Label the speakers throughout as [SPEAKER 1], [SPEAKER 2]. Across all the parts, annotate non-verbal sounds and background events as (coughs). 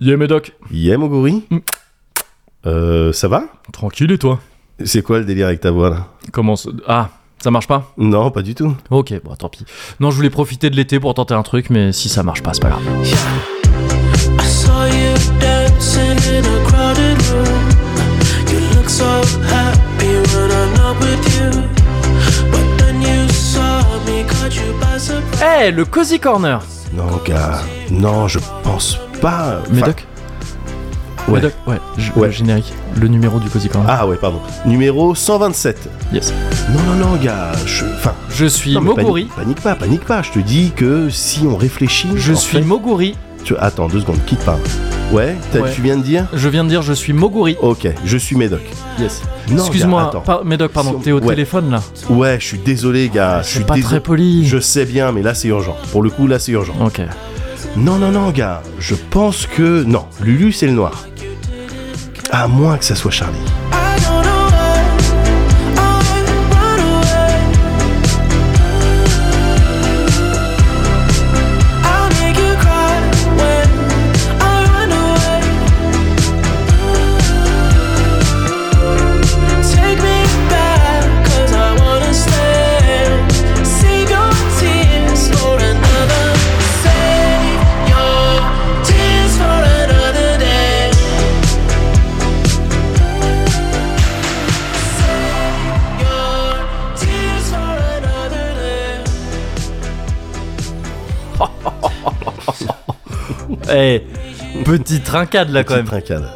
[SPEAKER 1] Yeah, Médoc,
[SPEAKER 2] Yeah, mon gouri
[SPEAKER 1] Mm.
[SPEAKER 2] Euh, ça va
[SPEAKER 1] tranquille et toi
[SPEAKER 2] C'est quoi le délire avec ta voix là
[SPEAKER 1] Comment ça... Ah, ça marche pas
[SPEAKER 2] Non, pas du tout.
[SPEAKER 1] Ok, bon, tant pis. Non, je voulais profiter de l'été pour tenter un truc, mais si ça marche pas, c'est pas grave.
[SPEAKER 3] I saw you dancing in a crowded room. You look so happy when I'm not with you. But then you saw me, caught you by surprise.
[SPEAKER 1] Eh, le Cozy Corner
[SPEAKER 2] Non, gars, non, je pense pas. Enfin,
[SPEAKER 1] Médoc
[SPEAKER 2] Ouais.
[SPEAKER 1] Médoc, ouais, j-
[SPEAKER 2] Ouais.
[SPEAKER 1] le générique, le numéro du Cozy Corner.
[SPEAKER 2] Ah ouais, pardon. Numéro 127.
[SPEAKER 1] yes.
[SPEAKER 2] Non, non, non, gars, je. Enfin.
[SPEAKER 1] Je suis
[SPEAKER 2] non, mais
[SPEAKER 1] Moguri.
[SPEAKER 2] Panique, panique pas, panique pas. Je te dis que si on réfléchit.
[SPEAKER 1] Je
[SPEAKER 2] en
[SPEAKER 1] suis
[SPEAKER 2] fait,
[SPEAKER 1] Moguri.
[SPEAKER 2] tu- Attends, deux secondes, quitte pas. Ouais, t'as-
[SPEAKER 1] Ouais.
[SPEAKER 2] tu viens de dire
[SPEAKER 1] Je viens de dire je suis Moguri.
[SPEAKER 2] Ok, je suis Médoc.
[SPEAKER 1] Yes.
[SPEAKER 2] Non, gars,
[SPEAKER 1] Excuse-moi,
[SPEAKER 2] attends.
[SPEAKER 1] par- Médoc, pardon,
[SPEAKER 2] Si on-
[SPEAKER 1] t'es au
[SPEAKER 2] ouais.
[SPEAKER 1] téléphone là
[SPEAKER 2] Ouais, je suis désolé, gars. Je suis
[SPEAKER 1] C'est pas
[SPEAKER 2] désolé.
[SPEAKER 1] très poli.
[SPEAKER 2] Je sais bien, mais là c'est urgent. Pour le coup, là c'est urgent.
[SPEAKER 1] Ok.
[SPEAKER 2] Non, non, non, gars, je pense que. Non, Lulu, c'est le noir. À moins que ça soit Charlie.
[SPEAKER 1] Ah,
[SPEAKER 3] I don't know why I run away. I'll make you cry when I run away. Take me back, 'cause I wanna stay. Save your tears for another. Save your tears for another day. Your tears for another day.
[SPEAKER 1] Eh, petit trincade là quand
[SPEAKER 2] Petite
[SPEAKER 1] même.
[SPEAKER 2] trincade.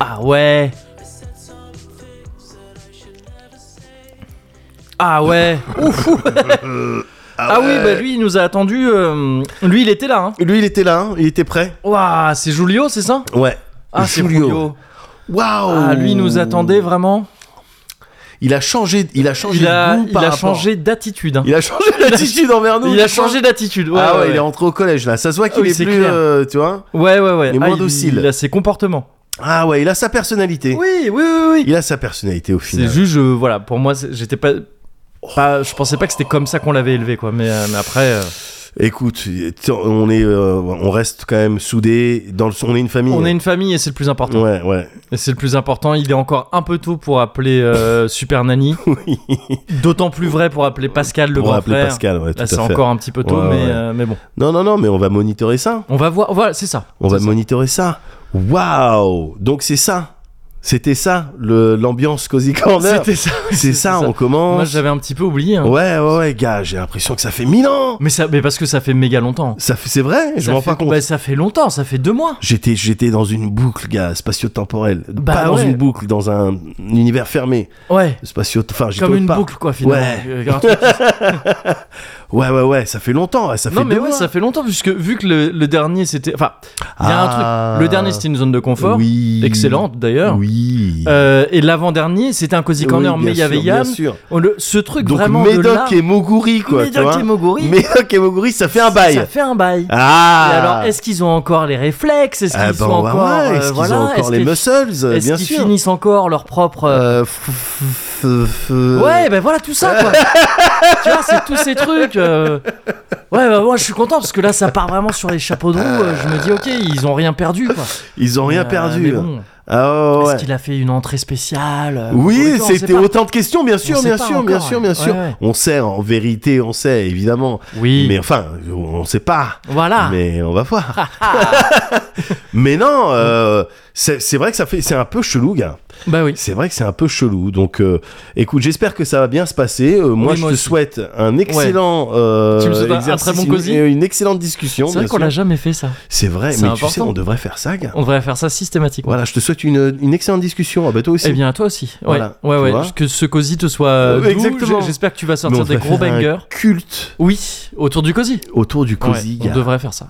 [SPEAKER 1] Ah ouais. Ah ouais. Ouf. ouf. Ah oui, bah lui, il nous a attendu. euh, lui, il était là. Hein.
[SPEAKER 2] Lui, il était là, hein, il était prêt.
[SPEAKER 1] Ouah, c'est Julio, c'est ça
[SPEAKER 2] Ouais.
[SPEAKER 1] Ah, c'est
[SPEAKER 2] Julio. Oh.
[SPEAKER 1] Julio.
[SPEAKER 2] Waouh
[SPEAKER 1] Ah, lui, il nous attendait vraiment.
[SPEAKER 2] Il a changé, il a changé
[SPEAKER 1] Il a,
[SPEAKER 2] de goût
[SPEAKER 1] il
[SPEAKER 2] par
[SPEAKER 1] a
[SPEAKER 2] rapport-
[SPEAKER 1] changé d'attitude. hein.
[SPEAKER 2] Il a changé l'attitude envers nous.
[SPEAKER 1] Il
[SPEAKER 2] tu
[SPEAKER 1] a
[SPEAKER 2] crois
[SPEAKER 1] changé d'attitude. Ouais,
[SPEAKER 2] ah ouais,
[SPEAKER 1] ouais, Ah
[SPEAKER 2] il est rentré au collège là. Ça se voit qu'il
[SPEAKER 1] Oui,
[SPEAKER 2] est
[SPEAKER 1] c'est
[SPEAKER 2] plus,
[SPEAKER 1] clair.
[SPEAKER 2] euh, tu vois.
[SPEAKER 1] ouais, ouais, ouais.
[SPEAKER 2] Il est moins
[SPEAKER 1] Ah,
[SPEAKER 2] docile.
[SPEAKER 1] Il, a ses comportements.
[SPEAKER 2] Ah ouais, il a sa personnalité.
[SPEAKER 1] Oui, oui, oui, oui.
[SPEAKER 2] Il a sa personnalité au
[SPEAKER 1] C'est
[SPEAKER 2] final.
[SPEAKER 1] juste, je- voilà, pour moi, c'est- j'étais pas, pas- Je pensais pas que c'était comme ça qu'on l'avait élevé, quoi. Mais, euh, mais après. euh,
[SPEAKER 2] Écoute, t- on est, euh, on reste quand même soudés. Dans le, on est une famille.
[SPEAKER 1] On est une famille et c'est le plus important.
[SPEAKER 2] Ouais, ouais.
[SPEAKER 1] Et c'est le plus important. Il est encore un peu tôt pour appeler
[SPEAKER 2] (laughs)
[SPEAKER 1] euh, Super Nanny.
[SPEAKER 2] Oui.
[SPEAKER 1] D'autant plus vrai pour appeler Pascal le
[SPEAKER 2] On va
[SPEAKER 1] grand
[SPEAKER 2] appeler
[SPEAKER 1] frère.
[SPEAKER 2] Pascal, ouais, tout
[SPEAKER 1] Là, c'est
[SPEAKER 2] à fait.
[SPEAKER 1] encore un petit peu tôt,
[SPEAKER 2] Ouais,
[SPEAKER 1] mais,
[SPEAKER 2] ouais.
[SPEAKER 1] euh, mais bon.
[SPEAKER 2] Non, non, non, mais on va monitorer ça.
[SPEAKER 1] On va voir. Voilà, c'est ça.
[SPEAKER 2] On va
[SPEAKER 1] C'est ça.
[SPEAKER 2] monitorer ça. Waouh Donc c'est ça. C'était ça, le- l'ambiance Cozy Corner.
[SPEAKER 1] C'était (laughs) ça.
[SPEAKER 2] C'est
[SPEAKER 1] c'était
[SPEAKER 2] ça, on commence.
[SPEAKER 1] Moi, j'avais un petit peu oublié. hein.
[SPEAKER 2] Ouais, ouais, ouais, gars, j'ai l'impression que ça fait mille ans.
[SPEAKER 1] Mais, ça, mais parce que ça fait méga longtemps.
[SPEAKER 2] Ça fait, c'est vrai, je
[SPEAKER 1] Ça
[SPEAKER 2] m'en
[SPEAKER 1] fait-
[SPEAKER 2] rends compte.
[SPEAKER 1] bah, ça fait longtemps, ça fait deux mois.
[SPEAKER 2] J'étais, j'étais dans une boucle, gars, spatio-temporelle.
[SPEAKER 1] Bah
[SPEAKER 2] Pas dans
[SPEAKER 1] ouais.
[SPEAKER 2] une boucle, dans un univers fermé.
[SPEAKER 1] Ouais.
[SPEAKER 2] Spatio, enfin, j'étais
[SPEAKER 1] Comme
[SPEAKER 2] au
[SPEAKER 1] une
[SPEAKER 2] pas.
[SPEAKER 1] boucle, quoi, finalement.
[SPEAKER 2] Ouais. (laughs)
[SPEAKER 1] Euh, un truc-
[SPEAKER 2] Ouais, ouais, ouais, ça fait longtemps, ouais, ça
[SPEAKER 1] non,
[SPEAKER 2] fait
[SPEAKER 1] mais
[SPEAKER 2] deux
[SPEAKER 1] ouais,
[SPEAKER 2] mois.
[SPEAKER 1] ça fait longtemps, puisque vu que le, le dernier, c'était. Enfin, il y a un
[SPEAKER 2] Ah.
[SPEAKER 1] truc. Le dernier, c'était une zone de confort.
[SPEAKER 2] Oui.
[SPEAKER 1] Excellente, d'ailleurs.
[SPEAKER 2] Oui.
[SPEAKER 1] Euh, et l'avant-dernier, c'était un Cozy Corner,
[SPEAKER 2] Oui,
[SPEAKER 1] mais
[SPEAKER 2] bien
[SPEAKER 1] il y avait
[SPEAKER 2] sûr,
[SPEAKER 1] Yann.
[SPEAKER 2] Bien sûr.
[SPEAKER 1] On le- ce truc
[SPEAKER 2] Donc
[SPEAKER 1] vraiment de là,
[SPEAKER 2] Médoc et Moguri, quoi. tu
[SPEAKER 1] Médoc
[SPEAKER 2] vois.
[SPEAKER 1] et Moguri,
[SPEAKER 2] Médoc et Moguri, ça fait un bail.
[SPEAKER 1] Ça fait un bail.
[SPEAKER 2] Ah
[SPEAKER 1] Et alors, est-ce qu'ils ont encore les réflexes Est-ce qu'ils
[SPEAKER 2] Ah ben,
[SPEAKER 1] sont
[SPEAKER 2] ouais,
[SPEAKER 1] encore,
[SPEAKER 2] ouais,
[SPEAKER 1] euh,
[SPEAKER 2] est-ce qu'ils
[SPEAKER 1] voilà,
[SPEAKER 2] ont encore
[SPEAKER 1] est-ce
[SPEAKER 2] les
[SPEAKER 1] qu'ils-
[SPEAKER 2] muscles euh,
[SPEAKER 1] Est-ce
[SPEAKER 2] Bien
[SPEAKER 1] qu'ils
[SPEAKER 2] sûr.
[SPEAKER 1] finissent encore leur propre euh,
[SPEAKER 2] Euh, f- f- f- euh, f-
[SPEAKER 1] Ouais, ben voilà tout ça
[SPEAKER 2] (laughs)
[SPEAKER 1] quoi. tu vois, c'est tous ces trucs. euh, Ouais, ben moi je suis content parce que là ça part vraiment sur les chapeaux de roue. euh, je me dis ok, ils ont rien perdu quoi.
[SPEAKER 2] Ils ont rien
[SPEAKER 1] Euh,
[SPEAKER 2] perdu.
[SPEAKER 1] Mais bon,
[SPEAKER 2] Ah ouais.
[SPEAKER 1] est-ce qu'il a fait une entrée spéciale euh, pour
[SPEAKER 2] Oui,
[SPEAKER 1] le coup, on sait
[SPEAKER 2] c'était
[SPEAKER 1] pas.
[SPEAKER 2] autant de questions, bien sûr,
[SPEAKER 1] sait
[SPEAKER 2] bien
[SPEAKER 1] pas
[SPEAKER 2] sûr,
[SPEAKER 1] encore,
[SPEAKER 2] bien sûr,
[SPEAKER 1] ouais.
[SPEAKER 2] bien sûr.
[SPEAKER 1] Ouais, ouais.
[SPEAKER 2] On sait, en vérité, on sait, évidemment.
[SPEAKER 1] Oui. Ah.
[SPEAKER 2] Mais enfin, on sait pas.
[SPEAKER 1] Voilà.
[SPEAKER 2] Mais on va voir.
[SPEAKER 1] Ah,
[SPEAKER 2] (laughs) mais non, euh, c'est c'est vrai que ça fait, c'est un peu chelou, gars.
[SPEAKER 1] Bah oui.
[SPEAKER 2] C'est vrai que c'est un peu chelou. Donc, euh, écoute, j'espère que ça va bien se passer. Euh, moi,
[SPEAKER 1] Oui,
[SPEAKER 2] je
[SPEAKER 1] moi
[SPEAKER 2] te
[SPEAKER 1] aussi.
[SPEAKER 2] souhaite un excellent euh,
[SPEAKER 1] Tu me souhaites un- un
[SPEAKER 2] exercice,
[SPEAKER 1] très bon
[SPEAKER 2] une-
[SPEAKER 1] cosy.
[SPEAKER 2] une, excellente discussion.
[SPEAKER 1] C'est vrai
[SPEAKER 2] bien
[SPEAKER 1] qu'on
[SPEAKER 2] sûr.
[SPEAKER 1] l'a jamais fait ça.
[SPEAKER 2] C'est vrai,
[SPEAKER 1] C'est
[SPEAKER 2] mais tu
[SPEAKER 1] important.
[SPEAKER 2] sais, on devrait faire ça, gars.
[SPEAKER 1] On devrait faire ça systématiquement.
[SPEAKER 2] Voilà, je te souhaite une, une excellente discussion. Ah bah toi aussi.
[SPEAKER 1] Eh bien, à toi aussi. Ouais,
[SPEAKER 2] Voilà, tu
[SPEAKER 1] ouais,
[SPEAKER 2] vois.
[SPEAKER 1] ouais. Que ce cosy te soit euh,
[SPEAKER 2] Euh,
[SPEAKER 1] doux.
[SPEAKER 2] exactement.
[SPEAKER 1] J'ai- J'espère que tu vas
[SPEAKER 2] Mais on
[SPEAKER 1] sortir des
[SPEAKER 2] devrait
[SPEAKER 1] gros
[SPEAKER 2] faire un
[SPEAKER 1] bangers.
[SPEAKER 2] Culte
[SPEAKER 1] Oui, autour du cosy.
[SPEAKER 2] autour du
[SPEAKER 1] Ouais,
[SPEAKER 2] cosy.
[SPEAKER 1] on
[SPEAKER 2] gars.
[SPEAKER 1] devrait faire ça.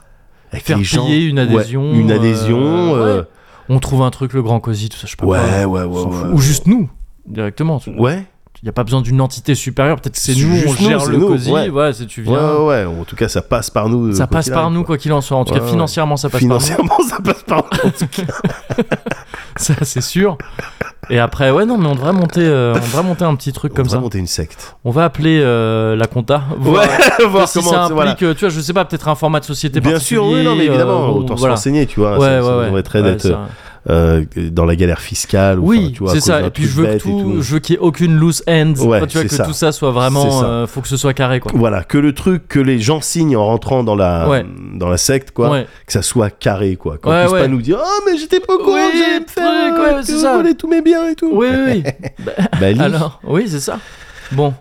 [SPEAKER 2] Avec
[SPEAKER 1] faire
[SPEAKER 2] les gens.
[SPEAKER 1] payer une
[SPEAKER 2] Ouais,
[SPEAKER 1] adhésion,
[SPEAKER 2] une
[SPEAKER 1] euh,
[SPEAKER 2] adhésion.
[SPEAKER 1] ouais.
[SPEAKER 2] euh,
[SPEAKER 1] On trouve un truc, le grand cosy, tout ça. Je sais pas. quoi.
[SPEAKER 2] ouais, ouais, ouais,
[SPEAKER 1] On s'en fout.
[SPEAKER 2] ouais.
[SPEAKER 1] Ou juste nous, directement. Il
[SPEAKER 2] Ouais,
[SPEAKER 1] n'y a pas besoin d'une entité supérieure. Peut-être que c'est
[SPEAKER 2] C'est
[SPEAKER 1] nous, on
[SPEAKER 2] juste nous,
[SPEAKER 1] gère
[SPEAKER 2] c'est
[SPEAKER 1] le
[SPEAKER 2] nous,
[SPEAKER 1] cosy.
[SPEAKER 2] ouais.
[SPEAKER 1] Voilà, si tu
[SPEAKER 2] ouais,
[SPEAKER 1] viens.
[SPEAKER 2] ouais, ouais. En tout cas, ça passe par nous.
[SPEAKER 1] Ça
[SPEAKER 2] euh,
[SPEAKER 1] passe
[SPEAKER 2] quoi qu'il
[SPEAKER 1] par
[SPEAKER 2] arrive,
[SPEAKER 1] nous,
[SPEAKER 2] quoi.
[SPEAKER 1] quoi qu'il en soit. En tout
[SPEAKER 2] Ouais,
[SPEAKER 1] cas,
[SPEAKER 2] ouais. (laughs)
[SPEAKER 1] financièrement, ça passe par
[SPEAKER 2] Financièrement, ça passe par nous.
[SPEAKER 1] nous. Ça, c'est sûr. Et après, ouais, non, mais on devrait monter, euh, on devrait monter un petit truc comme
[SPEAKER 2] on va
[SPEAKER 1] ça.
[SPEAKER 2] monter une secte.
[SPEAKER 1] On va appeler euh, la compta. voir
[SPEAKER 2] (laughs) voir
[SPEAKER 1] si
[SPEAKER 2] comment
[SPEAKER 1] ça implique,
[SPEAKER 2] voilà.
[SPEAKER 1] euh, tu vois, je sais pas, peut-être un format de société
[SPEAKER 2] Bien sûr, oui, non, mais
[SPEAKER 1] particulier,
[SPEAKER 2] évidemment,
[SPEAKER 1] euh, ou-
[SPEAKER 2] autant
[SPEAKER 1] voilà.
[SPEAKER 2] se renseigner, tu vois.
[SPEAKER 1] Ouais,
[SPEAKER 2] ça,
[SPEAKER 1] ouais,
[SPEAKER 2] ça
[SPEAKER 1] ouais.
[SPEAKER 2] devrait
[SPEAKER 1] Ouais,
[SPEAKER 2] être
[SPEAKER 1] ça-
[SPEAKER 2] euh, dans la galère fiscale. ou enfin,
[SPEAKER 1] oui,
[SPEAKER 2] tu vois, à
[SPEAKER 1] c'est
[SPEAKER 2] cause
[SPEAKER 1] ça.
[SPEAKER 2] d'un
[SPEAKER 1] Et puis
[SPEAKER 2] truc
[SPEAKER 1] je veux que
[SPEAKER 2] bête et
[SPEAKER 1] tout,
[SPEAKER 2] tout.
[SPEAKER 1] je veux qu'il y ait aucune loose ends.
[SPEAKER 2] Ouais,
[SPEAKER 1] Enfin, tu vois
[SPEAKER 2] c'est
[SPEAKER 1] que
[SPEAKER 2] ça.
[SPEAKER 1] tout ça soit
[SPEAKER 2] C'est
[SPEAKER 1] vraiment,
[SPEAKER 2] ça.
[SPEAKER 1] euh, faut que ce soit carré quoi.
[SPEAKER 2] Voilà, que le truc que les gens signent en rentrant dans la,
[SPEAKER 1] Ouais.
[SPEAKER 2] dans la secte, quoi,
[SPEAKER 1] Ouais.
[SPEAKER 2] que ça soit carré, quoi. Qu'on
[SPEAKER 1] Ouais,
[SPEAKER 2] puisse pas
[SPEAKER 1] ouais.
[SPEAKER 2] nous dire, oh, mais j'étais pas au courant,
[SPEAKER 1] Oui,
[SPEAKER 2] j'allais me
[SPEAKER 1] truc,
[SPEAKER 2] faire
[SPEAKER 1] ouais,
[SPEAKER 2] euh,
[SPEAKER 1] c'est
[SPEAKER 2] que
[SPEAKER 1] ça.
[SPEAKER 2] voler tous mes biens et tout.
[SPEAKER 1] Oui, oui,
[SPEAKER 2] (laughs)
[SPEAKER 1] oui.
[SPEAKER 2] Bah, lis.
[SPEAKER 1] Alors, oui, c'est ça. Bon.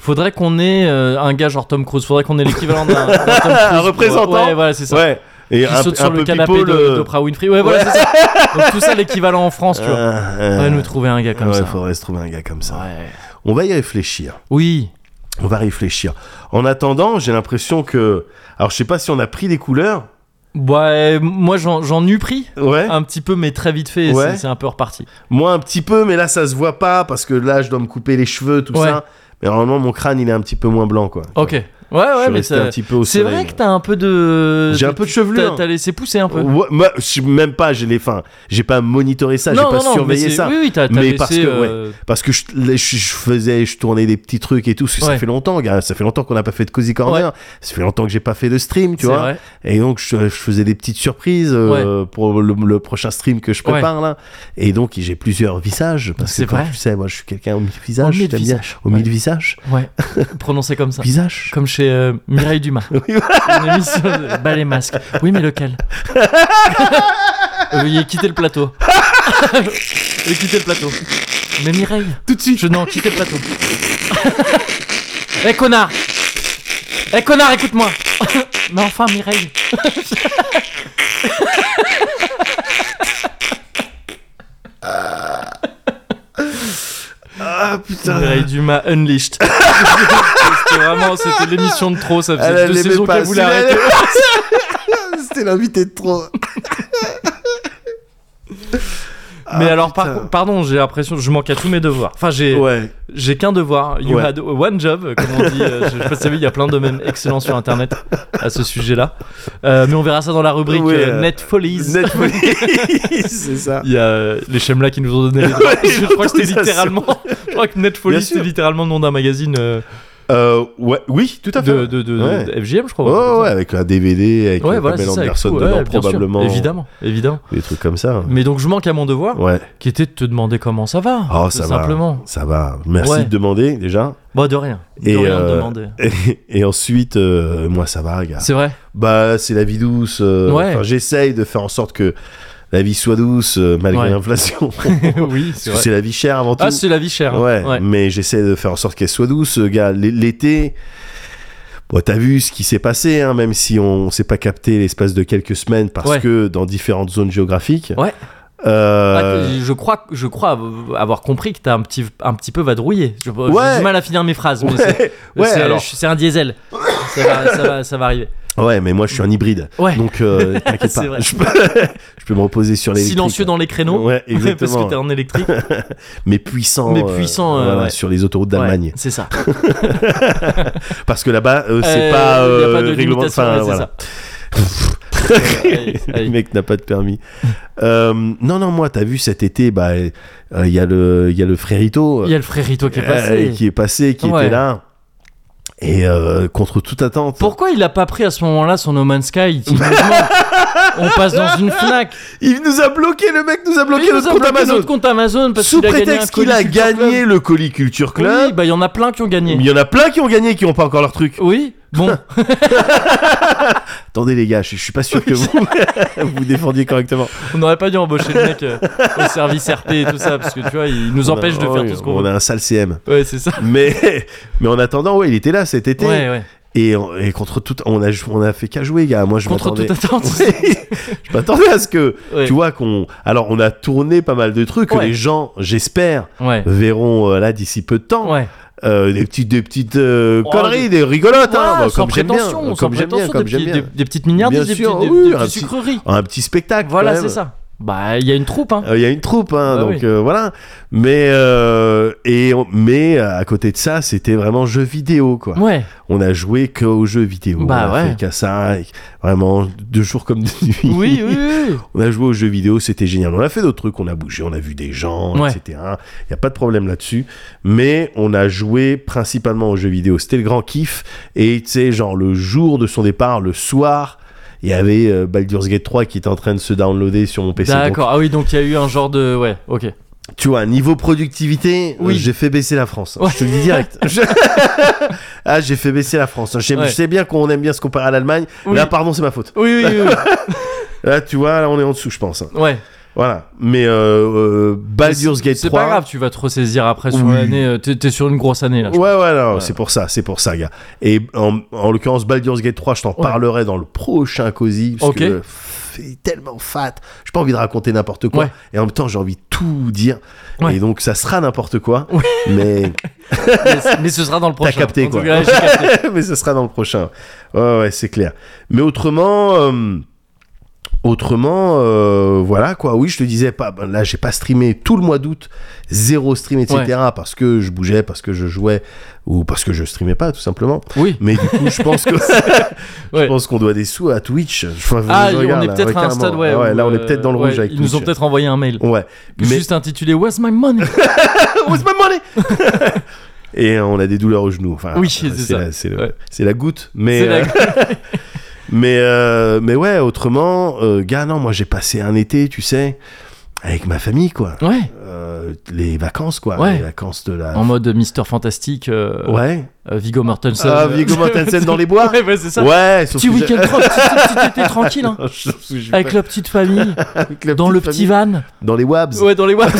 [SPEAKER 1] Faudrait qu'on ait euh, un gars genre Tom Cruise. Faudrait qu'on ait l'équivalent d'un
[SPEAKER 2] (laughs)
[SPEAKER 1] d'un Tom Cruise.
[SPEAKER 2] Un représentant.
[SPEAKER 1] Ouais, voilà, c'est ça.
[SPEAKER 2] ouais.
[SPEAKER 1] Qui
[SPEAKER 2] Et un,
[SPEAKER 1] saute
[SPEAKER 2] un
[SPEAKER 1] sur le
[SPEAKER 2] peu
[SPEAKER 1] canapé
[SPEAKER 2] people,
[SPEAKER 1] de-
[SPEAKER 2] euh,
[SPEAKER 1] d'Oprah Winfrey. Ouais, voilà, c'est ça. Donc tout ça, l'équivalent en France, tu
[SPEAKER 2] (laughs)
[SPEAKER 1] vois.
[SPEAKER 2] euh, euh,
[SPEAKER 1] Ouais, nous trouver un gars comme
[SPEAKER 2] ouais,
[SPEAKER 1] ça.
[SPEAKER 2] faudrait se trouver un gars comme ça.
[SPEAKER 1] Ouais.
[SPEAKER 2] On va y réfléchir.
[SPEAKER 1] Oui.
[SPEAKER 2] On va réfléchir. En attendant, j'ai l'impression que. Alors, je sais pas si on a pris des couleurs.
[SPEAKER 1] Ouais, moi j'en j'en eus pris
[SPEAKER 2] Ouais.
[SPEAKER 1] un petit peu, mais très vite fait. et
[SPEAKER 2] Ouais.
[SPEAKER 1] c'est- C'est un peu reparti.
[SPEAKER 2] Moi, un petit peu, mais là, ça se voit pas parce que là, je dois me couper les cheveux, tout
[SPEAKER 1] Ouais.
[SPEAKER 2] ça. Mais normalement, mon crâne, il est un petit peu moins blanc, quoi.
[SPEAKER 1] Ok. Ouais,
[SPEAKER 2] Je
[SPEAKER 1] ouais,
[SPEAKER 2] suis
[SPEAKER 1] mais
[SPEAKER 2] resté
[SPEAKER 1] ça-
[SPEAKER 2] un petit peu au
[SPEAKER 1] c'est
[SPEAKER 2] soleil,
[SPEAKER 1] vrai
[SPEAKER 2] moi.
[SPEAKER 1] que t'as un peu de.
[SPEAKER 2] J'ai un peu de
[SPEAKER 1] T'as
[SPEAKER 2] chevelure.
[SPEAKER 1] t'as laissé pousser un peu.
[SPEAKER 2] Ouais, moi, je- même pas, j'ai les fins. J'ai pas monitoré ça, j'ai
[SPEAKER 1] non,
[SPEAKER 2] pas
[SPEAKER 1] non, non, mais
[SPEAKER 2] surveillé
[SPEAKER 1] c'est-
[SPEAKER 2] ça.
[SPEAKER 1] Oui, oui, t'as t'as
[SPEAKER 2] Mais
[SPEAKER 1] laissé.
[SPEAKER 2] parce que, ouais.
[SPEAKER 1] euh,
[SPEAKER 2] Parce que je, là, je- je faisais, je tournais des petits trucs et tout. parce que Ça
[SPEAKER 1] Ouais.
[SPEAKER 2] fait longtemps, gars. Ça fait longtemps qu'on n'a pas fait de Cozy Corner. Ça fait longtemps que j'ai pas fait de stream, tu
[SPEAKER 1] c'est
[SPEAKER 2] vois.
[SPEAKER 1] vrai.
[SPEAKER 2] Et donc, je, je faisais des petites surprises euh, pour le, le prochain stream que je prépare, là. Et donc, j'ai plusieurs visages. Parce que,
[SPEAKER 1] C'est
[SPEAKER 2] quand
[SPEAKER 1] vrai.
[SPEAKER 2] tu sais, moi, je suis quelqu'un au milieu de
[SPEAKER 1] Au
[SPEAKER 2] visage.
[SPEAKER 1] milieu de
[SPEAKER 2] j'aime bien.
[SPEAKER 1] visage,
[SPEAKER 2] Au milieu de visage.
[SPEAKER 1] Ouais, (laughs) prononcé comme ça.
[SPEAKER 2] Visage.
[SPEAKER 1] Comme chez euh, Mireille
[SPEAKER 2] (laughs)
[SPEAKER 1] Dumas. Une émission de bas les masques. Oui, mais lequel Euh, Veuillez quitter le plateau.
[SPEAKER 2] (laughs)
[SPEAKER 1] Veuillez quitter le plateau. Mais Mireille Tout de suite Je n'en quitter le plateau. Eh connard Eh connard, écoute-moi Mais enfin, Mireille
[SPEAKER 2] Ah putain.
[SPEAKER 1] Mireille Dumas Unleashed. C'était vraiment, c'était l'émission de trop, ça faisait deux
[SPEAKER 2] l'aimait
[SPEAKER 1] saisons qu'elle voulait
[SPEAKER 2] celui-là,
[SPEAKER 1] arrêter.
[SPEAKER 2] elle- (laughs) C'était l'invité de
[SPEAKER 1] (laughs)
[SPEAKER 2] trop.
[SPEAKER 1] Mais
[SPEAKER 2] Ah,
[SPEAKER 1] alors, par
[SPEAKER 2] putain.
[SPEAKER 1] contre, pardon, j'ai l'impression, je manque à tous mes devoirs. Enfin, j'ai,
[SPEAKER 2] Ouais.
[SPEAKER 1] J'ai qu'un devoir. You
[SPEAKER 2] Ouais.
[SPEAKER 1] had one job, comme on dit. Euh, je je sais pas si t'as vu, il y a plein de mêmes excellents sur internet à ce sujet-là. Euh, mais on verra ça dans la rubrique
[SPEAKER 2] Ouais,
[SPEAKER 1] euh,
[SPEAKER 2] euh,
[SPEAKER 1] Net Follies.
[SPEAKER 2] Netflix, (laughs) c'est ça.
[SPEAKER 1] Il y a euh, les Shemla qui nous ont donné les droits.
[SPEAKER 2] (laughs) Ouais,
[SPEAKER 1] je crois que c'était
[SPEAKER 2] l'autorisation.
[SPEAKER 1] littéralement. Je crois que Net
[SPEAKER 2] Bien
[SPEAKER 1] Follies,
[SPEAKER 2] sûr.
[SPEAKER 1] c'est littéralement le nom d'un magazine euh,
[SPEAKER 2] Euh, ouais, oui, tout à fait.
[SPEAKER 1] de, de, de-
[SPEAKER 2] Ouais.
[SPEAKER 1] de FGM, je crois.
[SPEAKER 2] Oh, ouais, avec un DVD, avec
[SPEAKER 1] Ouais,
[SPEAKER 2] euh,
[SPEAKER 1] voilà, c'est
[SPEAKER 2] Pamela
[SPEAKER 1] ça. avec
[SPEAKER 2] Anderson
[SPEAKER 1] tout, ouais,
[SPEAKER 2] dedans,
[SPEAKER 1] bien sûr.
[SPEAKER 2] probablement.
[SPEAKER 1] Évidemment, évidemment.
[SPEAKER 2] Des trucs comme ça.
[SPEAKER 1] Mais donc, je manque à mon devoir,
[SPEAKER 2] Ouais.
[SPEAKER 1] qui était de te demander comment ça va.
[SPEAKER 2] Oh,
[SPEAKER 1] tout
[SPEAKER 2] ça va.
[SPEAKER 1] simplement.
[SPEAKER 2] Ça va. Merci
[SPEAKER 1] Ouais.
[SPEAKER 2] de demander, déjà.
[SPEAKER 1] Bah, de rien. De
[SPEAKER 2] Et,
[SPEAKER 1] rien
[SPEAKER 2] euh,
[SPEAKER 1] de demander.
[SPEAKER 2] (laughs) Et, et ensuite, euh, moi, ça va, gars.
[SPEAKER 1] C'est vrai. (laughs)
[SPEAKER 2] Bah, c'est la vie douce. euh,
[SPEAKER 1] Ouais.
[SPEAKER 2] enfin, J'essaye de faire en sorte que la vie soit douce, euh, malgré
[SPEAKER 1] Ouais.
[SPEAKER 2] l'inflation.
[SPEAKER 1] oui, (laughs) c'est
[SPEAKER 2] Parce que
[SPEAKER 1] vrai.
[SPEAKER 2] c'est la vie chère avant tout.
[SPEAKER 1] Ah, c'est la vie chère. hein.
[SPEAKER 2] Ouais,
[SPEAKER 1] ouais.
[SPEAKER 2] mais j'essaie de faire en sorte qu'elle soit douce, euh, gars. L- L'été, bon, t'as vu ce qui s'est passé, hein, même si on s'est pas capté l'espace de quelques semaines, parce
[SPEAKER 1] Ouais.
[SPEAKER 2] que dans différentes zones géographiques.
[SPEAKER 1] Ouais.
[SPEAKER 2] euh,
[SPEAKER 1] Ah, t'es- je crois, je crois av- avoir compris que t'as un petit, un petit peu vadrouillé. Je-
[SPEAKER 2] Ouais.
[SPEAKER 1] J'ai du mal à finir mes phrases. mais c'est-
[SPEAKER 2] ouais, ouais,
[SPEAKER 1] c'est
[SPEAKER 2] alors-
[SPEAKER 1] je- c'est un diesel. ça, va, ça va- ça va arriver.
[SPEAKER 2] ouais, mais moi je suis un hybride.
[SPEAKER 1] Ouais. (laughs)
[SPEAKER 2] Donc euh, t'inquiète
[SPEAKER 1] C'est
[SPEAKER 2] pas,
[SPEAKER 1] vrai.
[SPEAKER 2] je peux, (laughs) je peux me reposer sur les.
[SPEAKER 1] Silencieux dans les créneaux.
[SPEAKER 2] Ouais,
[SPEAKER 1] (laughs) Parce
[SPEAKER 2] exactement.
[SPEAKER 1] que t'es en électrique.
[SPEAKER 2] mais puissant.
[SPEAKER 1] Mais puissant, euh,
[SPEAKER 2] voilà,
[SPEAKER 1] ouais.
[SPEAKER 2] sur les autoroutes (laughs) d'Allemagne.
[SPEAKER 1] Ouais, c'est ça.
[SPEAKER 2] Parce que là-bas, euh,
[SPEAKER 1] Euh,
[SPEAKER 2] c'est pas
[SPEAKER 1] y a
[SPEAKER 2] euh,
[SPEAKER 1] pas de
[SPEAKER 2] réglement.
[SPEAKER 1] limitation,
[SPEAKER 2] Enfin,
[SPEAKER 1] ouais, c'est
[SPEAKER 2] voilà. (laughs)
[SPEAKER 1] ça. Allez,
[SPEAKER 2] le
[SPEAKER 1] allez.
[SPEAKER 2] mec n'a pas de permis. Euh, non, non, moi, t'as vu cet été, bah, euh, il y a le, il y a le frérito
[SPEAKER 1] Il y a le frérito qui est
[SPEAKER 2] euh,
[SPEAKER 1] passé.
[SPEAKER 2] qui est passé, qui
[SPEAKER 1] Ouais.
[SPEAKER 2] était là, et euh, contre toute attente,
[SPEAKER 1] Pourquoi il a pas pris à ce moment-là son No Man's Sky
[SPEAKER 2] (laughs)
[SPEAKER 1] timidement On passe dans une Fnac.
[SPEAKER 2] il nous a bloqué, le mec nous a bloqué
[SPEAKER 1] Il nous
[SPEAKER 2] notre
[SPEAKER 1] a
[SPEAKER 2] compte
[SPEAKER 1] bloqué
[SPEAKER 2] Amazon.
[SPEAKER 1] notre compte Amazon parce
[SPEAKER 2] Sous
[SPEAKER 1] qu'il a gagné
[SPEAKER 2] prétexte
[SPEAKER 1] un
[SPEAKER 2] qu'il a
[SPEAKER 1] colis Culture Club.
[SPEAKER 2] gagné le colis Culture Club,
[SPEAKER 1] Oui, bah il y en a plein qui ont gagné.
[SPEAKER 2] il y en a plein qui ont gagné, qui n'ont pas encore leur truc.
[SPEAKER 1] Oui, bon,
[SPEAKER 2] Attendez les gars, je, je suis pas sûr que vous (laughs) vous défendiez correctement.
[SPEAKER 1] on n'aurait pas dû embaucher le mec euh, au service RP et tout ça, parce que tu vois, il nous
[SPEAKER 2] On a-
[SPEAKER 1] empêche de faire
[SPEAKER 2] oui,
[SPEAKER 1] tout ce qu'on
[SPEAKER 2] On
[SPEAKER 1] veut.
[SPEAKER 2] a un sale CM.
[SPEAKER 1] Ouais, c'est ça.
[SPEAKER 2] Mais, (laughs) mais en attendant, ouais, il était là cet été.
[SPEAKER 1] Ouais, ouais.
[SPEAKER 2] Et, on- et contre tout, on a, jou- on a fait qu'à jouer, gars. Moi, je
[SPEAKER 1] Contre
[SPEAKER 2] m'attendais.
[SPEAKER 1] toute
[SPEAKER 2] (laughs)
[SPEAKER 1] attente.
[SPEAKER 2] je m'attendais à ce que,
[SPEAKER 1] (laughs) Ouais.
[SPEAKER 2] tu vois, qu'on. Alors, on a tourné pas mal de trucs que
[SPEAKER 1] Ouais.
[SPEAKER 2] les gens, j'espère,
[SPEAKER 1] Ouais.
[SPEAKER 2] verront euh, là d'ici peu de temps.
[SPEAKER 1] Ouais.
[SPEAKER 2] Euh, des petites, des petites euh,
[SPEAKER 1] Oh,
[SPEAKER 2] conneries, des rigolotes, hein,
[SPEAKER 1] Voilà,
[SPEAKER 2] bah,
[SPEAKER 1] sans
[SPEAKER 2] comme j'aime bien,
[SPEAKER 1] prétention, sans
[SPEAKER 2] comme j'aime bien,
[SPEAKER 1] prétention,
[SPEAKER 2] comme
[SPEAKER 1] des
[SPEAKER 2] j'aime
[SPEAKER 1] petits-
[SPEAKER 2] bien.
[SPEAKER 1] des- Des petites milliardises,
[SPEAKER 2] Bien
[SPEAKER 1] des
[SPEAKER 2] sûr,
[SPEAKER 1] petits- des-
[SPEAKER 2] oui,
[SPEAKER 1] des
[SPEAKER 2] un
[SPEAKER 1] petites
[SPEAKER 2] petit-
[SPEAKER 1] sucreries.
[SPEAKER 2] Un petit spectacle.
[SPEAKER 1] Voilà,
[SPEAKER 2] quand même.
[SPEAKER 1] c'est ça. Bah, il y a une troupe, hein.
[SPEAKER 2] Euh, Il y a une troupe, hein,
[SPEAKER 1] Bah
[SPEAKER 2] donc
[SPEAKER 1] oui.
[SPEAKER 2] euh, voilà. Mais euh, et on- mais à côté de ça, c'était vraiment jeux vidéo quoi. (laughs)
[SPEAKER 1] Ouais.
[SPEAKER 2] On a joué qu'aux jeux vidéo.
[SPEAKER 1] Bah
[SPEAKER 2] on a
[SPEAKER 1] ouais.
[SPEAKER 2] fait qu'à ça, et- vraiment deux jours comme de nuit.
[SPEAKER 1] Oui, oui, oui.
[SPEAKER 2] (laughs) On a joué aux jeux vidéo, c'était génial. On a fait d'autres trucs, on a bougé, on a vu des gens,
[SPEAKER 1] Ouais.
[SPEAKER 2] etc. Il n'y a pas de problème là-dessus. Mais on a joué principalement aux jeux vidéo. C'était le grand kiff. Et tu sais, genre le jour de son départ, le soir, il y avait euh, Baldur's Gate 3 qui était en train de se downloader sur mon PC. Donc,
[SPEAKER 1] D'accord. Ah oui, donc il y a eu un genre de. Ouais, ok.
[SPEAKER 2] tu vois, niveau productivité,
[SPEAKER 1] Oui.
[SPEAKER 2] euh, j'ai fait baisser la France. hein.
[SPEAKER 1] Ouais.
[SPEAKER 2] Je te le dis
[SPEAKER 1] (laughs)
[SPEAKER 2] direct. Je- (laughs) ah, j'ai fait baisser la France. Je sais,
[SPEAKER 1] Ouais.
[SPEAKER 2] je sais bien qu'on aime bien se comparer à l'Allemagne.
[SPEAKER 1] Oui.
[SPEAKER 2] Là, pardon, c'est ma faute.
[SPEAKER 1] Oui, oui, oui.
[SPEAKER 2] Là, tu vois, là, on est en dessous, je pense. hein.
[SPEAKER 1] oui. (laughs) Ouais.
[SPEAKER 2] Voilà. Mais euh, euh, Baldur's Gate
[SPEAKER 1] C'est
[SPEAKER 2] 3.
[SPEAKER 1] pas grave, tu vas te ressaisir après sur
[SPEAKER 2] Oui.
[SPEAKER 1] l'année. euh, T'es t'es sur une grosse année là. je
[SPEAKER 2] Ouais, ouais, non,
[SPEAKER 1] Ouais.
[SPEAKER 2] c'est pour ça, c'est pour ça, gars. Et en, en l'occurrence, Baldur's Gate 3, je t'en
[SPEAKER 1] Ouais.
[SPEAKER 2] parlerai dans le prochain Cozy, parce
[SPEAKER 1] Ok.
[SPEAKER 2] que pff, c'est tellement fat. J'ai pas envie de raconter n'importe quoi.
[SPEAKER 1] Ouais.
[SPEAKER 2] Et en même temps, j'ai envie de tout dire.
[SPEAKER 1] Ouais.
[SPEAKER 2] Et donc, ça sera n'importe quoi.
[SPEAKER 1] Ouais.
[SPEAKER 2] Mais
[SPEAKER 1] pense. mais, mais ce sera dans le prochain.
[SPEAKER 2] capté,
[SPEAKER 1] En tout
[SPEAKER 2] quoi.
[SPEAKER 1] cas, j'ai
[SPEAKER 2] (laughs)
[SPEAKER 1] capté.
[SPEAKER 2] mais ce sera dans le prochain. Ouais, ouais, c'est clair. Mais autrement, euh, autrement, euh, voilà quoi. Oui, je te disais, pas, ben là, j'ai pas streamé tout le mois d'août, zéro stream, etc. Parce que je bougeais, parce que je jouais, ou parce que je streamais pas, tout simplement.
[SPEAKER 1] Oui.
[SPEAKER 2] Mais du coup,
[SPEAKER 1] (laughs)
[SPEAKER 2] je pense que je
[SPEAKER 1] Ouais.
[SPEAKER 2] pense qu'on doit des sous à Twitch. Enfin,
[SPEAKER 1] Ah,
[SPEAKER 2] je
[SPEAKER 1] on
[SPEAKER 2] regarde,
[SPEAKER 1] est
[SPEAKER 2] là,
[SPEAKER 1] peut-être à un
[SPEAKER 2] carrément.
[SPEAKER 1] stade, ouais.
[SPEAKER 2] Ah
[SPEAKER 1] où,
[SPEAKER 2] là, on est
[SPEAKER 1] euh,
[SPEAKER 2] peut-être dans le
[SPEAKER 1] ouais,
[SPEAKER 2] rouge avec
[SPEAKER 1] Ils nous ont
[SPEAKER 2] Twitch.
[SPEAKER 1] peut-être envoyé un mail.
[SPEAKER 2] Ouais. Mais
[SPEAKER 1] Juste intitulé Where's my (laughs) money
[SPEAKER 2] Where's my money (laughs) Et on a des douleurs au genou. Enfin,
[SPEAKER 1] Oui, c'est ça.
[SPEAKER 2] la- C'est le-
[SPEAKER 1] Ouais.
[SPEAKER 2] c'est la goutte, mais
[SPEAKER 1] C'est la-
[SPEAKER 2] euh, mais euh, mais ouais. Autrement, euh, gars, non, moi j'ai passé un été, tu sais, avec ma famille, quoi.
[SPEAKER 1] Ouais.
[SPEAKER 2] Euh, les vacances, quoi.
[SPEAKER 1] Ouais.
[SPEAKER 2] Les vacances de la.
[SPEAKER 1] En mode Mister Fantastique, euh,
[SPEAKER 2] Ouais.
[SPEAKER 1] euh, Viggo Mortensen.
[SPEAKER 2] Ah, Viggo Mortensen dans les bois.
[SPEAKER 1] (laughs) Ouais, ouais, c'est ça.
[SPEAKER 2] Ouais. sauf
[SPEAKER 1] Petit
[SPEAKER 2] que
[SPEAKER 1] (laughs)
[SPEAKER 2] j'ai- (laughs)
[SPEAKER 1] week-end propre, petit- petit été tranquille, hein.
[SPEAKER 2] Sauf que j'ai
[SPEAKER 1] Avec (laughs)
[SPEAKER 2] pas-
[SPEAKER 1] la petite famille,
[SPEAKER 2] avec la
[SPEAKER 1] dans le
[SPEAKER 2] petite
[SPEAKER 1] petit
[SPEAKER 2] famille.
[SPEAKER 1] van.
[SPEAKER 2] Dans les wabs.
[SPEAKER 1] Ouais, dans les wabs.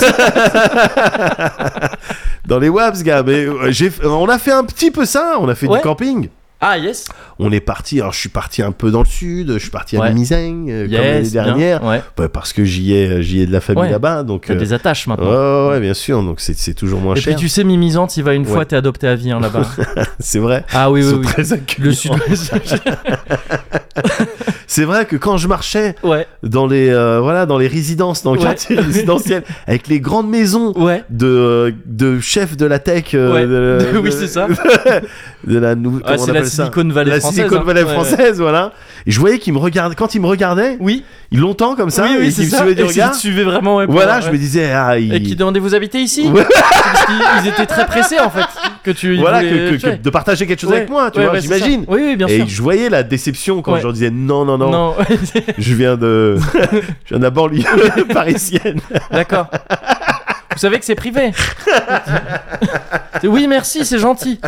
[SPEAKER 2] Dans les wabs, gars. Mais euh, j'ai, on a fait un petit peu ça. On a fait
[SPEAKER 1] Ouais.
[SPEAKER 2] du camping.
[SPEAKER 1] Ah, (laughs) yes.
[SPEAKER 2] On est parti, alors je suis parti un peu dans le sud, je suis parti à
[SPEAKER 1] Ouais.
[SPEAKER 2] Mimizeng, euh, comme l'année
[SPEAKER 1] Yes. bien.
[SPEAKER 2] dernière,
[SPEAKER 1] Ouais.
[SPEAKER 2] Bah, parce que j'y ai, j'y ai de la famille
[SPEAKER 1] Ouais.
[SPEAKER 2] là-bas, donc...
[SPEAKER 1] T'as
[SPEAKER 2] euh,
[SPEAKER 1] des attaches
[SPEAKER 2] ouais,
[SPEAKER 1] maintenant.
[SPEAKER 2] ouais, ouais, bien sûr, donc c'est, c'est toujours moins
[SPEAKER 1] Et puis
[SPEAKER 2] cher,
[SPEAKER 1] tu sais, Mimizante, il va une
[SPEAKER 2] Ouais.
[SPEAKER 1] fois, t'es adopté à vie hein, (laughs) là-bas.
[SPEAKER 2] c'est vrai.
[SPEAKER 1] ah oui,
[SPEAKER 2] Ils
[SPEAKER 1] oui,
[SPEAKER 2] sont
[SPEAKER 1] oui.
[SPEAKER 2] très accueillants.
[SPEAKER 1] Le sud-ouest. (laughs)
[SPEAKER 2] C'est vrai que quand je marchais
[SPEAKER 1] ouais,
[SPEAKER 2] dans les, euh, voilà, dans les résidences, dans le
[SPEAKER 1] Ouais. (laughs)
[SPEAKER 2] quartier résidentiel, avec les grandes maisons
[SPEAKER 1] ouais.
[SPEAKER 2] de, de chefs de la tech... euh,
[SPEAKER 1] Ouais.
[SPEAKER 2] de-
[SPEAKER 1] (laughs) Oui,
[SPEAKER 2] de-
[SPEAKER 1] c'est ça.
[SPEAKER 2] (laughs) de la nou-
[SPEAKER 1] Ah,
[SPEAKER 2] comment on
[SPEAKER 1] c'est la
[SPEAKER 2] appelle ça
[SPEAKER 1] Silicon Valley
[SPEAKER 2] la
[SPEAKER 1] française.
[SPEAKER 2] Silicon
[SPEAKER 1] hein.
[SPEAKER 2] Valley
[SPEAKER 1] Ouais.
[SPEAKER 2] française, voilà. Et je voyais qu'ils me regardaient, quand ils me regardaient,
[SPEAKER 1] Oui,
[SPEAKER 2] longtemps comme ça,
[SPEAKER 1] oui,
[SPEAKER 2] et
[SPEAKER 1] oui,
[SPEAKER 2] qu'ils
[SPEAKER 1] c'est
[SPEAKER 2] me
[SPEAKER 1] ça.
[SPEAKER 2] suivaient du
[SPEAKER 1] Et s'ils
[SPEAKER 2] regard.
[SPEAKER 1] te suivaient vraiment. ouais, pour
[SPEAKER 2] Voilà,
[SPEAKER 1] voir,
[SPEAKER 2] je
[SPEAKER 1] ouais.
[SPEAKER 2] me disais, ah, il-
[SPEAKER 1] Et qui demandaient vous habitez ici
[SPEAKER 2] Ouais.
[SPEAKER 1] Parce qu'ils- Ils étaient très pressés en fait que tu. ils
[SPEAKER 2] voilà,
[SPEAKER 1] voulaient-
[SPEAKER 2] que- que-
[SPEAKER 1] tu vois.
[SPEAKER 2] que de partager quelque chose
[SPEAKER 1] euh, Ouais,
[SPEAKER 2] avec moi, tu
[SPEAKER 1] ouais,
[SPEAKER 2] vois,
[SPEAKER 1] ouais, c'est ça.
[SPEAKER 2] j'imagine.
[SPEAKER 1] Oui, oui, bien sûr.
[SPEAKER 2] Et je voyais la déception quand
[SPEAKER 1] Ouais.
[SPEAKER 2] je leur disais non, non, non,
[SPEAKER 1] Non, (laughs)
[SPEAKER 2] je viens de. je viens (laughs) de la banlieue parisienne.
[SPEAKER 1] d'accord. Vous savez que c'est privé. oui, merci, c'est
[SPEAKER 2] (laughs)
[SPEAKER 1] gentil.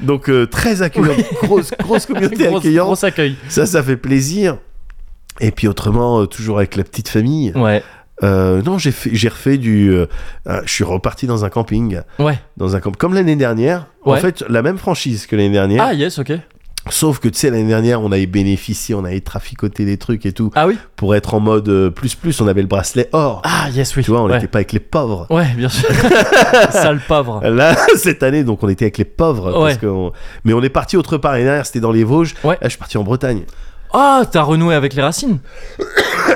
[SPEAKER 2] Donc euh, très accueillant, grosse, grosse communauté
[SPEAKER 1] Grosse-
[SPEAKER 2] accueillante.
[SPEAKER 1] Gros accueil.
[SPEAKER 2] Ça, ça fait plaisir. Et puis autrement, euh, toujours avec la petite famille.
[SPEAKER 1] Ouais,
[SPEAKER 2] Euh, non, j'ai fait- j'ai refait du. euh, euh, je suis reparti dans un camping.
[SPEAKER 1] ouais.
[SPEAKER 2] Dans un camp comme l'année dernière. En
[SPEAKER 1] Ouais.
[SPEAKER 2] fait, la même franchise que l'année dernière.
[SPEAKER 1] Ah, yes, ok.
[SPEAKER 2] Sauf que tu sais, l'année dernière, on avait bénéficié, on avait traficoté des trucs et tout.
[SPEAKER 1] Ah oui
[SPEAKER 2] Pour être en mode euh, plus plus, on avait le bracelet or.
[SPEAKER 1] Ah, yes, oui.
[SPEAKER 2] tu vois, on
[SPEAKER 1] ouais.
[SPEAKER 2] n'était pas avec les pauvres.
[SPEAKER 1] Ouais, bien (laughs) sûr. Sale pauvre.
[SPEAKER 2] Là, (laughs) cette année, donc on était avec les pauvres. parce
[SPEAKER 1] Ouais.
[SPEAKER 2] que on- Mais on est parti autre part. L'année dernière, c'était dans les Vosges.
[SPEAKER 1] Ouais.
[SPEAKER 2] Là, je suis parti en Bretagne. (coughs)
[SPEAKER 1] Ah, t'as renoué avec les racines.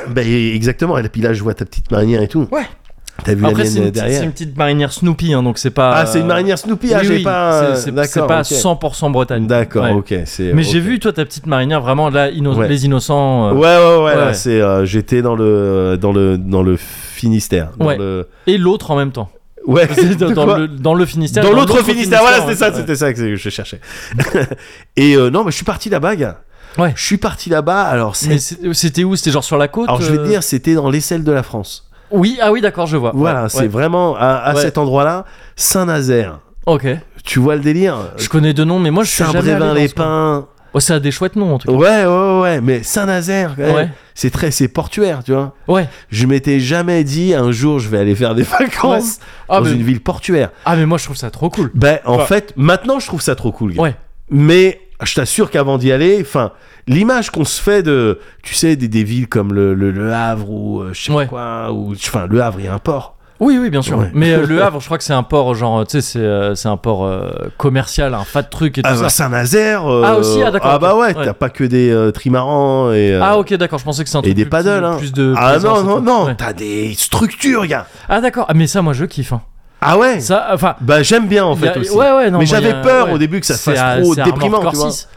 [SPEAKER 2] ben, exactement. Et puis là, je vois ta petite marinière et tout.
[SPEAKER 1] Ouais.
[SPEAKER 2] T'as vu
[SPEAKER 1] Après,
[SPEAKER 2] la
[SPEAKER 1] c'est
[SPEAKER 2] mienne
[SPEAKER 1] une, petite- c'est
[SPEAKER 2] derrière
[SPEAKER 1] une petite marinière Snoopy, hein, donc c'est pas.
[SPEAKER 2] Ah, c'est une marinière Snoopy. ah,
[SPEAKER 1] Oui,
[SPEAKER 2] j'ai
[SPEAKER 1] oui,
[SPEAKER 2] pas.
[SPEAKER 1] c'est- c'est-
[SPEAKER 2] D'accord,
[SPEAKER 1] C'est pas
[SPEAKER 2] ok.
[SPEAKER 1] 100% Bretagne.
[SPEAKER 2] D'accord,
[SPEAKER 1] Ouais.
[SPEAKER 2] ok. c'est-
[SPEAKER 1] Mais
[SPEAKER 2] ok.
[SPEAKER 1] j'ai vu, toi, ta petite marinière, vraiment, là, inno-
[SPEAKER 2] Ouais.
[SPEAKER 1] les innocents. euh,
[SPEAKER 2] Ouais, ouais, ouais. là,
[SPEAKER 1] Ouais.
[SPEAKER 2] c'est, euh, j'étais dans le, dans le, dans le Finistère. Dans
[SPEAKER 1] Ouais.
[SPEAKER 2] le-
[SPEAKER 1] Et l'autre en
[SPEAKER 2] (laughs)
[SPEAKER 1] même temps.
[SPEAKER 2] Ouais.
[SPEAKER 1] (laughs) C'est dans,
[SPEAKER 2] de
[SPEAKER 1] dans
[SPEAKER 2] quoi
[SPEAKER 1] le, dans le Finistère.
[SPEAKER 2] dans l'autre Finistère, voilà,
[SPEAKER 1] ouais.
[SPEAKER 2] c'était ça,
[SPEAKER 1] Ouais.
[SPEAKER 2] c'était ça que je cherchais. (laughs) et euh, non, mais je suis parti là-bas, gars.
[SPEAKER 1] Ouais.
[SPEAKER 2] Je suis parti là-bas, alors c'est.
[SPEAKER 1] Mais c'est- c'était où C'était genre sur la côte
[SPEAKER 2] Alors je vais
[SPEAKER 1] euh
[SPEAKER 2] te dire, c'était dans l'aisselle de la France.
[SPEAKER 1] Oui, ah oui, d'accord, je vois.
[SPEAKER 2] Voilà,
[SPEAKER 1] Ouais,
[SPEAKER 2] c'est
[SPEAKER 1] ouais.
[SPEAKER 2] vraiment à, à
[SPEAKER 1] Ouais.
[SPEAKER 2] cet endroit-là, Saint-Nazaire.
[SPEAKER 1] Ok.
[SPEAKER 2] Tu vois le délire
[SPEAKER 1] Je connais deux noms, mais moi, je suis jamais allé dans
[SPEAKER 2] les
[SPEAKER 1] ce coin.
[SPEAKER 2] pins
[SPEAKER 1] Oh, ça a des chouettes noms, en tout
[SPEAKER 2] Ouais, ouais, ouais, mais Saint-Nazaire, quand
[SPEAKER 1] cas.
[SPEAKER 2] même,
[SPEAKER 1] Ouais.
[SPEAKER 2] c'est très, c'est portuaire, tu vois.
[SPEAKER 1] Ouais.
[SPEAKER 2] Je m'étais jamais dit un jour je vais aller faire des (laughs) vacances
[SPEAKER 1] Ah,
[SPEAKER 2] dans
[SPEAKER 1] mais...
[SPEAKER 2] une ville portuaire.
[SPEAKER 1] ah, mais moi, je trouve ça trop cool.
[SPEAKER 2] Ben, en
[SPEAKER 1] Enfin-
[SPEAKER 2] fait, maintenant, je trouve ça trop cool, gars.
[SPEAKER 1] Ouais.
[SPEAKER 2] Mais je t'assure qu'avant d'y aller, enfin, l'image qu'on se fait de, tu sais, des, des villes comme le, le, le Havre ou euh, je sais pas
[SPEAKER 1] Ouais.
[SPEAKER 2] quoi, ou enfin, le Havre, il y a un port.
[SPEAKER 1] Oui, oui, bien sûr.
[SPEAKER 2] Ouais.
[SPEAKER 1] Mais
[SPEAKER 2] (laughs)
[SPEAKER 1] euh, Le Havre, je crois que c'est un port, genre, euh, tu sais, c'est euh, c'est un port euh, commercial, un fat truc et tout
[SPEAKER 2] Ah,
[SPEAKER 1] ça.
[SPEAKER 2] bah, Saint-Nazaire.
[SPEAKER 1] Ah,
[SPEAKER 2] euh,
[SPEAKER 1] aussi, ah, d'accord,
[SPEAKER 2] Ah, bah
[SPEAKER 1] ok.
[SPEAKER 2] ouais,
[SPEAKER 1] Ouais.
[SPEAKER 2] t'as pas que des euh, trimarans et. euh,
[SPEAKER 1] Ah, ok, d'accord, je pensais que c'est un truc.
[SPEAKER 2] Et des
[SPEAKER 1] plus petit,
[SPEAKER 2] paddles, hein.
[SPEAKER 1] Plus de
[SPEAKER 2] ah
[SPEAKER 1] présence
[SPEAKER 2] non,
[SPEAKER 1] et
[SPEAKER 2] non,
[SPEAKER 1] tout.
[SPEAKER 2] non,
[SPEAKER 1] Ouais.
[SPEAKER 2] t'as des structures, gars.
[SPEAKER 1] Ah, d'accord, ah, mais ça, moi, je kiffe. hein.
[SPEAKER 2] Ah ouais
[SPEAKER 1] Ça, enfin.
[SPEAKER 2] Bah j'aime bien en
[SPEAKER 1] y a-
[SPEAKER 2] fait aussi.
[SPEAKER 1] Ouais, ouais, non, moi,
[SPEAKER 2] Mais j'avais
[SPEAKER 1] y a-
[SPEAKER 2] peur
[SPEAKER 1] ouais.
[SPEAKER 2] au début que ça
[SPEAKER 1] C'est
[SPEAKER 2] fasse
[SPEAKER 1] à-
[SPEAKER 2] trop
[SPEAKER 1] c'est à
[SPEAKER 2] déprimant,
[SPEAKER 1] Armored
[SPEAKER 2] tu
[SPEAKER 1] Core
[SPEAKER 2] vois.
[SPEAKER 1] 6.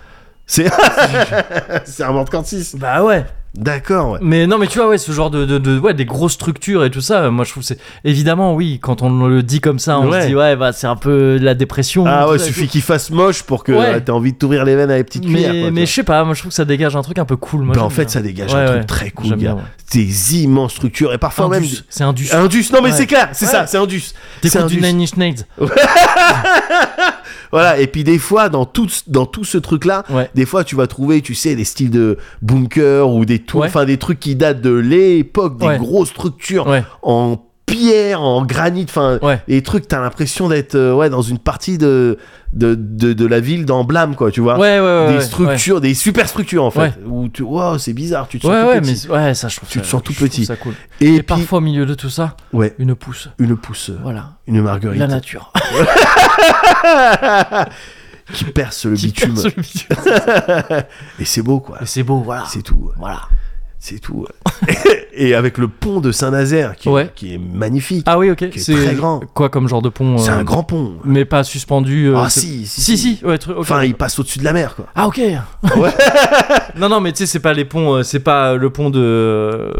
[SPEAKER 2] C'est (laughs) c'est un Mortcore 6.
[SPEAKER 1] Bah ouais.
[SPEAKER 2] D'accord, ouais.
[SPEAKER 1] Mais non, mais tu vois, ouais, ce genre de, de, de- ouais, des grosses structures et tout ça, euh, moi je trouve que c'est évidemment oui, quand on le dit comme ça, on
[SPEAKER 2] Ouais.
[SPEAKER 1] se dit ouais, bah c'est un peu de la dépression.
[SPEAKER 2] Ah
[SPEAKER 1] tout
[SPEAKER 2] ouais,
[SPEAKER 1] ça et
[SPEAKER 2] suffit
[SPEAKER 1] tout.
[SPEAKER 2] qu'il fasse moche pour que
[SPEAKER 1] Ouais.
[SPEAKER 2] euh, t'aies envie de t'ouvrir les veines à les petites cuillères.
[SPEAKER 1] Mais,
[SPEAKER 2] quoi, tu
[SPEAKER 1] mais
[SPEAKER 2] vois.
[SPEAKER 1] je sais pas, moi je trouve que ça dégage un truc un peu cool. Moi,
[SPEAKER 2] Bah, en
[SPEAKER 1] j'aime
[SPEAKER 2] fait,
[SPEAKER 1] bien.
[SPEAKER 2] ça dégage
[SPEAKER 1] Ouais,
[SPEAKER 2] un truc
[SPEAKER 1] ouais.
[SPEAKER 2] très cool,
[SPEAKER 1] J'aime
[SPEAKER 2] gars.
[SPEAKER 1] bien, ouais.
[SPEAKER 2] Des immenses structures et parfois même.
[SPEAKER 1] Indus, c'est Indus.
[SPEAKER 2] Un dus, non mais
[SPEAKER 1] Ouais.
[SPEAKER 2] c'est clair, c'est
[SPEAKER 1] Ouais.
[SPEAKER 2] ça, c'est un dus. C'est
[SPEAKER 1] T'écoutes
[SPEAKER 2] un
[SPEAKER 1] du
[SPEAKER 2] dus.
[SPEAKER 1] Nine Inch Nails.
[SPEAKER 2] Voilà, et puis des fois, dans tout, dans tout ce truc-là,
[SPEAKER 1] Ouais.
[SPEAKER 2] des fois tu vas trouver, tu sais, des styles de bunker ou des, tou-
[SPEAKER 1] Ouais.
[SPEAKER 2] enfin des trucs qui datent de l'époque, des
[SPEAKER 1] Ouais.
[SPEAKER 2] grosses structures
[SPEAKER 1] Ouais.
[SPEAKER 2] en pierre, en granit, enfin,
[SPEAKER 1] Ouais.
[SPEAKER 2] des trucs, t'as l'impression d'être euh, ouais, dans une partie de, de, de, de la ville d'Emblame, quoi, tu vois.
[SPEAKER 1] Ouais, ouais, ouais.
[SPEAKER 2] Ah, des
[SPEAKER 1] ouais,
[SPEAKER 2] structures, des superstructures en fait,
[SPEAKER 1] Ouais.
[SPEAKER 2] où tu, wow, c'est bizarre, tu te
[SPEAKER 1] Ouais,
[SPEAKER 2] sens
[SPEAKER 1] ouais,
[SPEAKER 2] tout
[SPEAKER 1] ouais,
[SPEAKER 2] petit.
[SPEAKER 1] mais ouais, ça je trouve
[SPEAKER 2] Tu
[SPEAKER 1] ça-
[SPEAKER 2] te sens tout
[SPEAKER 1] je trouve
[SPEAKER 2] petit.
[SPEAKER 1] ça cool.
[SPEAKER 2] Et,
[SPEAKER 1] Et,
[SPEAKER 2] puis,
[SPEAKER 1] parfois au milieu de tout ça,
[SPEAKER 2] ouais,
[SPEAKER 1] une pousse.
[SPEAKER 2] une pousse,
[SPEAKER 1] Voilà,
[SPEAKER 2] une marguerite
[SPEAKER 1] la nature.
[SPEAKER 2] qui perce
[SPEAKER 1] (laughs)
[SPEAKER 2] le
[SPEAKER 1] Qui
[SPEAKER 2] bitume.
[SPEAKER 1] perce le bitume.
[SPEAKER 2] Et c'est beau, quoi.
[SPEAKER 1] Mais c'est beau, voilà.
[SPEAKER 2] C'est tout.
[SPEAKER 1] Voilà.
[SPEAKER 2] C'est tout. (laughs) Et avec le pont de Saint-Nazaire, qui, est-
[SPEAKER 1] Ouais.
[SPEAKER 2] qui est magnifique.
[SPEAKER 1] Ah oui, ok.
[SPEAKER 2] Qui est très grand.
[SPEAKER 1] Quoi comme genre de pont
[SPEAKER 2] c'est
[SPEAKER 1] euh,
[SPEAKER 2] un grand pont.
[SPEAKER 1] Mais pas suspendu. euh,
[SPEAKER 2] ah
[SPEAKER 1] c'est-
[SPEAKER 2] si, si,
[SPEAKER 1] Si, si, ouais, truc. ok.
[SPEAKER 2] Enfin, il passe au-dessus de la mer, quoi.
[SPEAKER 1] Ah, ok.
[SPEAKER 2] Ouais.
[SPEAKER 1] (laughs) non, non, mais tu sais, c'est pas les ponts, euh, c'est pas le pont de.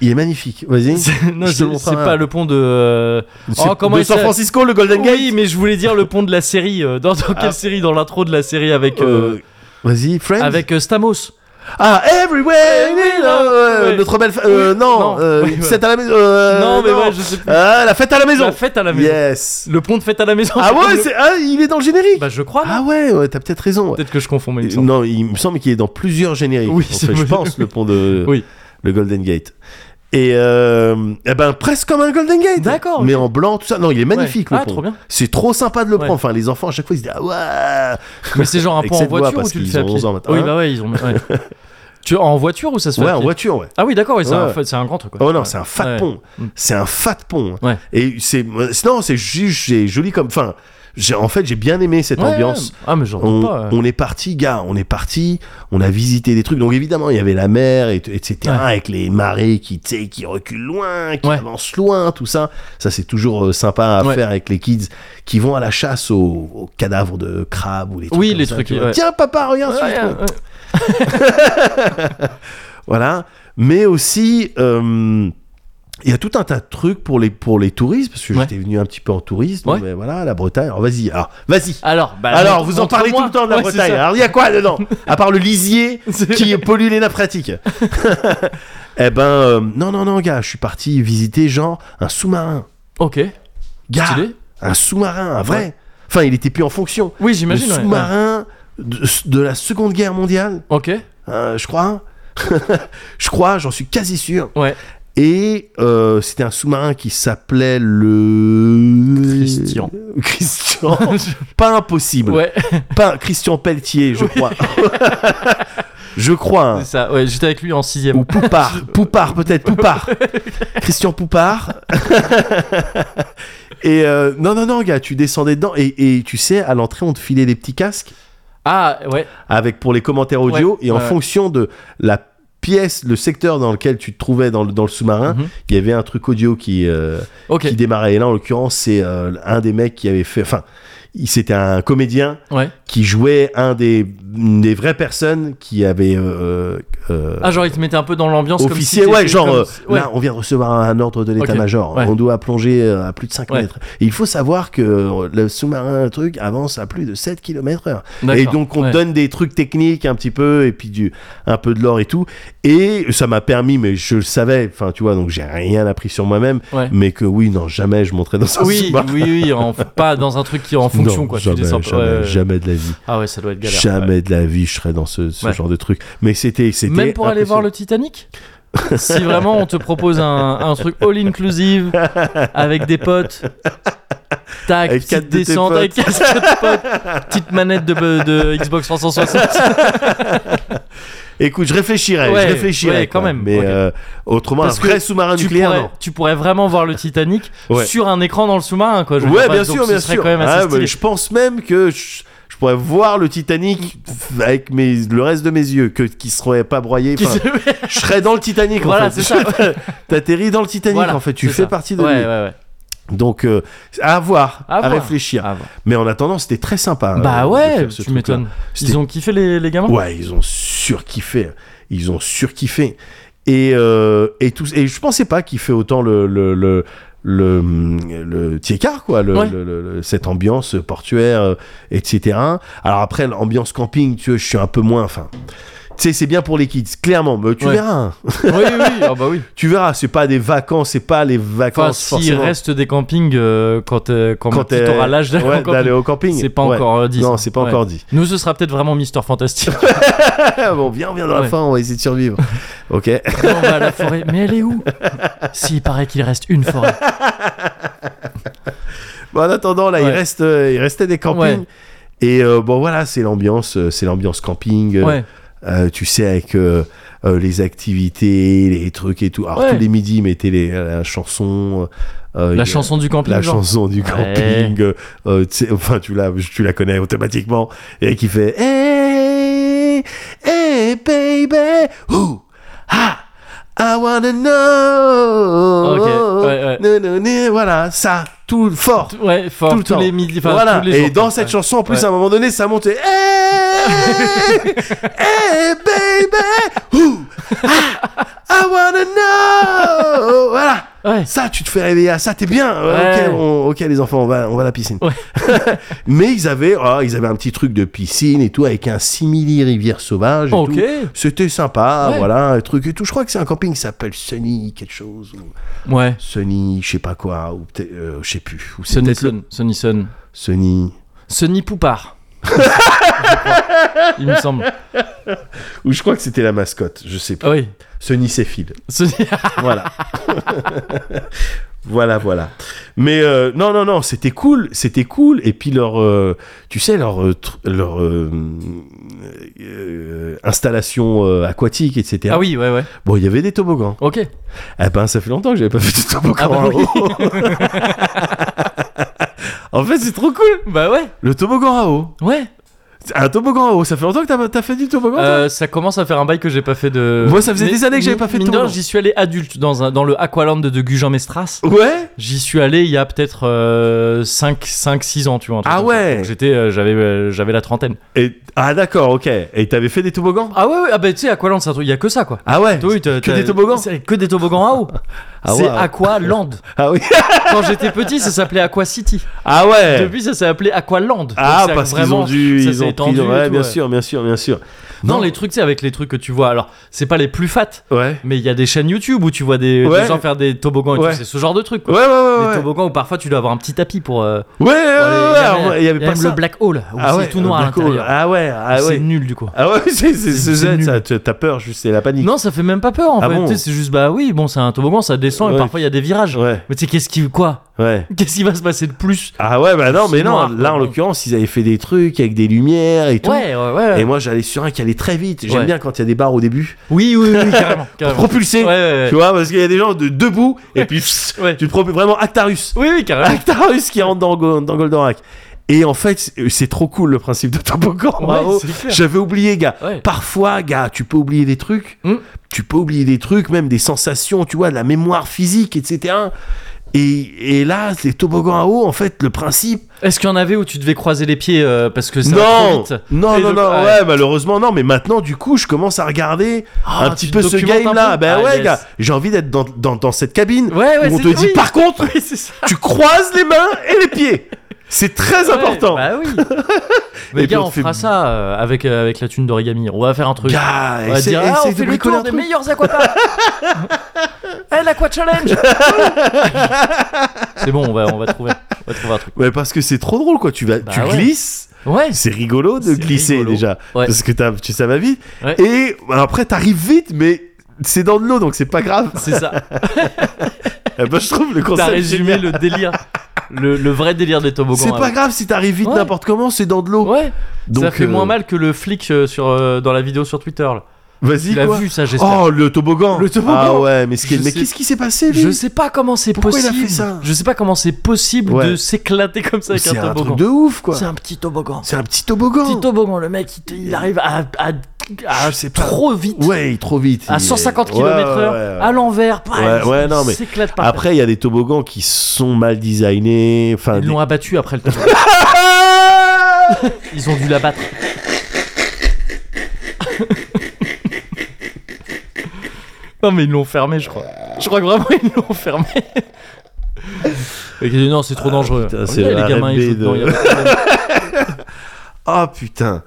[SPEAKER 2] Il est magnifique.
[SPEAKER 1] (laughs)
[SPEAKER 2] Vas-y.
[SPEAKER 1] C'est- Non,
[SPEAKER 2] Je te le
[SPEAKER 1] c'est
[SPEAKER 2] montre
[SPEAKER 1] c'est
[SPEAKER 2] un-
[SPEAKER 1] pas le pont de. euh,
[SPEAKER 2] C'est
[SPEAKER 1] comment
[SPEAKER 2] de
[SPEAKER 1] il
[SPEAKER 2] San
[SPEAKER 1] s'appelle
[SPEAKER 2] Francisco, le Golden Gate.
[SPEAKER 1] Oui, mais je voulais dire le pont de la série. euh, Dans, dans quelle
[SPEAKER 2] Ah.
[SPEAKER 1] série Dans l'intro de la série avec. euh,
[SPEAKER 2] Euh, Vas-y, Friends.
[SPEAKER 1] Avec euh, Stamos.
[SPEAKER 2] Ah, Everywhere.
[SPEAKER 1] Oui,
[SPEAKER 2] euh,
[SPEAKER 1] oui.
[SPEAKER 2] Notre belle. fa- euh,
[SPEAKER 1] Oui,
[SPEAKER 2] non.
[SPEAKER 1] non.
[SPEAKER 2] euh,
[SPEAKER 1] Oui, ouais.
[SPEAKER 2] fête à la maison. euh,
[SPEAKER 1] non, mais ouais, je sais plus.
[SPEAKER 2] Ah, la fête à la maison.
[SPEAKER 1] La fête à la maison.
[SPEAKER 2] Yes.
[SPEAKER 1] Le pont de fête à la maison.
[SPEAKER 2] Ah
[SPEAKER 1] c'est comme
[SPEAKER 2] ouais,
[SPEAKER 1] (laughs) le-
[SPEAKER 2] c'est- ah, il est dans le générique.
[SPEAKER 1] Bah, je crois. non
[SPEAKER 2] Ah ouais, ouais, t'as peut-être raison. ouais.
[SPEAKER 1] Peut-être que je confonds, mais il me semble.
[SPEAKER 2] Euh, Non, il me semble qu'il est dans plusieurs génériques.
[SPEAKER 1] Oui,
[SPEAKER 2] en
[SPEAKER 1] c'est
[SPEAKER 2] fait, je
[SPEAKER 1] vrai.
[SPEAKER 2] pense, le pont de.
[SPEAKER 1] (laughs) Oui.
[SPEAKER 2] Le Golden Gate. Et euh, eh ben presque comme un Golden Gate.
[SPEAKER 1] D'accord,
[SPEAKER 2] Mais en blanc, tout ça. Non, il est magnifique
[SPEAKER 1] Ouais.
[SPEAKER 2] le
[SPEAKER 1] Ah,
[SPEAKER 2] pont.
[SPEAKER 1] trop bien.
[SPEAKER 2] C'est trop sympa de le
[SPEAKER 1] Ouais.
[SPEAKER 2] prendre. Enfin, les enfants à chaque fois ils se disent ah ouais.
[SPEAKER 1] Mais c'est genre un pont en
[SPEAKER 2] Excès de voix,
[SPEAKER 1] voiture ou
[SPEAKER 2] parce
[SPEAKER 1] tu le
[SPEAKER 2] qu'ils
[SPEAKER 1] fais à
[SPEAKER 2] ont
[SPEAKER 1] pied
[SPEAKER 2] 11 ans maintenant,
[SPEAKER 1] Oui,
[SPEAKER 2] hein.
[SPEAKER 1] bah ouais, ils ont.
[SPEAKER 2] (laughs)
[SPEAKER 1] ouais. tu en voiture ou ça se fait
[SPEAKER 2] Ouais,
[SPEAKER 1] à
[SPEAKER 2] en
[SPEAKER 1] pied
[SPEAKER 2] voiture, ouais.
[SPEAKER 1] Ah oui, d'accord, ouais, c'est
[SPEAKER 2] Ouais,
[SPEAKER 1] un,
[SPEAKER 2] ouais.
[SPEAKER 1] fa- c'est un grand truc. ouais.
[SPEAKER 2] Oh non,
[SPEAKER 1] Ouais.
[SPEAKER 2] c'est un fat
[SPEAKER 1] Ouais.
[SPEAKER 2] pont.
[SPEAKER 1] Mm.
[SPEAKER 2] C'est un fat pont.
[SPEAKER 1] Ouais.
[SPEAKER 2] Et c'est euh, non, c'est juste c'est joli comme. Enfin, j'ai en fait j'ai bien aimé cette
[SPEAKER 1] Ouais,
[SPEAKER 2] ambiance.
[SPEAKER 1] ouais. Ah, mais j'en doute
[SPEAKER 2] On,
[SPEAKER 1] pas. ouais.
[SPEAKER 2] on est parti, gars, on est parti, on a visité des trucs. Donc évidemment, il y avait la mer, et, etc.,
[SPEAKER 1] Ouais.
[SPEAKER 2] avec les marées qui, tu sais, qui reculent loin, qui
[SPEAKER 1] Ouais.
[SPEAKER 2] avancent loin, tout ça. Ça, c'est toujours euh, sympa à
[SPEAKER 1] Ouais.
[SPEAKER 2] faire avec les kids qui vont à la chasse aux, aux cadavres de crabes ou les trucs.
[SPEAKER 1] Oui,
[SPEAKER 2] comme
[SPEAKER 1] les
[SPEAKER 2] ça,
[SPEAKER 1] trucs,
[SPEAKER 2] tu vois.
[SPEAKER 1] ouais.
[SPEAKER 2] Tiens, papa, regarde ce que
[SPEAKER 1] Ouais,
[SPEAKER 2] je trouve.
[SPEAKER 1] ouais.
[SPEAKER 2] Voilà. Mais aussi, euh, il y a tout un tas de trucs pour les, pour les touristes, parce que
[SPEAKER 1] Ouais.
[SPEAKER 2] j'étais venu un petit peu en tourisme,
[SPEAKER 1] Ouais.
[SPEAKER 2] mais voilà, la Bretagne. Alors, vas-y, alors, vas-y.
[SPEAKER 1] Alors, bah,
[SPEAKER 2] Alors,
[SPEAKER 1] mont-
[SPEAKER 2] vous en parlez tout
[SPEAKER 1] montre-moi.
[SPEAKER 2] le temps de la
[SPEAKER 1] Ouais, c'est
[SPEAKER 2] Bretagne.
[SPEAKER 1] ça.
[SPEAKER 2] Alors, il y a quoi
[SPEAKER 1] (laughs)
[SPEAKER 2] dedans À part le lisier
[SPEAKER 1] C'est-
[SPEAKER 2] qui pollue les nappes phréatiques. (laughs) eh ben, euh, non, non, non, gars, je suis parti visiter, genre, un sous-marin.
[SPEAKER 1] (laughs) Ok.
[SPEAKER 2] Gars,
[SPEAKER 1] Stylé.
[SPEAKER 2] un sous-marin, un vrai.
[SPEAKER 1] Ouais.
[SPEAKER 2] Enfin, il était plus en fonction.
[SPEAKER 1] Oui,
[SPEAKER 2] Le
[SPEAKER 1] j'imagine. ouais.
[SPEAKER 2] sous-marin de, de la Seconde Guerre mondiale,
[SPEAKER 1] Ouais. Ok.
[SPEAKER 2] euh, je crois. (laughs) je crois, j'en suis quasi sûr.
[SPEAKER 1] Ouais.
[SPEAKER 2] Et euh, c'était un sous-marin qui s'appelait le...
[SPEAKER 1] Christian.
[SPEAKER 2] (laughs) Christian. Pas impossible
[SPEAKER 1] ouais,
[SPEAKER 2] pas Christian Pelletier, je crois. (laughs) je crois. hein.
[SPEAKER 1] c'est ça. Ouais, j'étais avec lui en sixième.
[SPEAKER 2] Ou Poupard. Poupard, peut-être. Poupard. Christian Poupard. (laughs) et euh, non, non, non, gars, tu descendais dedans. Et, et tu sais, à l'entrée, on te filait des petits casques
[SPEAKER 1] Ah, ouais.
[SPEAKER 2] avec pour les commentaires audio.
[SPEAKER 1] Ouais,
[SPEAKER 2] et en
[SPEAKER 1] ouais.
[SPEAKER 2] fonction de la pièce, le secteur dans lequel tu te trouvais dans le, dans le sous-marin,
[SPEAKER 1] Mhm.
[SPEAKER 2] il y avait un truc audio qui, euh,
[SPEAKER 1] Ok.
[SPEAKER 2] qui démarrait. Et là, en l'occurrence, c'est euh, un des mecs qui avait fait. Enfin, il- c'était un comédien
[SPEAKER 1] Ouais.
[SPEAKER 2] qui jouait un des, une des vraies personnes qui avait euh, euh,
[SPEAKER 1] Ah, genre, il te mettait un peu dans l'ambiance comme
[SPEAKER 2] officier.
[SPEAKER 1] si
[SPEAKER 2] ouais,
[SPEAKER 1] t'étais-
[SPEAKER 2] genre,
[SPEAKER 1] comme
[SPEAKER 2] euh,
[SPEAKER 1] si- ouais.
[SPEAKER 2] là, on vient de recevoir un ordre de l'état-major.
[SPEAKER 1] ouais.
[SPEAKER 2] On doit plonger euh, à plus de 5
[SPEAKER 1] Ouais.
[SPEAKER 2] mètres. Et il faut savoir que euh, le sous-marin, le truc, avance à plus de 7 km heure.
[SPEAKER 1] D'accord,
[SPEAKER 2] Et donc, on
[SPEAKER 1] ouais.
[SPEAKER 2] te donne des trucs techniques un petit peu, et puis du, un peu de l'or et tout. Et ça m'a permis, mais je le savais, enfin, tu vois, donc j'ai rien appris sur moi-même,
[SPEAKER 1] Ouais.
[SPEAKER 2] mais que oui, non, jamais je monterai dans un
[SPEAKER 1] Oui,
[SPEAKER 2] sous-marin.
[SPEAKER 1] oui, oui, en- pas dans un truc qui est en fonction,
[SPEAKER 2] (laughs) Non,
[SPEAKER 1] quoi.
[SPEAKER 2] Jamais,
[SPEAKER 1] tu descends pas-
[SPEAKER 2] jamais,
[SPEAKER 1] ouais, ouais.
[SPEAKER 2] jamais de la vie.
[SPEAKER 1] Ah ouais, ça doit être galère.
[SPEAKER 2] Jamais
[SPEAKER 1] ouais.
[SPEAKER 2] de la vie, je serais dans ce, ce
[SPEAKER 1] Ouais.
[SPEAKER 2] genre de truc. Mais c'était, c'était.
[SPEAKER 1] Même pour aller voir le
[SPEAKER 2] (laughs)
[SPEAKER 1] Titanic Si vraiment on te propose un, un truc all inclusive avec des potes, tac,
[SPEAKER 2] Avec
[SPEAKER 1] petite
[SPEAKER 2] quatre de tes
[SPEAKER 1] descente
[SPEAKER 2] potes.
[SPEAKER 1] avec quatre
[SPEAKER 2] (laughs)
[SPEAKER 1] de tes potes, petite manette de, de Xbox 360.
[SPEAKER 2] Écoute, je réfléchirai,
[SPEAKER 1] Ouais,
[SPEAKER 2] je réfléchirai.
[SPEAKER 1] ouais, quand
[SPEAKER 2] quoi.
[SPEAKER 1] même,
[SPEAKER 2] Mais
[SPEAKER 1] ok.
[SPEAKER 2] euh, autrement,
[SPEAKER 1] Parce
[SPEAKER 2] un
[SPEAKER 1] que
[SPEAKER 2] vrai sous-marin
[SPEAKER 1] tu
[SPEAKER 2] nucléaire,
[SPEAKER 1] pourrais,
[SPEAKER 2] non.
[SPEAKER 1] tu pourrais vraiment voir le Titanic
[SPEAKER 2] Ouais.
[SPEAKER 1] sur un écran dans le sous-marin, quoi. je veux
[SPEAKER 2] Ouais,
[SPEAKER 1] dire,
[SPEAKER 2] bien
[SPEAKER 1] donc
[SPEAKER 2] sûr,
[SPEAKER 1] ce
[SPEAKER 2] bien
[SPEAKER 1] serait
[SPEAKER 2] sûr.
[SPEAKER 1] quand même assez
[SPEAKER 2] Ah, bah,
[SPEAKER 1] stylé.
[SPEAKER 2] je pense même que je, je pourrais voir le Titanic avec mes, le reste de mes yeux, que, qui ne seraient pas broyés.
[SPEAKER 1] Qui
[SPEAKER 2] Enfin,
[SPEAKER 1] se (laughs) met-
[SPEAKER 2] je serais dans le Titanic, en
[SPEAKER 1] Voilà,
[SPEAKER 2] fait.
[SPEAKER 1] c'est ça.
[SPEAKER 2] (laughs) T'atterris dans le Titanic,
[SPEAKER 1] Voilà,
[SPEAKER 2] en fait. Tu
[SPEAKER 1] c'est
[SPEAKER 2] fais
[SPEAKER 1] ça.
[SPEAKER 2] partie de
[SPEAKER 1] Ouais,
[SPEAKER 2] lui.
[SPEAKER 1] ouais, ouais.
[SPEAKER 2] Donc, euh, à voir,
[SPEAKER 1] À
[SPEAKER 2] à,
[SPEAKER 1] voir.
[SPEAKER 2] réfléchir.
[SPEAKER 1] Ah, bah.
[SPEAKER 2] Mais en attendant, c'était très sympa. euh,
[SPEAKER 1] Bah
[SPEAKER 2] de
[SPEAKER 1] ouais,
[SPEAKER 2] faire ce
[SPEAKER 1] tu
[SPEAKER 2] truc-là.
[SPEAKER 1] m'étonnes.
[SPEAKER 2] C'était-
[SPEAKER 1] Ils ont kiffé les, les gamins
[SPEAKER 2] Ouais, ils ont surkiffé. hein. Ils ont surkiffé. Et, euh, et, tous et je pensais pas qu'il fait autant le. le, le le, le Tiekar, quoi, le-
[SPEAKER 1] Ouais.
[SPEAKER 2] le- le- le- cette ambiance portuaire, euh, etc. Alors après, l'ambiance camping, tu vois, je suis un peu moins, enfin, tu sais, c'est bien pour les kids, clairement, mais tu
[SPEAKER 1] Ouais.
[SPEAKER 2] verras, hein.
[SPEAKER 1] Oui, oui, ah bah oui.
[SPEAKER 2] tu verras, c'est pas des vacances, c'est pas les
[SPEAKER 1] Enfin,
[SPEAKER 2] vacances
[SPEAKER 1] s'il
[SPEAKER 2] forcément.
[SPEAKER 1] reste des campings euh, quand, euh, quand, (laughs)
[SPEAKER 2] Quand
[SPEAKER 1] quand tu
[SPEAKER 2] t'es-
[SPEAKER 1] auras l'âge d'aller
[SPEAKER 2] Ouais,
[SPEAKER 1] en camping.
[SPEAKER 2] au camping.
[SPEAKER 1] C'est pas
[SPEAKER 2] Ouais.
[SPEAKER 1] encore euh, dit.
[SPEAKER 2] Non,
[SPEAKER 1] ça.
[SPEAKER 2] c'est pas
[SPEAKER 1] Ouais.
[SPEAKER 2] encore dit. Ah
[SPEAKER 1] Nous, ce sera peut-être vraiment Mister Fantastique. (laughs)
[SPEAKER 2] bon, viens, on vient dans la
[SPEAKER 1] Ouais.
[SPEAKER 2] fin, on va essayer
[SPEAKER 1] (laughs)
[SPEAKER 2] de survivre. ok.
[SPEAKER 1] on va à la forêt. Mais elle est où S'il paraît qu'il reste une forêt.
[SPEAKER 2] Bon, en attendant, là, il,
[SPEAKER 1] Ouais.
[SPEAKER 2] reste, euh, il restait des campings.
[SPEAKER 1] Ouais.
[SPEAKER 2] Et euh, bon, voilà, c'est l'ambiance, euh, c'est l'ambiance camping. euh,
[SPEAKER 1] Ouais.
[SPEAKER 2] euh, tu sais, avec euh, euh, les activités, les trucs et tout. Alors,
[SPEAKER 1] Ouais.
[SPEAKER 2] tous les midis, ils mettaient les, la chanson. euh,
[SPEAKER 1] La
[SPEAKER 2] euh,
[SPEAKER 1] chanson du camping.
[SPEAKER 2] La
[SPEAKER 1] genre.
[SPEAKER 2] chanson du camping, euh, euh, tu sais, enfin tu la, tu la connais automatiquement, et qui fait Hey, hey baby, who, ha, I wanna know.
[SPEAKER 1] Ok, ouais, ouais.
[SPEAKER 2] Non, non, non, voilà, ça, tout fort.
[SPEAKER 1] Tout- Ouais, fort.
[SPEAKER 2] Tout le
[SPEAKER 1] tous
[SPEAKER 2] temps.
[SPEAKER 1] les midis. enfin,
[SPEAKER 2] voilà.
[SPEAKER 1] tous les
[SPEAKER 2] et
[SPEAKER 1] jours,
[SPEAKER 2] dans
[SPEAKER 1] quoi.
[SPEAKER 2] cette
[SPEAKER 1] Ouais.
[SPEAKER 2] chanson, en plus,
[SPEAKER 1] Ouais.
[SPEAKER 2] à un moment donné, ça montait. Hey, hey eh, baby, who, ha, I wanna know. Voilà.
[SPEAKER 1] Ouais.
[SPEAKER 2] Ça, tu te fais réveiller à ça, t'es bien.
[SPEAKER 1] Ouais.
[SPEAKER 2] Ok, on- ok, les enfants, on va, on va à la piscine.
[SPEAKER 1] Ouais.
[SPEAKER 2] (laughs) Mais ils avaient, ah, ils avaient un petit truc de piscine et tout, avec un simili rivière sauvage. et
[SPEAKER 1] Ok.
[SPEAKER 2] tout. C'était sympa,
[SPEAKER 1] Ouais.
[SPEAKER 2] voilà, un truc et tout. Je crois que c'est un camping qui s'appelle Sunny quelque chose, ou
[SPEAKER 1] Ouais.
[SPEAKER 2] Sunny, je sais pas quoi, ou peut-être, euh, je sais plus. Ou c'est
[SPEAKER 1] Sonny
[SPEAKER 2] peut-être le-
[SPEAKER 1] Sun. Sonny Sun.
[SPEAKER 2] Sunny.
[SPEAKER 1] Sonny
[SPEAKER 2] (laughs)
[SPEAKER 1] Poupard. Il me semble.
[SPEAKER 2] Ou je crois que c'était la mascotte, je sais plus.
[SPEAKER 1] Ah oui.
[SPEAKER 2] Sunny Céphile.
[SPEAKER 1] (laughs) Sonny-
[SPEAKER 2] voilà. (laughs) voilà, voilà. Mais euh, non, non, non, c'était cool, c'était cool. Et puis leur, euh, tu sais, leur, euh, tr- leur euh, euh, installation euh, aquatique, etc.
[SPEAKER 1] Ah oui, ouais, ouais.
[SPEAKER 2] Bon, il y avait des toboggans.
[SPEAKER 1] Ok.
[SPEAKER 2] Eh ben, ça fait longtemps que j'avais pas fait de toboggan.
[SPEAKER 1] Ah bah
[SPEAKER 2] en
[SPEAKER 1] oui.
[SPEAKER 2] haut. (laughs) en fait, c'est trop cool.
[SPEAKER 1] Bah ouais.
[SPEAKER 2] Le toboggan à eau.
[SPEAKER 1] Ouais.
[SPEAKER 2] Un toboggan à eau. Ça fait longtemps que t'as, t'as fait du toboggan. toi
[SPEAKER 1] Euh, ça commence à faire un bail que j'ai pas fait de.
[SPEAKER 2] Moi, ça faisait des années que j'avais
[SPEAKER 1] mi-
[SPEAKER 2] pas fait de
[SPEAKER 1] mine de rien,
[SPEAKER 2] tournoi.
[SPEAKER 1] J'y suis allé adulte dans, un, dans le Aqualand de Gujan-Mestras.
[SPEAKER 2] Ouais.
[SPEAKER 1] J'y suis allé il y a peut-être euh, 5-6 ans, tu vois. un truc
[SPEAKER 2] Ah
[SPEAKER 1] comme ça.
[SPEAKER 2] ouais.
[SPEAKER 1] Donc J'étais, euh, J'avais euh, j'avais la trentaine.
[SPEAKER 2] Et, ah d'accord, ok. Et t'avais fait des toboggans
[SPEAKER 1] Ah ouais, ouais, ah bah tu sais, Aqualand, c'est un truc- il y a que ça quoi.
[SPEAKER 2] Ah ouais.
[SPEAKER 1] Toi, oui, t'as-
[SPEAKER 2] que
[SPEAKER 1] t'as-
[SPEAKER 2] des toboggans
[SPEAKER 1] c'est Que des toboggans à eau.
[SPEAKER 2] Ah
[SPEAKER 1] c'est
[SPEAKER 2] ouais.
[SPEAKER 1] Aqualand.
[SPEAKER 2] Ah oui.
[SPEAKER 1] Quand j'étais petit, ça s'appelait Aqua City.
[SPEAKER 2] Ah ouais.
[SPEAKER 1] Depuis, ça s'est appelé Aqualand.
[SPEAKER 2] Ah,
[SPEAKER 1] Donc, ça-
[SPEAKER 2] parce qu'ils
[SPEAKER 1] vraiment,
[SPEAKER 2] ont dû.
[SPEAKER 1] ça
[SPEAKER 2] Ils
[SPEAKER 1] s'est
[SPEAKER 2] ont pris.
[SPEAKER 1] étendu et
[SPEAKER 2] Ouais,
[SPEAKER 1] tout,
[SPEAKER 2] bien
[SPEAKER 1] ouais.
[SPEAKER 2] sûr, bien sûr, bien sûr.
[SPEAKER 1] Non, les trucs, c'est avec les trucs que tu vois. Alors, c'est pas les plus fat,
[SPEAKER 2] Ouais.
[SPEAKER 1] mais il y a des chaînes YouTube où tu vois des,
[SPEAKER 2] Ouais.
[SPEAKER 1] des gens faire des toboggans et
[SPEAKER 2] Ouais.
[SPEAKER 1] tout. C'est ce genre de truc
[SPEAKER 2] Ouais,
[SPEAKER 1] quoi.
[SPEAKER 2] ouais, ouais.
[SPEAKER 1] Des
[SPEAKER 2] Ouais, ouais, ouais,
[SPEAKER 1] toboggans où parfois tu dois avoir un petit tapis pour. euh, pour aller-
[SPEAKER 2] ouais, ouais. Il y
[SPEAKER 1] il
[SPEAKER 2] avait
[SPEAKER 1] y a
[SPEAKER 2] pas
[SPEAKER 1] même
[SPEAKER 2] ça.
[SPEAKER 1] le black hole où
[SPEAKER 2] Ah
[SPEAKER 1] c'est
[SPEAKER 2] ouais,
[SPEAKER 1] tout noir à
[SPEAKER 2] le black hole.
[SPEAKER 1] l'intérieur.
[SPEAKER 2] Ah ouais, ah
[SPEAKER 1] c'est
[SPEAKER 2] ouais.
[SPEAKER 1] nul du coup.
[SPEAKER 2] Ah ouais, c'est c'est-
[SPEAKER 1] C'est- c'est
[SPEAKER 2] c'est Z,
[SPEAKER 1] nul.
[SPEAKER 2] ça. tu- T'as peur, juste, c'est la panique.
[SPEAKER 1] Non, ça fait même pas peur en
[SPEAKER 2] Ah
[SPEAKER 1] fait.
[SPEAKER 2] bon
[SPEAKER 1] Tu sais, C'est juste bah oui, bon, c'est un toboggan, ça descend
[SPEAKER 2] Ouais.
[SPEAKER 1] et parfois il y a des virages.
[SPEAKER 2] Ouais,
[SPEAKER 1] Mais tu sais, qu'est-ce qui quoi (laughs)
[SPEAKER 2] ouais.
[SPEAKER 1] Qu'est-ce qui va se passer de plus
[SPEAKER 2] Ah ouais, bah non, mais
[SPEAKER 1] C'est
[SPEAKER 2] non.
[SPEAKER 1] noir,
[SPEAKER 2] Là, en
[SPEAKER 1] quoi.
[SPEAKER 2] l'occurrence, ils avaient fait des trucs avec des lumières et tout.
[SPEAKER 1] Ouais, ouais, ouais.
[SPEAKER 2] Et moi, j'allais sur un qui allait très vite. J'aime
[SPEAKER 1] Ouais.
[SPEAKER 2] bien quand il y a des barres au début.
[SPEAKER 1] Oui, oui, oui,
[SPEAKER 2] (laughs)
[SPEAKER 1] carrément. carrément.
[SPEAKER 2] Propulsé.
[SPEAKER 1] Ouais, ouais,
[SPEAKER 2] Tu
[SPEAKER 1] ouais.
[SPEAKER 2] vois, parce qu'il y a des gens de debout et puis pss,
[SPEAKER 1] Ouais.
[SPEAKER 2] tu te propulses vraiment Actarus.
[SPEAKER 1] Oui, oui, carrément.
[SPEAKER 2] Actarus qui rentre dans, Go- dans Goldorak. Et en fait, c'est- c'est trop cool le principe de toboggan.
[SPEAKER 1] Ouais,
[SPEAKER 2] (laughs) bravo.
[SPEAKER 1] c'est clair.
[SPEAKER 2] J'avais oublié, gars.
[SPEAKER 1] Ouais.
[SPEAKER 2] Parfois, gars, tu peux oublier des trucs.
[SPEAKER 1] Hmm.
[SPEAKER 2] Tu peux oublier des trucs, même des sensations, tu vois, de la mémoire physique, etc. Et, et là, les toboggans à eau, en fait, le principe.
[SPEAKER 1] Est-ce qu'il y en avait où tu devais croiser les pieds euh, parce que ça va trop
[SPEAKER 2] non,
[SPEAKER 1] vite
[SPEAKER 2] non,
[SPEAKER 1] Et
[SPEAKER 2] non,
[SPEAKER 1] donc,
[SPEAKER 2] non,
[SPEAKER 1] ah,
[SPEAKER 2] ouais, malheureusement, non. Mais maintenant, du coup, je commence à regarder
[SPEAKER 1] Ah,
[SPEAKER 2] un petit
[SPEAKER 1] tu
[SPEAKER 2] peu ce
[SPEAKER 1] documentes un
[SPEAKER 2] game-là.
[SPEAKER 1] peu
[SPEAKER 2] Ben
[SPEAKER 1] Ah,
[SPEAKER 2] ouais,
[SPEAKER 1] yes.
[SPEAKER 2] gars, j'ai envie d'être dans, dans, dans cette cabine
[SPEAKER 1] Ouais, ouais,
[SPEAKER 2] où on
[SPEAKER 1] c'est-
[SPEAKER 2] te dit,
[SPEAKER 1] oui.
[SPEAKER 2] par contre,
[SPEAKER 1] Oui, c'est ça.
[SPEAKER 2] tu croises les mains et les pieds. C'est très
[SPEAKER 1] Ouais,
[SPEAKER 2] important.
[SPEAKER 1] Bah oui.
[SPEAKER 2] (laughs) Et
[SPEAKER 1] Mais
[SPEAKER 2] puis
[SPEAKER 1] gars,
[SPEAKER 2] on
[SPEAKER 1] on
[SPEAKER 2] fait-
[SPEAKER 1] fera ça euh, avec euh, avec la thune d'origami. On va faire un truc.
[SPEAKER 2] Gars,
[SPEAKER 1] On va
[SPEAKER 2] essaye-
[SPEAKER 1] dire, ah,
[SPEAKER 2] essaye
[SPEAKER 1] on
[SPEAKER 2] de
[SPEAKER 1] fait le
[SPEAKER 2] bricoler
[SPEAKER 1] tour
[SPEAKER 2] un
[SPEAKER 1] des
[SPEAKER 2] truc.
[SPEAKER 1] meilleurs aquaparks. (laughs) Eh, l'aqua challenge. c'est bon, on va on va trouver on va trouver un truc.
[SPEAKER 2] Ouais, parce que c'est trop drôle, quoi. Tu, vas,
[SPEAKER 1] Bah
[SPEAKER 2] tu
[SPEAKER 1] ouais.
[SPEAKER 2] glisses.
[SPEAKER 1] Ouais.
[SPEAKER 2] C'est rigolo de
[SPEAKER 1] C'est
[SPEAKER 2] glisser
[SPEAKER 1] rigolo.
[SPEAKER 2] déjà.
[SPEAKER 1] Ouais.
[SPEAKER 2] Parce que t'as- tu, ça va vite.
[SPEAKER 1] Ouais.
[SPEAKER 2] Et bah, après, t'arrives vite, mais c'est dans de l'eau, donc c'est
[SPEAKER 1] (laughs)
[SPEAKER 2] pas grave.
[SPEAKER 1] C'est ça.
[SPEAKER 2] Eh ben, je trouve le
[SPEAKER 1] T'as
[SPEAKER 2] concept.
[SPEAKER 1] résumé
[SPEAKER 2] génial.
[SPEAKER 1] le délire. Le, le vrai délire des toboggans.
[SPEAKER 2] C'est pas
[SPEAKER 1] ouais.
[SPEAKER 2] grave si t'arrives vite
[SPEAKER 1] Ouais.
[SPEAKER 2] n'importe comment, c'est dans de l'eau.
[SPEAKER 1] Ouais,
[SPEAKER 2] Donc,
[SPEAKER 1] ça fait
[SPEAKER 2] euh,
[SPEAKER 1] moins mal que le flic euh, sur, euh, dans la vidéo sur Twitter. là.
[SPEAKER 2] Vas-y,
[SPEAKER 1] Tu l'as
[SPEAKER 2] quoi
[SPEAKER 1] vu, ça, j'espère.
[SPEAKER 2] Oh, le toboggan
[SPEAKER 1] Le toboggan.
[SPEAKER 2] Ah ouais, mais, ce qui-
[SPEAKER 1] Je
[SPEAKER 2] mais
[SPEAKER 1] sais-
[SPEAKER 2] qu'est-ce qui s'est passé, lui
[SPEAKER 1] Je sais pas comment c'est
[SPEAKER 2] Pourquoi il a
[SPEAKER 1] possible.
[SPEAKER 2] fait ça
[SPEAKER 1] je sais pas comment c'est possible
[SPEAKER 2] Ouais.
[SPEAKER 1] de s'éclater comme ça avec
[SPEAKER 2] C'est
[SPEAKER 1] un
[SPEAKER 2] un
[SPEAKER 1] toboggan.
[SPEAKER 2] truc de ouf, quoi
[SPEAKER 1] C'est un petit toboggan.
[SPEAKER 2] C'est un petit toboggan Ah,
[SPEAKER 1] Petit toboggan, le mec il, te- il arrive à, à- à-
[SPEAKER 2] Je sais pas.
[SPEAKER 1] trop vite.
[SPEAKER 2] Ouais, il est trop vite.
[SPEAKER 1] À
[SPEAKER 2] il est-
[SPEAKER 1] 150
[SPEAKER 2] Ouais,
[SPEAKER 1] km/h,
[SPEAKER 2] ouais, ouais.
[SPEAKER 1] à l'envers, pam,
[SPEAKER 2] Ouais,
[SPEAKER 1] il-
[SPEAKER 2] ouais,
[SPEAKER 1] il
[SPEAKER 2] non, mais
[SPEAKER 1] s'éclate par terre.
[SPEAKER 2] Après, il y a des toboggans qui sont mal designés. Enfin,
[SPEAKER 1] Ils
[SPEAKER 2] des- Ah
[SPEAKER 1] l'ont abattu après le
[SPEAKER 2] (laughs)
[SPEAKER 1] toboggan. Ils ont dû l'abattre. non mais ils l'ont fermé je crois. Je crois que vraiment ils l'ont fermé.
[SPEAKER 2] (laughs)
[SPEAKER 1] Et ils disent, non c'est trop dangereux.
[SPEAKER 2] Ah, putain,
[SPEAKER 1] Oh,
[SPEAKER 2] c'est
[SPEAKER 1] là,
[SPEAKER 2] le
[SPEAKER 1] les gamins
[SPEAKER 2] RMB
[SPEAKER 1] ils jouent dedans,
[SPEAKER 2] de-
[SPEAKER 1] y a pas de problème.
[SPEAKER 2] Ah putain.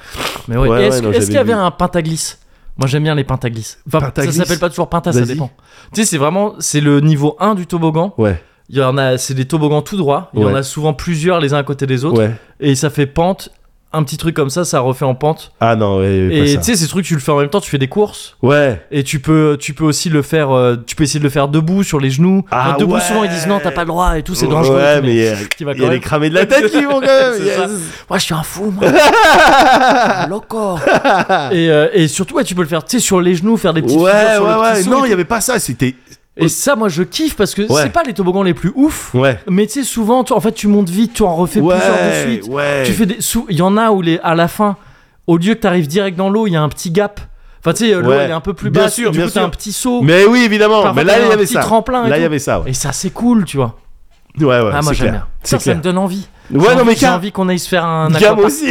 [SPEAKER 1] Mais ouais,
[SPEAKER 2] Ouais,
[SPEAKER 1] et est-ce
[SPEAKER 2] ouais, non,
[SPEAKER 1] est-ce
[SPEAKER 2] j'avais
[SPEAKER 1] qu'il y avait
[SPEAKER 2] vu.
[SPEAKER 1] un pentaglisse Moi j'aime bien les pentaglisses. Enfin,
[SPEAKER 2] Pentaglisses
[SPEAKER 1] ça s'appelle pas toujours pinta, ça
[SPEAKER 2] Vas-y.
[SPEAKER 1] dépend. Tu sais, c'est vraiment c'est le niveau 1 du toboggan.
[SPEAKER 2] Ouais,
[SPEAKER 1] Il y en a, c'est des toboggans tout droits. Il y en
[SPEAKER 2] Ouais.
[SPEAKER 1] a souvent plusieurs les uns à côté des autres.
[SPEAKER 2] ouais.
[SPEAKER 1] Et ça fait pente, un petit truc comme ça, ça refait en pente.
[SPEAKER 2] Ah non, ouais, pas
[SPEAKER 1] et
[SPEAKER 2] ça.
[SPEAKER 1] tu sais, ces trucs, tu le fais en même temps, tu fais des courses.
[SPEAKER 2] Ouais.
[SPEAKER 1] Et tu peux, tu peux aussi le faire, euh, tu peux essayer de le faire debout sur les genoux.
[SPEAKER 2] Ah
[SPEAKER 1] Enfin, debout,
[SPEAKER 2] ouais.
[SPEAKER 1] souvent ils disent non, t'as pas le droit et tout, c'est dangereux.
[SPEAKER 2] Ouais, mais il y a-
[SPEAKER 1] tu vas bah,
[SPEAKER 2] il y
[SPEAKER 1] quand
[SPEAKER 2] a
[SPEAKER 1] même.
[SPEAKER 2] les cramés de la tête qui vont quand même. (laughs)
[SPEAKER 1] (laughs) C'est
[SPEAKER 2] yes.
[SPEAKER 1] ça. Moi, je suis un fou, moi.
[SPEAKER 2] Ah,
[SPEAKER 1] Un Loco. (laughs) et, euh, et surtout, ouais, tu peux le faire, tu sais, sur les genoux, faire des
[SPEAKER 2] Ouais,
[SPEAKER 1] petites figures
[SPEAKER 2] ouais,
[SPEAKER 1] sur le petit
[SPEAKER 2] ouais.
[SPEAKER 1] saut
[SPEAKER 2] Non,
[SPEAKER 1] et
[SPEAKER 2] il y avait pas ça. C'était.
[SPEAKER 1] tout. Et ça, moi, je kiffe parce que
[SPEAKER 2] Ouais.
[SPEAKER 1] c'est pas les toboggans les plus ouf,
[SPEAKER 2] Ouais.
[SPEAKER 1] mais tu sais, souvent, tu- en fait, tu montes vite, tu en refais plusieurs de
[SPEAKER 2] Ouais,
[SPEAKER 1] suite.
[SPEAKER 2] ouais.
[SPEAKER 1] Tu fais des sous. Il y en a où les, à la fin, au lieu que t'arrives direct dans l'eau, il y a un petit gap. Enfin, tu sais, l'eau
[SPEAKER 2] Ouais.
[SPEAKER 1] elle est un peu plus
[SPEAKER 2] Bien
[SPEAKER 1] basse.
[SPEAKER 2] sûr,
[SPEAKER 1] du
[SPEAKER 2] bien
[SPEAKER 1] coup, t'as
[SPEAKER 2] sûr.
[SPEAKER 1] un petit saut.
[SPEAKER 2] Mais oui, évidemment.
[SPEAKER 1] Parfois,
[SPEAKER 2] Mais là,
[SPEAKER 1] t'as
[SPEAKER 2] il y
[SPEAKER 1] un
[SPEAKER 2] avait
[SPEAKER 1] petit
[SPEAKER 2] ça.
[SPEAKER 1] tremplin et
[SPEAKER 2] Là, il y
[SPEAKER 1] tout.
[SPEAKER 2] avait ça. Ouais,
[SPEAKER 1] Et ça, c'est cool, tu vois.
[SPEAKER 2] ouais, ouais.
[SPEAKER 1] ah, moi,
[SPEAKER 2] c'est
[SPEAKER 1] j'aime
[SPEAKER 2] clair.
[SPEAKER 1] bien.
[SPEAKER 2] C'est
[SPEAKER 1] Ça, ça
[SPEAKER 2] clair.
[SPEAKER 1] me donne envie. J'ai
[SPEAKER 2] Ouais, non,
[SPEAKER 1] envie-
[SPEAKER 2] mais
[SPEAKER 1] J'ai
[SPEAKER 2] car.
[SPEAKER 1] envie qu'on aille se faire un
[SPEAKER 2] Gars, moi
[SPEAKER 1] aquapark.
[SPEAKER 2] aussi.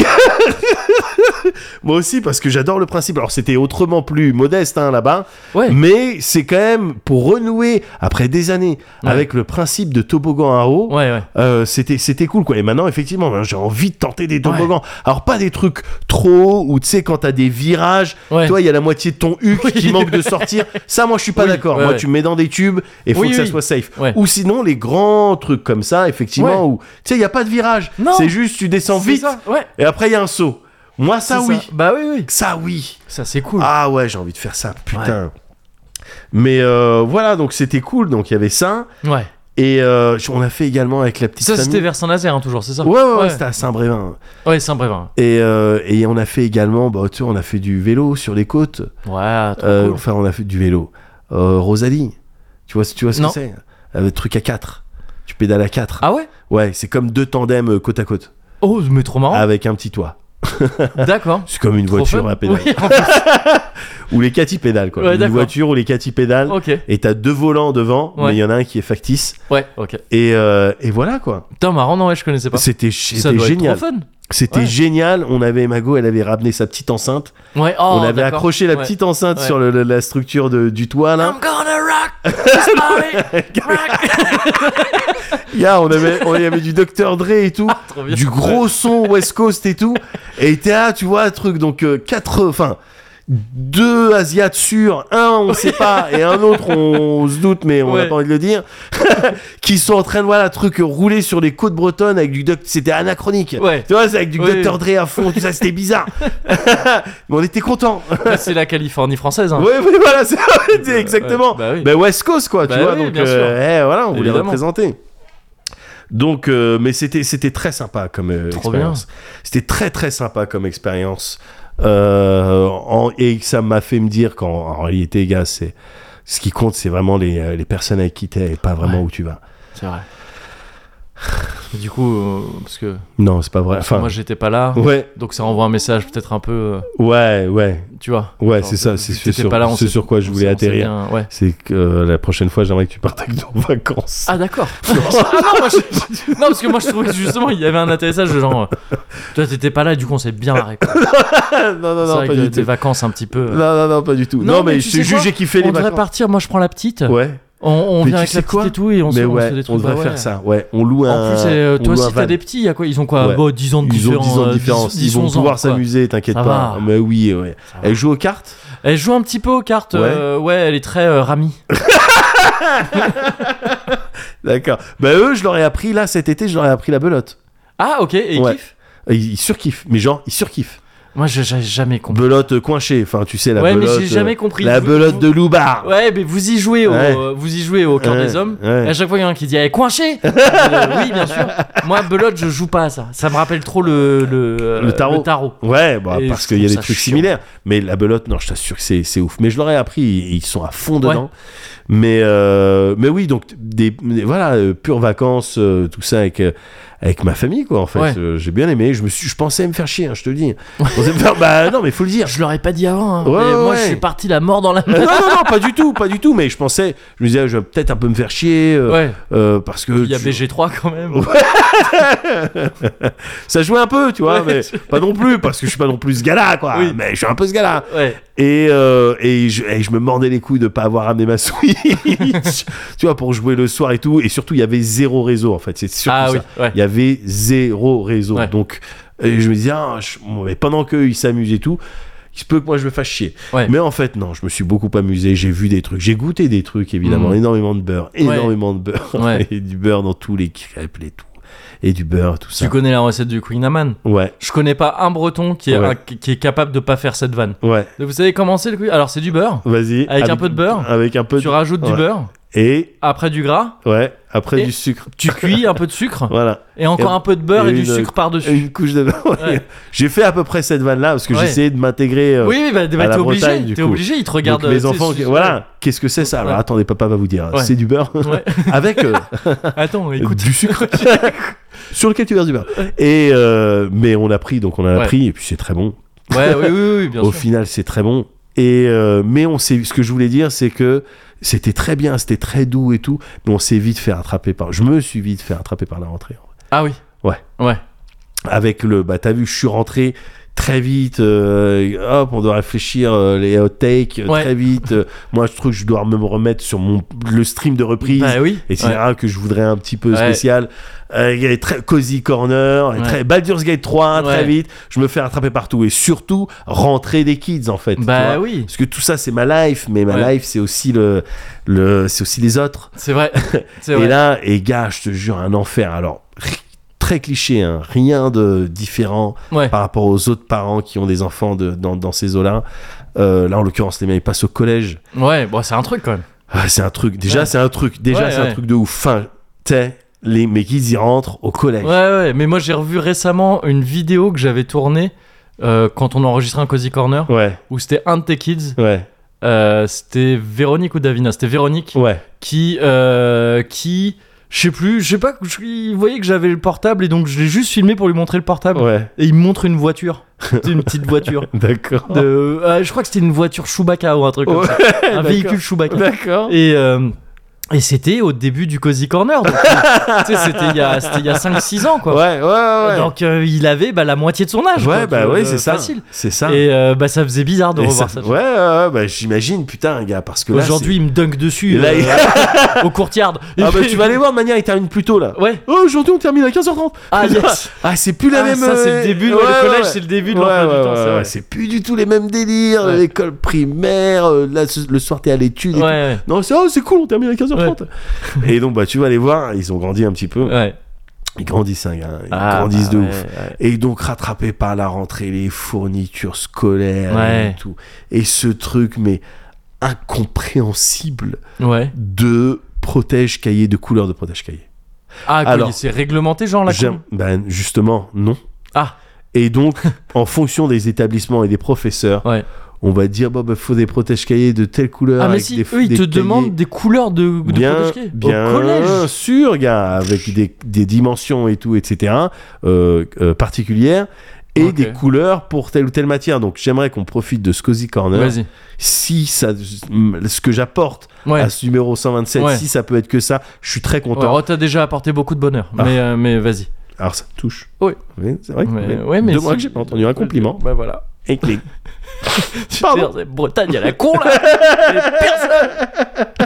[SPEAKER 2] moi aussi, (laughs) parce que j'adore le principe. Alors, c'était autrement plus modeste hein, là-bas,
[SPEAKER 1] Ouais.
[SPEAKER 2] (laughs) mais c'est quand même pour renouer après des années
[SPEAKER 1] Ouais.
[SPEAKER 2] avec le principe de toboggan à eau.
[SPEAKER 1] Ouais, ouais.
[SPEAKER 2] euh, c'était c'était cool quoi et maintenant effectivement ben, j'ai envie de tenter des toboggans alors pas des trucs trop hauts ou tu sais quand t'as des virages
[SPEAKER 1] Ouais.
[SPEAKER 2] toi il y a la moitié de ton huc qui
[SPEAKER 1] (laughs)
[SPEAKER 2] manque de sortir ça moi je suis pas
[SPEAKER 1] Oui,
[SPEAKER 2] d'accord
[SPEAKER 1] ouais,
[SPEAKER 2] moi
[SPEAKER 1] ouais.
[SPEAKER 2] tu me mets dans des tubes et faut
[SPEAKER 1] Oui,
[SPEAKER 2] que ça
[SPEAKER 1] oui.
[SPEAKER 2] soit safe
[SPEAKER 1] Ouais.
[SPEAKER 2] ou sinon les grands trucs comme ça effectivement où tu sais il y a pas de virage
[SPEAKER 1] Non.
[SPEAKER 2] c'est juste tu descends
[SPEAKER 1] C'est
[SPEAKER 2] vite
[SPEAKER 1] ça, Ouais.
[SPEAKER 2] et après, il y a un saut. Moi, ça,
[SPEAKER 1] C'est
[SPEAKER 2] oui.
[SPEAKER 1] Bah oui, oui.
[SPEAKER 2] Ça, oui.
[SPEAKER 1] Ça, c'est cool.
[SPEAKER 2] Ah ouais, j'ai envie de faire ça, putain. Mais euh, voilà, donc c'était cool. Donc il y avait ça.
[SPEAKER 1] Ouais.
[SPEAKER 2] Et euh, je- on a fait également avec la petite
[SPEAKER 1] Ça,
[SPEAKER 2] famille.
[SPEAKER 1] c'était vers Saint-Nazaire, hein, toujours, c'est ça
[SPEAKER 2] Ouais, ouais, ouais,
[SPEAKER 1] Ouais.
[SPEAKER 2] c'était à Saint-Brévin.
[SPEAKER 1] Ouais, Saint-Brévin.
[SPEAKER 2] Et, euh, et on a fait également, bah, tu vois, on a fait du vélo sur les côtes.
[SPEAKER 1] Ouais, trop
[SPEAKER 2] Euh,
[SPEAKER 1] cool.
[SPEAKER 2] Enfin, on a fait du vélo. Euh, Rosalie, tu vois, tu vois ce
[SPEAKER 1] Non.
[SPEAKER 2] que c'est Euh, Le truc à 4. Tu pédales à 4.
[SPEAKER 1] Ah ouais
[SPEAKER 2] Ouais, c'est comme deux tandems euh, côte à côte,
[SPEAKER 1] Oh, mais trop marrant.
[SPEAKER 2] avec un petit toit.
[SPEAKER 1] D'accord.
[SPEAKER 2] C'est comme une
[SPEAKER 1] Trop
[SPEAKER 2] Ah. (laughs) voiture
[SPEAKER 1] fun.
[SPEAKER 2] à pédale.
[SPEAKER 1] Oui, (laughs) en fait,
[SPEAKER 2] Ou les cati pédales, quoi.
[SPEAKER 1] Ouais,
[SPEAKER 2] une
[SPEAKER 1] d'accord.
[SPEAKER 2] voiture ou les cati pédales.
[SPEAKER 1] Ah, ok.
[SPEAKER 2] Et t'as deux volants devant,
[SPEAKER 1] Ouais.
[SPEAKER 2] mais il y en a un qui est factice.
[SPEAKER 1] Ouais, ok.
[SPEAKER 2] Et, euh, et voilà quoi.
[SPEAKER 1] Putain, marrant, non, ouais, je connaissais pas.
[SPEAKER 2] C'était
[SPEAKER 1] Ah. Ça
[SPEAKER 2] c'était
[SPEAKER 1] doit être
[SPEAKER 2] génial.
[SPEAKER 1] trop fun.
[SPEAKER 2] C'était
[SPEAKER 1] Ouais.
[SPEAKER 2] génial. On avait Mago, elle avait ramené sa petite enceinte.
[SPEAKER 1] Ouais, oh,
[SPEAKER 2] On avait
[SPEAKER 1] d'accord.
[SPEAKER 2] accroché la
[SPEAKER 1] Ouais.
[SPEAKER 2] petite enceinte
[SPEAKER 1] Ouais.
[SPEAKER 2] sur le- le- la structure de- du toit là.
[SPEAKER 1] I'm gonna
[SPEAKER 2] (laughs)
[SPEAKER 1] rock this party. Rock.
[SPEAKER 2] Ya, on avait on y avait du Dr Dre et tout.
[SPEAKER 1] Trop Ah. bien.
[SPEAKER 2] du gros son West Coast et tout. Et t'as, tu vois, un truc, donc euh, quatre, enfin, deux Asiates sûrs, un on sait pas, et un autre on, se doute, mais on n'a
[SPEAKER 1] Ouais.
[SPEAKER 2] pas envie de le dire, (laughs) qui sont en train de, voilà, truc rouler sur les côtes bretonnes avec du doc, c'était anachronique.
[SPEAKER 1] Ouais.
[SPEAKER 2] Tu vois, c'est avec du
[SPEAKER 1] Oui.
[SPEAKER 2] Dr. Dre à fond, tout ça,
[SPEAKER 1] (laughs)
[SPEAKER 2] c'était bizarre. mais on était contents.
[SPEAKER 1] Là, c'est la Californie française. Hein.
[SPEAKER 2] Oui, oui, voilà, c'est c'est exactement.
[SPEAKER 1] ouais, bah oui.
[SPEAKER 2] Ben, West Coast, quoi, tu
[SPEAKER 1] Bah
[SPEAKER 2] vois.
[SPEAKER 1] oui,
[SPEAKER 2] donc,
[SPEAKER 1] bien
[SPEAKER 2] euh, eh, voilà, on voulait
[SPEAKER 1] Évidemment.
[SPEAKER 2] représenter. Donc, euh, mais c'était c'était très sympa comme euh,
[SPEAKER 1] Trop
[SPEAKER 2] expérience. C'était très très sympa comme expérience. Euh, en- et ça m'a fait me dire qu'en en réalité, gars, c'est ce qui compte, c'est vraiment les, euh, les personnes avec qui t'es et pas vraiment
[SPEAKER 1] Ouais.
[SPEAKER 2] où tu vas.
[SPEAKER 1] C'est vrai. Mais du coup, euh, parce que
[SPEAKER 2] Non, c'est pas vrai. Enfin,
[SPEAKER 1] moi, j'étais pas là.
[SPEAKER 2] ouais,
[SPEAKER 1] Donc, ça envoie un message peut-être un peu.
[SPEAKER 2] ouais, ouais,
[SPEAKER 1] euh, tu vois
[SPEAKER 2] ouais,
[SPEAKER 1] Genre,
[SPEAKER 2] c'est ça.
[SPEAKER 1] vu
[SPEAKER 2] C'est
[SPEAKER 1] que
[SPEAKER 2] c'est
[SPEAKER 1] t'étais
[SPEAKER 2] sur,
[SPEAKER 1] pas là, on
[SPEAKER 2] c'est
[SPEAKER 1] s'est-
[SPEAKER 2] sur quoi je
[SPEAKER 1] on
[SPEAKER 2] voulais
[SPEAKER 1] s'est- on s'est
[SPEAKER 2] atterrir.
[SPEAKER 1] bien- ouais.
[SPEAKER 2] C'est que euh, la prochaine fois, j'aimerais que tu partes avec nous en vacances.
[SPEAKER 1] Ah
[SPEAKER 2] (laughs)
[SPEAKER 1] d'accord. Ah non, moi, je- (laughs) non, parce que moi je trouvais que justement il y avait un atterrissage de genre euh, toi t'étais pas là et du coup on s'est bien marré. quoi.
[SPEAKER 2] non, non,
[SPEAKER 1] C'est
[SPEAKER 2] non,
[SPEAKER 1] vrai
[SPEAKER 2] pas
[SPEAKER 1] que
[SPEAKER 2] du
[SPEAKER 1] des
[SPEAKER 2] tout.
[SPEAKER 1] vacances un petit peu. euh,
[SPEAKER 2] Non, non, non, pas du tout.
[SPEAKER 1] Non,
[SPEAKER 2] Non,
[SPEAKER 1] mais
[SPEAKER 2] mais,
[SPEAKER 1] tu
[SPEAKER 2] je
[SPEAKER 1] sais
[SPEAKER 2] te jure,
[SPEAKER 1] quoi
[SPEAKER 2] j'ai kiffé les
[SPEAKER 1] on devrait
[SPEAKER 2] vacances.
[SPEAKER 1] partir, moi je prends la petite.
[SPEAKER 2] Ouais,
[SPEAKER 1] On, on vient
[SPEAKER 2] Mais tu
[SPEAKER 1] avec
[SPEAKER 2] sais
[SPEAKER 1] la petite
[SPEAKER 2] quoi
[SPEAKER 1] et tout et on, se-
[SPEAKER 2] mais
[SPEAKER 1] on se
[SPEAKER 2] ouais,
[SPEAKER 1] fait des
[SPEAKER 2] on
[SPEAKER 1] trucs.
[SPEAKER 2] devrait
[SPEAKER 1] bah
[SPEAKER 2] faire
[SPEAKER 1] ouais.
[SPEAKER 2] ça. Ouais, on loue
[SPEAKER 1] En
[SPEAKER 2] un.
[SPEAKER 1] plus, euh,
[SPEAKER 2] on
[SPEAKER 1] toi
[SPEAKER 2] loue
[SPEAKER 1] aussi
[SPEAKER 2] un
[SPEAKER 1] t'as
[SPEAKER 2] van.
[SPEAKER 1] des petits, il y a quoi Ils ont quoi
[SPEAKER 2] Ouais.
[SPEAKER 1] bah, 10 ans de
[SPEAKER 2] Ils ont
[SPEAKER 1] différence.
[SPEAKER 2] 10 ans de
[SPEAKER 1] euh,
[SPEAKER 2] différence.
[SPEAKER 1] 10,
[SPEAKER 2] Ils vont
[SPEAKER 1] 11 ans,
[SPEAKER 2] pouvoir
[SPEAKER 1] quoi.
[SPEAKER 2] s'amuser, t'inquiète
[SPEAKER 1] Ça
[SPEAKER 2] pas.
[SPEAKER 1] va.
[SPEAKER 2] Mais oui, ouais.
[SPEAKER 1] Ça va.
[SPEAKER 2] Elle joue aux cartes
[SPEAKER 1] Elle Eh, joue un petit peu aux cartes.
[SPEAKER 2] Ouais.
[SPEAKER 1] euh, ouais, elle est très euh, Rami.
[SPEAKER 2] D'accord. Bah, eux, je leur ai appris, là, cet été, je leur ai appris la belote.
[SPEAKER 1] Ah ok, et
[SPEAKER 2] Ouais.
[SPEAKER 1] kiff
[SPEAKER 2] Ils, ils surkiffent. Mais genre, ils surkiffent.
[SPEAKER 1] Moi, je- j'ai jamais compris.
[SPEAKER 2] Belote coinchée, enfin tu sais la
[SPEAKER 1] Ouais, mais
[SPEAKER 2] belote. euh,
[SPEAKER 1] j'ai jamais compris.
[SPEAKER 2] La
[SPEAKER 1] Vous-
[SPEAKER 2] belote
[SPEAKER 1] vous-
[SPEAKER 2] de Loubar.
[SPEAKER 1] Ouais, mais vous y jouez au, euh,
[SPEAKER 2] Ouais.
[SPEAKER 1] vous y jouez au cœur
[SPEAKER 2] Ouais,
[SPEAKER 1] des hommes.
[SPEAKER 2] ouais.
[SPEAKER 1] Et à chaque fois, il y en a un qui dit Eh,
[SPEAKER 2] (laughs)
[SPEAKER 1] coinché Euh, Oui, bien sûr. Moi, Belote, je joue pas à ça. Ça me rappelle trop le, le, euh,
[SPEAKER 2] Le tarot. Ouais, bah,
[SPEAKER 1] Et
[SPEAKER 2] parce
[SPEAKER 1] je
[SPEAKER 2] qu'il y a
[SPEAKER 1] trouve
[SPEAKER 2] des
[SPEAKER 1] ça
[SPEAKER 2] trucs
[SPEAKER 1] chiant.
[SPEAKER 2] similaires. Mais la belote, non, je t'assure que c'est c'est ouf. Mais je l'aurais appris, ils ils sont à fond
[SPEAKER 1] Ouais.
[SPEAKER 2] dedans. Mais, euh, mais oui, donc, des, des- voilà, euh, pures vacances, euh, tout ça avec, euh, avec ma famille, quoi, en fait.
[SPEAKER 1] Ouais.
[SPEAKER 2] Euh, J'ai bien aimé. Je, me suis, je pensais me faire chier, hein, je
[SPEAKER 1] (laughs)
[SPEAKER 2] te le dis. Je pensais me faire- bah non, mais faut le dire.
[SPEAKER 1] Je l'aurais pas dit avant. hein.
[SPEAKER 2] Ouais,
[SPEAKER 1] Mais moi,
[SPEAKER 2] ouais.
[SPEAKER 1] je suis parti la mort dans la
[SPEAKER 2] Euh,
[SPEAKER 1] main.
[SPEAKER 2] non, non, non, pas du tout, pas du tout. Mais je pensais, je me disais, je vais peut-être un peu me faire chier. euh,
[SPEAKER 1] Ouais,
[SPEAKER 2] euh, parce que.
[SPEAKER 1] il y a
[SPEAKER 2] tu-
[SPEAKER 1] BG3 quand même.
[SPEAKER 2] Ça jouait un peu, tu vois,
[SPEAKER 1] Ouais,
[SPEAKER 2] mais pas non plus, parce que je suis pas non plus ce gars-là, quoi.
[SPEAKER 1] Oui.
[SPEAKER 2] Mais je suis un peu ce gars-là.
[SPEAKER 1] Ouais.
[SPEAKER 2] (laughs) Et, euh, et, je, et je me mordais les couilles de pas avoir amené ma (laughs) Switch, tu vois, pour jouer le soir et tout. Et surtout, il y avait zéro réseau, en fait. C'est surtout
[SPEAKER 1] Ah
[SPEAKER 2] ça.
[SPEAKER 1] oui, ouais.
[SPEAKER 2] Il y avait zéro réseau.
[SPEAKER 1] Ouais.
[SPEAKER 2] Donc, et je me disais, ah, je- bon, mais pendant qu'eux, ils s'amusent et tout, il se peut que moi, je me fasse chier.
[SPEAKER 1] Ouais.
[SPEAKER 2] Mais en fait, non, je me suis beaucoup amusé. J'ai vu des trucs. J'ai goûté des trucs, évidemment.
[SPEAKER 1] Mhm.
[SPEAKER 2] Énormément de beurre. Énormément de beurre. (laughs)
[SPEAKER 1] Ouais.
[SPEAKER 2] et du beurre dans tous les crêpes, les tout. Et du beurre, tout ça.
[SPEAKER 1] Tu connais la recette du Queen Amman
[SPEAKER 2] Ouais,
[SPEAKER 1] Je connais pas un breton qui est,
[SPEAKER 2] Ouais.
[SPEAKER 1] un- qui est capable de pas faire cette vanne.
[SPEAKER 2] ouais.
[SPEAKER 1] Vous savez comment c'est le Queen Alors, c'est du beurre.
[SPEAKER 2] Vas-y.
[SPEAKER 1] Avec un peu de beurre
[SPEAKER 2] Avec un peu
[SPEAKER 1] Tu
[SPEAKER 2] de...
[SPEAKER 1] rajoutes du
[SPEAKER 2] Ouais.
[SPEAKER 1] beurre,
[SPEAKER 2] Et,
[SPEAKER 1] après du gras,
[SPEAKER 2] ouais, après
[SPEAKER 1] Et-
[SPEAKER 2] du sucre.
[SPEAKER 1] tu cuis un peu de sucre,
[SPEAKER 2] Voilà.
[SPEAKER 1] et encore
[SPEAKER 2] Et-
[SPEAKER 1] un peu de beurre
[SPEAKER 2] et
[SPEAKER 1] et, du
[SPEAKER 2] une-
[SPEAKER 1] sucre par-dessus.
[SPEAKER 2] (laughs) Et une couche de beurre.
[SPEAKER 1] Ouais.
[SPEAKER 2] J'ai fait à peu près cette vanne là parce que
[SPEAKER 1] Ouais.
[SPEAKER 2] j'essayais de m'intégrer. euh,
[SPEAKER 1] Oui, euh, oui, bah, bah,
[SPEAKER 2] la
[SPEAKER 1] t'es
[SPEAKER 2] Bretagne,
[SPEAKER 1] obligé,
[SPEAKER 2] du
[SPEAKER 1] t'es
[SPEAKER 2] coup.
[SPEAKER 1] obligé, ils te regardent.
[SPEAKER 2] donc mes
[SPEAKER 1] t'es-
[SPEAKER 2] enfants, qui-
[SPEAKER 1] t'es-
[SPEAKER 2] voilà, qu'est-ce que c'est ça Alors
[SPEAKER 1] Ouais.
[SPEAKER 2] attendez, papa va vous dire,
[SPEAKER 1] Ouais.
[SPEAKER 2] c'est du beurre
[SPEAKER 1] Ouais.
[SPEAKER 2] (laughs) avec euh,
[SPEAKER 1] (laughs) Attends, (laughs) écoute. (laughs)
[SPEAKER 2] du sucre (laughs) sur lequel tu verses du beurre. Et euh, mais on l'a pris, donc on en a
[SPEAKER 1] Ouais.
[SPEAKER 2] pris et puis c'est très bon.
[SPEAKER 1] Ouais, oui, oui, oui, bien
[SPEAKER 2] Au
[SPEAKER 1] sûr.
[SPEAKER 2] final, c'est très bon. Et euh, mais on s'est, ce que je voulais dire, c'est que c'était très bien, c'était très doux et tout, mais on s'est vite fait attraper par. Je me suis vite fait attraper par la rentrée.
[SPEAKER 1] Ah oui.
[SPEAKER 2] Ouais.
[SPEAKER 1] Ouais.
[SPEAKER 2] avec le bah t'as vu je suis rentré très vite euh, hop on doit réfléchir euh, les hot takes euh,
[SPEAKER 1] Ouais.
[SPEAKER 2] très vite euh, moi je trouve que je dois me remettre sur mon le stream de reprise
[SPEAKER 1] Bah oui.
[SPEAKER 2] et c'est
[SPEAKER 1] ouais.
[SPEAKER 2] un que je voudrais un petit peu
[SPEAKER 1] Ouais.
[SPEAKER 2] spécial Euh, il y a très cozy corner
[SPEAKER 1] Ouais.
[SPEAKER 2] très Baldur's Gate 3 très
[SPEAKER 1] Ouais.
[SPEAKER 2] vite je me fais rattraper partout et surtout rentrer des kids en fait tu vois.
[SPEAKER 1] Bah oui.
[SPEAKER 2] parce que tout ça c'est ma life mais ma
[SPEAKER 1] Ouais.
[SPEAKER 2] life c'est aussi le le c'est aussi les autres
[SPEAKER 1] C'est vrai. C'est
[SPEAKER 2] (laughs) et
[SPEAKER 1] vrai.
[SPEAKER 2] là, et gars, je te jure, un enfer. Alors, ri- très cliché, hein, rien de différent
[SPEAKER 1] Ouais.
[SPEAKER 2] par rapport aux autres parents qui ont des enfants de- dans, dans ces eaux-là. Euh, là, en l'occurrence, les mecs ils passent au collège.
[SPEAKER 1] Ouais, bon, c'est un truc quand même.
[SPEAKER 2] Ah, c'est un truc, déjà,
[SPEAKER 1] Ouais.
[SPEAKER 2] c'est un truc, déjà,
[SPEAKER 1] Ouais,
[SPEAKER 2] c'est
[SPEAKER 1] ouais.
[SPEAKER 2] un truc de ouf. Enfin, t'es, les mecs, ils y rentrent au collège.
[SPEAKER 1] Ouais, ouais. Mais moi, j'ai revu récemment une vidéo que j'avais tournée euh, quand on enregistrait un Cozy Corner
[SPEAKER 2] Ouais,
[SPEAKER 1] où c'était un de tes kids.
[SPEAKER 2] ouais,
[SPEAKER 1] euh, c'était Véronique ou Davina C'était Véronique
[SPEAKER 2] ouais.
[SPEAKER 1] qui. euh, qui je sais plus, je sais pas, je- il voyait que j'avais le portable et donc je l'ai juste filmé pour lui montrer le portable.
[SPEAKER 2] ouais.
[SPEAKER 1] Et il me montre une
[SPEAKER 2] (laughs)
[SPEAKER 1] voiture. C'était une petite voiture.
[SPEAKER 2] D'accord.
[SPEAKER 1] de- euh, je crois que c'était une voiture Chewbacca ou un truc comme
[SPEAKER 2] Ouais,
[SPEAKER 1] ça. Un
[SPEAKER 2] d'accord.
[SPEAKER 1] véhicule Chewbacca.
[SPEAKER 2] D'accord.
[SPEAKER 1] Et, euh, et c'était au début du Cozy Corner. donc, euh,
[SPEAKER 2] (laughs)
[SPEAKER 1] tu sais, c'était il y a, c'était il y a 5-6 ans,
[SPEAKER 2] Ouais,
[SPEAKER 1] quoi.
[SPEAKER 2] ouais, ouais.
[SPEAKER 1] Donc euh, il avait bah, la moitié de son âge.
[SPEAKER 2] ouais,
[SPEAKER 1] quoi,
[SPEAKER 2] bah
[SPEAKER 1] donc,
[SPEAKER 2] ouais,
[SPEAKER 1] euh,
[SPEAKER 2] c'est ça.
[SPEAKER 1] Facile.
[SPEAKER 2] C'est ça.
[SPEAKER 1] Et euh, bah, ça faisait bizarre de
[SPEAKER 2] Et
[SPEAKER 1] revoir ça.
[SPEAKER 2] ça- Ouais, ouais, ouais, bah, j'imagine, putain, gars, parce que là.
[SPEAKER 1] Aujourd'hui, il me dunk dessus
[SPEAKER 2] c'est- là,
[SPEAKER 1] euh, (laughs)
[SPEAKER 2] il-
[SPEAKER 1] au courtyard.
[SPEAKER 2] Ah bah tu vas aller voir de manière il termine plus tôt là.
[SPEAKER 1] (laughs) Ouais.
[SPEAKER 2] Oh, aujourd'hui on termine à 15h30.
[SPEAKER 1] Ah yes.
[SPEAKER 2] Ah c'est plus la
[SPEAKER 1] Ah,
[SPEAKER 2] même.
[SPEAKER 1] ça, c'est le
[SPEAKER 2] euh,
[SPEAKER 1] début. ouais,
[SPEAKER 2] ouais,
[SPEAKER 1] le collège,
[SPEAKER 2] ouais.
[SPEAKER 1] c'est le début de
[SPEAKER 2] Ouais,
[SPEAKER 1] l'emploi
[SPEAKER 2] ouais,
[SPEAKER 1] du temps.
[SPEAKER 2] ouais,
[SPEAKER 1] c'est vrai.
[SPEAKER 2] ouais, c'est plus du tout les mêmes délires.
[SPEAKER 1] Ouais.
[SPEAKER 2] L'école primaire, euh, là, ce- le soir t'es à l'étude.
[SPEAKER 1] Ouais,
[SPEAKER 2] et tout.
[SPEAKER 1] ouais.
[SPEAKER 2] Non c'est oh, c'est cool on termine à 15h30. et donc bah tu vas les voir ils ont grandi un petit peu.
[SPEAKER 1] Ouais.
[SPEAKER 2] Ils grandissent hein, gars. ils
[SPEAKER 1] Ah,
[SPEAKER 2] grandissent
[SPEAKER 1] bah,
[SPEAKER 2] de
[SPEAKER 1] ouais,
[SPEAKER 2] ouf.
[SPEAKER 1] ouais.
[SPEAKER 2] Et donc rattrapés par la rentrée les fournitures scolaires
[SPEAKER 1] Ouais.
[SPEAKER 2] et tout. Et ce truc mais incompréhensible
[SPEAKER 1] Ouais.
[SPEAKER 2] de protège cahier de couleur de protège cahier.
[SPEAKER 1] Ah, quoi,
[SPEAKER 2] Alors,
[SPEAKER 1] c'est réglementé, genre la
[SPEAKER 2] J'aime-
[SPEAKER 1] com
[SPEAKER 2] Ben justement, non.
[SPEAKER 1] Ah. (laughs)
[SPEAKER 2] Et donc, en fonction des établissements et des professeurs,
[SPEAKER 1] Ouais.
[SPEAKER 2] on va dire bon, bah, faut des protèges cahiers de telle couleur.
[SPEAKER 1] Ah, mais
[SPEAKER 2] avec
[SPEAKER 1] si,
[SPEAKER 2] des,
[SPEAKER 1] eux, ils
[SPEAKER 2] des
[SPEAKER 1] te
[SPEAKER 2] cahiers.
[SPEAKER 1] demandent des couleurs de, de
[SPEAKER 2] bien,
[SPEAKER 1] protège-pieds.
[SPEAKER 2] bien
[SPEAKER 1] Au collège.
[SPEAKER 2] sûr, gars, avec des, des dimensions et tout, etc. euh, euh, particulières et
[SPEAKER 1] Ok.
[SPEAKER 2] des couleurs pour telle ou telle matière. Donc, j'aimerais qu'on profite de ce cozy corner.
[SPEAKER 1] Vas-y.
[SPEAKER 2] Si ça, ce que j'apporte
[SPEAKER 1] Ouais.
[SPEAKER 2] à ce numéro 127,
[SPEAKER 1] Ouais.
[SPEAKER 2] si ça peut être que ça, je suis très
[SPEAKER 1] Ouais,
[SPEAKER 2] content.
[SPEAKER 1] oh, t'as déjà apporté beaucoup de bonheur,
[SPEAKER 2] Ah.
[SPEAKER 1] mais, euh, mais vas-y.
[SPEAKER 2] Alors, ça me touche.
[SPEAKER 1] Oui.
[SPEAKER 2] c'est vrai.
[SPEAKER 1] Mais- ouais, mais
[SPEAKER 2] deux mois
[SPEAKER 1] si.
[SPEAKER 2] que j'ai pas entendu un compliment.
[SPEAKER 1] Bah voilà.
[SPEAKER 2] Et
[SPEAKER 1] (laughs)
[SPEAKER 2] clic.
[SPEAKER 1] Putain, c'est Bretagne à la con
[SPEAKER 2] (laughs)
[SPEAKER 1] là Et Personne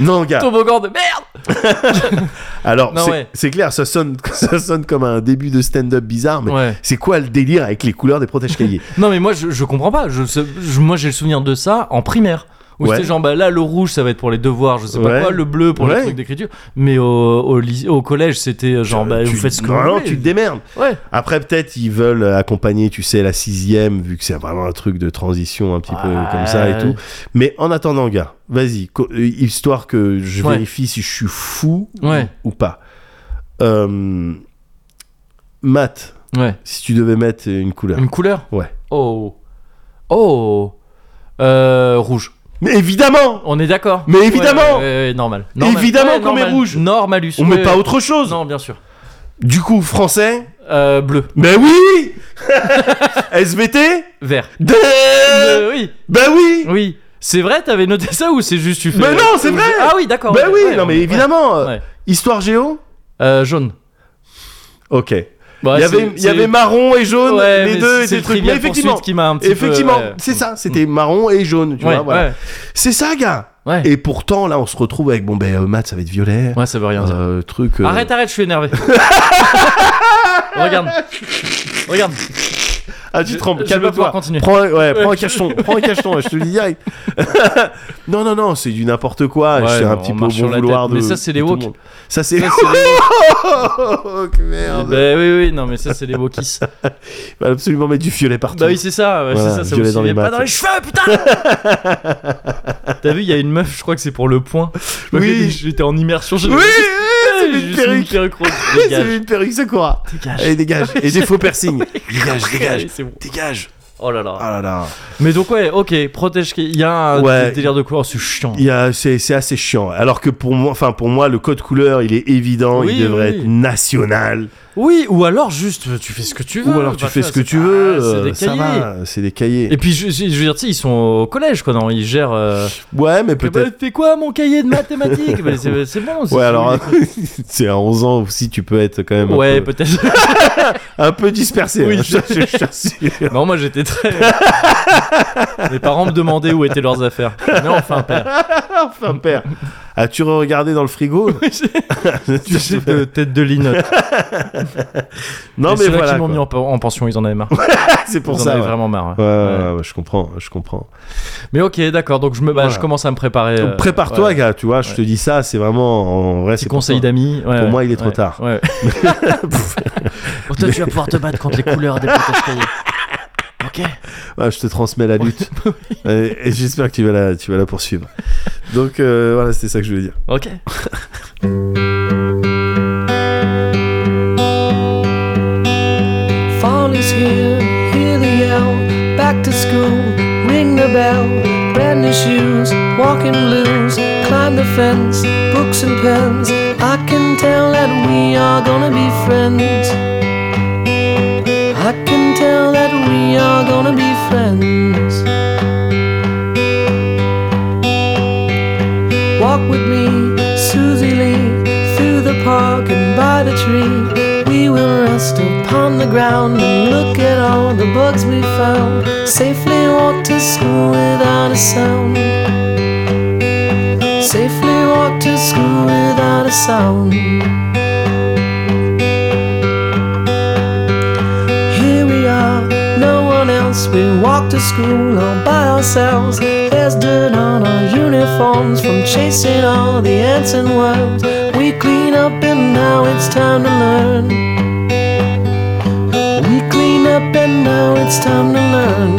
[SPEAKER 2] Non, gars.
[SPEAKER 1] Toboggan de merde
[SPEAKER 2] Alors,
[SPEAKER 1] Non,
[SPEAKER 2] c'est
[SPEAKER 1] ouais.
[SPEAKER 2] c'est clair, ça sonne, (laughs) ça sonne comme un début de stand-up bizarre, mais
[SPEAKER 1] Ouais.
[SPEAKER 2] c'est quoi le délire avec les couleurs des protèges cahiers
[SPEAKER 1] Non mais moi je, je comprends pas. Je, je- moi j'ai le souvenir de ça en primaire. Où
[SPEAKER 2] Ouais.
[SPEAKER 1] c'était genre, bah, là, le rouge, ça va être pour les devoirs, je sais
[SPEAKER 2] Ouais.
[SPEAKER 1] pas quoi, le bleu pour
[SPEAKER 2] Ouais.
[SPEAKER 1] les trucs d'écriture. Mais au, au, lycée- au collège, c'était (laughs) genre, bah,
[SPEAKER 2] Tu-
[SPEAKER 1] vous faites ce que vous
[SPEAKER 2] Normalement,
[SPEAKER 1] voulez.
[SPEAKER 2] tu te démerdes.
[SPEAKER 1] Ouais.
[SPEAKER 2] Après, peut-être, ils veulent accompagner, tu sais, la sixième, vu que c'est vraiment un truc de transition un petit peu comme ça et
[SPEAKER 1] Ouais.
[SPEAKER 2] tout. Mais en attendant, gars, vas-y, co- euh, histoire que je
[SPEAKER 1] Ouais.
[SPEAKER 2] vérifie si je suis fou
[SPEAKER 1] Ouais.
[SPEAKER 2] ou pas. Euh, Matt,
[SPEAKER 1] Ouais.
[SPEAKER 2] si tu devais mettre une couleur.
[SPEAKER 1] Une couleur
[SPEAKER 2] Ouais.
[SPEAKER 1] Oh. Oh. Euh, rouge.
[SPEAKER 2] Mais évidemment
[SPEAKER 1] On est d'accord
[SPEAKER 2] Mais évidemment
[SPEAKER 1] Ouais, ouais, ouais, ouais, normal. Normal.
[SPEAKER 2] Évidemment
[SPEAKER 1] Ouais,
[SPEAKER 2] qu'on met
[SPEAKER 1] normal.
[SPEAKER 2] rouge.
[SPEAKER 1] Normalus.
[SPEAKER 2] On
[SPEAKER 1] Ouais,
[SPEAKER 2] met pas
[SPEAKER 1] ouais.
[SPEAKER 2] autre chose
[SPEAKER 1] Non, bien sûr.
[SPEAKER 2] Du coup, français
[SPEAKER 1] Euh, bleu.
[SPEAKER 2] Ben
[SPEAKER 1] (laughs)
[SPEAKER 2] oui SVT
[SPEAKER 1] Vert.
[SPEAKER 2] De-
[SPEAKER 1] Euh, oui.
[SPEAKER 2] Ben oui
[SPEAKER 1] Oui. C'est vrai, t'avais noté ça ou c'est juste tu fais.
[SPEAKER 2] Mais non, c'est vrai
[SPEAKER 1] Ah oui, d'accord.
[SPEAKER 2] Ben
[SPEAKER 1] ouais,
[SPEAKER 2] oui
[SPEAKER 1] ouais,
[SPEAKER 2] Non
[SPEAKER 1] ouais,
[SPEAKER 2] mais
[SPEAKER 1] ouais.
[SPEAKER 2] évidemment euh,
[SPEAKER 1] Ouais.
[SPEAKER 2] Histoire géo
[SPEAKER 1] Euh, jaune.
[SPEAKER 2] Ok.
[SPEAKER 1] Bah,
[SPEAKER 2] il y
[SPEAKER 1] c'est-
[SPEAKER 2] avait, il y
[SPEAKER 1] c'est-
[SPEAKER 2] avait marron et jaune,
[SPEAKER 1] Ouais,
[SPEAKER 2] les
[SPEAKER 1] mais c'est-
[SPEAKER 2] deux étaient
[SPEAKER 1] c'est
[SPEAKER 2] des
[SPEAKER 1] le
[SPEAKER 2] trucs. Mais
[SPEAKER 1] Trivial
[SPEAKER 2] effectivement,
[SPEAKER 1] Pursuit qui m'a un petit peu,
[SPEAKER 2] effectivement,
[SPEAKER 1] ouais. Mm.
[SPEAKER 2] c'est ça, c'était marron et jaune, tu
[SPEAKER 1] Ouais,
[SPEAKER 2] vois, voilà.
[SPEAKER 1] ouais,
[SPEAKER 2] C'est ça, gars.
[SPEAKER 1] ouais.
[SPEAKER 2] Et pourtant, là, on se retrouve avec bon, ben, euh, Matt, ça va être violet,
[SPEAKER 1] Ouais, ça veut rien dire.
[SPEAKER 2] euh, truc. euh,
[SPEAKER 1] Arrête, arrête, je suis
[SPEAKER 2] (laughs)
[SPEAKER 1] énervé. Regarde. Regarde.
[SPEAKER 2] Ah, tu te trompes,
[SPEAKER 1] Je- je vais
[SPEAKER 2] calme-toi.
[SPEAKER 1] pouvoir continuer.
[SPEAKER 2] (laughs) Prends, ouais, prends un cacheton, prends un cacheton, je te le dis direct. (laughs) non, non, non, c'est du n'importe quoi.
[SPEAKER 1] Ouais,
[SPEAKER 2] c'est
[SPEAKER 1] non,
[SPEAKER 2] un petit
[SPEAKER 1] on
[SPEAKER 2] peu au
[SPEAKER 1] marche
[SPEAKER 2] bon
[SPEAKER 1] sur la
[SPEAKER 2] vouloir
[SPEAKER 1] tête,
[SPEAKER 2] de.
[SPEAKER 1] mais ça, c'est les
[SPEAKER 2] de tout le
[SPEAKER 1] woke.
[SPEAKER 2] monde. Ça, c'est.
[SPEAKER 1] Ça, c'est les-
[SPEAKER 2] (laughs) woke, merde.
[SPEAKER 1] Bah oui, oui, non, mais ça, c'est les wokis.
[SPEAKER 2] Faut absolument mettre du violet partout.
[SPEAKER 1] Bah oui, c'est ça, ouais,
[SPEAKER 2] Voilà,
[SPEAKER 1] c'est ça, ça
[SPEAKER 2] violet
[SPEAKER 1] aussi,
[SPEAKER 2] dans
[SPEAKER 1] il
[SPEAKER 2] les
[SPEAKER 1] est pas
[SPEAKER 2] maths.
[SPEAKER 1] dans les cheveux,
[SPEAKER 2] (laughs)
[SPEAKER 1] putain T'as vu, il y a une meuf, je crois que c'est pour le point. Je me
[SPEAKER 2] Oui.
[SPEAKER 1] rappelle, J'étais en immersion, j'ai
[SPEAKER 2] oui, c'est
[SPEAKER 1] j'ai
[SPEAKER 2] une
[SPEAKER 1] juste une
[SPEAKER 2] perruque.
[SPEAKER 1] perruque rouge.
[SPEAKER 2] C'est
[SPEAKER 1] Dégage,
[SPEAKER 2] une perruque, Sakura.
[SPEAKER 1] dégage.
[SPEAKER 2] Allez, dégage. Et des
[SPEAKER 1] (laughs)
[SPEAKER 2] faux piercings. Dégage, dégage.
[SPEAKER 1] Allez, c'est bon.
[SPEAKER 2] Dégage
[SPEAKER 1] Oh là là.
[SPEAKER 2] Ah là là
[SPEAKER 1] Mais donc, ouais, ok, protège. Il y a un
[SPEAKER 2] Ouais.
[SPEAKER 1] délire de couleur, c'est chiant.
[SPEAKER 2] Il y a- c'est, c'est assez chiant. Alors que pour moi, enfin pour moi, le code couleur, il est évident,
[SPEAKER 1] Oui,
[SPEAKER 2] il devrait
[SPEAKER 1] oui.
[SPEAKER 2] être national.
[SPEAKER 1] Oui, ou alors juste, tu fais ce que tu veux.
[SPEAKER 2] Ou alors tu
[SPEAKER 1] Enfin,
[SPEAKER 2] fais ce
[SPEAKER 1] vois,
[SPEAKER 2] que
[SPEAKER 1] c'est
[SPEAKER 2] tu
[SPEAKER 1] pas- ah,
[SPEAKER 2] veux,
[SPEAKER 1] C'est
[SPEAKER 2] euh,
[SPEAKER 1] des
[SPEAKER 2] ça
[SPEAKER 1] cahiers.
[SPEAKER 2] va, c'est des cahiers.
[SPEAKER 1] Et puis, je, je- je veux dire, tu sais, ils sont au collège, quoi, non Ils gèrent. euh,
[SPEAKER 2] Ouais, mais
[SPEAKER 1] Bah,
[SPEAKER 2] peut-être.
[SPEAKER 1] fais quoi, mon cahier de mathématiques Bah, C'est c'est
[SPEAKER 2] (laughs)
[SPEAKER 1] bon. c'est-
[SPEAKER 2] Ouais, alors c'est à 11 ans aussi, tu peux être quand même un
[SPEAKER 1] Ouais,
[SPEAKER 2] peu-
[SPEAKER 1] peut-être.
[SPEAKER 2] un, peu, dispersé.
[SPEAKER 1] Oui.
[SPEAKER 2] (laughs) hein, je, je- je
[SPEAKER 1] (laughs)
[SPEAKER 2] t'assure.
[SPEAKER 1] Non, moi j'étais
[SPEAKER 2] (laughs)
[SPEAKER 1] très. Mes parents me demandaient où étaient leurs affaires. Mais enfin,
[SPEAKER 2] (laughs)
[SPEAKER 1] père.
[SPEAKER 2] Enfin, père. As-tu regardé dans
[SPEAKER 1] (laughs)
[SPEAKER 2] le frigo (laughs)
[SPEAKER 1] Tu sais, de tête de linotte.
[SPEAKER 2] Non,
[SPEAKER 1] Et
[SPEAKER 2] mais
[SPEAKER 1] ceux-là
[SPEAKER 2] voilà.
[SPEAKER 1] qui m'ont
[SPEAKER 2] quoi.
[SPEAKER 1] mis en, en pension, ils en avaient marre.
[SPEAKER 2] (laughs) C'est pour
[SPEAKER 1] ils en
[SPEAKER 2] ça.
[SPEAKER 1] avaient
[SPEAKER 2] ouais.
[SPEAKER 1] vraiment marre. ouais.
[SPEAKER 2] Ouais, ouais, ouais, je comprends, je comprends.
[SPEAKER 1] Mais ok, d'accord. Donc je, me, bah,
[SPEAKER 2] Voilà.
[SPEAKER 1] je commence à me préparer. euh,
[SPEAKER 2] Donc, Prépare-toi,
[SPEAKER 1] ouais.
[SPEAKER 2] gars. Tu vois, je te dis ça, c'est vraiment en vrai.
[SPEAKER 1] Petit
[SPEAKER 2] C'est
[SPEAKER 1] conseil
[SPEAKER 2] pour toi.
[SPEAKER 1] d'amis. ouais,
[SPEAKER 2] Pour
[SPEAKER 1] ouais,
[SPEAKER 2] moi, il est trop
[SPEAKER 1] ouais,
[SPEAKER 2] tard.
[SPEAKER 1] ouais.
[SPEAKER 4] Pour toi, tu vas pouvoir te battre contre les couleurs des protèges cahiers. Ok
[SPEAKER 2] Ah, je te transmets la
[SPEAKER 1] (laughs)
[SPEAKER 2] lutte. et, et j'espère que tu vas la, tu vas la poursuivre. Donc euh, voilà, c'était ça que je voulais dire.
[SPEAKER 1] Ok.
[SPEAKER 5] Fall is here, hear the yell. Back to school, ring the bell. Brand new shoes, walking blues. Climb the fence, books and pens. I can tell that we are gonna be friends. I can tell that we are gonna be friends. Walk with me, Susie Lee, through the park and by the tree. We will rest upon the ground and look at all the bugs we found. Safely walk to school without a sound. Safely walk to school without a sound. Here we are, no one else. We walk to school all by ourselves. There's dirt on our uniforms from chasing all the ants and worms. We clean up and now it's time to learn. We clean up and now it's time to learn.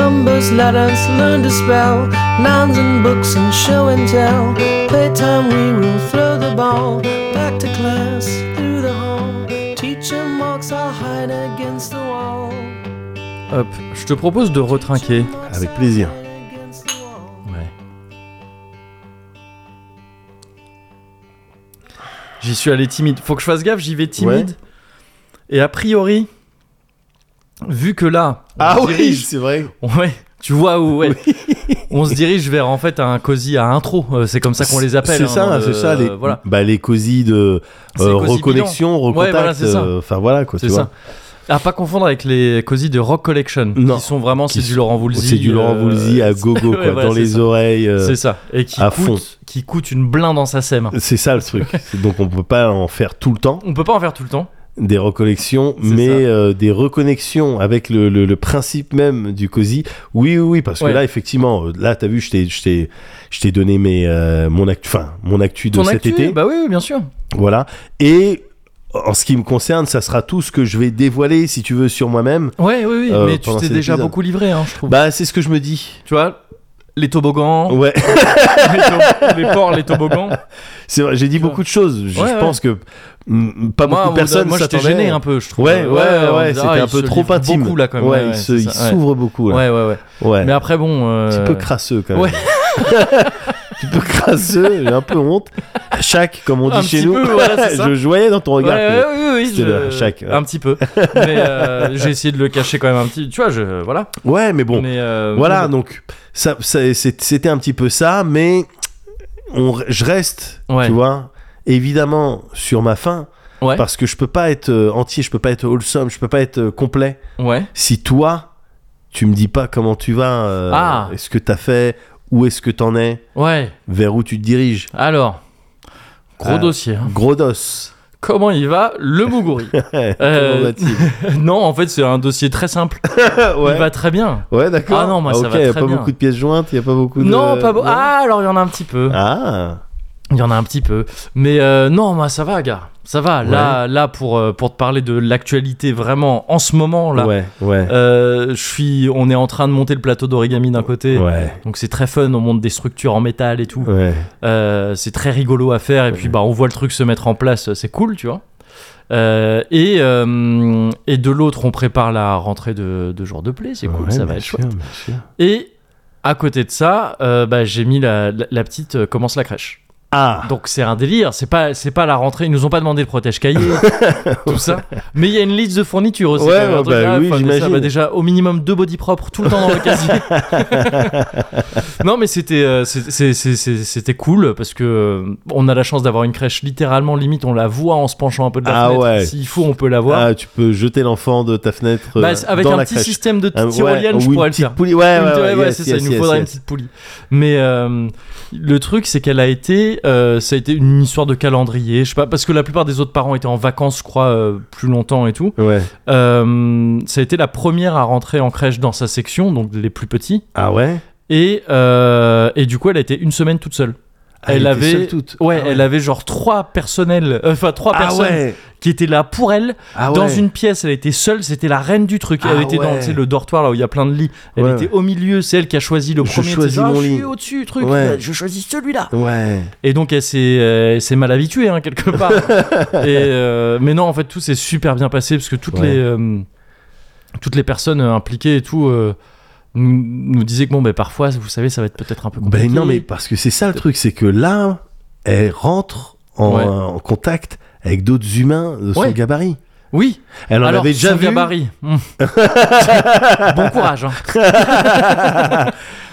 [SPEAKER 5] Numbers, letters, learn to spell. Nouns and books and show and tell. Playtime, we will throw the ball. Back to class, through the hall. Teacher marks our hide against the wall.
[SPEAKER 1] Hop. Je te propose de retrinquer.
[SPEAKER 2] Avec plaisir.
[SPEAKER 1] Ouais. J'y suis allé timide. Faut que je fasse gaffe, j'y vais timide. Et a priori, vu que là, on se dirige-
[SPEAKER 2] Ah c'est vrai.
[SPEAKER 1] ouais, tu vois où, ouais, on se dirige vers en fait un cosy à intro. Euh, C'est comme ça qu'on les appelle.
[SPEAKER 2] C'est
[SPEAKER 1] hein, dans
[SPEAKER 2] ça,
[SPEAKER 1] le-
[SPEAKER 2] c'est ça. Les,
[SPEAKER 1] Voilà.
[SPEAKER 2] bah, les cosy de
[SPEAKER 1] C'est
[SPEAKER 2] euh,
[SPEAKER 1] cosy
[SPEAKER 2] reconnexion, recontact.
[SPEAKER 1] Ouais, voilà, c'est ça.
[SPEAKER 2] euh, Enfin voilà quoi.
[SPEAKER 1] C'est
[SPEAKER 2] tu
[SPEAKER 1] ça.
[SPEAKER 2] vois.
[SPEAKER 1] À pas confondre avec les cosy de Rock Collection,
[SPEAKER 2] Non.
[SPEAKER 1] qui sont vraiment c'est
[SPEAKER 2] Qui
[SPEAKER 1] du Laurent Voulzy.
[SPEAKER 2] C'est du Laurent
[SPEAKER 1] euh,
[SPEAKER 2] Voulzy à gogo
[SPEAKER 1] (laughs) ouais,
[SPEAKER 2] quoi,
[SPEAKER 1] voilà,
[SPEAKER 2] dans
[SPEAKER 1] c'est
[SPEAKER 2] les
[SPEAKER 1] ça.
[SPEAKER 2] oreilles. euh,
[SPEAKER 1] C'est ça. Et qui
[SPEAKER 2] à fond.
[SPEAKER 1] coûte, qui coûte une blinde dans sa sème. (laughs)
[SPEAKER 2] c'est ça le truc. C'est- Donc on peut pas en faire tout le temps.
[SPEAKER 1] On peut pas en faire tout le temps.
[SPEAKER 2] des recollections,
[SPEAKER 1] C'est
[SPEAKER 2] mais
[SPEAKER 1] ça.
[SPEAKER 2] euh, des reconnexions avec le, le- le principe même du COSI. Oui, oui, oui, parce que
[SPEAKER 1] Ouais.
[SPEAKER 2] là, effectivement, euh, là, t'as vu, je t'ai- je t'ai je t'ai donné mes, euh, mon, actu, enfin, mon actu de
[SPEAKER 1] Ton
[SPEAKER 2] cet
[SPEAKER 1] actu,
[SPEAKER 2] été.
[SPEAKER 1] Bah oui, oui, bien sûr.
[SPEAKER 2] Voilà. Et en ce qui me concerne, ça sera tout ce que je vais dévoiler, si tu veux, sur moi-même.
[SPEAKER 1] Ouais, oui, oui.
[SPEAKER 2] Euh,
[SPEAKER 1] mais tu
[SPEAKER 2] pendant
[SPEAKER 1] t'es
[SPEAKER 2] cet
[SPEAKER 1] déjà
[SPEAKER 2] épisode.
[SPEAKER 1] beaucoup livré, hein, je trouve.
[SPEAKER 2] Bah, c'est ce que je me dis.
[SPEAKER 1] Tu vois, les toboggans,
[SPEAKER 2] Ouais. (laughs)
[SPEAKER 1] les, to- les ports, les toboggans.
[SPEAKER 2] C'est vrai, j'ai dit
[SPEAKER 1] vois.
[SPEAKER 2] beaucoup de choses. Je
[SPEAKER 1] Ouais,
[SPEAKER 2] je
[SPEAKER 1] ouais.
[SPEAKER 2] pense que mm, pas
[SPEAKER 1] moi,
[SPEAKER 2] beaucoup de personnes
[SPEAKER 1] Moi, j'étais
[SPEAKER 2] s'attendaient.
[SPEAKER 1] gêné un peu, je trouve.
[SPEAKER 2] Ouais, ouais, ouais,
[SPEAKER 1] on
[SPEAKER 2] ouais,
[SPEAKER 1] disait,
[SPEAKER 2] c'était
[SPEAKER 1] ah,
[SPEAKER 2] un
[SPEAKER 1] il
[SPEAKER 2] peu
[SPEAKER 1] se
[SPEAKER 2] trop
[SPEAKER 1] livre
[SPEAKER 2] intime.
[SPEAKER 1] Beaucoup là, quand même.
[SPEAKER 2] Ouais, il se- il
[SPEAKER 1] c'est ça, ouais.
[SPEAKER 2] s'ouvre beaucoup là.
[SPEAKER 1] Ouais, ouais, ouais.
[SPEAKER 2] Ouais.
[SPEAKER 1] Mais après, bon. euh,
[SPEAKER 2] Un petit peu crasseux quand même.
[SPEAKER 1] Ouais.
[SPEAKER 2] un petit peu crasseux, j'ai un peu honte. Chaque, comme on dit
[SPEAKER 1] Un
[SPEAKER 2] chez
[SPEAKER 1] petit
[SPEAKER 2] nous.
[SPEAKER 1] peu, voilà,
[SPEAKER 2] (laughs)
[SPEAKER 1] c'est ça.
[SPEAKER 2] je, je voyais dans ton
[SPEAKER 1] Ouais,
[SPEAKER 2] regard. que-
[SPEAKER 1] ouais, oui, oui,
[SPEAKER 2] c'était
[SPEAKER 1] je-
[SPEAKER 2] le chac, ouais.
[SPEAKER 1] un petit
[SPEAKER 2] (laughs)
[SPEAKER 1] peu. Mais euh, j'ai essayé de le cacher quand même un petit. Tu vois, je voilà.
[SPEAKER 2] Ouais, mais bon.
[SPEAKER 1] Mais euh,
[SPEAKER 2] voilà,
[SPEAKER 1] bon,
[SPEAKER 2] donc ça, ça- c'est- c'était un petit peu ça, mais on, je reste,
[SPEAKER 1] Ouais.
[SPEAKER 2] tu vois, évidemment sur ma fin.
[SPEAKER 1] Ouais.
[SPEAKER 2] Parce que je peux pas être euh, entier, je peux pas être wholesome, je peux pas être euh, complet.
[SPEAKER 1] Ouais.
[SPEAKER 2] Si toi, tu me dis pas comment tu vas, euh,
[SPEAKER 1] Ah.
[SPEAKER 2] est-ce que t'as fait, où est-ce que t'en es,
[SPEAKER 1] Ouais.
[SPEAKER 2] vers où tu te diriges.
[SPEAKER 1] Alors, gros
[SPEAKER 2] Ah.
[SPEAKER 1] dossier. hein.
[SPEAKER 2] Gros dos. (laughs)
[SPEAKER 1] Comment il va le Mougouri
[SPEAKER 2] Comment
[SPEAKER 1] Euh, (laughs)
[SPEAKER 2] va-t-il
[SPEAKER 1] Non, en fait, c'est un dossier très simple. Il
[SPEAKER 2] ouais.
[SPEAKER 1] va très bien.
[SPEAKER 2] Ouais, d'accord.
[SPEAKER 1] Ah non, moi, ça
[SPEAKER 2] ok,
[SPEAKER 1] va
[SPEAKER 2] y a
[SPEAKER 1] très
[SPEAKER 2] pas
[SPEAKER 1] bien.
[SPEAKER 2] beaucoup de pièces jointes, il y a pas beaucoup de.
[SPEAKER 1] Non, pas beau.
[SPEAKER 2] Non.
[SPEAKER 1] Ah, alors il y en a un petit peu.
[SPEAKER 2] Ah.
[SPEAKER 1] Il y en a un petit peu. Mais euh, non, moi, ça va, gars. Ça va. Là, là pour, euh, pour te parler de l'actualité vraiment en ce moment, là.
[SPEAKER 2] Ouais, ouais.
[SPEAKER 1] euh, je suis, on est en train de monter le plateau d'origami d'un côté,
[SPEAKER 2] ouais.
[SPEAKER 1] donc c'est très fun. On monte des structures en métal et tout.
[SPEAKER 2] Ouais.
[SPEAKER 1] Euh, c'est très rigolo à faire et puis bah on voit le truc se mettre en place, c'est cool, tu vois. Euh, et, euh, et de l'autre, on prépare la rentrée de, de jour de plaie, c'est cool,
[SPEAKER 2] Ouais,
[SPEAKER 1] ça va
[SPEAKER 2] bien
[SPEAKER 1] être
[SPEAKER 2] sûr,
[SPEAKER 1] chouette. Bah,
[SPEAKER 2] bien sûr.
[SPEAKER 1] Et à côté de ça, euh, bah, j'ai mis la, la- la petite euh, commence la crèche.
[SPEAKER 2] Ah.
[SPEAKER 1] Donc c'est un délire, c'est pas c'est pas la rentrée, ils nous ont pas demandé le protège
[SPEAKER 2] (laughs)
[SPEAKER 1] cahier, tout ça. Mais il y a une liste de fournitures aussi. quand
[SPEAKER 2] Ouais,
[SPEAKER 1] même, un
[SPEAKER 2] ouais,
[SPEAKER 1] truc
[SPEAKER 2] bah
[SPEAKER 1] là,
[SPEAKER 2] oui,
[SPEAKER 1] enfin, mais ça,
[SPEAKER 2] j'imagine.
[SPEAKER 1] bah, déjà au minimum deux body propres tout le temps dans le casier. (laughs) non mais c'était euh, c'est- c'est- c'est- c'est- c'était cool parce que euh, on a la chance d'avoir une crèche littéralement limite on la voit en se penchant un peu de la
[SPEAKER 2] Ah
[SPEAKER 1] fenêtre.
[SPEAKER 2] ouais.
[SPEAKER 1] S'il faut on peut la voir.
[SPEAKER 2] Ah, tu peux jeter l'enfant de ta fenêtre euh,
[SPEAKER 1] Bah, c'est- avec
[SPEAKER 2] dans
[SPEAKER 1] un
[SPEAKER 2] la
[SPEAKER 1] petit
[SPEAKER 2] crèche.
[SPEAKER 1] système de
[SPEAKER 2] Ah, ouais,
[SPEAKER 1] tyrolienne, je
[SPEAKER 2] ou une
[SPEAKER 1] pourrais le
[SPEAKER 2] petite
[SPEAKER 1] faire.
[SPEAKER 2] poulie- Ouais,
[SPEAKER 1] Une-
[SPEAKER 2] ouais,
[SPEAKER 1] ouais, ouais,
[SPEAKER 2] yes,
[SPEAKER 1] c'est ça,
[SPEAKER 2] yes,
[SPEAKER 1] il nous
[SPEAKER 2] yes,
[SPEAKER 1] faudrait une
[SPEAKER 2] yes.
[SPEAKER 1] petite poulie. Mais euh, le truc, c'est qu'elle a été, euh, ça a été une histoire de calendrier, je sais pas, parce que la plupart des autres parents étaient en vacances, je crois, euh, plus longtemps et tout.
[SPEAKER 2] Ouais.
[SPEAKER 1] Euh, ça a été la première à rentrer en crèche dans sa section, donc les plus petits,
[SPEAKER 2] Ah ouais.
[SPEAKER 1] et, euh, et du coup, elle a été une semaine toute seule.
[SPEAKER 2] Ah,
[SPEAKER 1] elle
[SPEAKER 2] était
[SPEAKER 1] avait,
[SPEAKER 2] seule toute.
[SPEAKER 1] ouais,
[SPEAKER 2] Ah
[SPEAKER 1] elle avait genre trois personnels, euh, enfin trois
[SPEAKER 2] Ah
[SPEAKER 1] personnes
[SPEAKER 2] ouais.
[SPEAKER 1] qui étaient là pour elle
[SPEAKER 2] Ah
[SPEAKER 1] dans
[SPEAKER 2] ouais.
[SPEAKER 1] une pièce, elle était seule, c'était la reine du truc. elle
[SPEAKER 2] Ah
[SPEAKER 1] était dans
[SPEAKER 2] ouais.
[SPEAKER 1] tu sais, le dortoir là où il y a plein de lits. Elle
[SPEAKER 2] Ouais,
[SPEAKER 1] était
[SPEAKER 2] ouais.
[SPEAKER 1] au milieu, c'est elle qui a choisi le
[SPEAKER 2] Je
[SPEAKER 1] premier. tu sais,
[SPEAKER 2] choisis
[SPEAKER 1] ah,
[SPEAKER 2] mon
[SPEAKER 1] je suis
[SPEAKER 2] lit.
[SPEAKER 1] au-dessus, truc.
[SPEAKER 2] Ouais.
[SPEAKER 1] Je choisis celui-là.
[SPEAKER 2] Ouais.
[SPEAKER 1] Et donc elle s'est, euh, elle s'est mal habituée hein, quelque
[SPEAKER 2] (laughs)
[SPEAKER 1] part. Et, euh, mais non, en fait tout s'est super bien passé parce que toutes
[SPEAKER 2] Ouais.
[SPEAKER 1] les euh, toutes les personnes euh, impliquées et tout euh, nous, nous disaient que bon, ben parfois, vous savez, ça va être peut-être un peu compliqué.
[SPEAKER 2] Ben non, mais parce que c'est ça le truc, c'est que là, elle rentre en,
[SPEAKER 1] Ouais.
[SPEAKER 2] en contact avec d'autres humains de son
[SPEAKER 1] Ouais.
[SPEAKER 2] gabarit.
[SPEAKER 1] oui.
[SPEAKER 2] Elle en
[SPEAKER 1] Alors
[SPEAKER 2] avait déjà
[SPEAKER 1] son
[SPEAKER 2] vu.
[SPEAKER 1] gabarit. Mmh. bon courage. hein.
[SPEAKER 2] (laughs)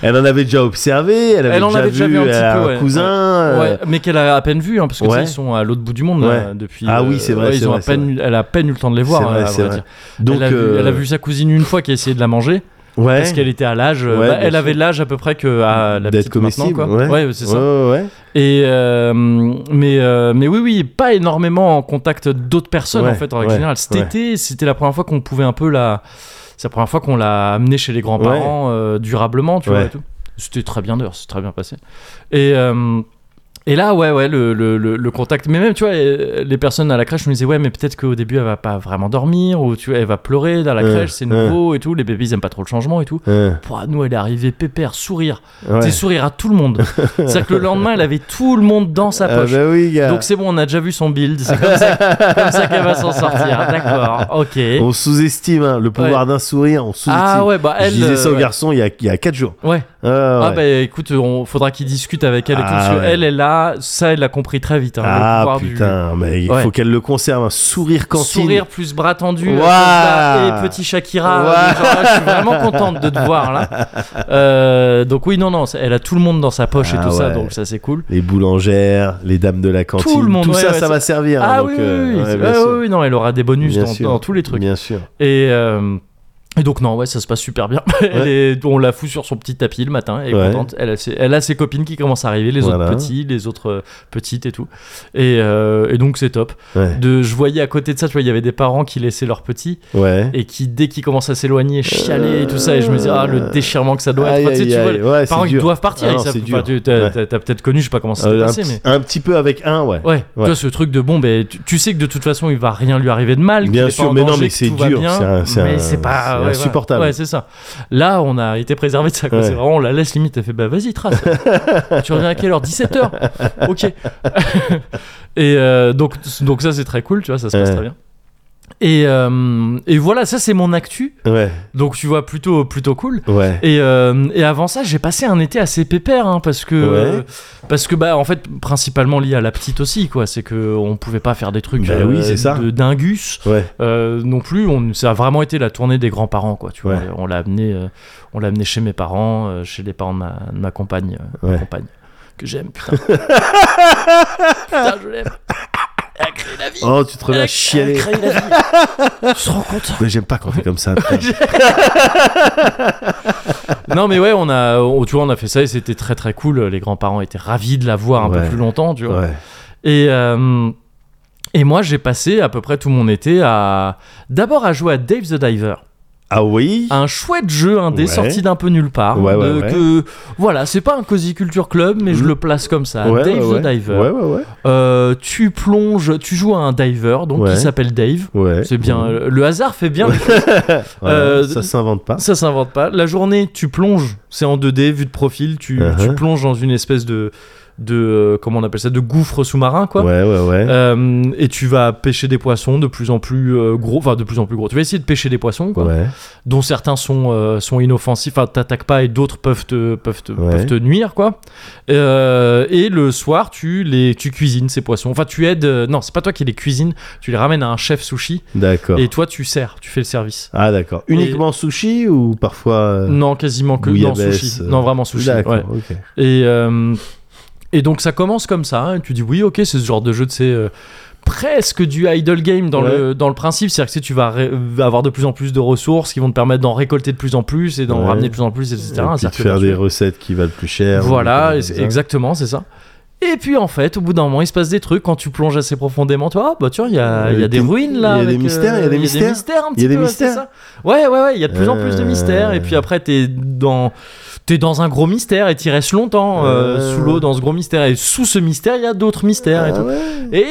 [SPEAKER 2] elle en avait déjà observé. Elle, avait
[SPEAKER 1] Elle en
[SPEAKER 2] déjà
[SPEAKER 1] avait déjà vu un petit
[SPEAKER 2] euh,
[SPEAKER 1] peu, ouais.
[SPEAKER 2] cousin. euh,
[SPEAKER 1] Ouais, mais qu'elle a à peine vu, hein, parce que tu sais,
[SPEAKER 2] ouais.
[SPEAKER 1] ils sont à l'autre bout du monde là,
[SPEAKER 2] Ouais.
[SPEAKER 1] depuis.
[SPEAKER 2] Ah
[SPEAKER 1] euh,
[SPEAKER 2] oui, c'est vrai,
[SPEAKER 1] ouais,
[SPEAKER 2] c'est
[SPEAKER 1] ils ont
[SPEAKER 2] vrai,
[SPEAKER 1] à peine, elle a à peine eu le temps de les voir.
[SPEAKER 2] C'est vrai,
[SPEAKER 1] à
[SPEAKER 2] c'est
[SPEAKER 1] vrai
[SPEAKER 2] vrai.
[SPEAKER 1] dire.
[SPEAKER 2] Donc,
[SPEAKER 1] elle, a vu,
[SPEAKER 2] euh,
[SPEAKER 1] elle a vu sa cousine une fois qui a essayé de la manger
[SPEAKER 2] ouais,
[SPEAKER 1] parce qu'elle était à l'âge. euh,
[SPEAKER 2] Ouais,
[SPEAKER 1] bah,
[SPEAKER 2] bien
[SPEAKER 1] elle
[SPEAKER 2] sûr.
[SPEAKER 1] avait l'âge à peu près que à la
[SPEAKER 2] d'être
[SPEAKER 1] petite maintenant,
[SPEAKER 2] comestible.
[SPEAKER 1] quoi.
[SPEAKER 2] Ouais,
[SPEAKER 1] c'est ça.
[SPEAKER 2] Ouais, ouais, ouais.
[SPEAKER 1] Et euh, mais euh, mais oui, oui, pas énormément en contact d'autres personnes
[SPEAKER 2] Ouais,
[SPEAKER 1] en fait en règle
[SPEAKER 2] ouais,
[SPEAKER 1] générale. Cet
[SPEAKER 2] ouais.
[SPEAKER 1] été, c'était la première fois qu'on pouvait un peu la. C'est la première fois qu'on l'a amenée chez les grands-parents euh, durablement, tu vois
[SPEAKER 2] Ouais.
[SPEAKER 1] et tout. C'était très bien d'ailleurs, c'est très bien passé. Et euh, et là, ouais, ouais, le, le, le, le contact. Mais même, tu vois, euh, les personnes à la crèche nous disaient, ouais, mais peut-être qu'au début, elle va pas vraiment dormir, ou tu vois, elle va pleurer dans la
[SPEAKER 2] Ouais,
[SPEAKER 1] crèche, c'est
[SPEAKER 2] ouais.
[SPEAKER 1] nouveau et tout. Les bébés, ils aiment pas trop le changement et tout.
[SPEAKER 2] Ouais,
[SPEAKER 1] Pouah, nous, elle est arrivée pépère, sourire.
[SPEAKER 2] ouais.
[SPEAKER 1] C'est sourire à tout le monde. C'est-à-dire que le lendemain, elle avait tout le monde dans sa
[SPEAKER 2] Ah
[SPEAKER 1] poche.
[SPEAKER 2] bah oui, gars.
[SPEAKER 1] Donc c'est bon, on a déjà vu son build. C'est comme ça, comme ça qu'elle va s'en sortir.
[SPEAKER 2] (laughs)
[SPEAKER 1] D'accord, ok.
[SPEAKER 2] on sous-estime hein, le pouvoir d'un sourire. On sous-estime.
[SPEAKER 1] Ah ouais, bah elle.
[SPEAKER 2] Je disais ça
[SPEAKER 1] euh,
[SPEAKER 2] au garçon il y a, il y a 4 jours.
[SPEAKER 1] Ouais.
[SPEAKER 2] Ah,
[SPEAKER 1] Ah
[SPEAKER 2] ouais.
[SPEAKER 1] bah écoute, on faudra qu'il discute avec elle et tout.
[SPEAKER 2] Ah
[SPEAKER 1] parce que
[SPEAKER 2] ouais.
[SPEAKER 1] Elle, elle a ça, elle l'a compris très vite. hein, le
[SPEAKER 2] Ah
[SPEAKER 1] pouvoir du-
[SPEAKER 2] putain, mais il
[SPEAKER 1] Ouais.
[SPEAKER 2] faut qu'elle le conserve. Un sourire cantine.
[SPEAKER 1] Sourire plus bras tendu
[SPEAKER 2] Ouah.
[SPEAKER 1] comme ça, et petit Shakira.
[SPEAKER 2] Ouah.
[SPEAKER 1] euh, genre, là, je suis vraiment contente de te voir là.
[SPEAKER 2] (laughs)
[SPEAKER 1] Euh, donc oui, non, non, elle a tout le monde dans sa poche et
[SPEAKER 2] Ah
[SPEAKER 1] tout ça,
[SPEAKER 2] ouais.
[SPEAKER 1] donc ça c'est cool.
[SPEAKER 2] les boulangères, les dames de la cantine,
[SPEAKER 1] le monde,
[SPEAKER 2] tout
[SPEAKER 1] ouais,
[SPEAKER 2] ça,
[SPEAKER 1] ouais,
[SPEAKER 2] ça va servir.
[SPEAKER 1] Ah
[SPEAKER 2] donc,
[SPEAKER 1] oui,
[SPEAKER 2] euh,
[SPEAKER 1] oui, oui,
[SPEAKER 2] ouais,
[SPEAKER 1] c'est-
[SPEAKER 2] bien
[SPEAKER 1] ouais,
[SPEAKER 2] sûr.
[SPEAKER 1] oui, oui, non, elle aura des bonus
[SPEAKER 2] Bien
[SPEAKER 1] dans,
[SPEAKER 2] sûr.
[SPEAKER 1] dans tous les trucs.
[SPEAKER 2] Bien sûr.
[SPEAKER 1] Et, euh, Et donc non, ouais, ça se passe super bien. (laughs) Elle est- on la fout sur son petit tapis le matin, elle est
[SPEAKER 2] Ouais.
[SPEAKER 1] contente. Elle a, ses, elle a ses copines qui commencent à arriver, les
[SPEAKER 2] Voilà.
[SPEAKER 1] autres petits, les autres euh, petites et tout. Et, euh, et donc c'est top.
[SPEAKER 2] Ouais.
[SPEAKER 1] De, je voyais à côté de ça, tu vois, il y avait des parents qui laissaient leurs petits
[SPEAKER 2] Ouais.
[SPEAKER 1] et qui dès qu'ils commencent à s'éloigner, chialer et tout ça. Et je me dis ah le déchirement que ça doit
[SPEAKER 2] Euh, Aïe,
[SPEAKER 1] être. Enfin, tu sais,
[SPEAKER 2] aïe,
[SPEAKER 1] tu vois,
[SPEAKER 2] aïe.
[SPEAKER 1] les
[SPEAKER 2] Ouais, c'est
[SPEAKER 1] parents ils
[SPEAKER 2] dur.
[SPEAKER 1] doivent partir.
[SPEAKER 2] Ah
[SPEAKER 1] ils
[SPEAKER 2] non,
[SPEAKER 1] savent
[SPEAKER 2] c'est
[SPEAKER 1] pas.
[SPEAKER 2] dur.
[SPEAKER 1] Tu- t'as,
[SPEAKER 2] Ouais.
[SPEAKER 1] t'as- t'as peut-être connu, je sais pas comment ça s'est
[SPEAKER 2] Euh, un,
[SPEAKER 1] passé,
[SPEAKER 2] petit-
[SPEAKER 1] mais.
[SPEAKER 2] un petit peu avec un, ouais.
[SPEAKER 1] Ouais, tu vois ce truc de bon, ben, tu, tu sais que de toute façon il va rien lui arriver de mal. qu'il
[SPEAKER 2] Bien
[SPEAKER 1] est pas
[SPEAKER 2] sûr,
[SPEAKER 1] en
[SPEAKER 2] mais non,
[SPEAKER 1] danger,
[SPEAKER 2] mais
[SPEAKER 1] que
[SPEAKER 2] c'est
[SPEAKER 1] tout va
[SPEAKER 2] dur,
[SPEAKER 1] bien,
[SPEAKER 2] c'est un- c'est
[SPEAKER 1] mais
[SPEAKER 2] un-
[SPEAKER 1] c'est
[SPEAKER 2] c'est
[SPEAKER 1] pas ouais,
[SPEAKER 2] insupportable.
[SPEAKER 1] voilà. Ouais, c'est ça. Là, on a été préservé de ça. quoi.
[SPEAKER 2] Ouais.
[SPEAKER 1] C'est vraiment, on la laisse limite. Elle fait bah vas-y,
[SPEAKER 2] (laughs)
[SPEAKER 1] trace. tu reviens à quelle heure 17 h Ok. (laughs) et euh, donc, donc ça c'est très cool, tu vois, ça se passe
[SPEAKER 2] Ouais.
[SPEAKER 1] très bien. Et, euh, et voilà, ça c'est mon actu.
[SPEAKER 2] Ouais,
[SPEAKER 1] Donc tu vois plutôt plutôt cool.
[SPEAKER 2] ouais.
[SPEAKER 1] Et, euh, et avant ça, j'ai passé un été assez pépère hein, parce que
[SPEAKER 2] Ouais.
[SPEAKER 1] parce que bah en fait principalement lié à la petite aussi quoi, c'est que on pouvait pas faire des trucs euh,
[SPEAKER 2] Bah oui, c'est ça.
[SPEAKER 1] de dingus
[SPEAKER 2] Ouais,
[SPEAKER 1] euh, non plus. On, ça a vraiment été la tournée des grands parents quoi. Tu vois,
[SPEAKER 2] Ouais.
[SPEAKER 1] on l'a amené euh, on l'a amené chez mes parents, euh, chez les parents de ma, de ma compagne, euh, ma
[SPEAKER 2] Ouais.
[SPEAKER 1] compagne que j'aime
[SPEAKER 2] (laughs)
[SPEAKER 1] putain. putain je l'aime. Elle a créé la vie.
[SPEAKER 2] Oh, tu te remets
[SPEAKER 1] Elle
[SPEAKER 2] à
[SPEAKER 1] a- elle
[SPEAKER 2] chialer.
[SPEAKER 1] a créé la vie. tu te rends compte
[SPEAKER 2] Mais J'aime pas quand t'es
[SPEAKER 1] (laughs)
[SPEAKER 2] comme ça. putain.
[SPEAKER 1] Non mais ouais, on a, on- tu vois, on a fait ça et c'était très très cool. Les grands-parents étaient ravis de la voir un
[SPEAKER 2] Ouais.
[SPEAKER 1] peu plus longtemps, tu vois.
[SPEAKER 2] ouais.
[SPEAKER 1] Et euh, et moi j'ai passé à peu près tout mon été à d'abord à jouer à Dave the Diver,
[SPEAKER 2] Ah oui
[SPEAKER 1] un chouette jeu indé
[SPEAKER 2] Ouais.
[SPEAKER 1] sorti d'un peu nulle part.
[SPEAKER 2] Ouais, ouais,
[SPEAKER 1] de-
[SPEAKER 2] ouais.
[SPEAKER 1] Que voilà, c'est pas un cozy culture club, mais je
[SPEAKER 2] Mm.
[SPEAKER 1] le place comme ça.
[SPEAKER 2] ouais,
[SPEAKER 1] Dave
[SPEAKER 2] ouais,
[SPEAKER 1] the
[SPEAKER 2] ouais.
[SPEAKER 1] Diver.
[SPEAKER 2] Ouais, ouais, ouais.
[SPEAKER 1] Euh, tu plonges, tu joues à un diver donc
[SPEAKER 2] Ouais.
[SPEAKER 1] qui s'appelle Dave.
[SPEAKER 2] ouais.
[SPEAKER 1] C'est bien,
[SPEAKER 2] Ouais.
[SPEAKER 1] le- le hasard fait bien les
[SPEAKER 2] Voilà,
[SPEAKER 1] Euh,
[SPEAKER 2] ça s'invente pas.
[SPEAKER 1] Ça s'invente pas. La journée, tu plonges, c'est en 2D, vue de profil, tu,
[SPEAKER 2] Uh-huh.
[SPEAKER 1] tu plonges dans une espèce de, de euh, comment on appelle ça, de gouffre sous-marin, quoi.
[SPEAKER 2] Ouais, ouais, ouais.
[SPEAKER 1] Euh, et tu vas pêcher des poissons de plus en plus euh, gros, enfin de plus en plus gros. Tu vas essayer de pêcher des poissons, quoi,
[SPEAKER 2] ouais.
[SPEAKER 1] dont certains sont, euh, sont inoffensifs, enfin t'attaques pas et d'autres peuvent te, peuvent te,
[SPEAKER 2] Ouais.
[SPEAKER 1] peuvent te nuire, quoi. Euh, et le soir, tu les, tu cuisines ces poissons. Enfin, tu aides. euh, non, c'est pas toi qui les cuisines. Tu les ramènes à un chef sushi
[SPEAKER 2] D'accord.
[SPEAKER 1] et toi tu sers, tu fais le service.
[SPEAKER 2] Ah, d'accord.
[SPEAKER 1] Et-
[SPEAKER 2] Uniquement sushi ou parfois. euh,
[SPEAKER 1] Non, quasiment que non,
[SPEAKER 2] Bouillabaisse,
[SPEAKER 1] sushi.
[SPEAKER 2] euh,
[SPEAKER 1] Non, vraiment sushi.
[SPEAKER 2] D'accord,
[SPEAKER 1] ouais.
[SPEAKER 2] ok.
[SPEAKER 1] Et, euh, et donc ça commence comme ça. hein, et tu dis oui, ok, c'est ce genre de jeu, de c'est euh, presque du idle game dans,
[SPEAKER 2] Ouais.
[SPEAKER 1] le, dans le principe. C'est-à-dire que tu, sais, tu vas ré- avoir de plus en plus de ressources qui vont te permettre d'en récolter de plus en plus et d'en
[SPEAKER 2] Ouais.
[SPEAKER 1] ramener de plus en plus, etc.
[SPEAKER 2] Et
[SPEAKER 1] Un
[SPEAKER 2] puis de
[SPEAKER 1] cercle
[SPEAKER 2] faire des
[SPEAKER 1] vertueux.
[SPEAKER 2] recettes qui valent plus cher. ou
[SPEAKER 1] Voilà,
[SPEAKER 2] des
[SPEAKER 1] et
[SPEAKER 2] trucs
[SPEAKER 1] c'est-
[SPEAKER 2] comme ça.
[SPEAKER 1] exactement, c'est ça. Et puis en fait, au bout d'un moment, il se passe des trucs quand tu plonges assez profondément. Tu vois, ah, bah tiens, il y a, il y a
[SPEAKER 2] Euh,
[SPEAKER 1] des
[SPEAKER 2] t'es-
[SPEAKER 1] ruines là.
[SPEAKER 2] il y a des
[SPEAKER 1] avec, euh,
[SPEAKER 2] mystères, il y a des mystères.
[SPEAKER 1] un
[SPEAKER 2] Il y a
[SPEAKER 1] petit
[SPEAKER 2] des
[SPEAKER 1] peu, c'est
[SPEAKER 2] mystères.
[SPEAKER 1] ça. Ouais, ouais, ouais, il y a de plus en plus de
[SPEAKER 2] Euh.
[SPEAKER 1] mystères. Et puis après, t'es dans, t'es dans un gros mystère et t'y restes longtemps euh,
[SPEAKER 2] Euh.
[SPEAKER 1] sous l'eau dans ce gros mystère. Et sous ce mystère, il y a d'autres mystères et
[SPEAKER 2] Ah
[SPEAKER 1] tout.
[SPEAKER 2] ouais.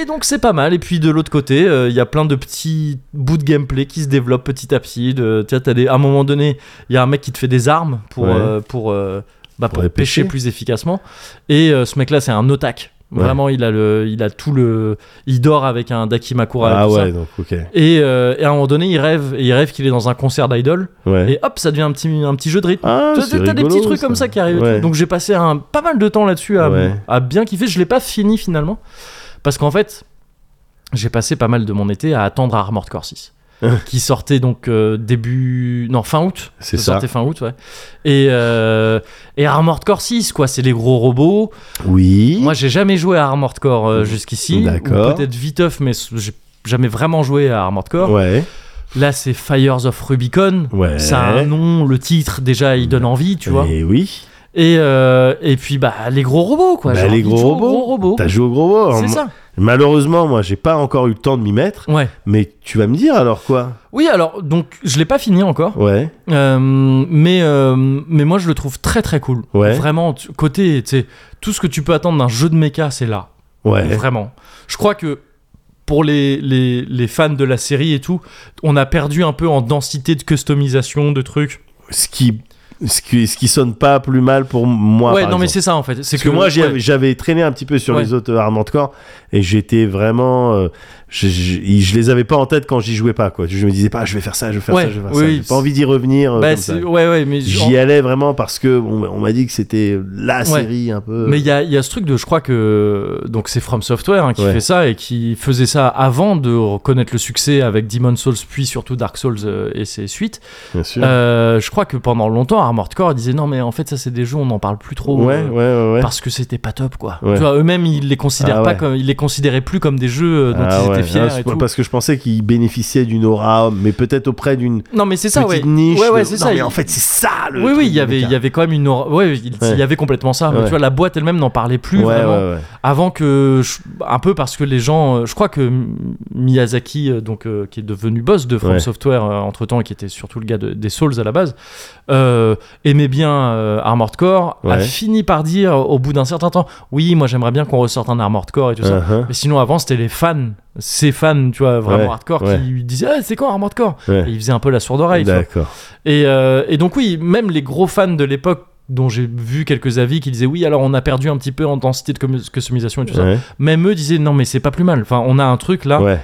[SPEAKER 1] Et donc c'est pas mal. Et puis de l'autre côté, euh, il y a plein de petits bouts de gameplay qui se développent petit à petit. De, tu vois, t'as des, à un moment donné, il y a un mec qui te fait des armes pour,
[SPEAKER 2] Ouais.
[SPEAKER 1] euh, pour, euh, bah,
[SPEAKER 2] Pour
[SPEAKER 1] pour
[SPEAKER 2] les
[SPEAKER 1] pêcher
[SPEAKER 2] pêcher.
[SPEAKER 1] plus efficacement. Et euh, ce mec-là, c'est un otak.
[SPEAKER 2] Ouais.
[SPEAKER 1] Vraiment, il a, le, il a tout le. Il dort avec un Dakimakura. et
[SPEAKER 2] Ah
[SPEAKER 1] euh, tout ça.
[SPEAKER 2] ouais, donc ok.
[SPEAKER 1] Et, euh, et à un moment donné, il rêve. Et il rêve qu'il est dans un concert d'idol.
[SPEAKER 2] Ouais.
[SPEAKER 1] Et hop, ça devient un petit, un petit jeu de rythme.
[SPEAKER 2] Ah,
[SPEAKER 1] T'as-
[SPEAKER 2] c'est
[SPEAKER 1] T'as des
[SPEAKER 2] rigolo,
[SPEAKER 1] petits trucs comme ça qui arrivent. et
[SPEAKER 2] Ouais.
[SPEAKER 1] tout. Donc j'ai passé un, pas mal de temps là-dessus à,
[SPEAKER 2] Ouais.
[SPEAKER 1] à bien kiffer. Je l'ai pas fini finalement. Parce qu'en fait, j'ai passé pas mal de mon été à attendre Armored Core
[SPEAKER 2] (laughs)
[SPEAKER 1] 6. qui sortait donc euh, début. Non, fin août.
[SPEAKER 2] C'est ça.
[SPEAKER 1] sortait fin août, ouais. Et, euh, et Armored Core 6, quoi. C'est les gros robots.
[SPEAKER 2] Oui. Mm.
[SPEAKER 1] Moi, j'ai jamais joué à Armored Core euh, jusqu'ici.
[SPEAKER 2] D'accord.
[SPEAKER 1] Ou Peut-être viteuf, mais j'ai jamais vraiment joué à Armored Core.
[SPEAKER 2] Ouais.
[SPEAKER 1] Là, c'est Fires of Rubicon.
[SPEAKER 2] Ouais.
[SPEAKER 1] Ça a un nom, le titre, déjà, il donne envie, tu vois.
[SPEAKER 2] Et oui.
[SPEAKER 1] Et, euh, et puis bah les gros robots quoi.
[SPEAKER 2] Bah,
[SPEAKER 1] J'ai
[SPEAKER 2] les
[SPEAKER 1] envie de
[SPEAKER 2] gros
[SPEAKER 1] jouer aux
[SPEAKER 2] robots.
[SPEAKER 1] gros robots.
[SPEAKER 2] T'as joué au gros robot.
[SPEAKER 1] Oh. C'est
[SPEAKER 2] Moi-
[SPEAKER 1] ça.
[SPEAKER 2] Malheureusement, moi, j'ai pas encore eu le temps de m'y mettre.
[SPEAKER 1] Ouais.
[SPEAKER 2] Mais tu vas me dire alors quoi
[SPEAKER 1] Oui alors donc je l'ai pas fini encore,
[SPEAKER 2] Ouais.
[SPEAKER 1] Euh, mais euh, mais moi je le trouve très très cool.
[SPEAKER 2] Ouais.
[SPEAKER 1] Vraiment tu- côté tu sais tout ce que tu peux attendre d'un jeu de méca c'est là.
[SPEAKER 2] Ouais.
[SPEAKER 1] Vraiment. Je crois que pour les, les, les fans de la série et tout, on a perdu un peu en densité de customisation de trucs.
[SPEAKER 2] Ce qui, ce qui, ce qui sonne pas plus mal pour moi.
[SPEAKER 1] ouais,
[SPEAKER 2] par
[SPEAKER 1] non mais
[SPEAKER 2] exemple.
[SPEAKER 1] c'est ça en fait. C'est
[SPEAKER 2] Parce que, moi, j'y
[SPEAKER 1] ouais.
[SPEAKER 2] avais- j'avais traîné un petit peu sur
[SPEAKER 1] Ouais.
[SPEAKER 2] les autres Armand Corps et j'étais vraiment. euh, je, je- je les avais pas en tête quand j'y jouais pas. Quoi. Je me disais pas, je vais faire ça, je vais faire
[SPEAKER 1] Ouais,
[SPEAKER 2] ça, je vais faire
[SPEAKER 1] oui,
[SPEAKER 2] ça.
[SPEAKER 1] oui,
[SPEAKER 2] J'ai pas envie d'y revenir. euh,
[SPEAKER 1] Bah,
[SPEAKER 2] comme ça.
[SPEAKER 1] c'est- ouais ouais mais
[SPEAKER 2] J'y allais vraiment parce que on, on m'a dit que c'était la série un peu.
[SPEAKER 1] Mais il y a, il y a ce truc de, je crois que donc c'est From Software hein, qui
[SPEAKER 2] Ouais.
[SPEAKER 1] fait ça et qui faisait ça avant de reconnaître le succès avec Demon Souls puis surtout Dark Souls euh, et ses suites.
[SPEAKER 2] Bien sûr.
[SPEAKER 1] Euh, je crois que pendant longtemps, hardcore, ils disaient non, mais en fait, ça, c'est des jeux, on n'en parle plus trop.
[SPEAKER 2] Ouais, ouais,
[SPEAKER 1] euh,
[SPEAKER 2] ouais. ouais.
[SPEAKER 1] Parce que c'était pas top, quoi.
[SPEAKER 2] Ouais.
[SPEAKER 1] Tu vois, eux-mêmes, ils les considèrent
[SPEAKER 2] Ah
[SPEAKER 1] pas
[SPEAKER 2] ouais.
[SPEAKER 1] comme, ils les considéraient plus comme des jeux euh, dont
[SPEAKER 2] Ah
[SPEAKER 1] ils
[SPEAKER 2] ouais,
[SPEAKER 1] étaient fiers.
[SPEAKER 2] ah, c'est
[SPEAKER 1] et
[SPEAKER 2] pas
[SPEAKER 1] tout.
[SPEAKER 2] parce que je pensais qu'il bénéficiait d'une aura, mais peut-être auprès d'une
[SPEAKER 1] Non, mais c'est ça,
[SPEAKER 2] petite
[SPEAKER 1] ouais.
[SPEAKER 2] niche.
[SPEAKER 1] ouais, ouais,
[SPEAKER 2] de-
[SPEAKER 1] c'est
[SPEAKER 2] Non,
[SPEAKER 1] ça.
[SPEAKER 2] mais
[SPEAKER 1] ils-
[SPEAKER 2] en fait, c'est ça le.
[SPEAKER 1] oui,
[SPEAKER 2] truc
[SPEAKER 1] oui, il
[SPEAKER 2] du
[SPEAKER 1] y avait, il y
[SPEAKER 2] métal.
[SPEAKER 1] avait quand même une aura. Ouais, il il y
[SPEAKER 2] Ouais.
[SPEAKER 1] avait complètement ça. Mais
[SPEAKER 2] Ouais.
[SPEAKER 1] Tu vois, la boîte elle-même n'en parlait plus
[SPEAKER 2] Ouais,
[SPEAKER 1] vraiment.
[SPEAKER 2] ouais, ouais.
[SPEAKER 1] Avant que, je- un peu parce que les gens, euh, je crois que M- Miyazaki, euh, donc euh, qui est devenu boss de From
[SPEAKER 2] Ouais.
[SPEAKER 1] Software entre temps et qui était surtout le gars de- des Souls à la base, euh, aimait bien euh, Armored Core, a
[SPEAKER 2] Ouais.
[SPEAKER 1] fini par dire au bout d'un certain temps, oui, moi j'aimerais bien qu'on ressorte un Armored Core et tout ça.
[SPEAKER 2] Uh-huh.
[SPEAKER 1] Mais sinon avant c'était les fans, ces fans, tu vois, vraiment
[SPEAKER 2] Ouais,
[SPEAKER 1] hardcore
[SPEAKER 2] ouais.
[SPEAKER 1] qui lui disaient, Ah, c'est quoi Armored Core
[SPEAKER 2] Ouais.
[SPEAKER 1] Et ils faisaient un peu la sourde oreille. tu vois.
[SPEAKER 2] D'accord.
[SPEAKER 1] Et, euh, et donc oui, même les gros fans de l'époque dont j'ai vu quelques avis qui disaient oui alors on a perdu un petit peu en densité de commu- customisation et tout ça
[SPEAKER 2] Ouais.
[SPEAKER 1] même eux disaient non mais c'est pas plus mal enfin on a un truc là
[SPEAKER 2] Ouais.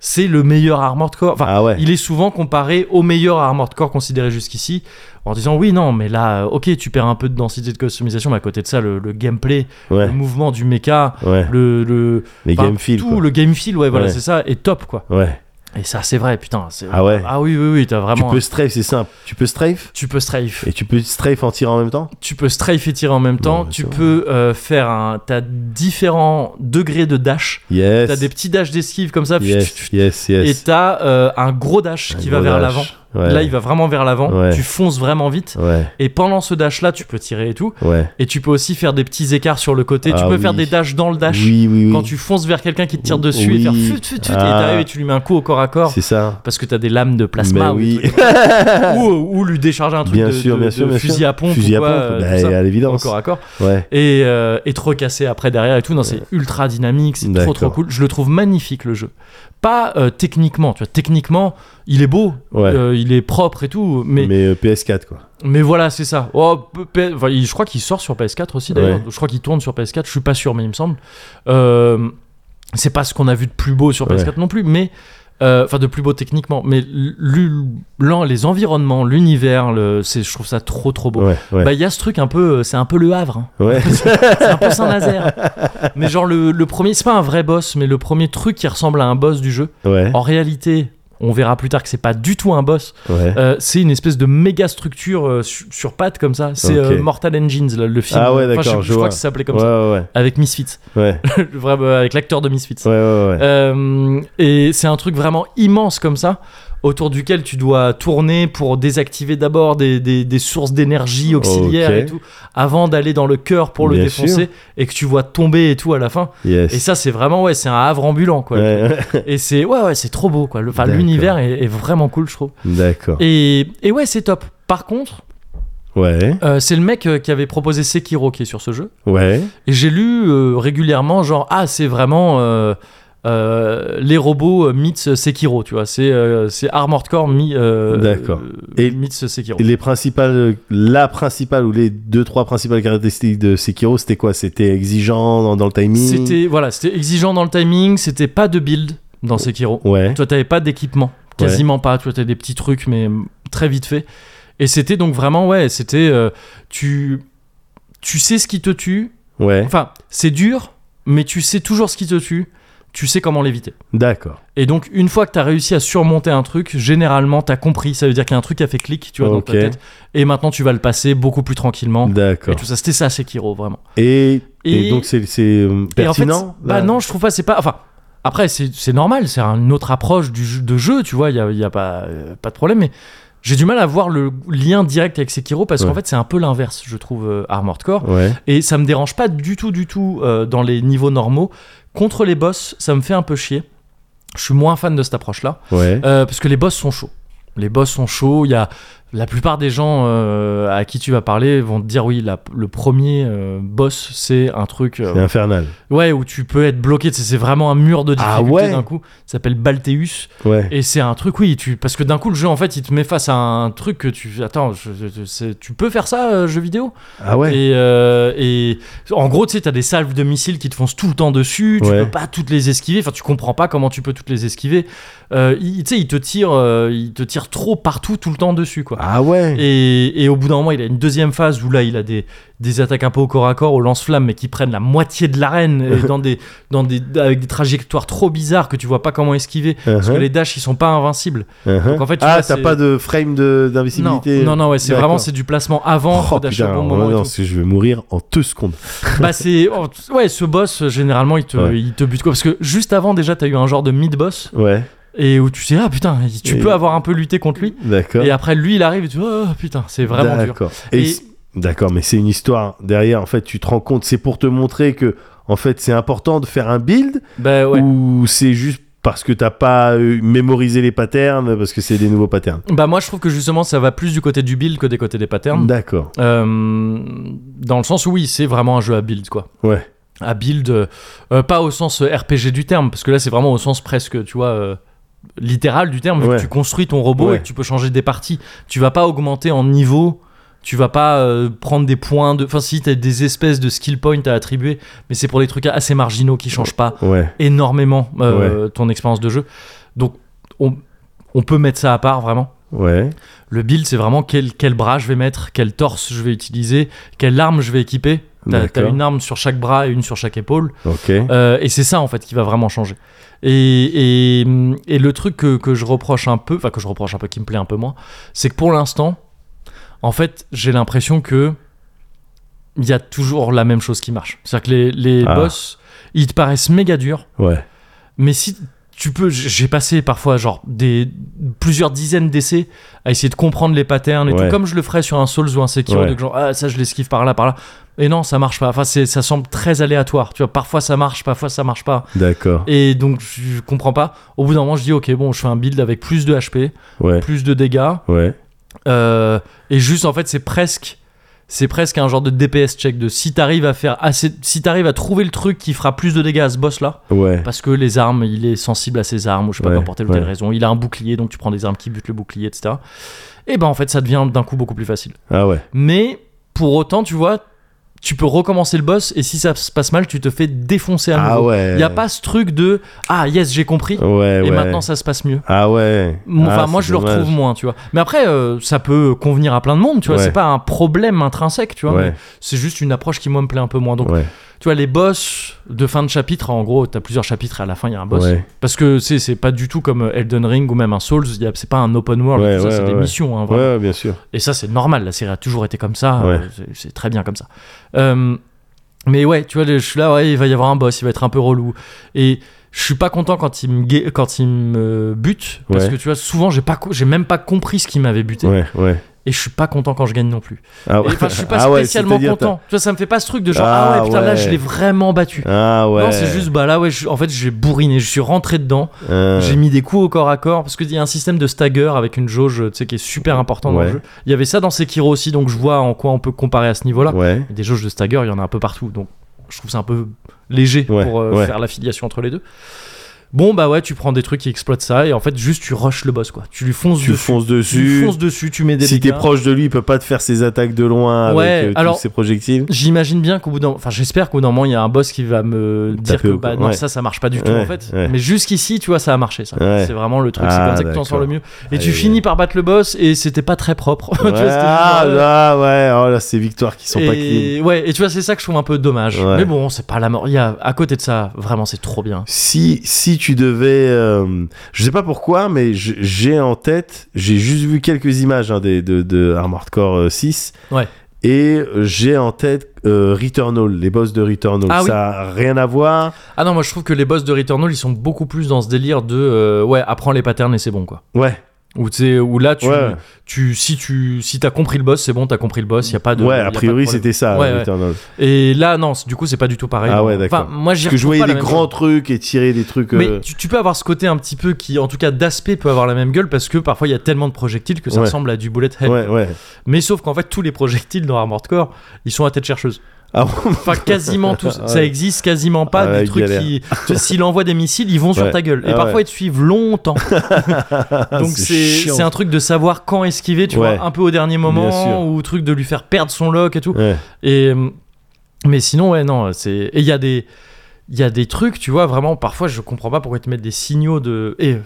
[SPEAKER 1] c'est le meilleur Armored Core enfin
[SPEAKER 2] Ah ouais.
[SPEAKER 1] il est souvent comparé au meilleur Armored Core considéré jusqu'ici en disant oui non mais là euh, ok tu perds un peu de densité de customisation mais à côté de ça le, le gameplay
[SPEAKER 2] Ouais.
[SPEAKER 1] le mouvement du mecha
[SPEAKER 2] Ouais.
[SPEAKER 1] le, le
[SPEAKER 2] Les
[SPEAKER 1] enfin,
[SPEAKER 2] game feel.
[SPEAKER 1] tout
[SPEAKER 2] quoi.
[SPEAKER 1] le game feel ouais voilà
[SPEAKER 2] Ouais.
[SPEAKER 1] c'est ça est top quoi
[SPEAKER 2] Ouais.
[SPEAKER 1] et ça c'est vrai putain c'est
[SPEAKER 2] Ah ouais.
[SPEAKER 1] ah oui oui oui t'as
[SPEAKER 2] Tu
[SPEAKER 1] vraiment
[SPEAKER 2] peux strafe, c'est simple. Tu peux strafe
[SPEAKER 1] tu peux strafe
[SPEAKER 2] et tu peux strafe en tirant en même temps.
[SPEAKER 1] tu peux strafe et tirer en même temps,
[SPEAKER 2] Ouais,
[SPEAKER 1] tu
[SPEAKER 2] c'est vrai.
[SPEAKER 1] peux euh, faire un. T'as différents degrés de dash.
[SPEAKER 2] Yes.
[SPEAKER 1] T'as des petits dash d'esquive comme ça,
[SPEAKER 2] Yes, yes, yes.
[SPEAKER 1] et t'as euh, un gros dash qui va vers l'avant. Là, il va vraiment vers l'avant.
[SPEAKER 2] Ouais.
[SPEAKER 1] Tu fonces vraiment vite.
[SPEAKER 2] Ouais,
[SPEAKER 1] Et pendant ce dash-là, tu peux tirer et tout.
[SPEAKER 2] ouais.
[SPEAKER 1] Et tu peux aussi faire des petits écarts sur le côté. tu
[SPEAKER 2] Ah
[SPEAKER 1] peux
[SPEAKER 2] oui.
[SPEAKER 1] faire des dashs dans le dash.
[SPEAKER 2] Oui, oui, oui.
[SPEAKER 1] Quand tu fonces vers quelqu'un qui te tire
[SPEAKER 2] Oui.
[SPEAKER 1] dessus et faire
[SPEAKER 2] Oui.
[SPEAKER 1] fut, fut, fut, et
[SPEAKER 2] Ah.
[SPEAKER 1] t'arrives et tu lui mets un coup au corps à corps.
[SPEAKER 2] C'est ça.
[SPEAKER 1] Parce que t'as des lames de plasma
[SPEAKER 2] Mais
[SPEAKER 1] ou, des
[SPEAKER 2] oui.
[SPEAKER 1] trucs comme ça. ou, ou lui décharger un truc
[SPEAKER 2] bien
[SPEAKER 1] de,
[SPEAKER 2] sûr,
[SPEAKER 1] de-
[SPEAKER 2] bien
[SPEAKER 1] de
[SPEAKER 2] sûr, bien sûr.
[SPEAKER 1] fusil à
[SPEAKER 2] (laughs)
[SPEAKER 1] pompe.
[SPEAKER 2] Fusil
[SPEAKER 1] ou
[SPEAKER 2] à
[SPEAKER 1] quoi,
[SPEAKER 2] pompe,
[SPEAKER 1] euh,
[SPEAKER 2] bah,
[SPEAKER 1] tout ça.
[SPEAKER 2] à
[SPEAKER 1] au
[SPEAKER 2] l'évidence.
[SPEAKER 1] corps à corps
[SPEAKER 2] Ouais.
[SPEAKER 1] et, euh, et te recasser après derrière et tout. Non, c'est ultra dynamique, c'est trop
[SPEAKER 2] D'accord.
[SPEAKER 1] trop cool. Je le trouve magnifique le jeu. Pas euh, techniquement, tu vois, techniquement, il est beau,
[SPEAKER 2] Ouais.
[SPEAKER 1] euh, il est propre et tout, mais,
[SPEAKER 2] Mais,
[SPEAKER 1] mais...
[SPEAKER 2] euh, PS4 quoi.
[SPEAKER 1] voilà, c'est ça. Oh, P- P- enfin, il- je crois qu'il sort sur PS4 aussi d'ailleurs.
[SPEAKER 2] Ouais.
[SPEAKER 1] Je crois qu'il tourne sur PS4, je suis pas sûr, mais il me semble. Euh, c'est pas ce qu'on a vu de plus beau sur PS4 non plus, mais. euh, Enfin, de plus beau techniquement, mais l'u- l'en- les environnements, l'univers, le- c'est- je trouve ça trop trop beau.
[SPEAKER 2] Ouais, ouais.
[SPEAKER 1] Bah, il y a ce truc un peu, euh, c'est un peu le Havre. hein. (laughs)
[SPEAKER 2] ouais.
[SPEAKER 1] C'est un peu Saint-Nazaire. Mais genre, le, le premier, c'est pas un vrai boss, mais le premier truc qui ressemble à un boss du jeu,
[SPEAKER 2] ouais.
[SPEAKER 1] en réalité, on verra plus tard que c'est pas du tout un boss,
[SPEAKER 2] Ouais.
[SPEAKER 1] euh, c'est une espèce de méga structure euh, su- sur, pattes comme ça. C'est
[SPEAKER 2] Ok.
[SPEAKER 1] euh, Mortal Engines, le, le film.
[SPEAKER 2] Ah ouais,
[SPEAKER 1] Enfin, je-
[SPEAKER 2] d'accord,
[SPEAKER 1] je,
[SPEAKER 2] je
[SPEAKER 1] crois
[SPEAKER 2] vois.
[SPEAKER 1] que ça s'appelait comme
[SPEAKER 2] Ouais,
[SPEAKER 1] ça.
[SPEAKER 2] ouais,
[SPEAKER 1] Avec Misfits. (laughs)
[SPEAKER 2] ouais.
[SPEAKER 1] Le vrai- euh, avec l'acteur de Misfits.
[SPEAKER 2] Ouais, ouais, ouais.
[SPEAKER 1] Euh, et c'est un truc vraiment immense comme ça, autour duquel tu dois tourner pour désactiver d'abord des, des- des sources d'énergie auxiliaires
[SPEAKER 2] Ok.
[SPEAKER 1] et tout, avant d'aller dans le cœur pour le
[SPEAKER 2] Bien
[SPEAKER 1] défoncer,
[SPEAKER 2] sûr.
[SPEAKER 1] et que tu vois tomber et tout à la fin. (laughs)
[SPEAKER 2] Yes.
[SPEAKER 1] Et ça, c'est vraiment, ouais, c'est un havre ambulant, quoi.
[SPEAKER 2] Ouais,
[SPEAKER 1] Et c'est, ouais, ouais, c'est trop beau, quoi. Le- Enfin,
[SPEAKER 2] D'accord. Ah.
[SPEAKER 1] l'univers est, est vraiment cool, je trouve.
[SPEAKER 2] (laughs) D'accord.
[SPEAKER 1] Et, et ouais, c'est top. Par contre,
[SPEAKER 2] Ouais,
[SPEAKER 1] euh, c'est le mec euh, qui avait proposé Sekiro qui est sur ce jeu.
[SPEAKER 2] ouais.
[SPEAKER 1] Et j'ai lu euh, régulièrement, genre, ah, c'est vraiment euh, euh, les robots euh, meets Sekiro, tu vois. C'est euh, c'est Armored Core mi- euh,
[SPEAKER 2] D'accord.
[SPEAKER 1] euh,
[SPEAKER 2] Et-
[SPEAKER 1] meets Sekiro.
[SPEAKER 2] Et les principales, la principale ou les deux trois principales caractéristiques de Sekiro, c'était quoi C'était exigeant dans, dans le timing.
[SPEAKER 1] C'était voilà, c'était exigeant dans le timing, c'était pas de build dans Sekiro.
[SPEAKER 2] Ouais.
[SPEAKER 1] Toi, t'avais pas d'équipement, quasiment pas. Toi, t'avais des petits trucs, mais mm, très vite fait. Et c'était donc vraiment, ouais, c'était. euh, tu, tu sais ce qui te tue.
[SPEAKER 2] Ouais.
[SPEAKER 1] Enfin, c'est dur, mais tu sais toujours ce qui te tue. Tu sais comment l'éviter.
[SPEAKER 2] D'accord.
[SPEAKER 1] Et donc, une fois que tu as réussi à surmonter un truc, généralement, tu as compris. Ça veut dire qu'il y a un truc qui a fait clic, tu vois,
[SPEAKER 2] Ok.
[SPEAKER 1] dans ta tête. Et maintenant, tu vas le passer beaucoup plus tranquillement. Et
[SPEAKER 2] D'accord.
[SPEAKER 1] tout ça, c'était ça, Sekiro, vraiment.
[SPEAKER 2] Et, et,
[SPEAKER 1] Et-
[SPEAKER 2] donc c'est c'est, euh,
[SPEAKER 1] et en
[SPEAKER 2] pertinent.
[SPEAKER 1] fait, c'est- bah
[SPEAKER 2] là
[SPEAKER 1] non, je trouve pas, c'est pas. Enfin, après, c'est c'est normal, c'est une autre approche du jeu- de jeu, tu vois, il y a, y a pas, euh, pas de problème, mais j'ai du mal à voir le lien direct avec Sekiro parce qu'en
[SPEAKER 2] Ouais.
[SPEAKER 1] fait, c'est un peu l'inverse, je trouve, euh, Armored Core.
[SPEAKER 2] Ouais.
[SPEAKER 1] Et ça me dérange pas du tout, du tout euh, dans les niveaux normaux. Contre les boss, ça me fait un peu chier. Je suis moins fan de cette approche-là.
[SPEAKER 2] Ouais.
[SPEAKER 1] Euh, parce que les boss sont chauds. Les boss sont chauds. Il y a la plupart des gens euh, à qui tu vas parler vont te dire oui, la- le premier euh, boss c'est un truc, euh,
[SPEAKER 2] C'est infernal.
[SPEAKER 1] ouais, où tu peux être bloqué. C'est c'est vraiment un mur de difficulté
[SPEAKER 2] Ah ouais
[SPEAKER 1] d'un coup. Ça s'appelle Balteus
[SPEAKER 2] Ouais.
[SPEAKER 1] et c'est un truc oui, tu parce que d'un coup le jeu en fait il te met face à un truc que tu attends, je- je- je- c'est- tu peux faire ça euh, jeu vidéo
[SPEAKER 2] Ah ouais.
[SPEAKER 1] et, euh, et en gros, tu sais, t'as des salves de missiles qui te foncent tout le temps dessus. Tu
[SPEAKER 2] Ouais.
[SPEAKER 1] peux pas toutes les esquiver. Enfin, tu comprends pas comment tu peux toutes les esquiver. Euh, il- tu sais, ils te tirent, euh, ils te tirent trop partout tout le temps dessus, quoi.
[SPEAKER 2] Ah ouais.
[SPEAKER 1] Et, et au bout d'un moment, il a une deuxième phase où là, il a des, des attaques un peu au corps à corps, au lance-flamme, mais qui prennent la moitié de l'arène
[SPEAKER 2] (laughs)
[SPEAKER 1] et dans des, dans des, avec des trajectoires trop bizarres que tu vois pas comment esquiver. Parce que
[SPEAKER 2] Uh-huh.
[SPEAKER 1] les dashs, ils sont pas invincibles.
[SPEAKER 2] Uh-huh.
[SPEAKER 1] Donc en fait, tu
[SPEAKER 2] ah,
[SPEAKER 1] vois,
[SPEAKER 2] t'as
[SPEAKER 1] c'est-
[SPEAKER 2] pas de frame de-
[SPEAKER 1] Non,
[SPEAKER 2] d'invisibilité
[SPEAKER 1] non, non, ouais, c'est
[SPEAKER 2] D'accord.
[SPEAKER 1] vraiment c'est du placement avant,
[SPEAKER 2] Oh
[SPEAKER 1] faut dasher
[SPEAKER 2] putain,
[SPEAKER 1] au bon
[SPEAKER 2] non,
[SPEAKER 1] moment. et
[SPEAKER 2] non,
[SPEAKER 1] tout.
[SPEAKER 2] c'est- je vais mourir en deux secondes. (laughs)
[SPEAKER 1] bah c'est oh, t- ouais, ce boss euh, généralement il te
[SPEAKER 2] Ouais.
[SPEAKER 1] il te bute quoi parce que juste avant déjà t'as eu un genre de mid boss
[SPEAKER 2] Ouais,
[SPEAKER 1] et où tu sais ah putain il- tu
[SPEAKER 2] Et-
[SPEAKER 1] peux avoir un peu lutté contre lui
[SPEAKER 2] d'accord.
[SPEAKER 1] et après lui il arrive et tu oh putain c'est vraiment dur.
[SPEAKER 2] D'accord. Et
[SPEAKER 1] Et
[SPEAKER 2] c'est- D'accord, mais c'est une histoire derrière. En fait, tu te rends compte, c'est pour te montrer que, en fait, c'est important de faire un build
[SPEAKER 1] bah ouais.
[SPEAKER 2] ou c'est juste parce que t'as pas euh, mémorisé les patterns parce que c'est des nouveaux patterns.
[SPEAKER 1] Bah moi je trouve que justement ça va plus du côté du build que des côtés des patterns.
[SPEAKER 2] D'accord.
[SPEAKER 1] Euh, dans le sens où oui c'est vraiment un jeu à build quoi.
[SPEAKER 2] Ouais.
[SPEAKER 1] À build euh, euh, pas au sens euh, RPG du terme parce que là c'est vraiment au sens presque tu vois euh, littéral du terme vu que
[SPEAKER 2] Ouais.
[SPEAKER 1] tu construis ton robot
[SPEAKER 2] Ouais.
[SPEAKER 1] et que tu peux changer des parties. Tu vas pas augmenter en niveau. Tu vas pas euh, prendre des points de. Enfin, si, t'as des espèces de skill points à attribuer, mais c'est pour des trucs assez marginaux qui changent pas
[SPEAKER 2] Ouais.
[SPEAKER 1] énormément euh, ton expérience de jeu. Donc, on, on peut mettre ça à part vraiment.
[SPEAKER 2] Ouais.
[SPEAKER 1] Le build, c'est vraiment quel, quel bras je vais mettre, quel torse je vais utiliser, quelle arme je vais équiper. T'as
[SPEAKER 2] D'accord.
[SPEAKER 1] t'as une arme sur chaque bras et une sur chaque épaule.
[SPEAKER 2] Ok.
[SPEAKER 1] Euh, et c'est ça, en fait, qui va vraiment changer. Et, et, et le truc que, que je reproche un peu, enfin, que je reproche un peu, qui me plaît un peu moins, c'est que pour l'instant, en fait, j'ai l'impression que il y a toujours la même chose qui marche. C'est-à-dire que les, les
[SPEAKER 2] Ah.
[SPEAKER 1] boss, ils te paraissent méga durs,
[SPEAKER 2] Ouais.
[SPEAKER 1] mais si tu peux, j- j'ai passé parfois genre des plusieurs dizaines d'essais à essayer de comprendre les patterns et
[SPEAKER 2] Ouais.
[SPEAKER 1] tout, comme je le ferais sur un Souls ou un Sekiro,
[SPEAKER 2] Ouais.
[SPEAKER 1] de genre ah ça je l'esquive par là, par là. Et non, ça marche pas. Enfin, c'est, ça semble très aléatoire. Tu vois, parfois ça marche, parfois ça marche pas.
[SPEAKER 2] D'accord.
[SPEAKER 1] Et donc je comprends pas. Au bout d'un moment, je dis ok bon, je fais un build avec plus de HP,
[SPEAKER 2] Ouais.
[SPEAKER 1] plus de dégâts,
[SPEAKER 2] Ouais.
[SPEAKER 1] euh, et juste en fait, c'est presque c'est presque un genre de DPS check de si t'arrives à faire assez, si t'arrives à trouver le truc qui fera plus de dégâts à ce boss là
[SPEAKER 2] Ouais.
[SPEAKER 1] parce que les armes, il est sensible à ses armes, ou je sais pas,
[SPEAKER 2] Ouais,
[SPEAKER 1] qu'importe telle ou telle
[SPEAKER 2] ouais.
[SPEAKER 1] raison. Il a un bouclier, donc tu prends des armes qui butent le bouclier, etc. Et ben en fait, ça devient d'un coup beaucoup plus facile.
[SPEAKER 2] Ah ouais.
[SPEAKER 1] Mais pour autant, tu vois, tu peux recommencer le boss, et si ça se passe mal, tu te fais défoncer à nouveau.
[SPEAKER 2] Ah ouais.
[SPEAKER 1] Il n'y a pas ce truc de Ah yes, j'ai compris,
[SPEAKER 2] Ouais.
[SPEAKER 1] et
[SPEAKER 2] ouais.
[SPEAKER 1] maintenant ça se passe mieux.
[SPEAKER 2] Ah ouais.
[SPEAKER 1] Enfin,
[SPEAKER 2] Ah,
[SPEAKER 1] moi
[SPEAKER 2] c'est
[SPEAKER 1] je le
[SPEAKER 2] dommage.
[SPEAKER 1] retrouve moins, tu vois. Mais après, euh, ça peut convenir à plein de monde, tu vois.
[SPEAKER 2] Ouais.
[SPEAKER 1] C'est pas un problème intrinsèque, tu vois.
[SPEAKER 2] Ouais.
[SPEAKER 1] mais C'est juste une approche qui, moi, me plaît un peu moins. Donc,
[SPEAKER 2] ouais.
[SPEAKER 1] tu vois, les boss de fin de chapitre, en gros, t'as plusieurs chapitres et à la fin, il y a un boss.
[SPEAKER 2] Ouais.
[SPEAKER 1] Parce que c'est c'est pas du tout comme Elden Ring ou même un Souls, il y a- c'est pas un open world,
[SPEAKER 2] Ouais,
[SPEAKER 1] tout ça,
[SPEAKER 2] ouais,
[SPEAKER 1] c'est des
[SPEAKER 2] ouais.
[SPEAKER 1] missions. hein,
[SPEAKER 2] Ouais,
[SPEAKER 1] vraiment.
[SPEAKER 2] ouais, bien sûr.
[SPEAKER 1] Et ça c'est normal, la série a toujours été comme ça,
[SPEAKER 2] Ouais.
[SPEAKER 1] euh, c'est- c'est très bien comme ça. Euh, mais ouais, tu vois, le- je suis là, ouais, il va y avoir un boss, il va être un peu relou. Et je suis pas content quand il me, gue- quand il me bute, parce
[SPEAKER 2] Ouais.
[SPEAKER 1] que tu vois, souvent j'ai pas co- j'ai même pas compris ce qui m'avait buté,
[SPEAKER 2] Ouais. Ouais.
[SPEAKER 1] et je suis pas content quand je gagne non plus.
[SPEAKER 2] Ah
[SPEAKER 1] Et Enfin, je suis pas
[SPEAKER 2] (laughs) Ah ouais,
[SPEAKER 1] spécialement
[SPEAKER 2] c'est-à-dire t'as-
[SPEAKER 1] content. Tu vois, ça me fait pas ce truc de genre,
[SPEAKER 2] Ah
[SPEAKER 1] ah, ouais, putain, là
[SPEAKER 2] ouais.
[SPEAKER 1] je l'ai vraiment battu.
[SPEAKER 2] Ah ouais.
[SPEAKER 1] Non, c'est juste, bah là, ouais, je- en fait, j'ai bourriné, je suis rentré dedans.
[SPEAKER 2] Ah.
[SPEAKER 1] J'ai mis des coups au corps à corps parce qu'il y a un système de stagger avec une jauge tu sais, qui est super important dans
[SPEAKER 2] Ouais.
[SPEAKER 1] le jeu. Il y avait ça dans Sekiro aussi, donc je vois en quoi on peut comparer à ce niveau-là.
[SPEAKER 2] Ouais.
[SPEAKER 1] Des jauges de stagger, il y en a un peu partout, donc je trouve ça un peu léger
[SPEAKER 2] Ouais,
[SPEAKER 1] pour euh,
[SPEAKER 2] ouais.
[SPEAKER 1] faire l'affiliation entre les deux. Bon, bah ouais, tu prends des trucs qui exploitent ça et en fait, juste tu rushes le boss quoi. Tu lui fonces
[SPEAKER 2] Tu
[SPEAKER 1] dessus.
[SPEAKER 2] fonces
[SPEAKER 1] Tu
[SPEAKER 2] dessus.
[SPEAKER 1] fonces dessus, tu mets des
[SPEAKER 2] si t'es
[SPEAKER 1] dégâts.
[SPEAKER 2] proche de lui, il peut pas te faire ses attaques de loin
[SPEAKER 1] Ouais,
[SPEAKER 2] avec euh,
[SPEAKER 1] alors-
[SPEAKER 2] tous
[SPEAKER 1] (laughs)
[SPEAKER 2] ses projectiles.
[SPEAKER 1] J'imagine bien qu'au bout d'un enfin j'espère qu'au bout d'un moment il y a un boss qui va me dire
[SPEAKER 2] Taper
[SPEAKER 1] que
[SPEAKER 2] au
[SPEAKER 1] bah
[SPEAKER 2] cou-
[SPEAKER 1] non
[SPEAKER 2] ouais.
[SPEAKER 1] ça ça marche pas du tout
[SPEAKER 2] Ouais,
[SPEAKER 1] en fait.
[SPEAKER 2] ouais.
[SPEAKER 1] Mais jusqu'ici tu vois ça a marché ça.
[SPEAKER 2] Ouais.
[SPEAKER 1] C'est vraiment le truc,
[SPEAKER 2] Ah,
[SPEAKER 1] c'est comme ça que tu t'en sors le mieux. Et tu
[SPEAKER 2] Allez.
[SPEAKER 1] finis par battre le boss et c'était pas très propre. (laughs) Tu vois,
[SPEAKER 2] Ouais,
[SPEAKER 1] c'était
[SPEAKER 2] ah,
[SPEAKER 1] genre, euh,
[SPEAKER 2] là, ouais, oh là, ces victoires qui sont pas clean.
[SPEAKER 1] et... ouais, et tu vois c'est ça que je trouve un peu dommage.
[SPEAKER 2] Ouais.
[SPEAKER 1] Mais bon c'est pas la mort. Il y a à côté de ça vraiment c'est trop bien.
[SPEAKER 2] Si, si tu devais, euh, je sais pas pourquoi, mais je- j'ai en tête, j'ai juste vu quelques images hein, des, de, de Armored Core euh, 6.
[SPEAKER 1] Ouais.
[SPEAKER 2] Et euh, j'ai en tête euh, Returnal, les boss de Returnal.
[SPEAKER 1] Ah oui.
[SPEAKER 2] ça a rien à voir.
[SPEAKER 1] Ah non moi je trouve que les boss de Returnal ils sont beaucoup plus dans ce délire de euh, ouais apprends les patterns et c'est bon quoi.
[SPEAKER 2] Ouais,
[SPEAKER 1] Ou tu sais où là tu,
[SPEAKER 2] Ouais.
[SPEAKER 1] tu si tu si t'as compris le boss c'est bon t'as compris le boss il y a pas de
[SPEAKER 2] ouais,
[SPEAKER 1] y a pas
[SPEAKER 2] a
[SPEAKER 1] de
[SPEAKER 2] priori
[SPEAKER 1] problème.
[SPEAKER 2] c'était ça,
[SPEAKER 1] Ouais, ouais.
[SPEAKER 2] Returnal.
[SPEAKER 1] Et là, non, c- du coup, c'est pas du tout pareil.
[SPEAKER 2] Ah ouais, d'accord.
[SPEAKER 1] Enfin, moi, j'y
[SPEAKER 2] Parce que je
[SPEAKER 1] retrouve
[SPEAKER 2] voyais
[SPEAKER 1] pas la
[SPEAKER 2] des
[SPEAKER 1] même
[SPEAKER 2] grands
[SPEAKER 1] chose.
[SPEAKER 2] trucs et tirer des trucs.
[SPEAKER 1] (laughs)
[SPEAKER 2] euh,
[SPEAKER 1] Mais tu, tu peux avoir ce côté un petit peu qui, en tout cas, d'aspect peut avoir la même gueule parce que parfois il y a tellement de projectiles que ça
[SPEAKER 2] Ouais.
[SPEAKER 1] ressemble à du bullet hell.
[SPEAKER 2] Ouais, ouais.
[SPEAKER 1] Mais sauf qu'en fait, tous les projectiles dans Armored Core, ils sont à tête chercheuse.
[SPEAKER 2] Ah (laughs) bon
[SPEAKER 1] Enfin, quasiment tous. Ça
[SPEAKER 2] (laughs) Ouais.
[SPEAKER 1] existe quasiment pas
[SPEAKER 2] Ah,
[SPEAKER 1] des
[SPEAKER 2] la
[SPEAKER 1] trucs
[SPEAKER 2] galère.
[SPEAKER 1] qui. tu sais, S'il envoie des missiles, ils vont sur
[SPEAKER 2] Ouais.
[SPEAKER 1] ta gueule. Et
[SPEAKER 2] Ah
[SPEAKER 1] parfois,
[SPEAKER 2] ouais.
[SPEAKER 1] ils te suivent
[SPEAKER 2] (laughs)
[SPEAKER 1] longtemps. Donc
[SPEAKER 2] C'est
[SPEAKER 1] c'est
[SPEAKER 2] chiant.
[SPEAKER 1] c'est un truc de savoir quand esquiver, tu
[SPEAKER 2] Ouais.
[SPEAKER 1] vois, un peu au dernier
[SPEAKER 2] Bien sûr.
[SPEAKER 1] moment, ou truc de lui faire perdre son lock et tout.
[SPEAKER 2] Ouais.
[SPEAKER 1] Et euh, mais sinon ouais non c'est et il y a des il y a des trucs tu vois vraiment parfois je comprends pas pourquoi ils te mettent des signaux de et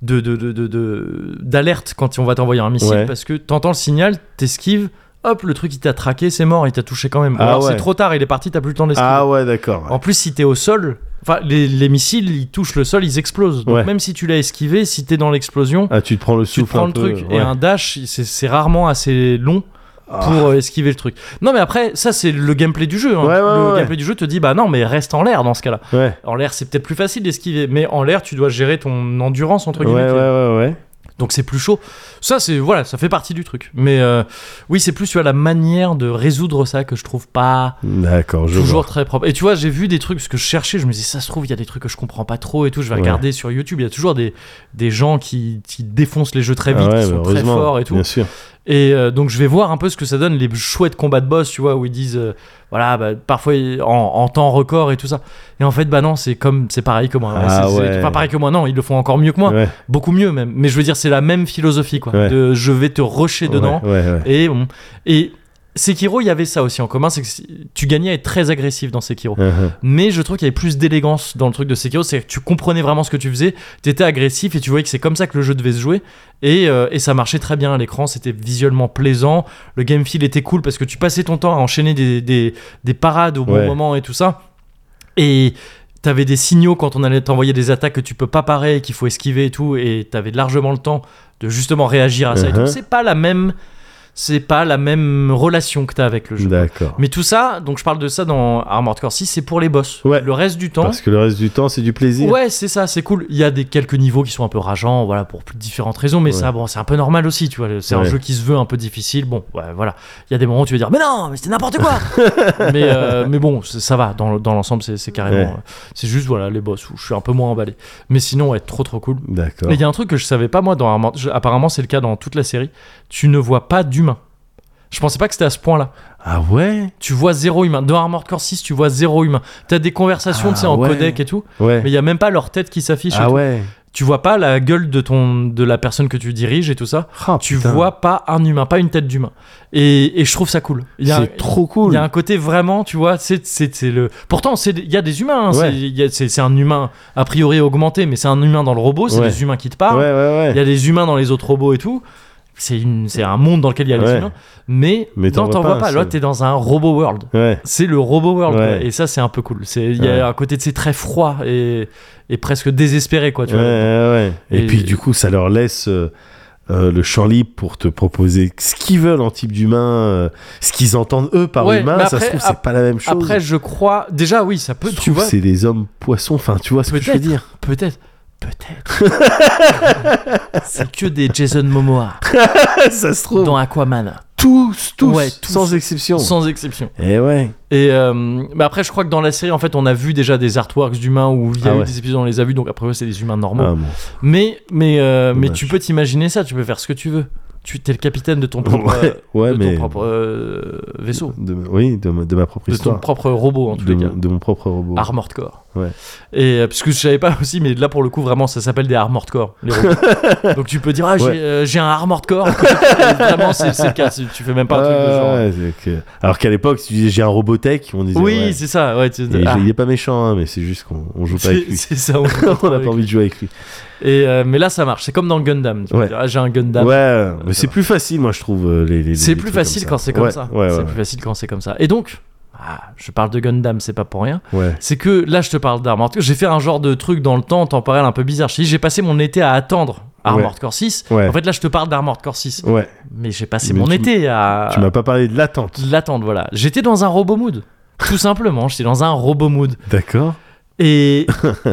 [SPEAKER 1] de, de, de, de- de- d'alerte quand on va t'envoyer un missile
[SPEAKER 2] Ouais.
[SPEAKER 1] parce que t'entends le signal, t'esquives, hop, le truc il t'a traqué, c'est mort, il t'a touché quand même. Ou
[SPEAKER 2] Ah
[SPEAKER 1] alors
[SPEAKER 2] ouais.
[SPEAKER 1] c'est trop tard, il est parti, t'as plus le temps d'esquiver.
[SPEAKER 2] Ah ouais, d'accord.
[SPEAKER 1] En plus, si t'es au sol, enfin les, les missiles ils touchent le sol, ils explosent. Donc
[SPEAKER 2] Ouais.
[SPEAKER 1] même si tu l'as esquivé, si t'es dans l'explosion,
[SPEAKER 2] Ah, tu te prends le
[SPEAKER 1] tu te
[SPEAKER 2] souffle
[SPEAKER 1] prends
[SPEAKER 2] un
[SPEAKER 1] le
[SPEAKER 2] peu,
[SPEAKER 1] truc.
[SPEAKER 2] ouais.
[SPEAKER 1] Et un dash, c'est, c'est rarement assez long
[SPEAKER 2] Ah.
[SPEAKER 1] pour euh, esquiver le truc. Non mais après, ça c'est le gameplay du jeu. hein.
[SPEAKER 2] Ouais, ouais,
[SPEAKER 1] le
[SPEAKER 2] ouais.
[SPEAKER 1] gameplay du jeu te dit bah non mais reste en l'air dans ce cas-là.
[SPEAKER 2] Ouais.
[SPEAKER 1] En l'air, c'est peut-être plus facile d'esquiver, mais en l'air, tu dois gérer ton endurance entre
[SPEAKER 2] Ouais, ouais,
[SPEAKER 1] guillemets.
[SPEAKER 2] ouais, ouais.
[SPEAKER 1] Donc c'est plus chaud. Ça, c'est voilà, ça fait partie du truc. Mais euh, oui, c'est plus tu vois, la manière de résoudre ça que je trouve pas
[SPEAKER 2] D'accord, je
[SPEAKER 1] toujours très propre. Et tu vois, j'ai vu des trucs parce que je cherchais, je me disais ça se trouve il y a des trucs que je comprends pas trop et tout. Je vais
[SPEAKER 2] Ouais.
[SPEAKER 1] regarder sur YouTube. Il y a toujours des des gens qui, qui défoncent les jeux très
[SPEAKER 2] vois.
[SPEAKER 1] vite,
[SPEAKER 2] Ah ouais,
[SPEAKER 1] qui
[SPEAKER 2] bah,
[SPEAKER 1] sont très
[SPEAKER 2] heureusement,
[SPEAKER 1] forts et tout.
[SPEAKER 2] Bien sûr.
[SPEAKER 1] Et euh, donc je vais voir un peu ce que ça donne les chouettes combats de boss, tu vois, où ils disent euh, voilà, bah, parfois ils- en, en temps record et tout ça. Et en fait, bah non, c'est comme c'est pareil que moi.
[SPEAKER 2] Ah
[SPEAKER 1] C'est- c'est
[SPEAKER 2] ouais.
[SPEAKER 1] pas pareil que moi, non, ils le font encore mieux que moi,
[SPEAKER 2] Ouais,
[SPEAKER 1] beaucoup mieux même. Mais je veux dire, c'est la même philosophie quoi.
[SPEAKER 2] Ouais.
[SPEAKER 1] De je vais te rusher dedans.
[SPEAKER 2] Ouais, ouais,
[SPEAKER 1] (laughs)
[SPEAKER 2] ouais.
[SPEAKER 1] Et bon, et Sekiro, il y avait ça aussi en commun, c'est que si- tu gagnais à être très agressif dans Sekiro.
[SPEAKER 2] Uh-huh.
[SPEAKER 1] Mais je trouve qu'il y avait plus d'élégance dans le truc de Sekiro, c'est que tu comprenais vraiment ce que tu faisais, t'étais agressif et tu voyais que c'est comme ça que le jeu devait se jouer. Et, euh, et ça marchait très bien à l'écran, c'était visuellement plaisant, le game feel était cool parce que tu passais ton temps à enchaîner des, des, des parades au bon
[SPEAKER 2] Ouais.
[SPEAKER 1] moment et tout ça. Et t'avais des signaux quand on allait t'envoyer des attaques que tu peux pas parer, qu'il faut esquiver et tout, et t'avais largement le temps de justement réagir à ça et
[SPEAKER 2] Mhm.
[SPEAKER 1] tout. C'est pas la même. C'est pas la même relation que t'as avec le jeu.
[SPEAKER 2] D'accord.
[SPEAKER 1] Mais tout ça, donc je parle de ça dans Armored Core 6, c'est pour les boss.
[SPEAKER 2] Ouais.
[SPEAKER 1] Le reste du temps.
[SPEAKER 2] Parce que le reste du temps, c'est du plaisir.
[SPEAKER 1] Ouais, c'est ça, c'est cool. Il y a des quelques niveaux qui sont un peu rageants, voilà, pour plus- différentes raisons, mais
[SPEAKER 2] Ouais.
[SPEAKER 1] ça, bon, c'est un peu normal aussi, tu vois. le- C'est un
[SPEAKER 2] Ouais.
[SPEAKER 1] jeu qui se veut un peu difficile. Bon, ouais, voilà. Il y a des moments où tu vas dire, mais non, mais c'était n'importe
[SPEAKER 2] (laughs)
[SPEAKER 1] quoi. mais, euh, mais bon, c'est- ça va. Dans, le- dans l'ensemble, c'est, c'est carrément.
[SPEAKER 2] Ouais.
[SPEAKER 1] euh, C'est juste, voilà, les boss où je suis un peu moins emballé. Mais sinon, ouais, trop trop cool.
[SPEAKER 2] D'accord.
[SPEAKER 1] Et il y a un truc que je savais pas moi dans Armored- je- apparemment c'est le cas dans toute la série. Tu ne vois pas d'humains. Je pensais pas que c'était à ce point-là.
[SPEAKER 2] Ah ouais
[SPEAKER 1] Tu vois zéro humain. Dans Armored Core 6, tu vois zéro humain. T'as des conversations,
[SPEAKER 2] Ah
[SPEAKER 1] tu sais, en
[SPEAKER 2] ouais.
[SPEAKER 1] codec et tout,
[SPEAKER 2] Ouais.
[SPEAKER 1] mais il y a même pas leur tête qui s'affiche. et
[SPEAKER 2] ah
[SPEAKER 1] tout.
[SPEAKER 2] ouais.
[SPEAKER 1] Tu vois pas la gueule de ton, de la personne que tu diriges et tout ça.
[SPEAKER 2] Ah,
[SPEAKER 1] Tu
[SPEAKER 2] putain.
[SPEAKER 1] vois pas un humain, pas une tête d'humain. Et, et je trouve ça cool. Il y a-
[SPEAKER 2] C'est trop cool.
[SPEAKER 1] Il y a un côté vraiment, tu vois, c'est c'est- c'est le. Pourtant, c'est- il y a des humains. hein,
[SPEAKER 2] Ouais.
[SPEAKER 1] c'est- il y a- C'est c'est un humain a priori augmenté, mais c'est un humain dans le robot. C'est
[SPEAKER 2] Ouais.
[SPEAKER 1] des humains qui te parlent.
[SPEAKER 2] Ouais, ouais,
[SPEAKER 1] Il y
[SPEAKER 2] ouais.
[SPEAKER 1] a des humains dans les autres robots et tout. C'est une- c'est un monde dans lequel il y a les
[SPEAKER 2] Ouais.
[SPEAKER 1] humains. Mais,
[SPEAKER 2] Mais
[SPEAKER 1] non,
[SPEAKER 2] t'en vois
[SPEAKER 1] t'en
[SPEAKER 2] pas
[SPEAKER 1] vois
[SPEAKER 2] un
[SPEAKER 1] pas. Là,
[SPEAKER 2] seul.
[SPEAKER 1] t'es dans un robot world
[SPEAKER 2] Ouais.
[SPEAKER 1] c'est le robot world
[SPEAKER 2] Ouais.
[SPEAKER 1] quoi. et ça c'est un peu cool c'est il y a
[SPEAKER 2] Ouais.
[SPEAKER 1] un côté de c'est très froid et, et presque désespéré quoi tu
[SPEAKER 2] Ouais,
[SPEAKER 1] vois
[SPEAKER 2] ouais, ouais. Et,
[SPEAKER 1] Et-
[SPEAKER 2] puis du coup, ça leur laisse euh, euh, le champ libre pour te proposer ce qu'ils veulent en type d'humain, euh, ce qu'ils entendent eux par
[SPEAKER 1] Ouais,
[SPEAKER 2] humain.
[SPEAKER 1] mais
[SPEAKER 2] ça se
[SPEAKER 1] après,
[SPEAKER 2] trouve,
[SPEAKER 1] ap-
[SPEAKER 2] c'est pas la même chose.
[SPEAKER 1] après je crois déjà oui ça peut
[SPEAKER 2] Je
[SPEAKER 1] tu
[SPEAKER 2] trouve
[SPEAKER 1] vois
[SPEAKER 2] que c'est des hommes poissons. Enfin, tu vois ce que je veux
[SPEAKER 1] Peut-être.
[SPEAKER 2] dire
[SPEAKER 1] peut-être peut-être
[SPEAKER 2] (laughs)
[SPEAKER 1] c'est que des Jason Momoa
[SPEAKER 2] (laughs) Ça se trouve.
[SPEAKER 1] dans Aquaman
[SPEAKER 2] Tous, tous,
[SPEAKER 1] Ouais, tous.
[SPEAKER 2] sans exception.
[SPEAKER 1] sans exception
[SPEAKER 2] Et ouais.
[SPEAKER 1] et euh, mais après je crois que dans la série en fait on a vu déjà des artworks d'humains où il y a
[SPEAKER 2] Ah
[SPEAKER 1] eu
[SPEAKER 2] ouais.
[SPEAKER 1] des épisodes on les a vus donc après ouais, c'est des humains normaux
[SPEAKER 2] Ah, bon.
[SPEAKER 1] mais mais euh, mais
[SPEAKER 2] Dommage.
[SPEAKER 1] tu peux t'imaginer ça tu peux faire ce que tu veux tu t'es le capitaine de ton propre euh,
[SPEAKER 2] Ouais, ouais,
[SPEAKER 1] de
[SPEAKER 2] mais
[SPEAKER 1] ton propre euh, vaisseau,
[SPEAKER 2] de, oui, de, ma- de ma propre
[SPEAKER 1] de ton
[SPEAKER 2] histoire,
[SPEAKER 1] propre robot en tous
[SPEAKER 2] de,
[SPEAKER 1] les cas. Ah,
[SPEAKER 2] mon- de mon propre robot.
[SPEAKER 1] Armored Core.
[SPEAKER 2] Ouais.
[SPEAKER 1] Et euh, parce que je savais pas aussi, mais là pour le coup vraiment ça s'appelle des Armored Core. les
[SPEAKER 2] (laughs)
[SPEAKER 1] robots. Donc tu peux dire ah j'ai
[SPEAKER 2] Ouais.
[SPEAKER 1] euh, j'ai un Armored Core. Et (laughs) vraiment c'est c'est le cas, c'est- tu fais même pas un truc de genre. hein.
[SPEAKER 2] Ouais, c'est que- Alors qu'à l'époque, si tu disais j'ai un Robotech, on disait
[SPEAKER 1] Oui
[SPEAKER 2] ouais.
[SPEAKER 1] c'est ça. Ouais, tu-
[SPEAKER 2] Et
[SPEAKER 1] ah.
[SPEAKER 2] Il est pas méchant, hein, mais c'est juste qu'on
[SPEAKER 1] (laughs)
[SPEAKER 2] on joue pas
[SPEAKER 1] C'est
[SPEAKER 2] avec lui.
[SPEAKER 1] c'est ça. on-
[SPEAKER 2] on n'a pas envie de jouer avec lui.
[SPEAKER 1] Et euh, mais là ça marche. C'est comme dans Gundam. Tu peux
[SPEAKER 2] Ouais.
[SPEAKER 1] dire, Ah, j'ai un Gundam.
[SPEAKER 2] Ouais, mais c'est plus facile, moi, je trouve. euh, Les, les- les-
[SPEAKER 1] Euh, C'est
[SPEAKER 2] les
[SPEAKER 1] plus
[SPEAKER 2] trucs
[SPEAKER 1] facile
[SPEAKER 2] comme
[SPEAKER 1] quand c'est comme
[SPEAKER 2] Ouais,
[SPEAKER 1] ça.
[SPEAKER 2] Ouais,
[SPEAKER 1] c'est
[SPEAKER 2] ouais,
[SPEAKER 1] plus facile quand c'est comme ça. Et donc ah, je parle de Gundam, c'est pas pour rien.
[SPEAKER 2] ouais.
[SPEAKER 1] c'est que là je te parle d'Armored Core j'ai fait un genre de truc dans le temps temporel un peu bizarre je te dis, j'ai passé mon été à attendre Armored Core 6
[SPEAKER 2] Ouais.
[SPEAKER 1] en fait là je te parle d'Armored Core 6
[SPEAKER 2] Ouais.
[SPEAKER 1] mais j'ai passé
[SPEAKER 2] Mais
[SPEAKER 1] mon
[SPEAKER 2] tu-
[SPEAKER 1] été à
[SPEAKER 2] Tu m'as pas parlé de l'attente.
[SPEAKER 1] l'attendre voilà j'étais dans un robot mood tout simplement j'étais dans un robot mood
[SPEAKER 2] D'accord.
[SPEAKER 1] et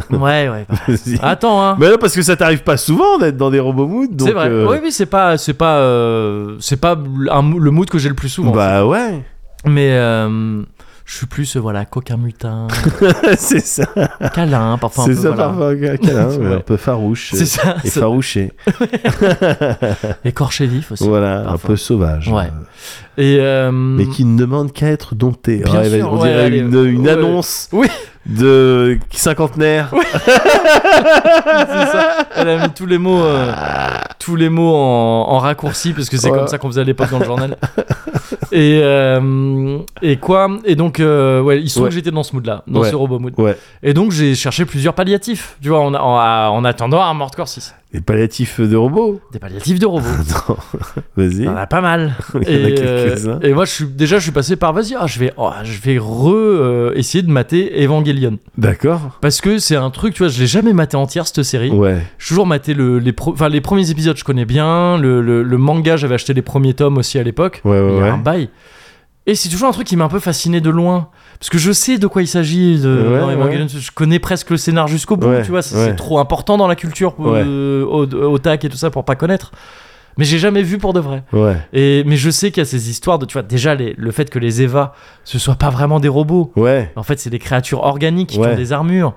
[SPEAKER 1] ouais ouais bah,
[SPEAKER 2] (laughs) Vas-y.
[SPEAKER 1] attends hein
[SPEAKER 2] Mais là, parce que ça t'arrive pas souvent d'être dans des robots moods. donc,
[SPEAKER 1] c'est vrai
[SPEAKER 2] euh,
[SPEAKER 1] oui oui c'est pas c'est pas euh, c'est pas un mou- le mood que j'ai le plus souvent
[SPEAKER 2] Bah ouais, (laughs)
[SPEAKER 1] mais euh, je suis plus euh, voilà coquin
[SPEAKER 2] (laughs)
[SPEAKER 1] mutin
[SPEAKER 2] c'est ça.
[SPEAKER 1] câlin parfois un
[SPEAKER 2] c'est
[SPEAKER 1] peu,
[SPEAKER 2] ça,
[SPEAKER 1] voilà.
[SPEAKER 2] parfois,
[SPEAKER 1] (laughs)
[SPEAKER 2] un câlin, mais
[SPEAKER 1] Ouais.
[SPEAKER 2] un peu farouche. euh,
[SPEAKER 1] c'est ça
[SPEAKER 2] Et
[SPEAKER 1] ça.
[SPEAKER 2] farouché.
[SPEAKER 1] écorché vif aussi
[SPEAKER 2] Voilà, un
[SPEAKER 1] Parfois.
[SPEAKER 2] peu sauvage.
[SPEAKER 1] Ouais.
[SPEAKER 2] Euh,
[SPEAKER 1] et euh,
[SPEAKER 2] Mais qui ne demande qu'à être dompté.
[SPEAKER 1] Bien
[SPEAKER 2] Ouais,
[SPEAKER 1] sûr,
[SPEAKER 2] on
[SPEAKER 1] ouais,
[SPEAKER 2] dirait
[SPEAKER 1] allez,
[SPEAKER 2] une, une
[SPEAKER 1] ouais.
[SPEAKER 2] annonce
[SPEAKER 1] Oui.
[SPEAKER 2] de cinquantenaire.
[SPEAKER 1] C'est ça. Elle a mis tous les mots, euh, tous les mots en, en raccourci parce que c'est
[SPEAKER 2] Ah. Ouais.
[SPEAKER 1] comme ça qu'on faisait à l'époque dans le journal. Et euh, et quoi Et donc euh, ouais, il se trouve
[SPEAKER 2] Ouais.
[SPEAKER 1] que j'étais dans ce mood-là, dans
[SPEAKER 2] Ouais.
[SPEAKER 1] ce robot mood.
[SPEAKER 2] Ouais.
[SPEAKER 1] Et donc j'ai cherché plusieurs palliatifs, tu vois, en, en- en attendant Armored Core 6.
[SPEAKER 2] Des palliatifs de robots (laughs)
[SPEAKER 1] Des palliatifs de robots.
[SPEAKER 2] Attends, vas-y.
[SPEAKER 1] Il y en a pas mal.
[SPEAKER 2] (laughs) Il y en a
[SPEAKER 1] Et,
[SPEAKER 2] quelques-uns.
[SPEAKER 1] euh, et moi, je suis, déjà, je suis passé par. Vas-y, ah, je vais, oh, je vais re euh, essayer de mater Evangelion.
[SPEAKER 2] D'accord.
[SPEAKER 1] Parce que c'est un truc, tu vois, je l'ai jamais maté entière cette série.
[SPEAKER 2] Ouais.
[SPEAKER 1] J'ai toujours maté le, les, pro- enfin, les premiers épisodes, je connais bien. Le, le- le manga, j'avais acheté les premiers tomes aussi à l'époque.
[SPEAKER 2] Ouais, Euh, ouais,
[SPEAKER 1] Il y a
[SPEAKER 2] ouais.
[SPEAKER 1] un bail. Et c'est toujours un truc qui m'a un peu fasciné de loin. Parce que je sais de quoi il s'agit de,
[SPEAKER 2] Ouais,
[SPEAKER 1] dans Evangelion. Je connais presque le scénar jusqu'au bout,
[SPEAKER 2] Ouais,
[SPEAKER 1] tu vois. C'est
[SPEAKER 2] ouais.
[SPEAKER 1] c'est trop important dans la culture euh, au, au tac et tout ça pour pas connaître. Mais j'ai jamais vu pour de vrai.
[SPEAKER 2] Ouais.
[SPEAKER 1] Et, mais je sais qu'il y a ces histoires de, tu vois, déjà les- le fait que les Eva, ce soient pas vraiment des robots.
[SPEAKER 2] Ouais.
[SPEAKER 1] En fait, c'est des créatures organiques qui
[SPEAKER 2] Ouais.
[SPEAKER 1] ont des armures.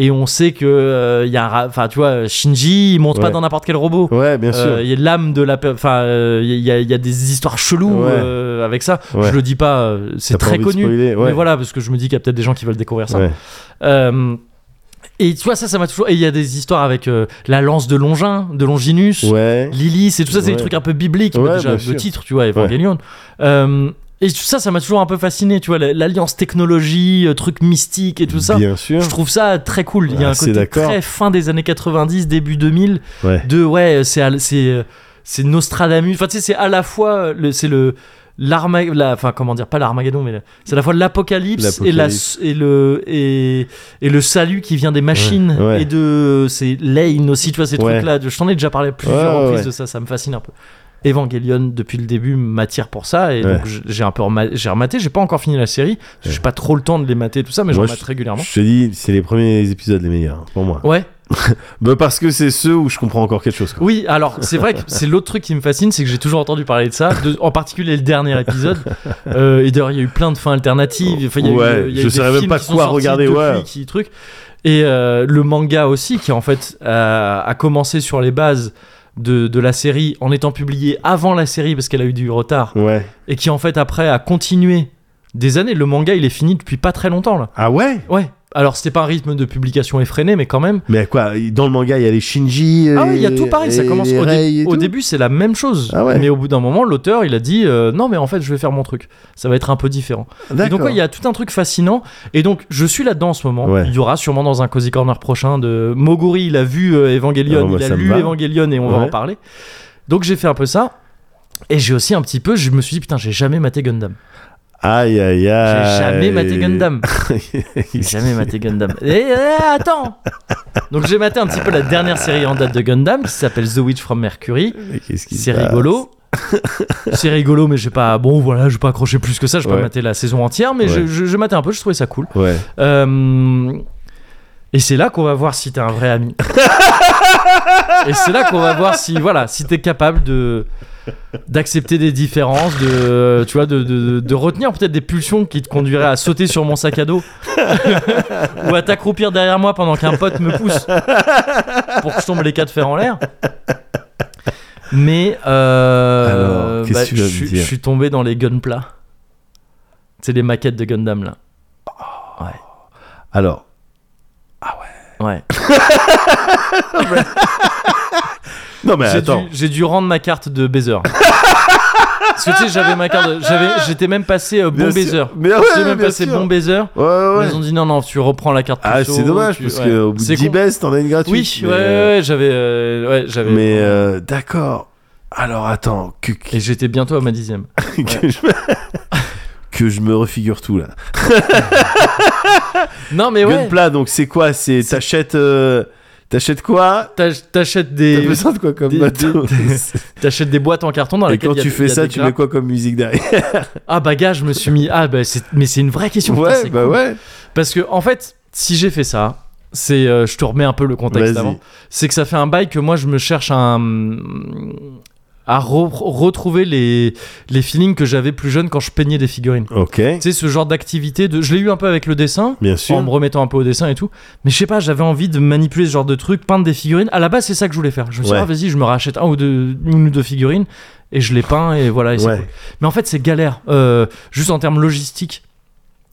[SPEAKER 1] Et on sait que, euh, il y a, un ra- enfin, tu vois, Shinji, il monte
[SPEAKER 2] Ouais.
[SPEAKER 1] pas dans n'importe quel robot.
[SPEAKER 2] Ouais, bien sûr.
[SPEAKER 1] Euh, Il y a l'âme de la. pe- Enfin, euh, il y, a- il y a des histoires cheloues
[SPEAKER 2] Ouais.
[SPEAKER 1] euh, avec ça.
[SPEAKER 2] Ouais.
[SPEAKER 1] Je le dis pas, euh, c'est
[SPEAKER 2] T'as pas
[SPEAKER 1] très
[SPEAKER 2] envie de
[SPEAKER 1] connu.
[SPEAKER 2] spoiler, ouais.
[SPEAKER 1] Mais voilà, parce que je me dis qu'il y a peut-être des gens qui veulent découvrir ça.
[SPEAKER 2] Ouais.
[SPEAKER 1] Euh, et tu vois, ça, ça m'a toujours. Et il y a des histoires avec euh, la lance de Longin, de Longinus.
[SPEAKER 2] Ouais.
[SPEAKER 1] Lily, c'est tout ça, c'est
[SPEAKER 2] Ouais.
[SPEAKER 1] des trucs un peu bibliques,
[SPEAKER 2] Ouais,
[SPEAKER 1] mais déjà
[SPEAKER 2] bien
[SPEAKER 1] le
[SPEAKER 2] sûr.
[SPEAKER 1] titre, tu vois, Evangelion. Euh, et tout ça, ça m'a toujours un peu fasciné, tu vois, la- l'alliance technologie, euh, truc mystique et tout ça.
[SPEAKER 2] Bien sûr.
[SPEAKER 1] Je trouve ça très cool. Il y a
[SPEAKER 2] Ah,
[SPEAKER 1] un
[SPEAKER 2] c'est
[SPEAKER 1] côté
[SPEAKER 2] d'accord.
[SPEAKER 1] très fin des années 90, début 2000,
[SPEAKER 2] Ouais.
[SPEAKER 1] de ouais, c'est à- c'est euh, c'est Nostradamus. Enfin, tu sais, c'est à la fois le c'est le l'Arma- la- enfin comment dire pas l'armageddon mais le- c'est à la fois l'apocalypse et la
[SPEAKER 2] L'apocalypse.
[SPEAKER 1] et le et, et le salut qui vient des machines
[SPEAKER 2] Ouais, ouais.
[SPEAKER 1] et de c'est Lane aussi tu vois ces
[SPEAKER 2] Ouais.
[SPEAKER 1] trucs là je t'en ai déjà parlé à plusieurs
[SPEAKER 2] Ouais, ouais,
[SPEAKER 1] reprises
[SPEAKER 2] ouais.
[SPEAKER 1] de ça ça me fascine un peu Evangelion depuis le début m'attire pour ça et donc j- j'ai un peu rema- j'ai rematé j'ai pas encore fini la série parce que j'ai pas trop le temps de les mater tout ça mais j'en
[SPEAKER 2] Moi,
[SPEAKER 1] mate régulièrement
[SPEAKER 2] Je te dis, c'est les premiers épisodes les meilleurs, hein, pour moi.
[SPEAKER 1] ouais
[SPEAKER 2] Bah, parce que c'est ceux où je comprends encore quelque chose. quoi.
[SPEAKER 1] Oui, alors c'est
[SPEAKER 2] (laughs)
[SPEAKER 1] vrai que c'est l'autre truc qui me fascine, c'est que j'ai toujours entendu parler de ça, de- en particulier le dernier
[SPEAKER 2] (laughs)
[SPEAKER 1] épisode. Euh, et d'ailleurs, il y a eu plein de fins alternatives. Enfin, il y a eu-
[SPEAKER 2] Ouais,
[SPEAKER 1] il y a eu
[SPEAKER 2] je
[SPEAKER 1] des
[SPEAKER 2] saurais même
[SPEAKER 1] films
[SPEAKER 2] pas
[SPEAKER 1] qui sont
[SPEAKER 2] quoi
[SPEAKER 1] sortis
[SPEAKER 2] regarder,
[SPEAKER 1] depuis,
[SPEAKER 2] ouais.
[SPEAKER 1] qui- truc. Et euh, le manga aussi, qui en fait a- a commencé sur les bases de, de la série en étant publié avant la série parce qu'elle a eu du retard,
[SPEAKER 2] Ouais.
[SPEAKER 1] et qui en fait après a continué des années. Le manga, il est fini depuis pas très longtemps là.
[SPEAKER 2] Ah ouais
[SPEAKER 1] Ouais. Alors c'était pas un rythme de publication effréné, mais quand même.
[SPEAKER 2] Mais quoi Dans le manga, il y a les Shinji.
[SPEAKER 1] Ah
[SPEAKER 2] euh,
[SPEAKER 1] oui, il y a tout pareil, ça
[SPEAKER 2] et
[SPEAKER 1] commence
[SPEAKER 2] les
[SPEAKER 1] au, dé-
[SPEAKER 2] Rei et
[SPEAKER 1] au
[SPEAKER 2] tout.
[SPEAKER 1] début, c'est la même chose.
[SPEAKER 2] Ah ouais.
[SPEAKER 1] Mais au bout d'un moment, l'auteur, il a dit euh, non, mais en fait, je vais faire mon truc. Ça va être un peu différent. Et donc,
[SPEAKER 2] D'accord.
[SPEAKER 1] ouais, il y a tout un truc fascinant. Et donc, je suis là-dedans en ce moment.
[SPEAKER 2] Ouais.
[SPEAKER 1] Il y aura sûrement dans un Cozy Corner prochain de Moguri, il a vu euh, Evangelion,
[SPEAKER 2] Ah bon, bah,
[SPEAKER 1] il a
[SPEAKER 2] ça me
[SPEAKER 1] lu
[SPEAKER 2] va.
[SPEAKER 1] Evangelion et on va
[SPEAKER 2] Ouais.
[SPEAKER 1] en parler. Donc, j'ai fait un peu ça. Et j'ai aussi un petit peu, je me suis dit, putain, j'ai jamais maté Gundam.
[SPEAKER 2] Aïe aïe
[SPEAKER 1] J'ai
[SPEAKER 2] aïe.
[SPEAKER 1] jamais maté
[SPEAKER 2] (laughs)
[SPEAKER 1] Gundam. J'ai jamais maté Gundam. Et, attends Donc, j'ai maté un petit peu la dernière série en date de Gundam qui s'appelle The Witch from Mercury.
[SPEAKER 2] Mais (laughs) qu'est-ce qui se
[SPEAKER 1] C'est
[SPEAKER 2] passe
[SPEAKER 1] rigolo. c'est rigolo, mais j'ai pas. Bon, voilà, je vais pas accrocher plus que ça. Je vais
[SPEAKER 2] Ouais.
[SPEAKER 1] pas mater la saison entière, mais je,
[SPEAKER 2] Ouais.
[SPEAKER 1] je, je matais un peu. Je trouvais ça cool.
[SPEAKER 2] Ouais.
[SPEAKER 1] Euh, Et c'est là qu'on va voir si t'es un vrai
[SPEAKER 2] (laughs)
[SPEAKER 1] ami. Et c'est là qu'on va voir si voilà si t'es capable de d'accepter des différences, de tu vois, de, de, de retenir peut-être des pulsions qui te conduiraient à sauter sur mon sac à
[SPEAKER 2] (laughs)
[SPEAKER 1] dos ou à t'accroupir derrière moi pendant qu'un pote me pousse pour que je tombe les quatre fers en l'air. Mais euh,
[SPEAKER 2] Alors, qu'est-ce que tu
[SPEAKER 1] je
[SPEAKER 2] vas me
[SPEAKER 1] suis-
[SPEAKER 2] dire
[SPEAKER 1] je suis tombé dans les gunpla. C'est les maquettes de Gundam là.
[SPEAKER 2] Alors,
[SPEAKER 1] Ouais.
[SPEAKER 2] non mais
[SPEAKER 1] J'ai dû,
[SPEAKER 2] Bah, attends.
[SPEAKER 1] j'ai dû rendre ma carte de
[SPEAKER 2] (laughs)
[SPEAKER 1] baiser. Parce que tu sais, j'avais ma carte. de- j'avais, j'étais même passé euh, bon
[SPEAKER 2] Ah. Bien sûr.
[SPEAKER 1] baiser.
[SPEAKER 2] Mais ouais,
[SPEAKER 1] J'étais même
[SPEAKER 2] bien
[SPEAKER 1] passé
[SPEAKER 2] sûr.
[SPEAKER 1] bon baiser.
[SPEAKER 2] Ouais, ouais, ouais.
[SPEAKER 1] Ils ont dit non, non, tu reprends la carte.
[SPEAKER 2] Ah,
[SPEAKER 1] perso,
[SPEAKER 2] c'est dommage
[SPEAKER 1] tu-
[SPEAKER 2] parce
[SPEAKER 1] ouais.
[SPEAKER 2] que au bout de
[SPEAKER 1] C'est
[SPEAKER 2] 10
[SPEAKER 1] con.
[SPEAKER 2] baisses, t'en as une gratuite.
[SPEAKER 1] Oui,
[SPEAKER 2] mais-
[SPEAKER 1] ouais, ouais, ouais, j'avais, euh, ouais, j'avais.
[SPEAKER 2] Mais euh, d'accord. Alors attends, que, que,
[SPEAKER 1] Et j'étais bientôt à ma dixième.
[SPEAKER 2] que je... (laughs) que je me refigure tout là.
[SPEAKER 1] Non, mais ouais.
[SPEAKER 2] Gunpla, donc c'est quoi C'est t'achètes, euh, t'achètes quoi
[SPEAKER 1] t'ach- T'achètes
[SPEAKER 2] T'as
[SPEAKER 1] des,
[SPEAKER 2] besoin de quoi comme
[SPEAKER 1] des-
[SPEAKER 2] matos (laughs)
[SPEAKER 1] t'achètes des boîtes en carton dans
[SPEAKER 2] Et
[SPEAKER 1] lesquelles
[SPEAKER 2] quand
[SPEAKER 1] il y a-
[SPEAKER 2] tu
[SPEAKER 1] il
[SPEAKER 2] fais
[SPEAKER 1] y a
[SPEAKER 2] ça,
[SPEAKER 1] des
[SPEAKER 2] tu
[SPEAKER 1] grappes.
[SPEAKER 2] mets quoi comme musique (laughs) derrière
[SPEAKER 1] Ah, bagage, je me suis mis. Ah, bah, c'est... mais c'est une vraie question. putain,
[SPEAKER 2] Ouais,
[SPEAKER 1] c'est
[SPEAKER 2] bah
[SPEAKER 1] cool.
[SPEAKER 2] ouais.
[SPEAKER 1] Parce que en fait, si j'ai fait ça, c'est, euh, je te remets un peu le contexte
[SPEAKER 2] Vas-y.
[SPEAKER 1] avant. C'est que ça fait un bail que moi je me cherche un à re- retrouver les les feelings que j'avais plus jeune quand je peignais des figurines.
[SPEAKER 2] Ok,
[SPEAKER 1] Tu sais, ce genre d'activité, de... je l'ai eu un peu avec le dessin,
[SPEAKER 2] bien
[SPEAKER 1] en me
[SPEAKER 2] sûr.
[SPEAKER 1] remettant un peu au dessin et tout. Mais je sais pas, j'avais envie de manipuler ce genre de truc, peindre des figurines. À la base, c'est ça que je voulais faire. Je me suis dit,
[SPEAKER 2] Ouais.
[SPEAKER 1] ah, vas-y, je me rachète un ou deux, une ou deux figurines et je les peins et voilà. Et c'est
[SPEAKER 2] Ouais.
[SPEAKER 1] cool. Mais en fait, c'est galère. Euh, juste en termes logistiques,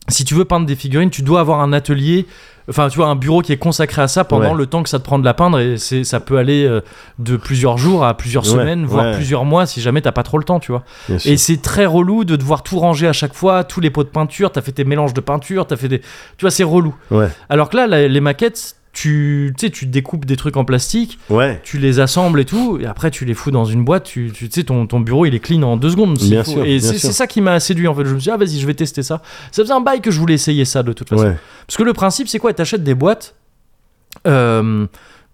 [SPEAKER 1] si tu veux peindre des figurines, tu dois avoir un atelier. Enfin, tu vois, un bureau qui est consacré à ça pendant
[SPEAKER 2] Ouais.
[SPEAKER 1] le temps que ça te prend de la peindre, et c'est, ça peut aller euh, de plusieurs jours à plusieurs
[SPEAKER 2] Ouais,
[SPEAKER 1] semaines, voire
[SPEAKER 2] ouais.
[SPEAKER 1] plusieurs mois, si jamais t'as pas trop le temps, tu vois.
[SPEAKER 2] bien sûr.
[SPEAKER 1] Et c'est très relou de devoir tout ranger à chaque fois, tous les pots de peinture, t'as fait tes mélanges de peinture, t'as fait des... Tu vois, c'est relou.
[SPEAKER 2] Ouais.
[SPEAKER 1] Alors que là, la- les maquettes, tu tu sais, tu découpes des trucs en plastique,
[SPEAKER 2] Ouais.
[SPEAKER 1] tu les assembles et tout, et après tu les fous dans une boîte, tu, tu tu sais, ton, ton bureau il est clean en deux secondes. s'il
[SPEAKER 2] Bien
[SPEAKER 1] faut.
[SPEAKER 2] sûr,
[SPEAKER 1] et
[SPEAKER 2] bien
[SPEAKER 1] c'est
[SPEAKER 2] sûr.
[SPEAKER 1] c'est ça qui m'a séduit en fait. Je me suis dit, ah vas-y, je vais tester ça. Ça faisait un bail que je voulais essayer ça de toute façon.
[SPEAKER 2] Ouais.
[SPEAKER 1] Parce que le principe, c'est quoi T'achètes des boîtes, euh,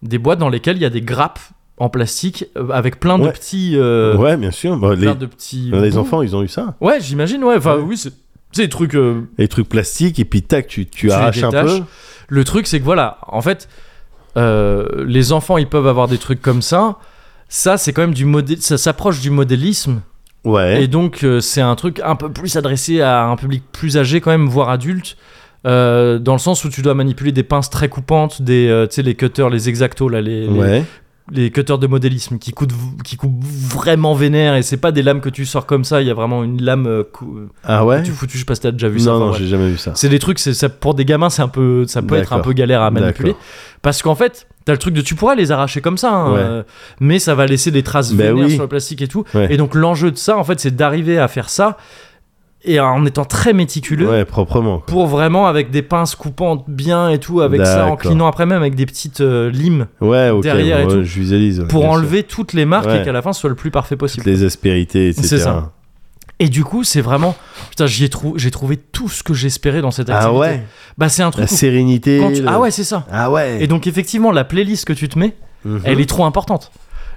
[SPEAKER 1] des boîtes dans lesquelles il y a des grappes en plastique euh, avec plein de
[SPEAKER 2] Ouais.
[SPEAKER 1] petits. euh,
[SPEAKER 2] ouais, bien sûr. Bah, les
[SPEAKER 1] plein de petits.
[SPEAKER 2] les
[SPEAKER 1] bouts.
[SPEAKER 2] enfants, ils ont eu ça.
[SPEAKER 1] Ouais, j'imagine, ouais. Enfin,
[SPEAKER 2] Ouais.
[SPEAKER 1] oui, c'est c'est des trucs. euh,
[SPEAKER 2] Les trucs plastiques, et puis tac, tu, tu,
[SPEAKER 1] les
[SPEAKER 2] arraches un
[SPEAKER 1] détaches.
[SPEAKER 2] peu.
[SPEAKER 1] Le truc, c'est que voilà, en fait, euh, les enfants, ils peuvent avoir des trucs comme ça. Ça, c'est quand même du modé- ça s'approche du modélisme.
[SPEAKER 2] Ouais.
[SPEAKER 1] Et donc, euh, c'est un truc un peu plus adressé à un public plus âgé, quand même, voire adulte. euh, dans le sens où tu dois manipuler des pinces très coupantes, des, euh, tu sais, les cutters, les exactos, là, les, les-
[SPEAKER 2] ouais.
[SPEAKER 1] les cutters de modélisme qui coûtent, v- qui coupent vraiment vénère et c'est pas des lames que tu sors comme ça, il y a vraiment une lame euh, cou-
[SPEAKER 2] Ah ouais
[SPEAKER 1] tu foutu, je sais pas si t'as déjà vu ça.
[SPEAKER 2] Non,
[SPEAKER 1] enfin,
[SPEAKER 2] non,
[SPEAKER 1] bref.
[SPEAKER 2] j'ai jamais vu ça.
[SPEAKER 1] C'est des trucs, c'est ça pour des gamins, c'est un peu, ça peut être un
[SPEAKER 2] D'accord.
[SPEAKER 1] peu galère à manipuler
[SPEAKER 2] D'accord.
[SPEAKER 1] parce qu'en fait, t'as le truc de tu pourras les arracher comme ça, hein,
[SPEAKER 2] Ouais.
[SPEAKER 1] euh, mais ça va laisser des traces
[SPEAKER 2] Ben
[SPEAKER 1] vénères
[SPEAKER 2] oui.
[SPEAKER 1] sur le plastique et tout.
[SPEAKER 2] Ouais.
[SPEAKER 1] Et donc l'enjeu de ça, en fait, c'est d'arriver à faire ça et en étant très méticuleux
[SPEAKER 2] Ouais, proprement. quoi.
[SPEAKER 1] pour vraiment avec des pinces coupantes bien et tout, avec ça en
[SPEAKER 2] D'accord.
[SPEAKER 1] clinant après même avec des petites euh, limes
[SPEAKER 2] Ouais, ok.
[SPEAKER 1] Derrière et
[SPEAKER 2] bon,
[SPEAKER 1] tout.
[SPEAKER 2] ouais, Je visualise. ouais,
[SPEAKER 1] pour
[SPEAKER 2] bien sûr.
[SPEAKER 1] enlever toutes les marques et
[SPEAKER 2] Ouais.
[SPEAKER 1] qu'à la fin ce soit le plus parfait possible.
[SPEAKER 2] Toutes les aspérités, etc.
[SPEAKER 1] C'est ça. Et du coup, c'est vraiment putain, j'y ai trou- j'ai trouvé tout ce que j'espérais dans cette activité.
[SPEAKER 2] Ah ouais
[SPEAKER 1] Bah c'est un
[SPEAKER 2] La
[SPEAKER 1] truc où
[SPEAKER 2] sérénité.
[SPEAKER 1] quand tu-
[SPEAKER 2] le-
[SPEAKER 1] Ah ouais, c'est ça.
[SPEAKER 2] Ah ouais.
[SPEAKER 1] Et donc effectivement, la playlist que tu te mets,
[SPEAKER 2] Mhm.
[SPEAKER 1] elle est trop importante.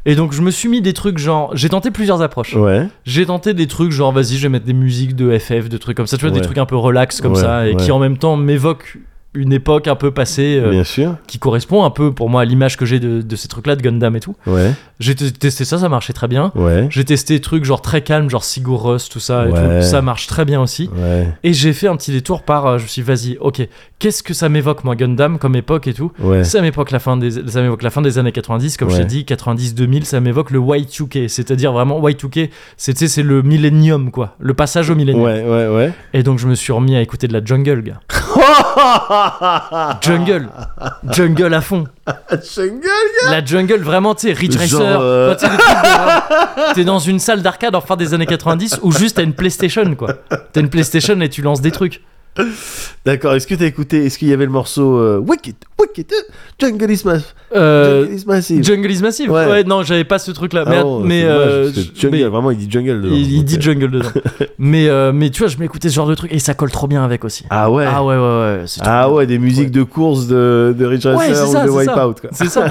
[SPEAKER 1] Et donc je me suis mis des trucs genre j'ai tenté plusieurs approches.
[SPEAKER 2] Ouais.
[SPEAKER 1] J'ai tenté des trucs genre vas-y, je vais mettre des musiques de FF, de trucs comme ça, tu vois
[SPEAKER 2] Ouais.
[SPEAKER 1] des trucs un peu relax comme
[SPEAKER 2] Ouais,
[SPEAKER 1] ça et
[SPEAKER 2] ouais.
[SPEAKER 1] qui en même temps m'évoquent une époque un peu passée euh,
[SPEAKER 2] Bien sûr.
[SPEAKER 1] qui correspond un peu pour moi à l'image que j'ai de, de ces trucs-là de Gundam et tout.
[SPEAKER 2] Ouais.
[SPEAKER 1] J'ai t- testé ça, ça marchait très bien.
[SPEAKER 2] Ouais.
[SPEAKER 1] J'ai testé des trucs genre très calme, genre Sigur Rós, tout ça, et
[SPEAKER 2] Ouais.
[SPEAKER 1] tout. ça marche très bien aussi.
[SPEAKER 2] Ouais.
[SPEAKER 1] Et j'ai fait un petit détour par, euh, je me suis dit, vas-y, ok, qu'est-ce que ça m'évoque moi Gundam comme époque et tout
[SPEAKER 2] Ouais.
[SPEAKER 1] Ça m'évoque la fin des, ça m'évoque la fin des années 90, comme je
[SPEAKER 2] Ouais.
[SPEAKER 1] t'ai dit, 90-2000, ça m'évoque le Y2K, c'est-à-dire vraiment Y2K, c'est tu sais, c'est le millénium quoi, le passage au millénium.
[SPEAKER 2] Ouais, ouais, ouais.
[SPEAKER 1] Et donc je me suis remis à écouter de la jungle, gars.
[SPEAKER 2] (laughs)
[SPEAKER 1] jungle, jungle à fond. La (laughs) jungle, vraiment, tu sais, Ridge
[SPEAKER 2] Genre,
[SPEAKER 1] Racer.
[SPEAKER 2] euh,
[SPEAKER 1] enfin, tu sais, des trucs de- euh, T'es dans une salle d'arcade en fin des années 90 ou juste t'as une PlayStation, quoi. T'as une PlayStation et tu lances des trucs.
[SPEAKER 2] D'accord, est-ce que t'as écouté, est-ce qu'il y avait le morceau euh, Wicked, Wicked, euh, Jungle is, mas-
[SPEAKER 1] Euh,
[SPEAKER 2] Jungle is Massive
[SPEAKER 1] jungle is massive. Ouais.
[SPEAKER 2] Ouais.
[SPEAKER 1] non, j'avais pas ce truc-là.
[SPEAKER 2] Ah
[SPEAKER 1] mais
[SPEAKER 2] bon,
[SPEAKER 1] mais,
[SPEAKER 2] c'est dommage,
[SPEAKER 1] euh,
[SPEAKER 2] parce que
[SPEAKER 1] je-
[SPEAKER 2] Jungle,
[SPEAKER 1] mais
[SPEAKER 2] vraiment, il dit Jungle euh, dedans.
[SPEAKER 1] il, il dit
[SPEAKER 2] Ok.
[SPEAKER 1] jungle
[SPEAKER 2] (laughs)
[SPEAKER 1] dedans. mais, euh, mais tu vois, je m'écoutais ce genre de truc et ça colle trop bien avec aussi.
[SPEAKER 2] Ah ouais
[SPEAKER 1] Ah ouais, ouais, ouais. c'est trop
[SPEAKER 2] Ah
[SPEAKER 1] bien.
[SPEAKER 2] ouais, des musiques de course de, de Ridge
[SPEAKER 1] Ouais,
[SPEAKER 2] Racer
[SPEAKER 1] c'est ça,
[SPEAKER 2] ou de
[SPEAKER 1] c'est ça.
[SPEAKER 2] Wipeout. Quoi.
[SPEAKER 1] C'est ça.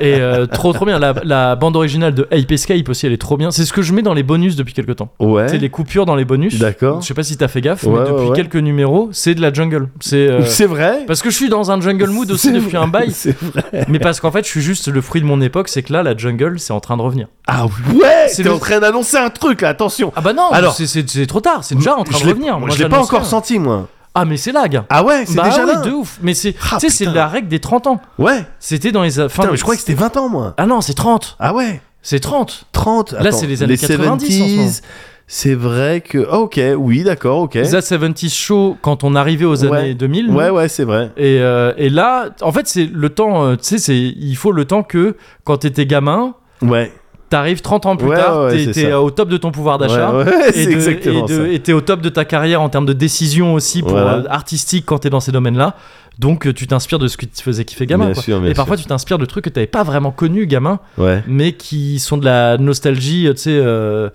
[SPEAKER 1] Et euh, trop trop bien. La, la bande originale de Ape Escape aussi, elle est trop bien. C'est ce que je mets dans les bonus depuis quelques temps. C'est
[SPEAKER 2] Ouais.
[SPEAKER 1] les coupures dans les bonus.
[SPEAKER 2] D'accord.
[SPEAKER 1] Je sais pas si t'as fait gaffe,
[SPEAKER 2] Ouais,
[SPEAKER 1] mais depuis
[SPEAKER 2] ouais, ouais.
[SPEAKER 1] quelques numéros, c'est de la jungle. C'est euh,
[SPEAKER 2] C'est vrai
[SPEAKER 1] parce que je suis dans un jungle mood aussi
[SPEAKER 2] C'est
[SPEAKER 1] depuis un
[SPEAKER 2] vrai,
[SPEAKER 1] bail,
[SPEAKER 2] C'est vrai.
[SPEAKER 1] mais parce qu'en fait, je suis juste le fruit de mon époque, c'est que là, la jungle, c'est en train de revenir.
[SPEAKER 2] Ah ouais
[SPEAKER 1] C'est
[SPEAKER 2] T'es
[SPEAKER 1] le-
[SPEAKER 2] en train d'annoncer un truc là, attention
[SPEAKER 1] Ah bah non,
[SPEAKER 2] Alors-
[SPEAKER 1] c'est- c'est c'est trop tard, c'est déjà en train
[SPEAKER 2] Je
[SPEAKER 1] de
[SPEAKER 2] l'ai-
[SPEAKER 1] revenir. Moi,
[SPEAKER 2] Je l'ai pas
[SPEAKER 1] j'annonce
[SPEAKER 2] encore
[SPEAKER 1] rien.
[SPEAKER 2] senti moi.
[SPEAKER 1] Ah mais c'est là, gars.
[SPEAKER 2] Ah ouais, c'est
[SPEAKER 1] bah
[SPEAKER 2] déjà
[SPEAKER 1] oui,
[SPEAKER 2] là
[SPEAKER 1] de ouf. Mais c'est,
[SPEAKER 2] Ah,
[SPEAKER 1] tu sais, c'est
[SPEAKER 2] putain.
[SPEAKER 1] la règle des 30 ans.
[SPEAKER 2] Ouais
[SPEAKER 1] C'était dans les a- fin.
[SPEAKER 2] Putain,
[SPEAKER 1] des-
[SPEAKER 2] mais je croyais que c'était 20 ans moi.
[SPEAKER 1] Ah non, c'est 30.
[SPEAKER 2] Ah ouais
[SPEAKER 1] C'est 30.
[SPEAKER 2] 30
[SPEAKER 1] Là,
[SPEAKER 2] Attends,
[SPEAKER 1] c'est les années 90 en ce moment.
[SPEAKER 2] C'est vrai que. Ah, ok, oui, d'accord, ok.
[SPEAKER 1] The 70 Show quand on arrivait aux
[SPEAKER 2] Ouais.
[SPEAKER 1] années 2000.
[SPEAKER 2] Ouais, ouais, c'est vrai.
[SPEAKER 1] Et, euh, et là, en fait, c'est le temps, euh, tu sais, c'est- il faut le temps que quand t'étais gamin,
[SPEAKER 2] Ouais.
[SPEAKER 1] t'arrives 30 ans plus
[SPEAKER 2] Ouais,
[SPEAKER 1] tard,
[SPEAKER 2] ouais,
[SPEAKER 1] t'es-
[SPEAKER 2] c'est
[SPEAKER 1] t'es
[SPEAKER 2] ça.
[SPEAKER 1] au top de ton pouvoir d'achat.
[SPEAKER 2] Ouais, ouais,
[SPEAKER 1] Et
[SPEAKER 2] (laughs) c'est
[SPEAKER 1] de-
[SPEAKER 2] exactement
[SPEAKER 1] et de- et t'es au top de ta carrière en termes de décision aussi pour
[SPEAKER 2] Voilà.
[SPEAKER 1] euh, artistique quand t'es dans ces domaines-là. Donc euh, tu t'inspires de ce qui te faisait kiffer gamin.
[SPEAKER 2] Bien
[SPEAKER 1] quoi.
[SPEAKER 2] sûr, bien
[SPEAKER 1] et parfois tu t'inspires de trucs que t'avais pas vraiment connus gamin,
[SPEAKER 2] ça. Ouais.
[SPEAKER 1] mais qui sont de la nostalgie, euh, tu sais, euh,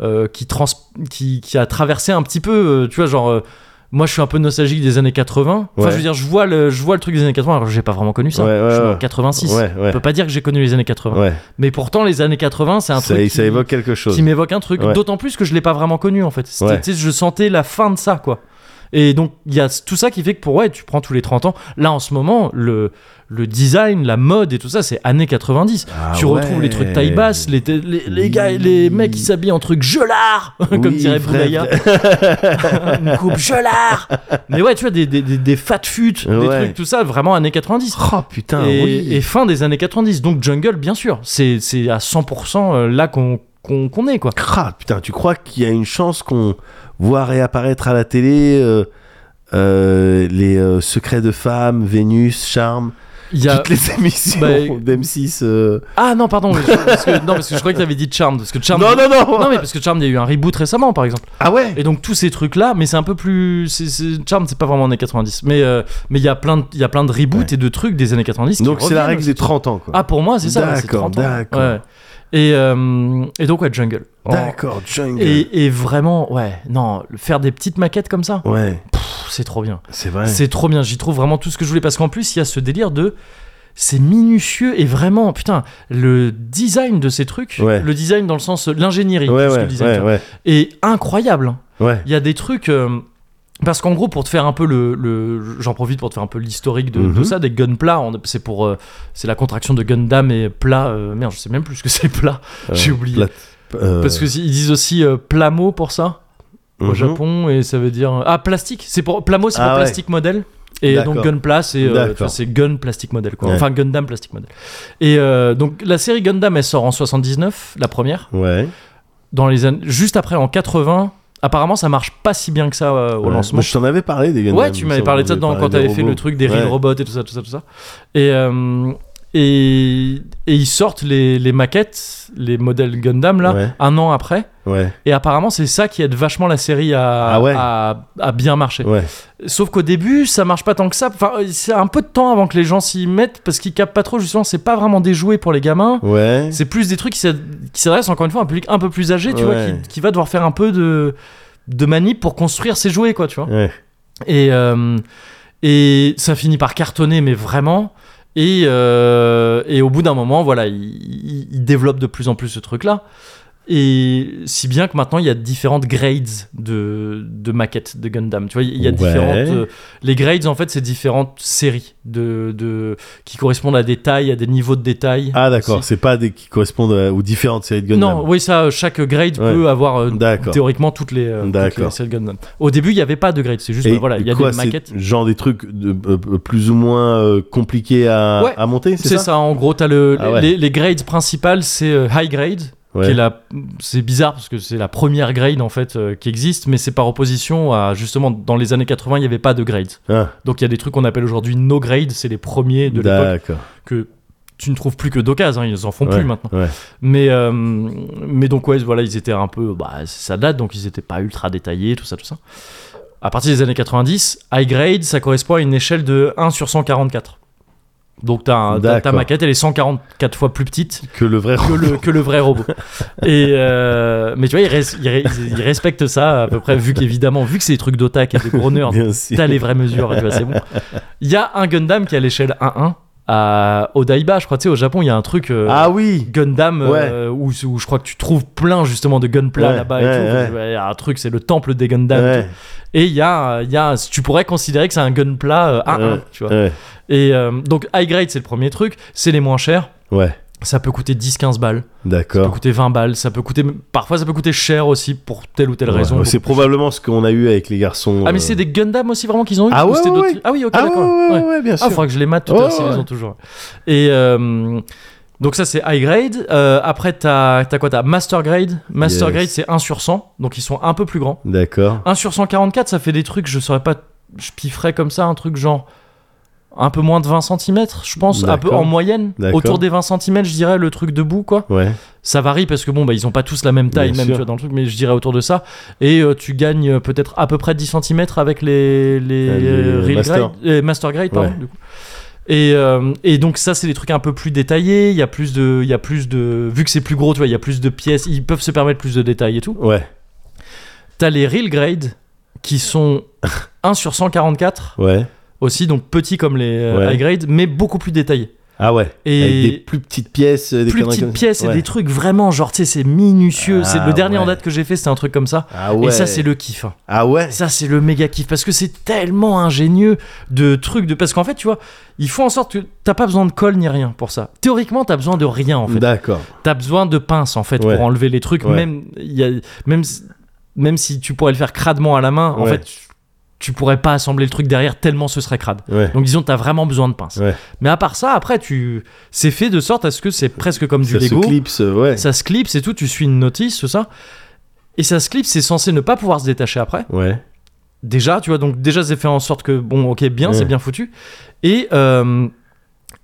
[SPEAKER 1] euh, qui, trans qui, qui a traversé un petit peu, euh, tu vois, genre. euh, moi, je suis un peu nostalgique des années 80. Enfin,
[SPEAKER 2] Ouais.
[SPEAKER 1] je veux dire, je vois le, je vois le truc des années 80. Alors, j'ai pas vraiment connu ça.
[SPEAKER 2] Ouais, ouais,
[SPEAKER 1] je suis en
[SPEAKER 2] ouais.
[SPEAKER 1] 86.
[SPEAKER 2] Ouais, ouais.
[SPEAKER 1] Je peux pas dire que j'ai connu les années 80.
[SPEAKER 2] ouais.
[SPEAKER 1] Mais pourtant, les années 80, c'est un
[SPEAKER 2] Ça,
[SPEAKER 1] truc. qui-
[SPEAKER 2] ça évoque quelque chose.
[SPEAKER 1] qui m'évoque un truc.
[SPEAKER 2] Ouais.
[SPEAKER 1] D'autant plus que je l'ai pas vraiment connu en fait. C'était-
[SPEAKER 2] Ouais.
[SPEAKER 1] tu sais, Je sentais la fin de ça quoi. Et donc il y a tout ça qui fait que pour ouais tu prends tous les 30 ans. Là en ce moment le le design, la mode et tout ça c'est années 90.
[SPEAKER 2] Ah
[SPEAKER 1] tu
[SPEAKER 2] ouais.
[SPEAKER 1] retrouves les trucs taille basse, les les, les gars,
[SPEAKER 2] Oui.
[SPEAKER 1] les mecs qui s'habillent en truc gelard (laughs) comme
[SPEAKER 2] Oui,
[SPEAKER 1] dirait
[SPEAKER 2] vrai,
[SPEAKER 1] Brunaya.
[SPEAKER 2] (laughs)
[SPEAKER 1] Une coupe gelard. Mais ouais tu vois des des, des, des fat fut, des
[SPEAKER 2] Ouais.
[SPEAKER 1] trucs tout ça vraiment années 90.
[SPEAKER 2] Oh putain,
[SPEAKER 1] et,
[SPEAKER 2] oui.
[SPEAKER 1] et fin des années 90. Donc Jungle, bien sûr, c'est c'est à 100% euh, là qu'on qu'on qu'on est quoi.
[SPEAKER 2] Crap, Ah, putain, tu crois qu'il y a une chance qu'on voit réapparaître à la télé euh, euh, les euh, secrets de femmes, Vénus, Charme
[SPEAKER 1] Il y a-
[SPEAKER 2] toutes les (laughs) émissions
[SPEAKER 1] Bah,
[SPEAKER 2] d'M6. euh,
[SPEAKER 1] Ah non, pardon. mais je- parce que- non, parce que je croyais que t'avais dit Charmed. Parce que Charmed.
[SPEAKER 2] Non, non, non,
[SPEAKER 1] Non, mais parce que Charmed, il y a eu un reboot récemment, par exemple.
[SPEAKER 2] Ah ouais
[SPEAKER 1] Et donc tous ces trucs là, mais c'est un peu plus. c'est- c'est- Charmed, c'est pas vraiment années 90. Mais euh, mais il y a plein de, il y a plein de reboots et de trucs des années 90. qui
[SPEAKER 2] Donc c'est la
[SPEAKER 1] reviennent.
[SPEAKER 2] règle des 30 ans, quoi.
[SPEAKER 1] Ah, pour moi, c'est ça. ouais, c'est
[SPEAKER 2] D'accord,
[SPEAKER 1] 30 ans.
[SPEAKER 2] d'accord.
[SPEAKER 1] Ouais. Et, euh, et donc, ouais, Jungle. En-
[SPEAKER 2] D'accord, jungle.
[SPEAKER 1] oh. Et, et vraiment, ouais, non, le- faire des petites maquettes comme ça,
[SPEAKER 2] Ouais,
[SPEAKER 1] pff, c'est trop bien.
[SPEAKER 2] c'est vrai.
[SPEAKER 1] C'est trop bien, j'y trouve vraiment tout ce que je voulais. Parce qu'en plus, il y a ce délire de. C'est minutieux et vraiment, putain, le design de ces trucs,
[SPEAKER 2] Ouais.
[SPEAKER 1] le design dans le sens, l'ingénierie,
[SPEAKER 2] Ouais,
[SPEAKER 1] plus que
[SPEAKER 2] ouais,
[SPEAKER 1] le design,
[SPEAKER 2] ouais,
[SPEAKER 1] tu vois,
[SPEAKER 2] ouais,
[SPEAKER 1] est incroyable.
[SPEAKER 2] ouais.
[SPEAKER 1] Il y a des trucs. euh, parce qu'en gros, pour te faire un peu le. le- J'en profite pour te faire un peu l'historique de, de
[SPEAKER 2] Mhm.
[SPEAKER 1] ça, des gunpla. on- C'est pour. euh, c'est la contraction de Gundam et plat. euh, merde, je sais même plus ce que c'est plat. J'ai
[SPEAKER 2] Euh,
[SPEAKER 1] oublié.
[SPEAKER 2] plate- euh,
[SPEAKER 1] Parce qu'ils disent aussi euh, plamo pour ça, au
[SPEAKER 2] mhm.
[SPEAKER 1] Japon, et ça veut dire. Ah, plastique c'est pour, Plamo, c'est
[SPEAKER 2] Ah
[SPEAKER 1] pour
[SPEAKER 2] ouais.
[SPEAKER 1] plastique modèle. Et
[SPEAKER 2] D'accord.
[SPEAKER 1] donc Gunpla, c'est euh,
[SPEAKER 2] D'accord.
[SPEAKER 1] tu vois, c'est Gun plastique modèle, quoi.
[SPEAKER 2] Ouais.
[SPEAKER 1] Enfin, Gundam plastique modèle. Et euh, donc, la série Gundam, elle sort en 79, la première
[SPEAKER 2] Ouais.
[SPEAKER 1] dans les années- juste après en 80 apparemment ça marche pas si bien que ça euh, au
[SPEAKER 2] Ouais.
[SPEAKER 1] lancement
[SPEAKER 2] Moi, je t'en avais parlé des Gundam.
[SPEAKER 1] ouais tu m'avais parlé de ça dans- quand t'avais fait le truc des
[SPEAKER 2] rides
[SPEAKER 1] real robots et tout ça tout ça tout ça et euh, et, et ils sortent les, les maquettes, les modèles Gundam là,
[SPEAKER 2] Ouais.
[SPEAKER 1] un an après.
[SPEAKER 2] Ouais,
[SPEAKER 1] Et apparemment, c'est ça qui aide vachement la série à,
[SPEAKER 2] Ah ouais.
[SPEAKER 1] à, à bien marcher.
[SPEAKER 2] ouais.
[SPEAKER 1] Sauf qu'au début, ça marche pas tant que ça. Enfin, euh, c'est un peu de temps avant que les gens s'y mettent parce qu'ils capent pas trop. Justement, c'est pas vraiment des jouets pour les gamins.
[SPEAKER 2] Ouais.
[SPEAKER 1] C'est plus des trucs qui s'ad- qui s'adressent encore une fois à un public un peu plus âgé, tu vois,
[SPEAKER 2] Ouais.
[SPEAKER 1] qui, qui va devoir faire un peu de, de manip pour construire ses jouets, quoi, tu vois.
[SPEAKER 2] Ouais.
[SPEAKER 1] Et, euh, et ça finit par cartonner, mais vraiment. Et, euh, et au bout d'un moment, voilà, il, il- il développe de plus en plus ce truc-là. Et si bien que maintenant, il y a différentes grades de, de maquettes de Gundam. Tu vois, il y a
[SPEAKER 2] Ouais.
[SPEAKER 1] différentes. euh, les grades, en fait, c'est différentes séries de, de, qui correspondent à des tailles, à des niveaux de détails.
[SPEAKER 2] Ah d'accord,
[SPEAKER 1] Si.
[SPEAKER 2] c'est pas des qui correspondent à- aux différentes séries de Gundam.
[SPEAKER 1] Non, oui, ça, euh, chaque grade
[SPEAKER 2] Ouais.
[SPEAKER 1] peut avoir euh,
[SPEAKER 2] D'accord.
[SPEAKER 1] théoriquement toutes les, euh, toutes
[SPEAKER 2] D'accord.
[SPEAKER 1] les séries de Gundam. Au début, il n'y avait pas de grade, c'est juste,
[SPEAKER 2] Et
[SPEAKER 1] bah, voilà, il y a
[SPEAKER 2] quoi,
[SPEAKER 1] des
[SPEAKER 2] c'est
[SPEAKER 1] maquettes.
[SPEAKER 2] Genre des trucs de, euh, euh, plus ou moins euh, compliqués à,
[SPEAKER 1] Ouais,
[SPEAKER 2] à monter, c'est
[SPEAKER 1] C'est
[SPEAKER 2] ça,
[SPEAKER 1] ça, en gros, t'as le,
[SPEAKER 2] Ah ouais.
[SPEAKER 1] les, les grades principales, c'est euh, high grade, qui
[SPEAKER 2] Ouais.
[SPEAKER 1] est la, c'est bizarre parce que c'est la première grade en fait euh, qui existe, mais c'est par opposition à justement dans les années 80, il n'y avait pas de grade.
[SPEAKER 2] Ah,
[SPEAKER 1] Donc il y a des trucs qu'on appelle aujourd'hui no grade, c'est les premiers de l'époque
[SPEAKER 2] D'accord.
[SPEAKER 1] que tu ne trouves plus que d'occasion, hein, ils en font
[SPEAKER 2] Ouais,
[SPEAKER 1] plus maintenant.
[SPEAKER 2] ouais.
[SPEAKER 1] Mais, euh, mais donc, ouais, voilà, ils étaient un peu. Bah, ça date, donc ils n'étaient pas ultra détaillés, tout ça, tout ça. À partir des années 90, high grade, ça correspond à une échelle de 1 sur 144. Donc, t'as un- ta, ta
[SPEAKER 2] D'accord.
[SPEAKER 1] maquette, elle est 144 fois plus petite
[SPEAKER 2] Que le vrai.
[SPEAKER 1] que le, que le vrai
[SPEAKER 2] (laughs)
[SPEAKER 1] robot. Et, euh, mais tu vois, ils, res- ils res- ils respectent ça à peu près, vu qu'évidemment, vu que c'est des trucs d'otak et des gros nerds,
[SPEAKER 2] Bien
[SPEAKER 1] (laughs)
[SPEAKER 2] sûr.
[SPEAKER 1] T'as les vraies mesures, tu vois, c'est bon. Il y a un Gundam qui est à l'échelle 1-1 à Odaiba, je crois, tu sais, au Japon, il y a un truc euh,
[SPEAKER 2] Ah oui.
[SPEAKER 1] Gundam euh, où, où je crois que tu trouves plein justement de Gunpla
[SPEAKER 2] Ouais,
[SPEAKER 1] là-bas
[SPEAKER 2] ouais,
[SPEAKER 1] et tout.
[SPEAKER 2] ouais.
[SPEAKER 1] Ouais, il y a un truc, c'est le temple des Gundam. et
[SPEAKER 2] Ouais,
[SPEAKER 1] tout. Et il y a, il y a, tu pourrais considérer que c'est un Gunpla euh, 1-1,
[SPEAKER 2] Ouais,
[SPEAKER 1] tu vois.
[SPEAKER 2] ouais,
[SPEAKER 1] Et euh, donc, high grade, c'est le premier truc, c'est les moins chers.
[SPEAKER 2] ouais.
[SPEAKER 1] Ça peut coûter 10-15 balles, ça peut
[SPEAKER 2] D'accord.
[SPEAKER 1] coûter 20 balles, ça peut coûter. Parfois, ça peut coûter cher aussi pour telle ou telle
[SPEAKER 2] Ouais,
[SPEAKER 1] raison.
[SPEAKER 2] C'est
[SPEAKER 1] Donc-
[SPEAKER 2] probablement ce qu'on a eu avec les garçons.
[SPEAKER 1] Ah, mais
[SPEAKER 2] euh,
[SPEAKER 1] c'est des Gundam aussi vraiment qu'ils ont eu
[SPEAKER 2] Ah
[SPEAKER 1] ou
[SPEAKER 2] ouais,
[SPEAKER 1] c'était
[SPEAKER 2] ouais,
[SPEAKER 1] d'autres-
[SPEAKER 2] ouais.
[SPEAKER 1] Ah oui, ok,
[SPEAKER 2] Ah ouais,
[SPEAKER 1] d'accord.
[SPEAKER 2] ouais,
[SPEAKER 1] Ouais.
[SPEAKER 2] ouais, ouais, bien sûr.
[SPEAKER 1] Ah, faudra que je les mate tout à l'heure
[SPEAKER 2] Ouais,
[SPEAKER 1] s'ils les
[SPEAKER 2] ouais.
[SPEAKER 1] ont toujours. Et euh, donc, ça, c'est high grade. Euh, après, t'as as quoi T'as master grade. Master
[SPEAKER 2] Yes.
[SPEAKER 1] grade, c'est 1 sur 100. Donc, ils sont un peu plus grands.
[SPEAKER 2] D'accord.
[SPEAKER 1] 1 sur 144, ça fait des trucs, je saurais pas. Je pifferais comme ça, un truc genre. Un peu moins de 20 cm, je pense, un peu
[SPEAKER 2] D'accord.
[SPEAKER 1] en moyenne.
[SPEAKER 2] D'accord.
[SPEAKER 1] Autour des 20 cm, je dirais, le truc debout, quoi.
[SPEAKER 2] Ouais.
[SPEAKER 1] Ça varie parce que bon, bah, ils ont pas tous la même taille,
[SPEAKER 2] Bien
[SPEAKER 1] même
[SPEAKER 2] sûr.
[SPEAKER 1] tu vois, dans le truc, mais je dirais autour de ça. Et euh, tu gagnes euh, peut-être à peu près 10 cm avec les, les,
[SPEAKER 2] Euh, les
[SPEAKER 1] euh, real
[SPEAKER 2] master.
[SPEAKER 1] grade- euh, master grade. pardon,
[SPEAKER 2] Ouais.
[SPEAKER 1] du coup. Et, euh, et donc, ça, c'est des trucs un peu plus détaillés. Il y a plus de. Il y a plus de vu que c'est plus gros, tu vois, il y a plus de pièces, ils peuvent se permettre plus de détails et tout.
[SPEAKER 2] Ouais.
[SPEAKER 1] T'as les real grade qui
[SPEAKER 2] (laughs)
[SPEAKER 1] sont 1 sur 144
[SPEAKER 2] Ouais.
[SPEAKER 1] aussi, donc petits comme les euh,
[SPEAKER 2] Ouais.
[SPEAKER 1] high grade, mais beaucoup plus détaillés.
[SPEAKER 2] Ah ouais.
[SPEAKER 1] Et-
[SPEAKER 2] Avec des plus petites pièces. euh, Des
[SPEAKER 1] plus
[SPEAKER 2] conneries
[SPEAKER 1] petites
[SPEAKER 2] comme ça.
[SPEAKER 1] pièces et
[SPEAKER 2] Ouais.
[SPEAKER 1] des trucs vraiment genre tu sais c'est minutieux c'est le
[SPEAKER 2] Ah,
[SPEAKER 1] dernier en
[SPEAKER 2] ouais.
[SPEAKER 1] date que j'ai fait c'était un truc comme ça
[SPEAKER 2] Ah ouais.
[SPEAKER 1] et ça c'est le kiff hein.
[SPEAKER 2] Ah ouais.
[SPEAKER 1] ça c'est le méga kiff parce que c'est tellement ingénieux de trucs de parce qu'en fait tu vois ils font en sorte que t'as pas besoin de colle ni rien pour ça théoriquement t'as besoin de rien en fait
[SPEAKER 2] D'accord.
[SPEAKER 1] t'as besoin de pince en fait
[SPEAKER 2] Bah. Ouais.
[SPEAKER 1] pour enlever les trucs
[SPEAKER 2] Ouais.
[SPEAKER 1] même il y a- même si- même si tu pourrais le faire cradement à la main en
[SPEAKER 2] Ouais.
[SPEAKER 1] fait tu- tu pourrais pas assembler le truc derrière tellement ce serait crade
[SPEAKER 2] Ouais.
[SPEAKER 1] donc disons t'as vraiment besoin de pince
[SPEAKER 2] Ouais.
[SPEAKER 1] mais à part ça après tu c'est fait de sorte à ce que c'est presque comme du
[SPEAKER 2] Ça se
[SPEAKER 1] Lego
[SPEAKER 2] clipse. Ouais.
[SPEAKER 1] ça se clipse et tout, tu suis une notice, tout ça. Et ça se clipse, c'est censé ne pas pouvoir se détacher après.
[SPEAKER 2] Ouais.
[SPEAKER 1] Déjà, tu vois, donc déjà c'est fait en sorte que, bon, ok, bien,
[SPEAKER 2] Ouais.
[SPEAKER 1] c'est bien foutu. Et, euh,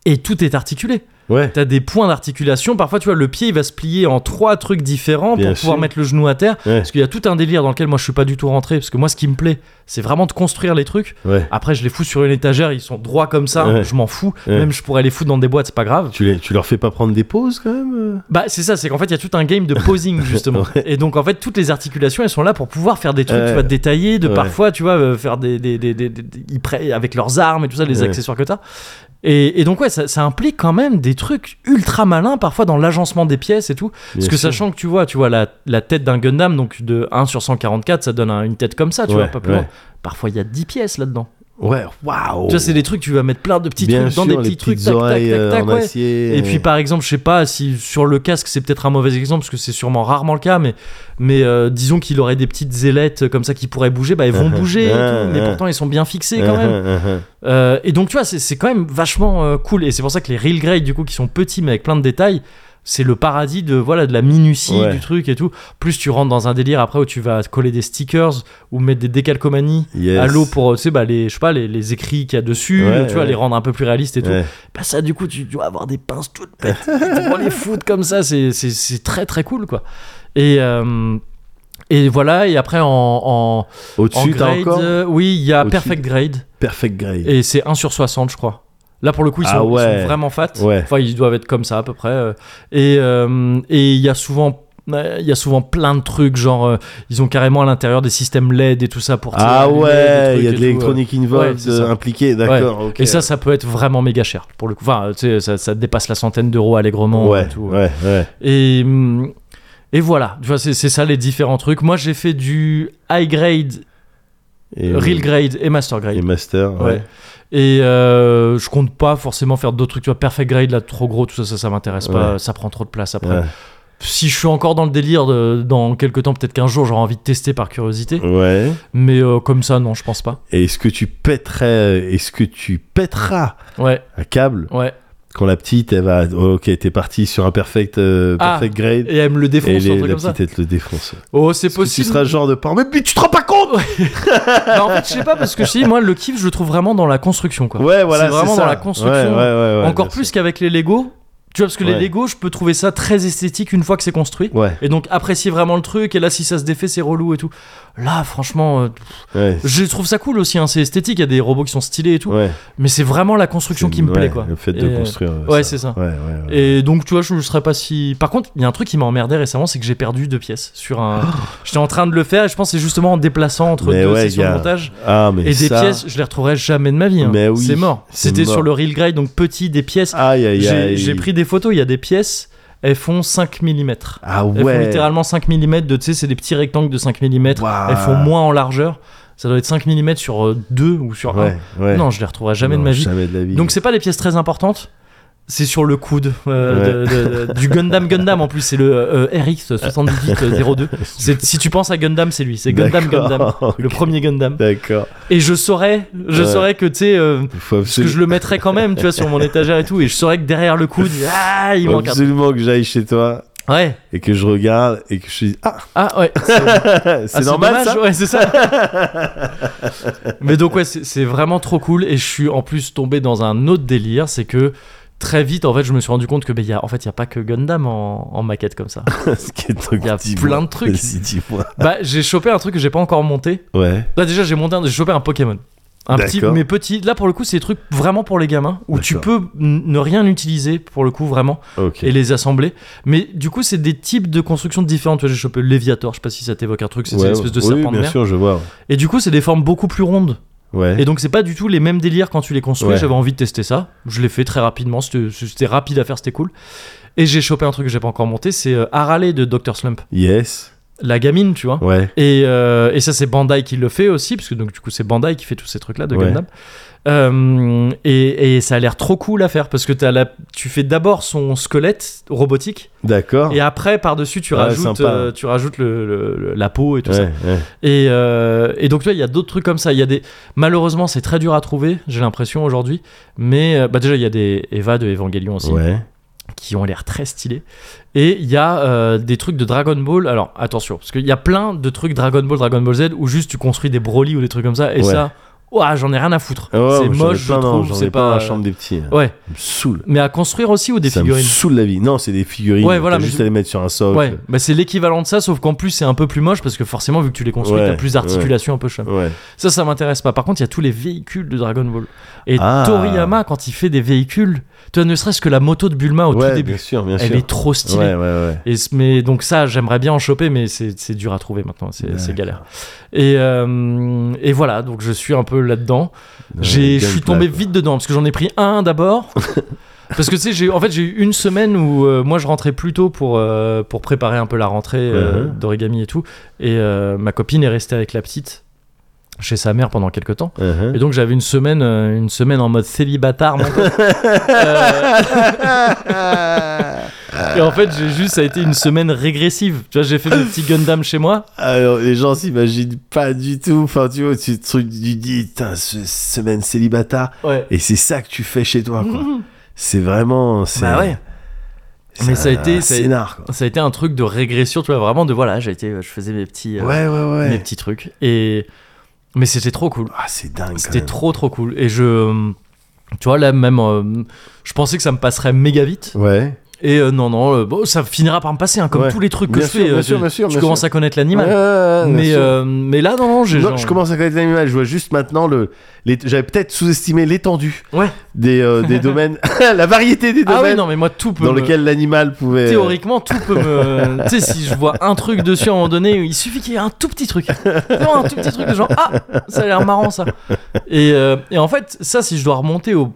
[SPEAKER 1] et tout est articulé.
[SPEAKER 2] Ouais.
[SPEAKER 1] T'as des points d'articulation. Parfois, tu vois, le pied, il va se plier en trois trucs différents
[SPEAKER 2] Bien
[SPEAKER 1] pour pouvoir
[SPEAKER 2] sûr.
[SPEAKER 1] mettre le genou à terre.
[SPEAKER 2] Ouais.
[SPEAKER 1] Parce qu'il y a tout un délire dans lequel moi, je suis pas du tout rentré. Parce que moi, ce qui me plaît, c'est vraiment de construire les trucs.
[SPEAKER 2] Ouais.
[SPEAKER 1] Après, je les fous sur une étagère, ils sont droits comme ça.
[SPEAKER 2] Ouais.
[SPEAKER 1] Je m'en fous.
[SPEAKER 2] Ouais.
[SPEAKER 1] Même, je pourrais les foutre dans des boîtes, c'est pas grave.
[SPEAKER 2] Tu, les- tu leur fais pas prendre des pauses quand même euh
[SPEAKER 1] Bah, c'est ça, c'est qu'en fait, il y a tout un game de
[SPEAKER 2] (laughs)
[SPEAKER 1] posing, justement. Et donc, en fait, toutes les articulations, elles sont là pour pouvoir faire des trucs,
[SPEAKER 2] Ouais.
[SPEAKER 1] tu vois, détaillés, de
[SPEAKER 2] Ouais.
[SPEAKER 1] parfois, tu vois, euh, faire des. des, des, des- des- des- ils pré- avec leurs armes et tout ça, les
[SPEAKER 2] Ouais.
[SPEAKER 1] accessoires que t'as. Et, et donc, ouais, ça, ça implique quand même des trucs ultra malins, parfois dans l'agencement des pièces et tout. Parce
[SPEAKER 2] Bien
[SPEAKER 1] que
[SPEAKER 2] sûr.
[SPEAKER 1] sachant que tu vois, tu vois, la, la tête d'un Gundam, donc de 1 sur 144, ça donne un- une tête comme ça, tu
[SPEAKER 2] Ouais,
[SPEAKER 1] vois, pas plus
[SPEAKER 2] ouais.
[SPEAKER 1] loin. Parfois, il y a 10 pièces là-dedans.
[SPEAKER 2] Ouais, waouh
[SPEAKER 1] Tu vois, c'est des trucs, tu vas mettre plein de petits
[SPEAKER 2] Bien
[SPEAKER 1] trucs
[SPEAKER 2] sûr,
[SPEAKER 1] dans des
[SPEAKER 2] les
[SPEAKER 1] petits trucs,
[SPEAKER 2] petites
[SPEAKER 1] tac, tac,
[SPEAKER 2] oreilles
[SPEAKER 1] tac,
[SPEAKER 2] euh,
[SPEAKER 1] tac,
[SPEAKER 2] en
[SPEAKER 1] ouais.
[SPEAKER 2] acier.
[SPEAKER 1] Et puis
[SPEAKER 2] euh,
[SPEAKER 1] par exemple, je sais pas si sur le casque c'est peut-être un mauvais exemple parce que c'est sûrement rarement le cas, mais, mais euh, disons qu'il aurait des petites ailettes euh, comme ça qui pourraient bouger, bah elles
[SPEAKER 2] (laughs)
[SPEAKER 1] vont
[SPEAKER 2] Uh-huh.
[SPEAKER 1] bouger, et tout,
[SPEAKER 2] Uh-huh.
[SPEAKER 1] mais pourtant elles sont bien fixées quand même.
[SPEAKER 2] (laughs) uh-huh,
[SPEAKER 1] Euh, et donc tu vois, c'est- c'est quand même vachement euh, cool et c'est pour ça que les Real Grey du coup qui sont petits mais avec plein de détails. C'est le paradis de voilà de la minutie
[SPEAKER 2] Ouais.
[SPEAKER 1] du truc et tout. Plus tu rentres dans un délire après où tu vas coller des stickers ou mettre des décalcomanies
[SPEAKER 2] uh-huh. Yes.
[SPEAKER 1] à l'eau pour euh, tu sais bah les je sais pas les, les écrits qu'il y a dessus,
[SPEAKER 2] Ouais,
[SPEAKER 1] tu vois
[SPEAKER 2] ouais.
[SPEAKER 1] les rendre un peu plus réalistes et tout.
[SPEAKER 2] Ouais.
[SPEAKER 1] Bah ça, du coup, tu dois avoir des pinces toutes pètes. tu prends les foutre comme ça, c'est, c'est, c'est très très cool, quoi. Et, euh, et voilà, et après en, en, en
[SPEAKER 2] Au-dessus, t'as
[SPEAKER 1] grade,
[SPEAKER 2] encore
[SPEAKER 1] euh, oui, il y a
[SPEAKER 2] Au-dessus.
[SPEAKER 1] Perfect Grade,
[SPEAKER 2] Perfect Grade.
[SPEAKER 1] et c'est 1 sur 60, je crois. Là, pour le coup, ils sont,
[SPEAKER 2] Ah ouais.
[SPEAKER 1] ils sont vraiment fat.
[SPEAKER 2] Ouais.
[SPEAKER 1] Enfin, ils doivent être comme ça, à peu près. euh. Et euh, et il y a souvent... ouais, Il y a souvent plein de trucs, genre euh, ils ont carrément à l'intérieur des systèmes LED et tout ça pour. tirer
[SPEAKER 2] Ah
[SPEAKER 1] les LED,
[SPEAKER 2] ouais,
[SPEAKER 1] des
[SPEAKER 2] il y a
[SPEAKER 1] trucs
[SPEAKER 2] de
[SPEAKER 1] et tout, euh.
[SPEAKER 2] l'électronique involved
[SPEAKER 1] Ouais, c'est ça.
[SPEAKER 2] euh, impliquée, d'accord. ok.
[SPEAKER 1] Et ça, ça peut être vraiment méga cher pour le coup. Enfin, tu sais, ça, ça dépasse la centaine d'euros allègrement.
[SPEAKER 2] ouais,
[SPEAKER 1] et, tout.
[SPEAKER 2] ouais, ouais.
[SPEAKER 1] Et, hum, et voilà, tu vois, c'est c'est ça les différents trucs. Moi, j'ai fait du high grade,
[SPEAKER 2] Et,
[SPEAKER 1] real grade et master grade.
[SPEAKER 2] et master, ouais.
[SPEAKER 1] Ouais. Et euh, je compte pas forcément faire d'autres trucs. Tu vois, perfect grade, là, trop gros, tout ça, ça, ça m'intéresse pas. Ça prend trop de place après.
[SPEAKER 2] Ouais.
[SPEAKER 1] Si je suis encore dans le délire, de- dans quelques temps, peut-être qu'un jour, j'aurai envie de tester par curiosité.
[SPEAKER 2] Ouais.
[SPEAKER 1] Mais euh, comme ça, non, je pense pas.
[SPEAKER 2] Et est-ce que tu pèterais, euh, est-ce que tu pèteras
[SPEAKER 1] Ouais,
[SPEAKER 2] un câble
[SPEAKER 1] ouais.
[SPEAKER 2] quand la petite, elle va, oh, ok, t'es parti sur un perfect, euh,
[SPEAKER 1] Ah,
[SPEAKER 2] perfect grade.
[SPEAKER 1] Et elle me le défonce,
[SPEAKER 2] Et
[SPEAKER 1] un
[SPEAKER 2] les-
[SPEAKER 1] truc
[SPEAKER 2] la
[SPEAKER 1] comme ça.
[SPEAKER 2] petite, elle te le défonce.
[SPEAKER 1] Oh, c'est
[SPEAKER 2] Est-ce que tu
[SPEAKER 1] possible.
[SPEAKER 2] seras le genre de parent, mais, mais tu te rends pas compte
[SPEAKER 1] Bah, en fait, je sais pas, parce que je te dis, moi, le kiff, je le trouve vraiment dans la construction, quoi.
[SPEAKER 2] Ouais, voilà,
[SPEAKER 1] C'est vraiment
[SPEAKER 2] ça.
[SPEAKER 1] dans la construction.
[SPEAKER 2] Ouais, ouais, ouais, ouais,
[SPEAKER 1] Encore
[SPEAKER 2] bien
[SPEAKER 1] plus qu'avec les Lego. Tu vois, parce que
[SPEAKER 2] Ouais.
[SPEAKER 1] les Lego, je peux trouver ça très esthétique une fois que c'est construit.
[SPEAKER 2] sûr. Ouais,
[SPEAKER 1] Et donc apprécier vraiment le truc. Et là, si ça se défait, c'est relou et tout. Là, franchement, euh,
[SPEAKER 2] ouais.
[SPEAKER 1] je trouve ça cool aussi. hein, c'est esthétique. Il y a des robots qui sont stylés et tout.
[SPEAKER 2] ouais.
[SPEAKER 1] Mais c'est vraiment la construction qui me
[SPEAKER 2] Ouais,
[SPEAKER 1] plaît, quoi.
[SPEAKER 2] Le fait
[SPEAKER 1] Et,
[SPEAKER 2] de
[SPEAKER 1] euh,
[SPEAKER 2] construire.
[SPEAKER 1] ouais, c'est ça.
[SPEAKER 2] Ouais, ouais, ouais.
[SPEAKER 1] Et donc, tu vois, je, je serais pas si. Par contre, il y a un truc qui m'a emmerdé récemment, c'est que j'ai perdu deux pièces sur un.
[SPEAKER 2] (gasps)
[SPEAKER 1] J'étais en train de le faire et je pense que c'est justement en déplaçant entre
[SPEAKER 2] Mais
[SPEAKER 1] deux
[SPEAKER 2] ouais,
[SPEAKER 1] sessions de
[SPEAKER 2] gars.
[SPEAKER 1] montage.
[SPEAKER 2] Ah, mais
[SPEAKER 1] Et des
[SPEAKER 2] ça-
[SPEAKER 1] pièces, je les retrouverai jamais de ma vie. hein.
[SPEAKER 2] Mais oui,
[SPEAKER 1] c'est mort.
[SPEAKER 2] c'est
[SPEAKER 1] C'était
[SPEAKER 2] mort.
[SPEAKER 1] sur le Real Grade, donc petit, des pièces.
[SPEAKER 2] Aïe, aïe,
[SPEAKER 1] J'ai
[SPEAKER 2] aïe.
[SPEAKER 1] j'ai pris des photos, il y a des pièces, elles font 5 mm.
[SPEAKER 2] Ah
[SPEAKER 1] Elles font
[SPEAKER 2] ouais.
[SPEAKER 1] littéralement 5 mm, de, tu sais, c'est des petits rectangles de 5 mm,
[SPEAKER 2] Waouh.
[SPEAKER 1] elles font moins en largeur. Ça doit être 5 mm sur 2 ou sur 1.
[SPEAKER 2] Ouais, ouais.
[SPEAKER 1] hein. Non, je les retrouverai jamais
[SPEAKER 2] Non,
[SPEAKER 1] de ma vie.
[SPEAKER 2] Jamais de la vie.
[SPEAKER 1] Donc c'est pas des pièces très importantes. C'est sur le coude euh, de- de- du Gundam Gundam en plus c'est le euh, RX
[SPEAKER 2] (laughs)
[SPEAKER 1] 7802. C'est- Si tu penses à Gundam c'est lui, c'est Gundam
[SPEAKER 2] D'accord,
[SPEAKER 1] Gundam, le
[SPEAKER 2] ok.
[SPEAKER 1] premier Gundam.
[SPEAKER 2] (laughs) D'accord.
[SPEAKER 1] Et je saurais, je
[SPEAKER 2] Ouais.
[SPEAKER 1] saurais que tu sais euh,
[SPEAKER 2] Faut
[SPEAKER 1] parce que je
[SPEAKER 2] absolument,
[SPEAKER 1] le mettrais quand même, tu vois, sur mon étagère et tout, et je saurais que derrière le
[SPEAKER 2] (laughs)
[SPEAKER 1] coude, ah, il
[SPEAKER 2] faut
[SPEAKER 1] manque un truc.
[SPEAKER 2] absolument que j'aille chez toi
[SPEAKER 1] Ouais,
[SPEAKER 2] et que je regarde et que je dis Ah, (laughs)
[SPEAKER 1] ah ouais,
[SPEAKER 2] c'est
[SPEAKER 1] Ah,
[SPEAKER 2] normal
[SPEAKER 1] dommage,
[SPEAKER 2] ça
[SPEAKER 1] ouais, c'est ça.
[SPEAKER 2] (laughs)
[SPEAKER 1] Mais donc ouais, c'est c'est vraiment trop cool, et je suis en plus tombé dans un autre délire, c'est que très vite, en fait, je me suis rendu compte que, ben, il y a, en fait, il y a pas que Gundam en, en maquette comme ça.
[SPEAKER 2] (laughs) Ce qui est donc,
[SPEAKER 1] Il y a
[SPEAKER 2] dis-moi.
[SPEAKER 1] plein de trucs.
[SPEAKER 2] Vas-y, dis-moi.
[SPEAKER 1] bah, j'ai chopé un truc que j'ai pas encore monté.
[SPEAKER 2] Ouais.
[SPEAKER 1] Là déjà, j'ai monté, un- j'ai chopé un Pokémon. Un petit,
[SPEAKER 2] D'accord.
[SPEAKER 1] mais petit. Là, pour le coup, c'est des trucs vraiment pour les gamins, où tu peux n- ne rien utiliser, pour le coup, vraiment.
[SPEAKER 2] Ok.
[SPEAKER 1] et les assembler. Mais du coup, c'est des types de constructions différentes. Tu vois, j'ai chopé le Léviator, je sais pas si ça t'évoque un truc, c'est
[SPEAKER 2] Ouais,
[SPEAKER 1] une espèce de
[SPEAKER 2] oui,
[SPEAKER 1] serpent de
[SPEAKER 2] bien
[SPEAKER 1] mer.
[SPEAKER 2] sûr, je vois.
[SPEAKER 1] Et du coup, c'est des formes beaucoup plus rondes.
[SPEAKER 2] Ouais.
[SPEAKER 1] Et donc, c'est pas du tout les mêmes délires quand tu les construis.
[SPEAKER 2] Ouais.
[SPEAKER 1] J'avais envie de tester ça. Je l'ai fait très rapidement. C'était c'était rapide à faire, c'était cool. Et j'ai chopé un truc que j'ai pas encore monté, c'est euh, Harale de Dr. Slump.
[SPEAKER 2] Yes.
[SPEAKER 1] La gamine, tu vois.
[SPEAKER 2] Ouais.
[SPEAKER 1] Et, euh, et ça, c'est Bandai qui le fait aussi, parce que donc, du coup, c'est Bandai qui fait tous ces trucs-là de
[SPEAKER 2] Ouais.
[SPEAKER 1] Gundam. Euh, et, et ça a l'air trop cool à faire, parce que as la, tu fais d'abord son squelette robotique,
[SPEAKER 2] D'accord.
[SPEAKER 1] et après, par-dessus, tu
[SPEAKER 2] Ouais,
[SPEAKER 1] rajoutes,
[SPEAKER 2] Ah, sympa.
[SPEAKER 1] euh, tu rajoutes le, le- le- la peau et tout ça.
[SPEAKER 2] Ouais, ouais.
[SPEAKER 1] Et, euh, et donc, tu vois, il y a d'autres trucs comme ça. Il y a des... Malheureusement, c'est très dur à trouver, j'ai l'impression aujourd'hui. Mais euh, bah, déjà, il y a des Eva de Evangelion aussi,
[SPEAKER 2] Ouais.
[SPEAKER 1] qui ont l'air très stylés. Et il y a euh, des trucs de Dragon Ball. Alors, attention, parce qu'il y a plein de trucs Dragon Ball, Dragon Ball Z, où juste tu construis des Broly ou des trucs comme ça. Et
[SPEAKER 2] Ouais.
[SPEAKER 1] ça, ouah, j'en ai rien à foutre.
[SPEAKER 2] Ah ouais,
[SPEAKER 1] c'est
[SPEAKER 2] moi, j'en ai
[SPEAKER 1] moche, je
[SPEAKER 2] plein, non,
[SPEAKER 1] trouve,
[SPEAKER 2] j'en ai
[SPEAKER 1] c'est
[SPEAKER 2] plein dans
[SPEAKER 1] pas. Oh,
[SPEAKER 2] la chambre des petits. hein.
[SPEAKER 1] Ouais,
[SPEAKER 2] Ça me saoule.
[SPEAKER 1] mais à construire aussi ou des
[SPEAKER 2] ça me
[SPEAKER 1] figurines
[SPEAKER 2] saoule la vie. Non, c'est des figurines.
[SPEAKER 1] Ouais, voilà,
[SPEAKER 2] T'as
[SPEAKER 1] mais
[SPEAKER 2] juste
[SPEAKER 1] je-
[SPEAKER 2] à les mettre sur un socle.
[SPEAKER 1] Ouais, bah c'est l'équivalent de ça, sauf qu'en plus c'est un peu plus moche parce que forcément, vu que tu les construis,
[SPEAKER 2] Ouais,
[SPEAKER 1] t'as plus d'articulation un peu chum.
[SPEAKER 2] Ouais.
[SPEAKER 1] Ça, ça m'intéresse pas. Par contre, il y a tous les véhicules de Dragon Ball. Et
[SPEAKER 2] Ah.
[SPEAKER 1] Toriyama, quand il fait des véhicules, tu vois, ne serait-ce que la moto de Bulma au
[SPEAKER 2] Ouais,
[SPEAKER 1] tout
[SPEAKER 2] bien
[SPEAKER 1] début,
[SPEAKER 2] sûr, bien
[SPEAKER 1] elle
[SPEAKER 2] sûr.
[SPEAKER 1] est trop stylée.
[SPEAKER 2] Ouais, ouais, ouais.
[SPEAKER 1] Et c- mais donc ça, j'aimerais bien en choper, mais c'est c'est dur à trouver maintenant, c'est c'est galère. Et, euh, et voilà, donc je suis un peu là-dedans. J'ai- Je suis (laughs) tombé vite dedans parce que j'en ai pris un d'abord. Parce que tu sais, j'ai- en fait, j'ai eu une semaine où euh, moi je rentrais plus tôt pour, euh, pour préparer un peu la rentrée euh,
[SPEAKER 2] Mhm.
[SPEAKER 1] d'origami et tout. Et euh, ma copine est restée avec la petite chez sa mère pendant quelques temps. Et donc j'avais une semaine, euh, une semaine en mode célibatard. mon pote. Euh, Et en fait, j'ai juste, ça a été une semaine régressive. Tu vois, j'ai fait des petits Gundam chez moi.
[SPEAKER 2] (laughs) Alors, les gens s'imaginent pas du tout. Enfin, tu vois, tu, tu, tu dis, putain, ce- semaine célibataire.
[SPEAKER 1] Ouais.
[SPEAKER 2] Et c'est ça que tu fais chez toi, quoi.
[SPEAKER 1] (laughs)
[SPEAKER 2] C'est vraiment. c'est-
[SPEAKER 1] Mm-hmm. Bah ouais.
[SPEAKER 2] Ah, c'est
[SPEAKER 1] Mais ça a
[SPEAKER 2] un
[SPEAKER 1] été- ça a-
[SPEAKER 2] Scénar, quoi.
[SPEAKER 1] Ça a été un truc de régression, tu vois, vraiment de voilà, j'ai été, euh, je faisais mes petits, euh,
[SPEAKER 2] Ouais, ouais,
[SPEAKER 1] mes
[SPEAKER 2] ouais.
[SPEAKER 1] petits trucs. Et mais c'était trop cool.
[SPEAKER 2] Ah, c'est dingue. quand
[SPEAKER 1] C'était
[SPEAKER 2] même.
[SPEAKER 1] trop trop cool. Et je, tu vois là même, euh, je pensais que ça me passerait méga vite.
[SPEAKER 2] Ouais.
[SPEAKER 1] Et euh, non non, euh, bon, ça finira par me passer, hein, comme
[SPEAKER 2] Ouais.
[SPEAKER 1] tous les trucs que
[SPEAKER 2] Bien
[SPEAKER 1] je
[SPEAKER 2] sûr,
[SPEAKER 1] fais.
[SPEAKER 2] bien
[SPEAKER 1] euh,
[SPEAKER 2] sûr,
[SPEAKER 1] tu-
[SPEAKER 2] bien sûr,
[SPEAKER 1] Je
[SPEAKER 2] bien
[SPEAKER 1] commence
[SPEAKER 2] sûr.
[SPEAKER 1] à connaître l'animal.
[SPEAKER 2] Ouais, ouais, ouais, bien
[SPEAKER 1] mais
[SPEAKER 2] sûr.
[SPEAKER 1] euh, mais là non non, j'ai
[SPEAKER 2] Non,
[SPEAKER 1] genre-
[SPEAKER 2] je commence à connaître l'animal. Je vois juste maintenant le. les- J'avais peut-être sous-estimé l'étendue
[SPEAKER 1] Ouais.
[SPEAKER 2] des,
[SPEAKER 1] (laughs)
[SPEAKER 2] euh, des domaines, (laughs) la variété des
[SPEAKER 1] Ah
[SPEAKER 2] domaines
[SPEAKER 1] oui non mais moi tout peut
[SPEAKER 2] dans
[SPEAKER 1] me-
[SPEAKER 2] lesquels l'animal pouvait. euh,
[SPEAKER 1] Théoriquement, tout peut
[SPEAKER 2] (laughs)
[SPEAKER 1] me. tu sais, si je vois un truc dessus à un moment donné, il suffit qu'il y ait un tout petit truc. Non, un tout petit truc de genre, ah, ça a l'air marrant ça. Et, euh, et en fait, ça, si je dois remonter au.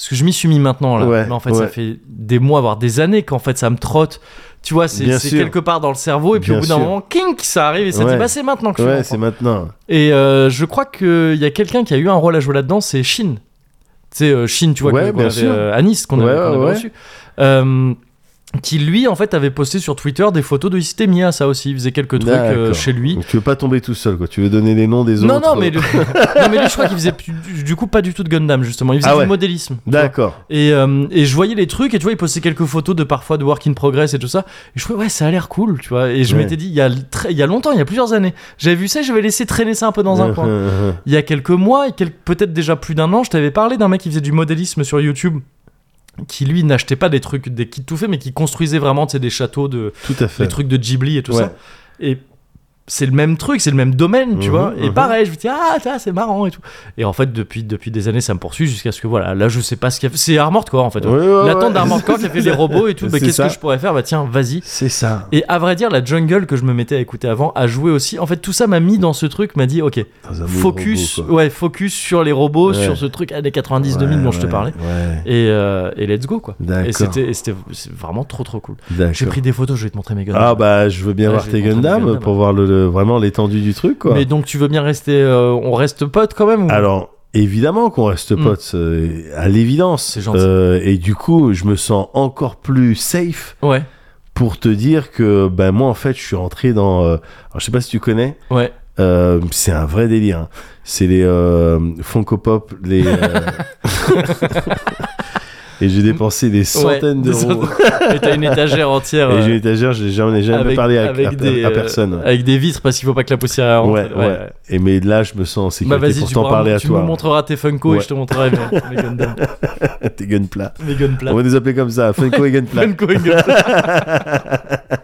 [SPEAKER 1] Parce que je m'y suis mis maintenant là.
[SPEAKER 2] Ouais,
[SPEAKER 1] Mais en fait,
[SPEAKER 2] ouais.
[SPEAKER 1] ça fait des mois, voire des années qu'en fait ça me trotte. Tu vois, c'est
[SPEAKER 2] Bien
[SPEAKER 1] c'est
[SPEAKER 2] sûr.
[SPEAKER 1] quelque part dans le cerveau. Et puis au
[SPEAKER 2] Bien
[SPEAKER 1] bout d'un
[SPEAKER 2] sûr.
[SPEAKER 1] moment, kink, ça arrive et ça
[SPEAKER 2] Ouais.
[SPEAKER 1] dit, bah c'est maintenant que je
[SPEAKER 2] Ouais,
[SPEAKER 1] comprends.
[SPEAKER 2] c'est maintenant.
[SPEAKER 1] Et euh, je crois qu'il y a quelqu'un qui a eu un rôle à jouer là-dedans, c'est Shin. Tu sais, euh, Shin, tu vois,
[SPEAKER 2] Ouais,
[SPEAKER 1] qu'on- qu'on
[SPEAKER 2] bien
[SPEAKER 1] avait,
[SPEAKER 2] sûr.
[SPEAKER 1] euh, à Nice, qu'on
[SPEAKER 2] Ouais,
[SPEAKER 1] avait, qu'on
[SPEAKER 2] ouais,
[SPEAKER 1] avait
[SPEAKER 2] ouais.
[SPEAKER 1] reçu. Euh, qui lui, en fait, avait posté sur Twitter des photos de Istemia, ça aussi. Il faisait quelques trucs euh,
[SPEAKER 2] D'accord.
[SPEAKER 1] chez lui.
[SPEAKER 2] Donc, tu veux pas tomber tout seul, quoi. Tu veux donner les noms des
[SPEAKER 1] Non,
[SPEAKER 2] autres. euh,
[SPEAKER 1] non,
[SPEAKER 2] (laughs)
[SPEAKER 1] mais le- non, mais lui, je crois qu'il faisait plus- du du coup pas du tout de Gundam, justement. Il faisait
[SPEAKER 2] Ah ouais.
[SPEAKER 1] du modélisme. tu vois.
[SPEAKER 2] (laughs) D'accord.
[SPEAKER 1] Et, euh, et je voyais les trucs, et tu vois, il postait quelques photos de parfois de work in progress et tout ça. Et je trouvais, ouais, ça a l'air cool, tu vois. Et je
[SPEAKER 2] Ouais.
[SPEAKER 1] m'étais dit, il y, a très- il y a longtemps, il y a plusieurs années, j'avais vu ça, j'avais laissé traîner ça un peu dans un coin. Il y a quelques mois, et quel- peut-être déjà plus d'un an, je t'avais parlé d'un mec qui faisait du modélisme sur YouTube, qui lui n'achetait pas des trucs, des kits tout faits, mais qui construisait vraiment tu sais, des châteaux, de,
[SPEAKER 2] (laughs) Tout à
[SPEAKER 1] des
[SPEAKER 2] fait.
[SPEAKER 1] trucs de Ghibli et tout
[SPEAKER 2] Ouais.
[SPEAKER 1] ça. Et c'est le même truc, c'est le même domaine, tu
[SPEAKER 2] Mhm,
[SPEAKER 1] vois. Et
[SPEAKER 2] mhm.
[SPEAKER 1] pareil, je me dis, ah, ça, c'est marrant et tout. Et en fait, depuis, depuis des années, ça me poursuit jusqu'à ce que, voilà, là, je sais pas ce qu'il y a. C'est Armored Core, en fait.
[SPEAKER 2] Ouais, ouais,
[SPEAKER 1] L'attente
[SPEAKER 2] ouais. (laughs)
[SPEAKER 1] d'Armored Core qui a fait les robots et tout. Bah,
[SPEAKER 2] C'est
[SPEAKER 1] Qu'est-ce que
[SPEAKER 2] ça.
[SPEAKER 1] je pourrais faire Bah, tiens, vas-y.
[SPEAKER 2] C'est ça.
[SPEAKER 1] Et à vrai dire, la jungle que je me mettais à écouter avant a joué aussi. En fait, tout ça m'a mis dans ce truc, m'a dit, ok,
[SPEAKER 2] Dans un monde
[SPEAKER 1] focus,
[SPEAKER 2] robot, quoi.
[SPEAKER 1] ouais, focus sur les robots,
[SPEAKER 2] Ouais.
[SPEAKER 1] sur ce truc années 90
[SPEAKER 2] Ouais,
[SPEAKER 1] 2000 dont je te
[SPEAKER 2] ouais,
[SPEAKER 1] parlais.
[SPEAKER 2] Ouais.
[SPEAKER 1] Et, euh, et let's go quoi. Et
[SPEAKER 2] D'accord.
[SPEAKER 1] c'était et c'était c'est vraiment trop trop cool.
[SPEAKER 2] D'accord.
[SPEAKER 1] J'ai pris des photos, je vais te montrer mes guns.
[SPEAKER 2] Ah bah je veux bien
[SPEAKER 1] Ah,
[SPEAKER 2] voir
[SPEAKER 1] je
[SPEAKER 2] tes
[SPEAKER 1] vais montrer
[SPEAKER 2] Gundam,
[SPEAKER 1] mes Gundam.
[SPEAKER 2] pour voir le, le- vraiment l'étendue du truc quoi.
[SPEAKER 1] Mais donc tu veux bien rester, euh, on reste potes quand même ou-
[SPEAKER 2] bah. Alors évidemment qu'on reste
[SPEAKER 1] Mm.
[SPEAKER 2] potes euh, à l'évidence.
[SPEAKER 1] C'est gentil.
[SPEAKER 2] Euh, et du coup je me sens encore plus safe
[SPEAKER 1] Ouais,
[SPEAKER 2] pour te dire que ben moi en fait je suis rentré dans. euh, alors je sais pas si tu connais.
[SPEAKER 1] ouais.
[SPEAKER 2] Euh, c'est un vrai délire. hein. C'est les euh, Funko Pop, les. euh,
[SPEAKER 1] (laughs)
[SPEAKER 2] (laughs) et j'ai dépensé des centaines
[SPEAKER 1] des
[SPEAKER 2] d'euros.
[SPEAKER 1] (laughs) Et t'as une étagère entière.
[SPEAKER 2] Et j'ai une
[SPEAKER 1] euh,
[SPEAKER 2] étagère, j'ai- j'en ai jamais
[SPEAKER 1] avec-
[SPEAKER 2] parlé à,
[SPEAKER 1] avec
[SPEAKER 2] à-
[SPEAKER 1] des,
[SPEAKER 2] à
[SPEAKER 1] euh,
[SPEAKER 2] personne. ouais.
[SPEAKER 1] Avec des vitres parce qu'il faut pas que la poussière rentre.
[SPEAKER 2] Ouais, ouais. Et mais là, je me sens en sécurité
[SPEAKER 1] Bah vas-y,
[SPEAKER 2] pour
[SPEAKER 1] tu,
[SPEAKER 2] t'en
[SPEAKER 1] pourras-
[SPEAKER 2] parler à
[SPEAKER 1] tu
[SPEAKER 2] toi.
[SPEAKER 1] me montreras tes Funko et
[SPEAKER 2] Ouais.
[SPEAKER 1] je te montrerai mes, mes Gundam,
[SPEAKER 2] (laughs) Tes gunpla.
[SPEAKER 1] mes Gunpla.
[SPEAKER 2] (laughs) On va les appeler comme ça, Funko et gunpla.
[SPEAKER 1] Funko et Gunpla.
[SPEAKER 2] (laughs)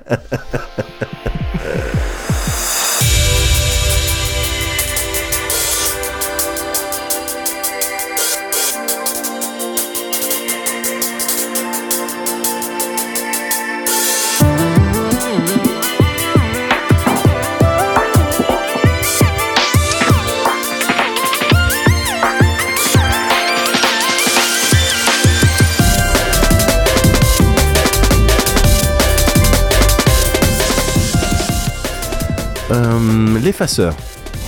[SPEAKER 2] Euh, L'effaceur.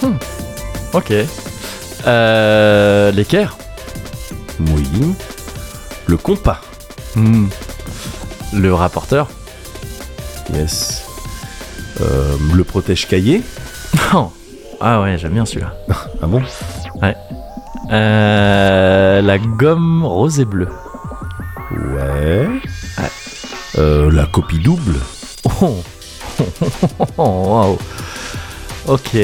[SPEAKER 2] (laughs)
[SPEAKER 1] Ok. Euh, L'équerre.
[SPEAKER 2] Oui. Le compas.
[SPEAKER 1] Hmm. Le rapporteur.
[SPEAKER 2] Yes. Euh, le protège cahier.
[SPEAKER 1] (laughs) Non. Ah ouais, j'aime bien celui-là.
[SPEAKER 2] Ah bon
[SPEAKER 1] Euh, la gomme rose et bleue. (laughs)
[SPEAKER 2] Ouais. Euh, la copie double.
[SPEAKER 1] Oh. (laughs) Oh, waouh. Ok.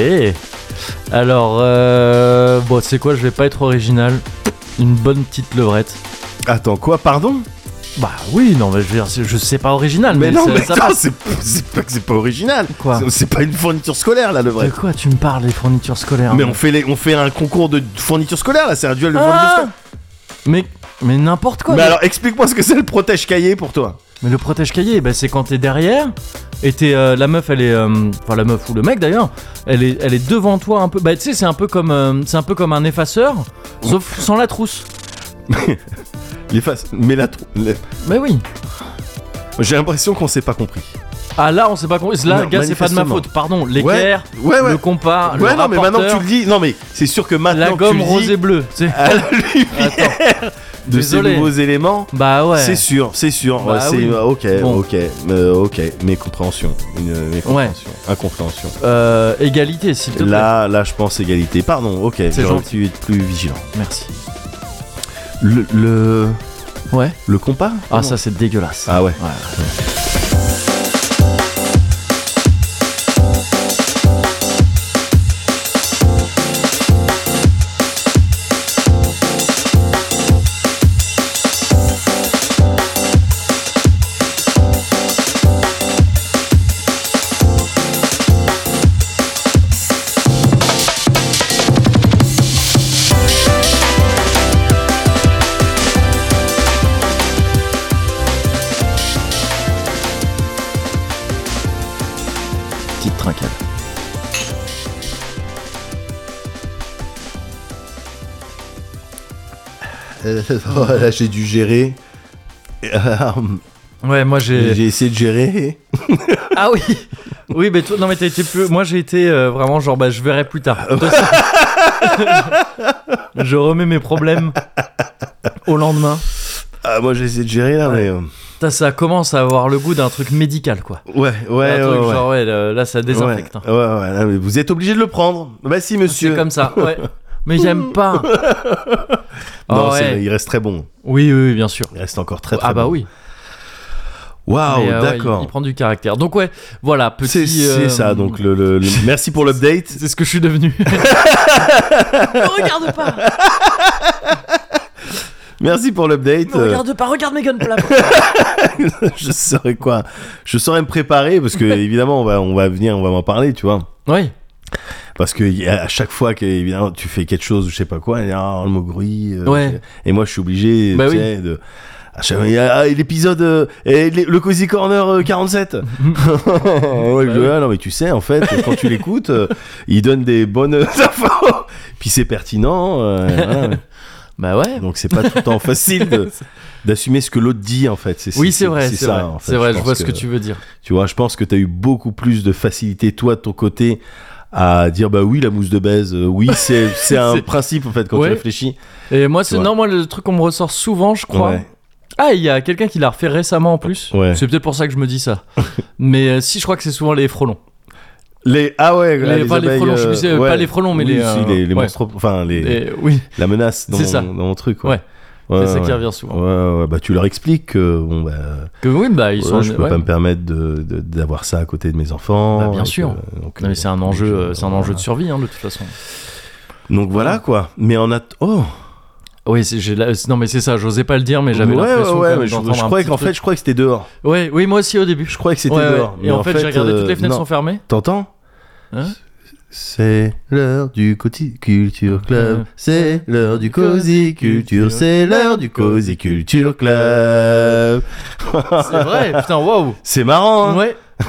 [SPEAKER 1] Alors, euh, Euh, bon, c'est quoi, je vais pas être original. Une bonne petite levrette.
[SPEAKER 2] Attends, quoi, pardon
[SPEAKER 1] Bah oui, non, mais je veux dire, c'est- je sais pas original, mais,
[SPEAKER 2] Mais non,
[SPEAKER 1] ça,
[SPEAKER 2] mais
[SPEAKER 1] ça
[SPEAKER 2] attends,
[SPEAKER 1] passe.
[SPEAKER 2] c'est c'est pas que c'est pas original.
[SPEAKER 1] Quoi
[SPEAKER 2] C'est- C'est pas une fourniture scolaire, là, le vrai.
[SPEAKER 1] De quoi tu me parles, les fournitures scolaires hein
[SPEAKER 2] Mais on fait, les, on fait un concours de fourniture scolaire, là, c'est un duel de fourniture
[SPEAKER 1] Ah
[SPEAKER 2] scolaire.
[SPEAKER 1] Mais, mais n'importe quoi.
[SPEAKER 2] Mais
[SPEAKER 1] Mais,
[SPEAKER 2] alors, explique-moi ce que c'est le protège-cahier pour toi.
[SPEAKER 1] mais le protège-cahier, bah, c'est quand t'es derrière et t'es. euh, la meuf, elle est. euh, Enfin, la meuf ou le mec d'ailleurs, elle est, elle est devant toi un peu. Bah, tu sais, c'est un, peu comme, euh, c'est un peu comme un effaceur, sauf sans la trousse.
[SPEAKER 2] Les faces. Mais la trou- les-
[SPEAKER 1] Mais oui.
[SPEAKER 2] J'ai l'impression qu'on s'est pas compris.
[SPEAKER 1] Ah là, on sait pas compris. Là,
[SPEAKER 2] Non,
[SPEAKER 1] gars, c'est pas de ma
[SPEAKER 2] manifestement.
[SPEAKER 1] faute. Pardon, l'équerre,
[SPEAKER 2] Ouais, ouais.
[SPEAKER 1] le compas, Ah, le
[SPEAKER 2] ouais, non, mais maintenant que tu
[SPEAKER 1] rapporteur,
[SPEAKER 2] le dis. Non, mais c'est sûr que maintenant
[SPEAKER 1] la
[SPEAKER 2] que
[SPEAKER 1] gomme
[SPEAKER 2] tu le dis, Ah.
[SPEAKER 1] rose et bleue. tu sais.
[SPEAKER 2] à la lumière
[SPEAKER 1] (laughs) Attends.
[SPEAKER 2] de ces
[SPEAKER 1] Désolé.
[SPEAKER 2] nouveaux éléments.
[SPEAKER 1] Bah ouais.
[SPEAKER 2] C'est sûr, c'est sûr.
[SPEAKER 1] Bah
[SPEAKER 2] Ouais, c'est
[SPEAKER 1] oui.
[SPEAKER 2] ok,
[SPEAKER 1] Bon.
[SPEAKER 2] ok, euh, ok. Mes compréhensions, une euh, mécompréhension, incompréhension.
[SPEAKER 1] Euh, égalité, s'il te plaît.
[SPEAKER 2] Là, là, je pense égalité. Pardon. Ok. J'aurais
[SPEAKER 1] gentil.
[SPEAKER 2] dû être plus vigilant.
[SPEAKER 1] Merci.
[SPEAKER 2] Le, le,
[SPEAKER 1] Ouais.
[SPEAKER 2] le compas.
[SPEAKER 1] Ah, ça, c'est dégueulasse.
[SPEAKER 2] Ah ouais.
[SPEAKER 1] (laughs) Petite trinquette. Oh,
[SPEAKER 2] là, j'ai dû (laughs) gérer.
[SPEAKER 1] Ouais, moi j'ai.
[SPEAKER 2] j'ai essayé de gérer.
[SPEAKER 1] Ah oui Oui, mais toi, non, mais t'as été plus. Moi j'ai été euh, vraiment genre, bah je verrai plus tard.
[SPEAKER 2] Ah
[SPEAKER 1] De toute façon, (laughs) je... je remets mes problèmes au lendemain.
[SPEAKER 2] Ah, moi, j'ai essayé de gérer là, mais. euh,
[SPEAKER 1] Putain, ça commence à avoir le goût d'un truc médical quoi.
[SPEAKER 2] Ouais, ouais,
[SPEAKER 1] un
[SPEAKER 2] ouais.
[SPEAKER 1] truc
[SPEAKER 2] ouais.
[SPEAKER 1] genre, ouais, le- là ça désinfecte. hein.
[SPEAKER 2] Ouais, ouais, ouais, là, mais vous êtes obligé de le prendre. Bah si, monsieur.
[SPEAKER 1] C'est comme ça, ouais. Mais j'aime
[SPEAKER 2] (laughs)
[SPEAKER 1] pas.
[SPEAKER 2] Non,
[SPEAKER 1] Ah
[SPEAKER 2] c'est-
[SPEAKER 1] ouais.
[SPEAKER 2] il reste très bon.
[SPEAKER 1] Oui, oui, oui, bien sûr.
[SPEAKER 2] Il reste encore très très
[SPEAKER 1] ah bah
[SPEAKER 2] bon.
[SPEAKER 1] oui.
[SPEAKER 2] Waouh,
[SPEAKER 1] Mais, euh, ouais,
[SPEAKER 2] d'accord.
[SPEAKER 1] il, il prend du caractère. Donc ouais, voilà, petit.
[SPEAKER 2] C'est c'est
[SPEAKER 1] euh,
[SPEAKER 2] ça, donc le, le-
[SPEAKER 1] (laughs)
[SPEAKER 2] le- merci pour l'update.
[SPEAKER 1] C'est ce que je suis
[SPEAKER 2] (laughs)
[SPEAKER 1] devenu.
[SPEAKER 4] Ne regarde pas,
[SPEAKER 2] Merci pour l'update.
[SPEAKER 4] ne
[SPEAKER 2] euh,
[SPEAKER 4] regarde pas, regarde Megan Pla.
[SPEAKER 2] (laughs) je saurais quoi Je saurais me préparer parce que évidemment on va on va venir, on va m'en parler, tu vois.
[SPEAKER 1] oui.
[SPEAKER 2] Parce que y a- à chaque fois que évidemment tu fais quelque chose, je sais pas quoi, il y a ah, le mot gris. euh,
[SPEAKER 1] Ouais.
[SPEAKER 2] Et moi je suis obligé
[SPEAKER 1] Bah
[SPEAKER 2] tu sais, de à chaque- il y a- ah, et l'épisode euh, et les- le cozy corner
[SPEAKER 1] (laughs)
[SPEAKER 2] euh, 47. Ouais, je-
[SPEAKER 1] Bah
[SPEAKER 2] ah, non mais tu sais en fait quand tu l'écoutes, euh, il donne des bonnes (laughs) infos. Puis c'est pertinent. euh, voilà.
[SPEAKER 1] Bah ouais.
[SPEAKER 2] Donc c'est pas tout le temps
[SPEAKER 1] (laughs)
[SPEAKER 2] facile de- d'assumer ce que l'autre dit en fait. C'est-
[SPEAKER 1] Oui,
[SPEAKER 2] c'est-
[SPEAKER 1] c'est vrai, c'est
[SPEAKER 2] ça,
[SPEAKER 1] vrai.
[SPEAKER 2] en fait,
[SPEAKER 1] c'est vrai, je
[SPEAKER 2] pense
[SPEAKER 1] vois ce que tu veux dire.
[SPEAKER 2] Tu vois, je pense que t'as eu beaucoup plus de facilité toi de ton côté à dire bah oui la mousse de baise, euh, oui
[SPEAKER 1] (laughs)
[SPEAKER 2] c'est c'est un
[SPEAKER 1] C'est-
[SPEAKER 2] principe en fait quand
[SPEAKER 1] Ouais.
[SPEAKER 2] tu réfléchis.
[SPEAKER 1] Et moi, c'est
[SPEAKER 2] Ouais.
[SPEAKER 1] non, moi le truc qu'on me ressort souvent, je crois.
[SPEAKER 2] Ouais.
[SPEAKER 1] Ah, il y a quelqu'un qui l'a refait récemment en plus.
[SPEAKER 2] Ouais.
[SPEAKER 1] C'est peut-être pour ça que je me dis
[SPEAKER 2] (laughs)
[SPEAKER 1] ça. Mais euh, si, je crois que c'est souvent les frelons.
[SPEAKER 2] Les ah ouais
[SPEAKER 1] Les-
[SPEAKER 2] là, les,
[SPEAKER 1] enfin, les
[SPEAKER 2] abeilles,
[SPEAKER 1] frelons, je
[SPEAKER 2] euh,
[SPEAKER 1] me disais,
[SPEAKER 2] ouais.
[SPEAKER 1] pas les frelons, mais
[SPEAKER 2] Oui,
[SPEAKER 1] les,
[SPEAKER 2] si,
[SPEAKER 1] euh,
[SPEAKER 2] les, les
[SPEAKER 1] ouais.
[SPEAKER 2] monstres enfin les
[SPEAKER 1] Et oui,
[SPEAKER 2] la menace dans
[SPEAKER 1] C'est
[SPEAKER 2] mon,
[SPEAKER 1] ça.
[SPEAKER 2] dans mon truc quoi.
[SPEAKER 1] Ouais.
[SPEAKER 2] (laughs) Ouais,
[SPEAKER 1] c'est ça qui
[SPEAKER 2] ouais.
[SPEAKER 1] revient souvent.
[SPEAKER 2] Ouais, ouais, bah tu leur expliques que bon bah
[SPEAKER 1] Que oui, bah ils
[SPEAKER 2] voilà,
[SPEAKER 1] sont.
[SPEAKER 2] je peux
[SPEAKER 1] ouais.
[SPEAKER 2] pas me permettre de- de- d'avoir ça à côté de mes enfants.
[SPEAKER 1] Bah, bien
[SPEAKER 2] et
[SPEAKER 1] sûr.
[SPEAKER 2] que- donc,
[SPEAKER 1] Non, mais
[SPEAKER 2] euh,
[SPEAKER 1] c'est un enjeu,
[SPEAKER 2] voilà.
[SPEAKER 1] euh, c'est un enjeu de survie hein, de toute façon.
[SPEAKER 2] Donc voilà quoi. Mais en attendant. Oh
[SPEAKER 1] Oui, c'est- j'ai la- non mais c'est ça. J'osais pas le dire, mais j'avais
[SPEAKER 2] ouais,
[SPEAKER 1] l'impression.
[SPEAKER 2] ouais,
[SPEAKER 1] quand
[SPEAKER 2] ouais,
[SPEAKER 1] même
[SPEAKER 2] mais je,
[SPEAKER 1] d'entendre
[SPEAKER 2] je
[SPEAKER 1] un
[SPEAKER 2] croyais
[SPEAKER 1] petit
[SPEAKER 2] qu'en fait,
[SPEAKER 1] truc.
[SPEAKER 2] je croyais que c'était dehors.
[SPEAKER 1] Ouais, oui, moi aussi au début.
[SPEAKER 2] Je croyais que c'était
[SPEAKER 1] Ouais, ouais.
[SPEAKER 2] dehors.
[SPEAKER 1] Et en fait, j'ai regardé
[SPEAKER 2] euh,
[SPEAKER 1] toutes les fenêtres
[SPEAKER 2] non.
[SPEAKER 1] sont
[SPEAKER 2] (laughs)
[SPEAKER 1] fermées.
[SPEAKER 2] T'entends
[SPEAKER 1] Hein
[SPEAKER 2] C'est l'heure du Cozy Culture Club.
[SPEAKER 1] Ouais.
[SPEAKER 2] C'est l'heure du Cozy Culture. C'est l'heure du Cozy Culture Club.
[SPEAKER 1] C'est vrai. Putain, waouh.
[SPEAKER 2] C'est marrant, hein,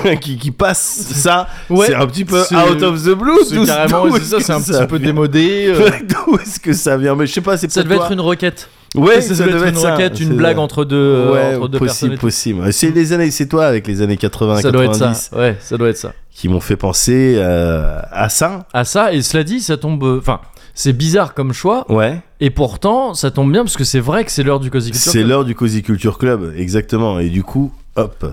[SPEAKER 1] Ouais.
[SPEAKER 2] (laughs) qui, qui passe ça.
[SPEAKER 1] Ouais.
[SPEAKER 2] C'est un petit peu
[SPEAKER 1] C'est- (laughs)
[SPEAKER 2] out of the blue.
[SPEAKER 1] C'est carrément,
[SPEAKER 2] (laughs)
[SPEAKER 1] c'est ça, c'est un petit peu démodé. euh,
[SPEAKER 2] D'où est-ce que ça vient Mais je sais pas, c'est
[SPEAKER 1] ça
[SPEAKER 2] peut-être
[SPEAKER 1] devait
[SPEAKER 2] toi.
[SPEAKER 1] être une requête.
[SPEAKER 2] Ouais,
[SPEAKER 1] ça,
[SPEAKER 2] ça
[SPEAKER 1] devait être
[SPEAKER 2] devait
[SPEAKER 1] une
[SPEAKER 2] ça.
[SPEAKER 1] requête, une
[SPEAKER 2] C'est-
[SPEAKER 1] blague entre deux, euh,
[SPEAKER 2] Ouais,
[SPEAKER 1] entre deux
[SPEAKER 2] possible,
[SPEAKER 1] personnes.
[SPEAKER 2] possible. C'est les années, c'est toi avec les années 80,
[SPEAKER 1] Ça doit
[SPEAKER 2] 90
[SPEAKER 1] être ça. Ouais, ça doit être ça.
[SPEAKER 2] qui m'ont fait penser euh, à ça.
[SPEAKER 1] À ça, et cela dit, ça tombe. euh, Enfin, c'est bizarre comme choix,
[SPEAKER 2] Ouais.
[SPEAKER 1] et pourtant, ça tombe bien parce que c'est vrai que c'est l'heure du Cozy Culture.
[SPEAKER 2] C'est
[SPEAKER 1] Club.
[SPEAKER 2] l'heure du Cozy Culture Club, exactement. Et du coup, hop,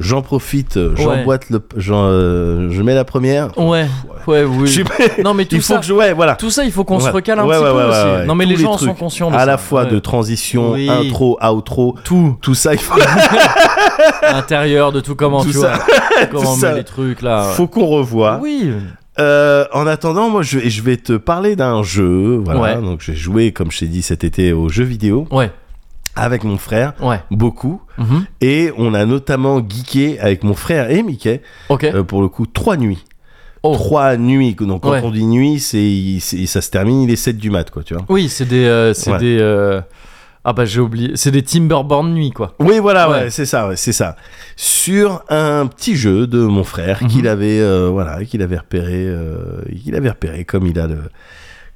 [SPEAKER 2] j'en profite, j'emboîte le, j'en, euh, je mets la première.
[SPEAKER 1] Ouais, ouais, oui.
[SPEAKER 2] Je sais pas,
[SPEAKER 1] Non, mais tout
[SPEAKER 2] il faut
[SPEAKER 1] ça,
[SPEAKER 2] que je, ouais, voilà.
[SPEAKER 1] tout ça, il faut qu'on
[SPEAKER 2] Ouais.
[SPEAKER 1] se recale un
[SPEAKER 2] Ouais,
[SPEAKER 1] petit
[SPEAKER 2] ouais,
[SPEAKER 1] peu
[SPEAKER 2] ouais,
[SPEAKER 1] aussi.
[SPEAKER 2] ouais, ouais.
[SPEAKER 1] Non, mais
[SPEAKER 2] Tous
[SPEAKER 1] les
[SPEAKER 2] les
[SPEAKER 1] gens
[SPEAKER 2] trucs.
[SPEAKER 1] sont conscients de
[SPEAKER 2] À
[SPEAKER 1] ça.
[SPEAKER 2] la fois
[SPEAKER 1] Ouais.
[SPEAKER 2] de transition,
[SPEAKER 1] Oui.
[SPEAKER 2] intro, outro,
[SPEAKER 1] tout
[SPEAKER 2] tout ça, il faut,
[SPEAKER 1] (laughs) intérieur, de tout comment
[SPEAKER 2] Tout
[SPEAKER 1] tu
[SPEAKER 2] ça.
[SPEAKER 1] vois, comment on
[SPEAKER 2] ça. (laughs)
[SPEAKER 1] met les trucs là. Ah ouais.
[SPEAKER 2] faut qu'on revoie.
[SPEAKER 1] Oui,
[SPEAKER 2] Euh, en attendant, moi, je, vais- je vais te parler d'un jeu. Voilà.
[SPEAKER 1] Ouais.
[SPEAKER 2] Donc, j'ai joué, comme je t'ai dit cet été, aux jeux vidéo
[SPEAKER 1] Ouais,
[SPEAKER 2] avec mon frère,
[SPEAKER 1] ouais.
[SPEAKER 2] beaucoup.
[SPEAKER 1] Mhm.
[SPEAKER 2] Et on a notamment geeké avec mon frère et Mickey,
[SPEAKER 1] Ok.
[SPEAKER 2] euh, pour le coup, trois nuits.
[SPEAKER 1] Oh.
[SPEAKER 2] Trois nuits. Donc, quand
[SPEAKER 1] Ouais.
[SPEAKER 2] on dit nuit, c'est, il- c'est- ça se termine, il est 7 du mat, quoi, tu vois.
[SPEAKER 1] Oui, c'est des. euh, c'est
[SPEAKER 2] Ouais.
[SPEAKER 1] des euh, Ah bah j'ai oublié. C'est des Timberborn nuit, quoi.
[SPEAKER 2] Oui, voilà, ouais,
[SPEAKER 1] Ouais.
[SPEAKER 2] c'est ça, ouais, c'est ça. Sur un petit jeu de mon frère
[SPEAKER 1] Mhm.
[SPEAKER 2] qu'il avait, euh, voilà, qu'il avait repéré, euh, qu'il avait repéré comme il a le,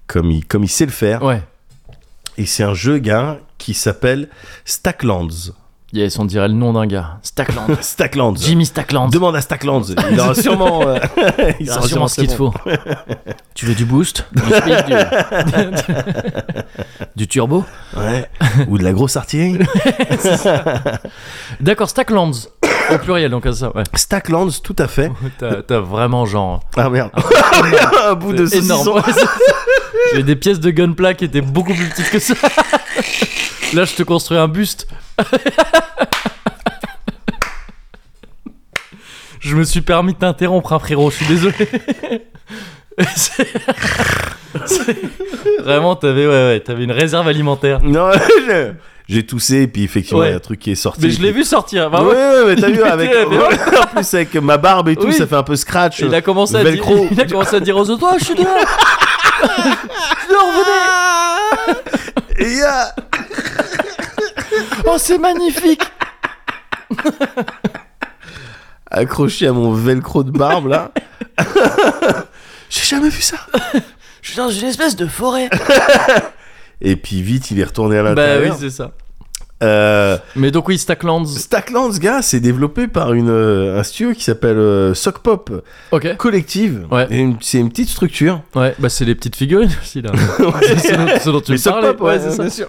[SPEAKER 2] comme il, comme il sait le faire.
[SPEAKER 1] Ouais.
[SPEAKER 2] Et c'est un jeu, gars, qui s'appelle Stacklands. (laughs)
[SPEAKER 1] Yes, on dirait le nom d'un gars. Stackland.
[SPEAKER 2] Stacklands.
[SPEAKER 1] Jimmy Stackland.
[SPEAKER 2] Demande à Stacklands.
[SPEAKER 1] (laughs)
[SPEAKER 2] Il aura sûrement, euh, (laughs) il
[SPEAKER 1] Il
[SPEAKER 2] aura
[SPEAKER 1] saura sûrement ce qu'il te
[SPEAKER 2] réponse.
[SPEAKER 1] faut. tu veux du boost Du (laughs) speed Du, du turbo
[SPEAKER 2] Ouais. Ou de la
[SPEAKER 1] (laughs)
[SPEAKER 2] grosse artillerie.
[SPEAKER 1] D'accord, Stacklands. Au pluriel, donc ça, ouais.
[SPEAKER 2] Stacklands, tout à fait.
[SPEAKER 1] T'as t'as vraiment genre.
[SPEAKER 2] Ah merde. (laughs) un bout de
[SPEAKER 1] C'est énorme.
[SPEAKER 2] saucisson.
[SPEAKER 1] Ouais, c'est ça. J'ai des pièces de gunpla qui étaient beaucoup plus petites que ça. Là, je te construis un buste. Je me suis permis de t'interrompre, hein, frérot. Je suis désolé. C'est- c'est- Vraiment, t'avais ouais, ouais, t'avais une réserve alimentaire.
[SPEAKER 2] Non, je- j'ai toussé et puis effectivement il y a
[SPEAKER 1] Ouais.
[SPEAKER 2] un truc qui est sorti.
[SPEAKER 1] Mais je l'ai vu sortir. Bah,
[SPEAKER 2] ouais,
[SPEAKER 1] ouais.
[SPEAKER 2] ouais, mais
[SPEAKER 1] (laughs)
[SPEAKER 2] t'as vu,
[SPEAKER 1] Il
[SPEAKER 2] avec,
[SPEAKER 1] était- mais
[SPEAKER 2] en (laughs) plus avec ma barbe et tout,
[SPEAKER 1] hein. Oui.
[SPEAKER 2] ça fait un peu scratch.
[SPEAKER 1] Il a commencé à dire,
[SPEAKER 2] Velcro.
[SPEAKER 1] il a commencé à dire aux autres, oh, je suis dehors. Je suis dehors, venez.
[SPEAKER 2] Et il y a-
[SPEAKER 1] Oh, c'est magnifique.
[SPEAKER 2] accroché à mon velcro de
[SPEAKER 1] (laughs)
[SPEAKER 2] barbe là. J'ai jamais vu ça.
[SPEAKER 4] Je suis dans une espèce de forêt.
[SPEAKER 2] Et puis vite, il est retourné à
[SPEAKER 1] Bah oui,
[SPEAKER 2] l'intérieur.
[SPEAKER 1] c'est ça.
[SPEAKER 2] Euh,
[SPEAKER 1] Mais donc oui, Stacklands.
[SPEAKER 2] Stacklands, gars, c'est développé par une, euh, un studio qui s'appelle euh, Sock Pop
[SPEAKER 1] Ok.
[SPEAKER 2] Collective.
[SPEAKER 1] Ouais.
[SPEAKER 2] Et une- C'est une
[SPEAKER 1] (laughs)
[SPEAKER 2] petite structure.
[SPEAKER 1] Ouais, bah c'est les petites figurines aussi là. (laughs)
[SPEAKER 2] (laughs)
[SPEAKER 1] C'est ce dont- ce dont tu
[SPEAKER 2] Mais
[SPEAKER 1] me parlais.
[SPEAKER 2] Sock Pop, ouais,
[SPEAKER 1] c'est ça.
[SPEAKER 2] bien sûr.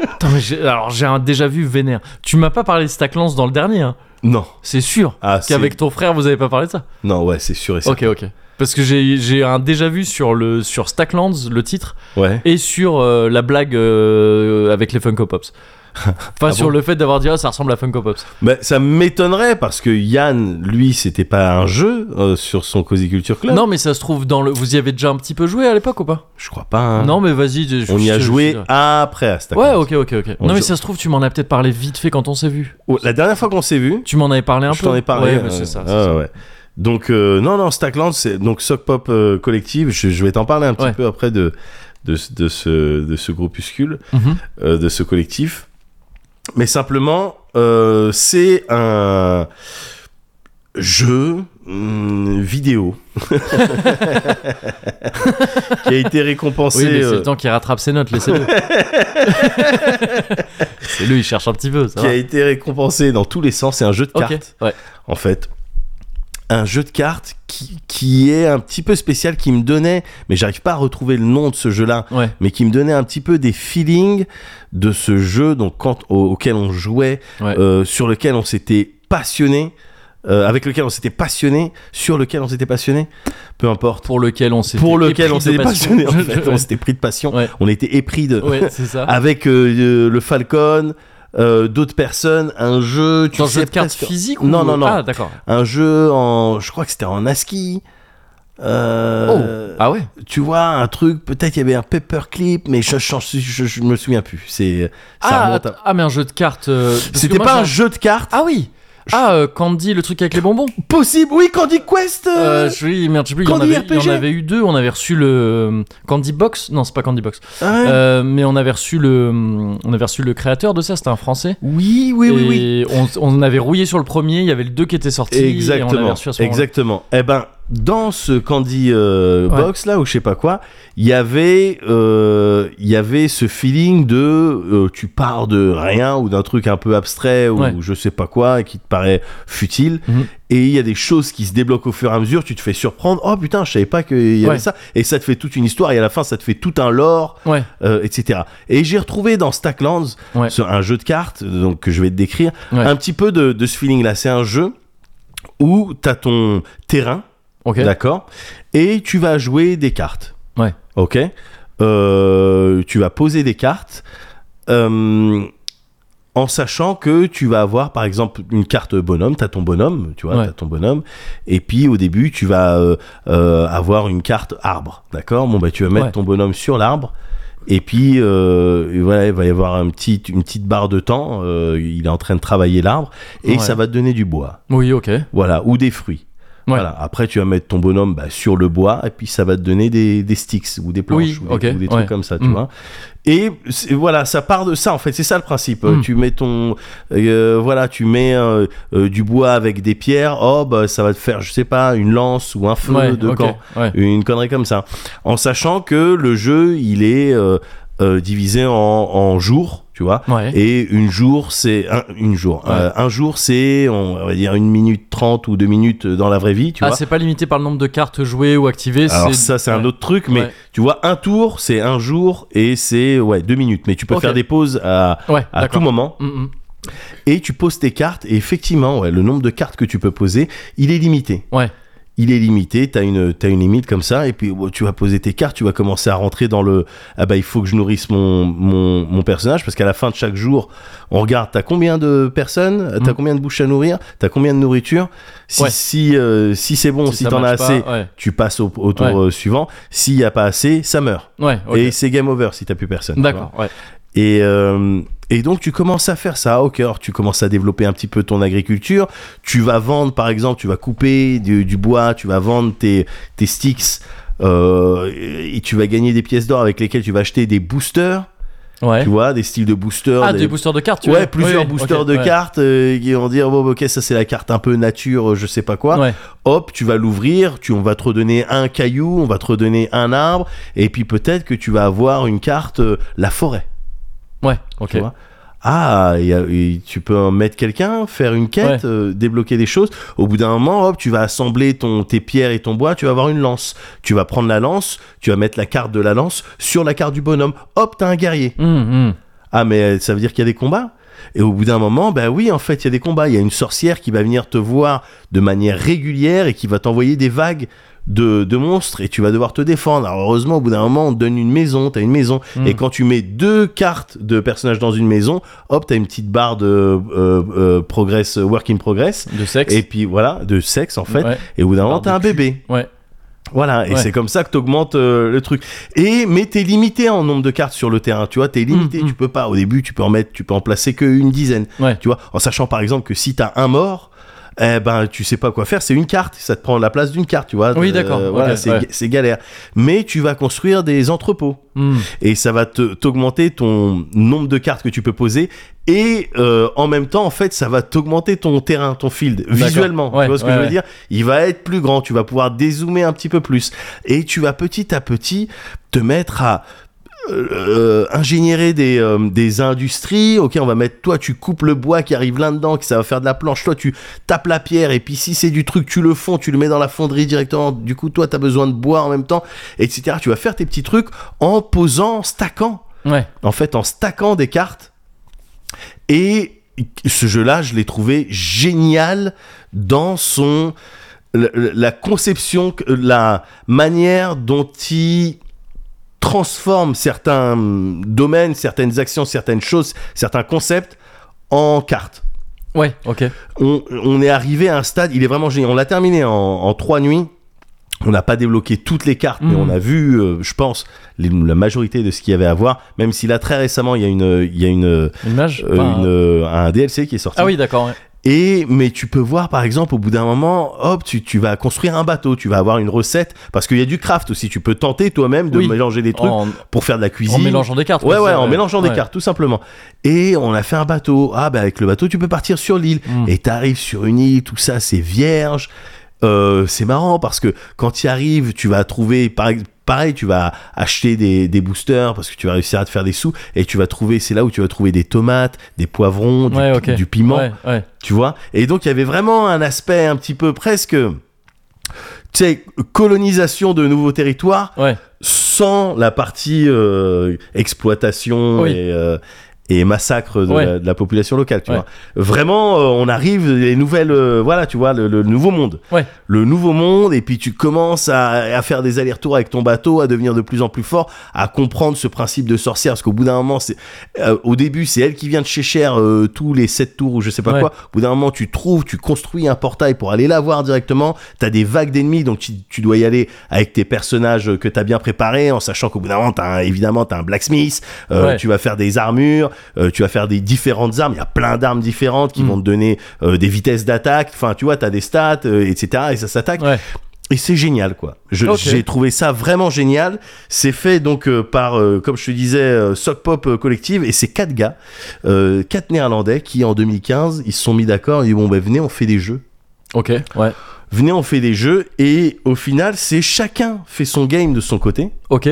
[SPEAKER 1] Putain, mais j'ai- alors j'ai un déjà vu vénère. Tu m'as pas parlé de Stacklands dans le dernier, hein.
[SPEAKER 2] Non.
[SPEAKER 1] c'est sûr.
[SPEAKER 2] Ah, c'est-
[SPEAKER 1] Qu'avec ton frère, vous avez pas parlé de ça.
[SPEAKER 2] Non, ouais, c'est sûr et certain.
[SPEAKER 1] Ok, ok. Parce que j'ai j'ai un déjà vu sur le sur Stacklands, le titre,
[SPEAKER 2] Ouais.
[SPEAKER 1] et sur euh, la blague euh, avec les Funko Pops. (laughs) Enfin, sur
[SPEAKER 2] bon
[SPEAKER 1] le fait d'avoir dit ah ça ressemble à Funko Pops.
[SPEAKER 2] Bah, ça m'étonnerait parce que Yann, lui, c'était pas un jeu euh, sur son Cosiculture Club.
[SPEAKER 1] Non, mais ça se trouve dans le. Vous y avez déjà un petit peu joué à l'époque ou pas
[SPEAKER 2] Je crois pas. hein.
[SPEAKER 1] Non, mais vas-y. je- je-
[SPEAKER 2] On y a
[SPEAKER 1] je- je-
[SPEAKER 2] joué après à Stacklands.
[SPEAKER 1] Ouais, ok, ok, ok.
[SPEAKER 2] On
[SPEAKER 1] Non, mais
[SPEAKER 2] joue-
[SPEAKER 1] ça se trouve, tu m'en as peut-être parlé vite fait quand on s'est vu.
[SPEAKER 2] Oh, La dernière fois qu'on s'est vu,
[SPEAKER 1] Tu m'en avais parlé un
[SPEAKER 2] je
[SPEAKER 1] peu.
[SPEAKER 2] t'en ai parlé.
[SPEAKER 1] Ouais, mais
[SPEAKER 2] euh,
[SPEAKER 1] c'est ça. c'est
[SPEAKER 2] ah,
[SPEAKER 1] ça.
[SPEAKER 2] ouais. Donc, euh, non, non, Stackland, c'est donc Sock Pop euh, Collective. Je, je vais t'en parler un petit
[SPEAKER 1] Ouais.
[SPEAKER 2] peu après de, de, ce- de ce, de ce groupuscule,
[SPEAKER 1] Mhm.
[SPEAKER 2] euh, de ce collectif. Mais simplement, euh, c'est un jeu hum,
[SPEAKER 1] (laughs)
[SPEAKER 2] vidéo (laughs) qui a été récompensé.
[SPEAKER 1] Oui, mais c'est
[SPEAKER 2] euh,
[SPEAKER 1] le temps qu'il rattrape ses notes,
[SPEAKER 2] (laughs)
[SPEAKER 1] laissez-le. c'est lui, il cherche un petit peu, ça
[SPEAKER 2] qui
[SPEAKER 1] va.
[SPEAKER 2] a été récompensé dans tous les sens. C'est un jeu de
[SPEAKER 1] Ok,
[SPEAKER 2] cartes.
[SPEAKER 1] ouais.
[SPEAKER 2] en fait un jeu de cartes qui, qui est un petit peu spécial qui me donnait mais j'arrive pas à retrouver le nom de ce jeu là
[SPEAKER 1] Ouais.
[SPEAKER 2] mais qui me donnait un petit peu des feelings de ce jeu donc quand au- auquel on jouait
[SPEAKER 1] Ouais.
[SPEAKER 2] euh, sur lequel on s'était passionné euh, avec lequel on s'était passionné sur lequel on s'était passionné peu importe
[SPEAKER 1] Pour lequel on s'est
[SPEAKER 2] pour lequel on s'était passionné en (laughs) fait. on s'était pris de passion
[SPEAKER 1] Ouais.
[SPEAKER 2] on était épris de
[SPEAKER 1] Ouais, c'est ça.
[SPEAKER 2] avec euh, euh, le Falcon euh, d'autres personnes un jeu tu
[SPEAKER 1] Dans un
[SPEAKER 2] sais
[SPEAKER 1] jeu de cartes
[SPEAKER 2] presque-
[SPEAKER 1] physique ou-
[SPEAKER 2] Non, Euh, non, non.
[SPEAKER 1] Ah, d'accord.
[SPEAKER 2] un jeu en je crois que c'était en ASCII Euh,
[SPEAKER 1] Oh. Ah ouais
[SPEAKER 2] tu vois un truc peut-être il y avait un paperclip mais je, je, je- je- je me souviens plus c'est ça
[SPEAKER 1] ah,
[SPEAKER 2] remonte à-
[SPEAKER 1] att- ah, mais un jeu de cartes. euh, parce que
[SPEAKER 2] c'était
[SPEAKER 1] moi,
[SPEAKER 2] pas un
[SPEAKER 1] j'ai-
[SPEAKER 2] jeu de cartes
[SPEAKER 1] Ah oui Ah, euh, Candy, le truc avec les bonbons
[SPEAKER 2] possible oui Candy Quest euh,
[SPEAKER 1] Euh, je- oui, merde, je sais plus, il y, en
[SPEAKER 2] Candy
[SPEAKER 1] avait, il y en
[SPEAKER 2] RPG.
[SPEAKER 1] avait eu deux, on avait reçu le euh, Candy Box, non c'est pas Candy Box,
[SPEAKER 2] ouais.
[SPEAKER 1] Euh, mais on avait reçu le, on avait reçu le créateur de ça, c'était un français.
[SPEAKER 2] oui oui oui oui
[SPEAKER 1] Et On, on avait rouillé sur le premier, il y avait le 2 qui était sorti. Et on l'avait
[SPEAKER 2] exactement
[SPEAKER 1] reçu à ce moment-là.
[SPEAKER 2] exactement eh ben dans ce Candy euh,
[SPEAKER 1] Ouais.
[SPEAKER 2] Box là ou je sais pas quoi il y avait euh, il y avait ce feeling de euh, tu pars de rien ou d'un truc un peu abstrait ou
[SPEAKER 1] Ouais.
[SPEAKER 2] je sais pas quoi et qui te paraît futile
[SPEAKER 1] Mhm.
[SPEAKER 2] et il y a des choses qui se débloquent au fur et à mesure tu te fais surprendre oh putain je savais pas qu'il y avait
[SPEAKER 1] Ouais.
[SPEAKER 2] ça et ça te fait toute une histoire et à la fin ça te fait tout un lore
[SPEAKER 1] Ouais.
[SPEAKER 2] euh, etc et j'ai retrouvé dans Stacklands
[SPEAKER 1] Ouais.
[SPEAKER 2] sur un jeu de cartes donc que je vais te décrire
[SPEAKER 1] Ouais.
[SPEAKER 2] un petit peu de, de ce feeling là c'est un jeu où t'as ton terrain
[SPEAKER 1] Ok.
[SPEAKER 2] D'accord. Et tu vas jouer des cartes.
[SPEAKER 1] Ouais.
[SPEAKER 2] Ok. Euh, tu vas poser des cartes. Euh, en sachant que tu vas avoir par exemple une carte bonhomme, t'as ton bonhomme, tu vois,
[SPEAKER 1] Ouais.
[SPEAKER 2] t'as ton bonhomme, et puis au début tu vas euh, euh, avoir une carte arbre, d'accord Bon bah tu vas mettre
[SPEAKER 1] Ouais.
[SPEAKER 2] ton bonhomme sur l'arbre, et puis euh, voilà, il va y avoir un petit, une petite barre de temps, euh, il est en train de travailler l'arbre, et
[SPEAKER 1] Ouais.
[SPEAKER 2] ça va te donner du bois,
[SPEAKER 1] Oui, ok.
[SPEAKER 2] voilà, ou des fruits.
[SPEAKER 1] Ouais.
[SPEAKER 2] Voilà. Après, tu vas mettre ton bonhomme bah, sur le bois et puis ça va te donner des, des sticks ou des planches
[SPEAKER 1] Oui,
[SPEAKER 2] ou, des,
[SPEAKER 1] ok,
[SPEAKER 2] ou des trucs
[SPEAKER 1] ouais.
[SPEAKER 2] comme ça, tu
[SPEAKER 1] Mm.
[SPEAKER 2] vois. Et c'est- voilà, ça part de ça en fait. C'est ça le principe. Euh,
[SPEAKER 1] Mm.
[SPEAKER 2] Tu mets ton, euh, voilà, tu mets euh, euh, du bois avec des pierres. Oh, bah, ça va te faire, je sais pas, une lance ou un feu
[SPEAKER 1] Ouais,
[SPEAKER 2] de
[SPEAKER 1] ok,
[SPEAKER 2] camp,
[SPEAKER 1] ouais.
[SPEAKER 2] une connerie comme ça. En sachant que le jeu, il est euh, euh, divisé en, en jours, tu vois.
[SPEAKER 1] Ouais.
[SPEAKER 2] Et une jour, c'est un, une jour.
[SPEAKER 1] Ouais.
[SPEAKER 2] Euh, un jour, c'est on va dire une minute trente ou deux minutes dans la vraie vie, tu
[SPEAKER 1] ah,
[SPEAKER 2] vois.
[SPEAKER 1] c'est pas limité par le nombre de cartes jouées ou activées.
[SPEAKER 2] Alors ça, c'est un
[SPEAKER 1] ouais.
[SPEAKER 2] autre truc, mais
[SPEAKER 1] Ouais.
[SPEAKER 2] tu vois, un tour, c'est un jour et c'est ouais deux minutes. Mais tu peux
[SPEAKER 1] Ok.
[SPEAKER 2] faire des pauses à,
[SPEAKER 1] Ouais,
[SPEAKER 2] à tout
[SPEAKER 1] d'accord.
[SPEAKER 2] moment
[SPEAKER 1] Mm, mm.
[SPEAKER 2] et tu poses tes cartes. Et effectivement, ouais, le nombre de cartes que tu peux poser, il est limité.
[SPEAKER 1] Ouais.
[SPEAKER 2] Il est limité, t'as une, t'as une limite comme ça, et puis bon, tu vas poser tes cartes, tu vas commencer à rentrer dans le Ah bah il faut que je nourrisse mon, mon, mon personnage, parce qu'à la fin de chaque jour, on regarde t'as combien de personnes, t'as
[SPEAKER 1] Mm.
[SPEAKER 2] combien de bouches à nourrir, t'as combien de nourriture. Si,
[SPEAKER 1] Ouais.
[SPEAKER 2] si, euh, si c'est bon,
[SPEAKER 1] Si
[SPEAKER 2] si,
[SPEAKER 1] ça
[SPEAKER 2] t'en as
[SPEAKER 1] matche pas,
[SPEAKER 2] assez,
[SPEAKER 1] ouais.
[SPEAKER 2] tu passes au, au tour
[SPEAKER 1] Ouais.
[SPEAKER 2] euh, suivant. S'il n'y a pas assez, ça meurt.
[SPEAKER 1] Ouais, ok.
[SPEAKER 2] Et c'est game over si t'as plus personne. tu vois.
[SPEAKER 1] D'accord, ouais.
[SPEAKER 2] Et, euh, et donc tu commences à faire ça, ok, alors tu commences à développer un petit peu ton agriculture, tu vas vendre par exemple, tu vas couper du, du bois, tu vas vendre tes, tes sticks, euh, et tu vas gagner des pièces d'or avec lesquelles tu vas acheter des boosters,
[SPEAKER 1] ouais.
[SPEAKER 2] tu vois, des styles de boosters.
[SPEAKER 1] Ah, des boosters de cartes, tu
[SPEAKER 2] Ouais,
[SPEAKER 1] veux
[SPEAKER 2] plusieurs
[SPEAKER 1] Oui, oui,
[SPEAKER 2] boosters
[SPEAKER 1] ok,
[SPEAKER 2] de
[SPEAKER 1] ouais.
[SPEAKER 2] cartes euh, qui vont dire bon ok ça c'est la carte un peu nature euh, je sais pas quoi
[SPEAKER 1] Ouais.
[SPEAKER 2] hop, tu vas l'ouvrir, tu on va te redonner un caillou, on va te redonner un arbre, et puis peut-être que tu vas avoir une carte euh, la forêt.
[SPEAKER 1] Ouais, ok.
[SPEAKER 2] Tu vois ah, il y a- il- tu peux en mettre quelqu'un, faire une quête, euh, débloquer des choses. Au bout d'un moment, hop, tu vas assembler ton, tes pierres et ton bois, tu vas avoir une lance. Tu vas prendre la lance, tu vas mettre la carte de la lance sur la carte du bonhomme. Hop, t'as un guerrier.
[SPEAKER 1] Mm, mm.
[SPEAKER 2] Ah, mais euh, ça veut dire qu'il y a des combats Et au bout d'un moment, ben oui, en fait, il y a des combats. Il y a une sorcière qui va venir te voir de manière régulière et qui va t'envoyer des vagues de, de monstres et tu vas devoir te défendre. Alors, heureusement, au bout d'un moment, on te donne une maison, t'as une maison. Et quand tu mets deux cartes de personnages dans une maison, hop, t'as une petite barre de euh, euh, progress, work in progress.
[SPEAKER 1] De sexe.
[SPEAKER 2] Et puis voilà, de sexe en fait.
[SPEAKER 1] Ouais.
[SPEAKER 2] Et au bout d'un moment,
[SPEAKER 1] Barre de
[SPEAKER 2] t'as un
[SPEAKER 1] cul.
[SPEAKER 2] bébé.
[SPEAKER 1] Ouais.
[SPEAKER 2] Voilà, et
[SPEAKER 1] Ouais.
[SPEAKER 2] c'est comme ça que tu augmentes le truc. Et mais t'es limité en nombre de cartes sur le terrain, tu vois, t'es limité,
[SPEAKER 1] Mm, mm.
[SPEAKER 2] tu peux pas. Au début, tu peux en mettre, tu peux en placer qu'une dizaine.
[SPEAKER 1] Ouais.
[SPEAKER 2] Tu vois, en sachant par exemple que si t'as un mort, eh ben tu sais pas quoi faire, c'est une carte, ça te prend la place d'une carte, tu vois.
[SPEAKER 1] Oui,
[SPEAKER 2] Euh,
[SPEAKER 1] d'accord,
[SPEAKER 2] voilà,
[SPEAKER 1] ok,
[SPEAKER 2] c'est
[SPEAKER 1] ouais.
[SPEAKER 2] c'est galère. Mais tu vas construire des entrepôts
[SPEAKER 1] Mm.
[SPEAKER 2] et ça va te- t'augmenter ton nombre de cartes que tu peux poser et euh, en même temps en fait ça va t'augmenter ton terrain ton field visuellement
[SPEAKER 1] Ouais,
[SPEAKER 2] tu vois ce que
[SPEAKER 1] ouais,
[SPEAKER 2] je veux
[SPEAKER 1] ouais.
[SPEAKER 2] dire il va être plus grand tu vas pouvoir dézoomer un petit peu plus et tu vas petit à petit te mettre à euh, euh, ingénierer des, euh, des industries. Ok, on va mettre toi, tu coupes le bois qui arrive là-dedans, que ça va faire de la planche. Toi, tu tapes la pierre. Et puis, si c'est du truc, tu le fonds, tu le mets dans la fonderie directement. Du coup, toi, tu as besoin de bois en même temps, etc. Tu vas faire tes petits trucs en posant, en stackant.
[SPEAKER 1] Ouais.
[SPEAKER 2] En fait, en stackant des cartes. Et ce jeu-là, je l'ai trouvé génial dans son. la- La conception, que- la manière dont il transforme certains domaines, certaines actions, certaines choses, certains concepts en cartes.
[SPEAKER 1] Ouais, ok.
[SPEAKER 2] On, on est arrivé à un stade, il est vraiment génial. On l'a terminé en, en trois nuits. On n'a pas débloqué toutes les cartes, mais
[SPEAKER 1] Mhm.
[SPEAKER 2] on a vu, euh, je pense, les- la majorité de ce qu'il y avait à voir. Même si là, très récemment, il y a une, il y a une, euh,
[SPEAKER 1] Une mage Enfin,
[SPEAKER 2] une, euh, un DLC qui est sorti.
[SPEAKER 1] Ah oui, d'accord. ouais.
[SPEAKER 2] Et mais tu peux voir par exemple au bout d'un moment, hop, tu, tu vas construire un bateau, tu vas avoir une recette parce qu'il y a du craft aussi. Tu peux tenter toi-même de
[SPEAKER 1] Oui.
[SPEAKER 2] mélanger des trucs
[SPEAKER 1] En,
[SPEAKER 2] pour faire de la cuisine.
[SPEAKER 1] en mélangeant des cartes.
[SPEAKER 2] Ouais,
[SPEAKER 1] quoi,
[SPEAKER 2] ouais,
[SPEAKER 1] c'est-
[SPEAKER 2] en mélangeant des
[SPEAKER 1] ouais.
[SPEAKER 2] cartes, tout simplement. Et on a fait un bateau. Ah, bah, avec le bateau, tu peux partir sur l'île.
[SPEAKER 1] Mm.
[SPEAKER 2] Et t'arrives sur une île, tout ça, c'est vierge. Euh, c'est marrant parce que quand tu arrives, tu vas trouver, par ex- pareil, tu vas acheter des, des boosters parce que tu vas réussir à te faire des sous et tu vas trouver, c'est là où tu vas trouver des tomates, des poivrons, du,
[SPEAKER 1] Ouais,
[SPEAKER 2] pi-
[SPEAKER 1] ok.
[SPEAKER 2] du piment,
[SPEAKER 1] Ouais, ouais.
[SPEAKER 2] tu vois. Et donc, il y avait vraiment un aspect un petit peu presque, tu sais, colonisation de nouveaux territoires
[SPEAKER 1] Ouais.
[SPEAKER 2] sans la partie euh, exploitation
[SPEAKER 1] Oui.
[SPEAKER 2] et, euh, et massacre de,
[SPEAKER 1] Ouais.
[SPEAKER 2] la, de la population locale, tu
[SPEAKER 1] Ouais.
[SPEAKER 2] vois. Vraiment, euh, on arrive les nouvelles, euh, voilà, tu vois, le, le nouveau monde,
[SPEAKER 1] Ouais.
[SPEAKER 2] le nouveau monde, et puis tu commences à, à faire des allers-retours avec ton bateau, à devenir de plus en plus fort, à comprendre ce principe de sorcière, parce qu'au bout d'un moment, c'est, euh, au début, c'est elle qui vient de chez Cher euh, tous les sept tours ou je sais pas
[SPEAKER 1] Ouais.
[SPEAKER 2] quoi. Au bout d'un moment, tu trouves, tu construis un portail pour aller la voir directement. T'as des vagues d'ennemis, donc tu, tu dois y aller avec tes personnages euh, que t'as bien préparés, en sachant qu'au bout d'un moment, t'as un- évidemment t'as un blacksmith, euh,
[SPEAKER 1] Ouais.
[SPEAKER 2] tu vas faire des armures, euh, tu vas faire des différentes armes. Il y a plein d'armes différentes qui
[SPEAKER 1] Mm.
[SPEAKER 2] vont te donner euh, des vitesses d'attaque. Enfin, tu vois, t'as des stats, euh, etc. Et ça s'attaque.
[SPEAKER 1] Ouais.
[SPEAKER 2] Et c'est génial, quoi. Je- J'ai
[SPEAKER 1] Ok.
[SPEAKER 2] trouvé ça vraiment génial. C'est fait donc euh, par, euh, comme je te disais, euh, Sock Pop euh, Collective, et c'est quatre gars, euh, quatre Néerlandais, qui en 2015, ils se sont mis d'accord, ils ont dit, bon, ben venez, on fait des jeux.
[SPEAKER 1] Ok, ouais.
[SPEAKER 2] Venez, on fait des jeux, et au final, c'est chacun fait son game de son côté,
[SPEAKER 1] Ok.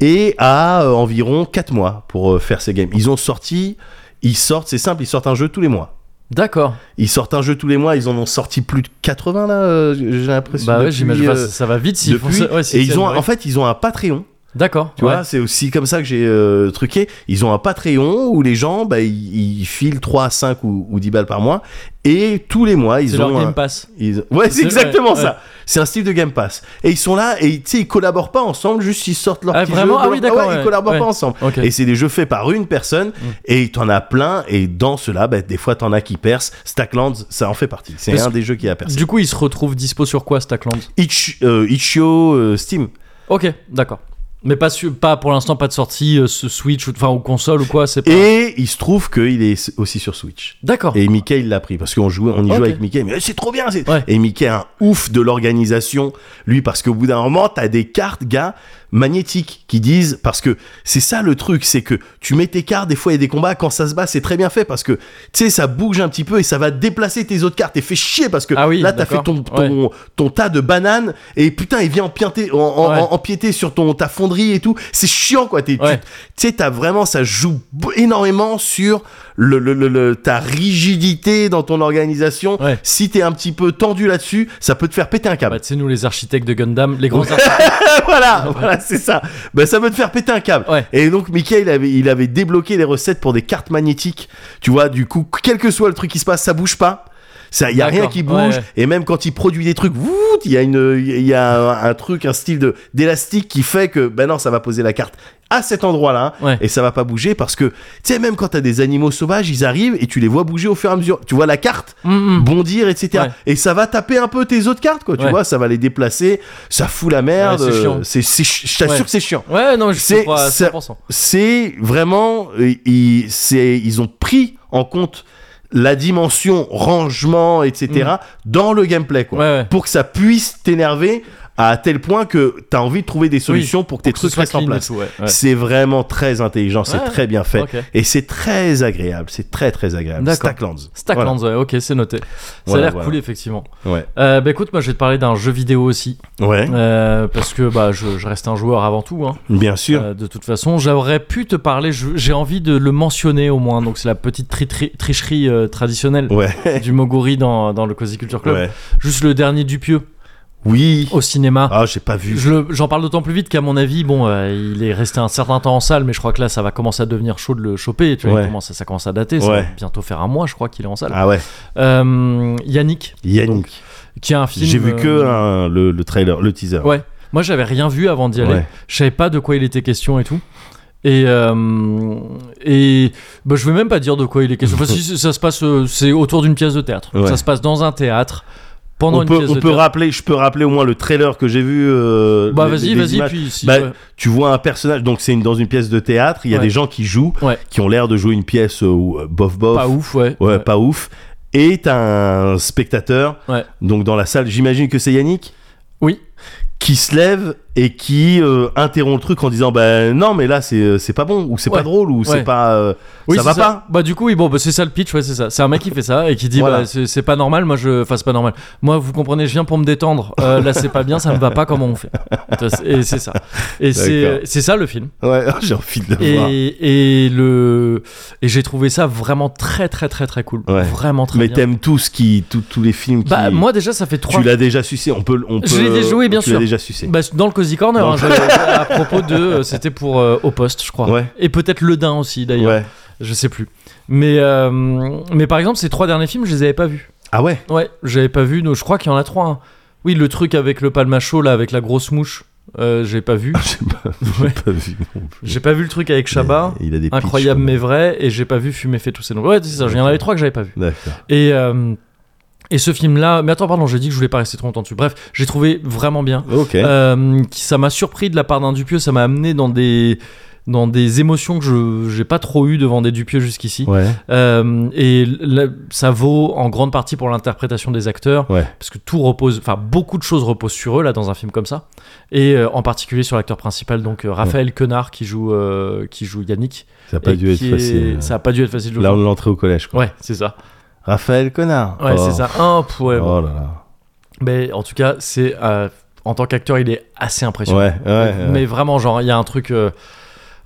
[SPEAKER 2] et a euh, environ quatre mois pour euh, faire ces games. Ils ont sorti, ils sortent, c'est simple, ils sortent un jeu tous les mois.
[SPEAKER 1] D'accord.
[SPEAKER 2] Ils sortent un jeu tous les mois, ils en ont sorti plus de 80 là, euh, j'ai l'impression.
[SPEAKER 1] Bah ouais,
[SPEAKER 2] depuis,
[SPEAKER 1] j'imagine.
[SPEAKER 2] euh,
[SPEAKER 1] enfin, ça, ça va vite s'ils font
[SPEAKER 2] depuis.
[SPEAKER 1] ça. Ouais, si
[SPEAKER 2] et
[SPEAKER 1] c'est
[SPEAKER 2] ils ont,
[SPEAKER 1] vrai.
[SPEAKER 2] en fait, ils ont un Patreon.
[SPEAKER 1] D'accord.
[SPEAKER 2] Tu
[SPEAKER 1] ouais.
[SPEAKER 2] vois, c'est aussi comme ça que j'ai euh, truqué. Ils ont un Patreon où les gens, bah, ils, ils filent 3, 5 ou, ou 10 balles par mois. Et tous les mois,
[SPEAKER 1] C'est
[SPEAKER 2] ils
[SPEAKER 1] leur
[SPEAKER 2] ont. un-
[SPEAKER 1] Game Pass.
[SPEAKER 2] ils- Ouais, c'est
[SPEAKER 1] C'est
[SPEAKER 2] exactement
[SPEAKER 1] vrai, ouais.
[SPEAKER 2] ça. C'est un style de Game Pass. Et ils sont là et tu sais, ils collaborent pas ensemble, juste ils sortent leur
[SPEAKER 1] Ah,
[SPEAKER 2] petit
[SPEAKER 1] vraiment
[SPEAKER 2] jeu
[SPEAKER 1] Ah
[SPEAKER 2] de
[SPEAKER 1] oui,
[SPEAKER 2] leur-
[SPEAKER 1] d'accord,
[SPEAKER 2] ouais,
[SPEAKER 1] ouais,
[SPEAKER 2] ils collaborent
[SPEAKER 1] ouais.
[SPEAKER 2] pas ensemble.
[SPEAKER 1] Ok. Mm.
[SPEAKER 2] Et c'est des jeux faits par une personne et t'en as plein. Et dans cela, bah, des fois, t'en as qui percent. Stacklands, ça en fait partie. C'est
[SPEAKER 1] Parce
[SPEAKER 2] un
[SPEAKER 1] que-
[SPEAKER 2] des jeux qui a percé.
[SPEAKER 1] Du coup, ils se retrouvent dispo sur quoi, Stackland
[SPEAKER 2] Itch- euh, Itch.io, euh, Steam.
[SPEAKER 1] Ok, d'accord. Mais pas, su- pas pour l'instant, pas de sortie euh, ce Switch ou enfin ou console ou quoi. C'est pas.
[SPEAKER 2] Et il se trouve qu'il est aussi sur Switch.
[SPEAKER 1] D'accord.
[SPEAKER 2] Et Mickey, il l'a pris parce qu'on jouait, on y
[SPEAKER 1] Oh. Ok.
[SPEAKER 2] jouait avec Mickey. Mais c'est trop bien. c'est-
[SPEAKER 1] Ouais.
[SPEAKER 2] Et Mickey, un ouf de l'organisation, lui, parce qu'au bout d'un moment, t'as des cartes, gars, magnétiques qui disent parce que c'est ça le truc, c'est que tu mets tes cartes. Des fois, il y a des combats quand ça se bat, c'est très bien fait parce que tu sais, ça bouge un petit peu et ça va déplacer tes autres cartes et fait chier parce que
[SPEAKER 1] Ah oui,
[SPEAKER 2] là, t'as fait
[SPEAKER 1] d'accord.
[SPEAKER 2] ton ton, ton tas de bananes et putain, il vient empiéter, en, en-
[SPEAKER 1] Ouais.
[SPEAKER 2] en- empiéter sur ton ta fonderie et tout. C'est chiant quoi. T'es- tu-
[SPEAKER 1] Ouais.
[SPEAKER 2] tu sais, t'as vraiment, ça joue b- énormément sur le, le- le- le- ta rigidité dans ton organisation.
[SPEAKER 1] Ouais.
[SPEAKER 2] Si t'es un petit peu tendu là-dessus, ça peut te faire péter un câble.
[SPEAKER 1] Bah, tu sais, nous, les architectes de Gundam, les grands architectes.
[SPEAKER 2] (laughs) voilà, voilà, c'est ça. Bah, ça peut te faire péter un câble.
[SPEAKER 1] Ouais.
[SPEAKER 2] Et donc, Mickey, il avait, il avait débloqué les recettes pour des cartes magnétiques. Tu vois, du coup, quel que soit le truc qui se passe, ça bouge pas. Ça, y a rien
[SPEAKER 1] D'accord,
[SPEAKER 2] qui bouge.
[SPEAKER 1] ouais.
[SPEAKER 2] Et même quand il produit des trucs, wouh, il y a une, il y a un, un truc, un style de d'élastique qui fait que, ben non, ça va poser la carte à cet endroit-là
[SPEAKER 1] Ouais.
[SPEAKER 2] et ça va pas bouger parce que, tu sais, même quand t'as des animaux sauvages, ils arrivent et tu les vois bouger au fur et à mesure. Tu vois la carte
[SPEAKER 1] Hum, hum.
[SPEAKER 2] bondir, etc.
[SPEAKER 1] Ouais.
[SPEAKER 2] Et ça va taper un peu tes autres cartes, quoi. Tu
[SPEAKER 1] Ouais.
[SPEAKER 2] vois, ça va les déplacer, ça fout la merde.
[SPEAKER 1] Ouais, c'est chiant.
[SPEAKER 2] euh, c'est, c'est ch- je t'assure
[SPEAKER 1] Ouais.
[SPEAKER 2] que c'est chiant.
[SPEAKER 1] Ouais, non, je
[SPEAKER 2] C'est-
[SPEAKER 1] comprends à
[SPEAKER 2] ça-
[SPEAKER 1] 100%.
[SPEAKER 2] C'est vraiment, euh, ils, c'est, ils ont pris en compte la dimension rangement, etc. dans le gameplay, quoi.
[SPEAKER 1] Mm. Ouais, ouais.
[SPEAKER 2] Pour que ça puisse t'énerver à tel point que t'as envie de trouver des solutions pour que tes
[SPEAKER 1] Pour que ce
[SPEAKER 2] trucs
[SPEAKER 1] soit clean
[SPEAKER 2] restent en
[SPEAKER 1] et
[SPEAKER 2] place.
[SPEAKER 1] tout, ouais, ouais.
[SPEAKER 2] C'est vraiment très intelligent, c'est
[SPEAKER 1] Ouais.
[SPEAKER 2] très bien fait.
[SPEAKER 1] Ok.
[SPEAKER 2] Et c'est très agréable, c'est très très agréable.
[SPEAKER 1] D'accord.
[SPEAKER 2] Stacklands.
[SPEAKER 1] Stacklands, ouais, ok, c'est noté. Ça
[SPEAKER 2] Voilà,
[SPEAKER 1] a l'air
[SPEAKER 2] voilà.
[SPEAKER 1] cool, effectivement.
[SPEAKER 2] Voilà.
[SPEAKER 1] Euh, bah écoute, moi je vais te parler d'un jeu vidéo aussi,
[SPEAKER 2] Ouais. Ouais.
[SPEAKER 1] euh, parce que bah je, je reste un joueur avant tout. hein.
[SPEAKER 2] Bien sûr.
[SPEAKER 1] Euh, de toute façon, j'aurais pu te parler, je- j'ai envie de le mentionner au moins. Donc c'est la petite tri- tri- tricherie euh, traditionnelle
[SPEAKER 2] Ouais.
[SPEAKER 1] du Moguri dans, dans le Cozy Culture Club.
[SPEAKER 2] Ouais.
[SPEAKER 1] Juste le dernier Dupieux
[SPEAKER 2] Oui.
[SPEAKER 1] au cinéma.
[SPEAKER 2] Ah, j'ai pas vu.
[SPEAKER 1] Je le- J'en parle d'autant plus vite qu'à mon avis, bon, euh, il est resté un certain temps en salle, mais je crois que là, ça va commencer à devenir chaud de le choper. Tu vois, il
[SPEAKER 2] Ouais.
[SPEAKER 1] commence à- ça commence à dater. Ça
[SPEAKER 2] Ouais.
[SPEAKER 1] va bientôt faire un mois, je crois, qu'il est en salle.
[SPEAKER 2] Ah ouais,
[SPEAKER 1] Euh, Yannick,
[SPEAKER 2] Yannick.
[SPEAKER 1] qui est un film.
[SPEAKER 2] J'ai vu
[SPEAKER 1] euh,
[SPEAKER 2] que hein, le, le trailer, le teaser.
[SPEAKER 1] Ouais. Moi, j'avais rien vu avant d'y aller.
[SPEAKER 2] Ouais.
[SPEAKER 1] Je savais pas de quoi il était question et tout. Et, euh, et bah, je vais même pas dire de quoi il est question.
[SPEAKER 2] (laughs)
[SPEAKER 1] Enfin, si, si, ça se passe, euh, c'est autour d'une pièce de théâtre.
[SPEAKER 2] Ouais.
[SPEAKER 1] Ça se passe dans un théâtre pendant
[SPEAKER 2] On
[SPEAKER 1] une
[SPEAKER 2] peut,
[SPEAKER 1] pièce
[SPEAKER 2] on
[SPEAKER 1] de
[SPEAKER 2] peut
[SPEAKER 1] théâtre.
[SPEAKER 2] rappeler, je peux rappeler au moins le trailer que j'ai vu. euh,
[SPEAKER 1] Bah
[SPEAKER 2] les-
[SPEAKER 1] vas-y,
[SPEAKER 2] les
[SPEAKER 1] vas-y,
[SPEAKER 2] images.
[SPEAKER 1] puis si
[SPEAKER 2] Bah,
[SPEAKER 1] ouais.
[SPEAKER 2] Tu vois un personnage, donc c'est une, dans une pièce de théâtre, il y a
[SPEAKER 1] Ouais.
[SPEAKER 2] des gens qui jouent,
[SPEAKER 1] Ouais.
[SPEAKER 2] qui ont l'air de jouer une pièce euh, où, euh, bof bof.
[SPEAKER 1] pas ouf, ouais.
[SPEAKER 2] Ouais, pas ouf. Et t'as un spectateur,
[SPEAKER 1] Ouais.
[SPEAKER 2] donc dans la salle, j'imagine que c'est Yannick
[SPEAKER 1] Oui.
[SPEAKER 2] qui se lève et qui euh, interrompt le truc en disant bah non mais là c'est c'est pas bon ou c'est pas
[SPEAKER 1] Ouais.
[SPEAKER 2] drôle ou c'est
[SPEAKER 1] Ouais.
[SPEAKER 2] pas euh,
[SPEAKER 1] Oui,
[SPEAKER 2] ça
[SPEAKER 1] c'est
[SPEAKER 2] va pas
[SPEAKER 1] Bah du coup, oui, bon, bah, c'est ça le pitch, ouais, c'est ça. C'est un mec qui fait ça et qui dit
[SPEAKER 2] Voilà.
[SPEAKER 1] bah, c'est c'est pas normal, moi je enfin c'est pas normal. Moi, vous comprenez, je viens pour me détendre. Euh, là, c'est pas bien, ça me va pas comment on
[SPEAKER 2] (laughs)
[SPEAKER 1] fait. Et c'est ça. Et
[SPEAKER 2] D'accord.
[SPEAKER 1] c'est c'est ça le film.
[SPEAKER 2] ouais (laughs) j'ai envie de le voir
[SPEAKER 1] Et, et le et j'ai trouvé ça vraiment très très très très cool.
[SPEAKER 2] Ouais.
[SPEAKER 1] Vraiment très
[SPEAKER 2] Mais
[SPEAKER 1] bien.
[SPEAKER 2] t'aimes tous qui tous tous les films qui
[SPEAKER 1] Bah moi déjà ça fait trois.
[SPEAKER 2] tu l'as déjà sucé, on peut on peut
[SPEAKER 1] Je l'ai déjà joué, bien
[SPEAKER 2] tu l'as
[SPEAKER 1] sûr.
[SPEAKER 2] déjà sucé.
[SPEAKER 1] Bah, dans le Cozy Corner,
[SPEAKER 2] Dans
[SPEAKER 1] hein,
[SPEAKER 2] le-
[SPEAKER 1] je- à propos de. euh, C'était pour euh, Au Poste, je crois.
[SPEAKER 2] Ouais.
[SPEAKER 1] Et peut-être Le Dain aussi, d'ailleurs.
[SPEAKER 2] ouais.
[SPEAKER 1] Je sais plus. Mais, euh, mais par exemple, ces trois derniers films, je les avais pas vus. (laughs)
[SPEAKER 2] Ah ouais
[SPEAKER 1] Ouais, j'avais pas vu. donc Je crois qu'il y en a trois. hein. Oui, le truc avec le palmacho, là, avec la grosse mouche, euh, j'ai
[SPEAKER 2] (laughs)
[SPEAKER 1] pas vu.
[SPEAKER 2] J'ai pas,
[SPEAKER 1] Ouais.
[SPEAKER 2] j'ai pas vu non plus.
[SPEAKER 1] J'ai pas vu le truc avec Chabat.
[SPEAKER 2] Il a des pitchs,
[SPEAKER 1] Incroyable
[SPEAKER 2] quoi.
[SPEAKER 1] mais vrai, et j'ai pas vu Fumer fait tousser. Donc ouais, c'est ça, il y en avait trois que j'avais pas vu.
[SPEAKER 2] D'accord.
[SPEAKER 1] Et, euh, et ce film-là, mais attends, pardon, j'ai dit que je voulais pas rester trop longtemps dessus. Bref, j'ai trouvé vraiment bien.
[SPEAKER 2] Ok.
[SPEAKER 1] Euh, qui- ça m'a surpris de la part d'un Dupieux, ça m'a amené dans des, dans des émotions que je j'ai pas trop eues devant des Dupieux jusqu'ici.
[SPEAKER 2] ouais.
[SPEAKER 1] Euh, et là, ça vaut en grande partie pour l'interprétation des acteurs,
[SPEAKER 2] Ouais.
[SPEAKER 1] parce que tout repose, enfin beaucoup de choses reposent sur eux là dans un film comme ça, et euh, en particulier sur l'acteur principal donc euh, Raphaël Quenard qui joue euh, qui joue Yannick.
[SPEAKER 2] Ça a pas
[SPEAKER 1] et
[SPEAKER 2] dû être
[SPEAKER 1] qui est-
[SPEAKER 2] facile. euh.
[SPEAKER 1] Ça a pas dû être facile. de
[SPEAKER 2] Là,
[SPEAKER 1] jouer.
[SPEAKER 2] on l'entrée au collège. Quoi.
[SPEAKER 1] Ouais, c'est ça.
[SPEAKER 2] Raphaël Connard.
[SPEAKER 1] Ouais,
[SPEAKER 2] Oh.
[SPEAKER 1] c'est ça. Un ouais, bon.
[SPEAKER 2] Oh là là.
[SPEAKER 1] Mais en tout cas, c'est euh, en tant qu'acteur, il est assez impressionnant.
[SPEAKER 2] Ouais, ouais. ouais.
[SPEAKER 1] mais vraiment, genre, il y a un truc. euh,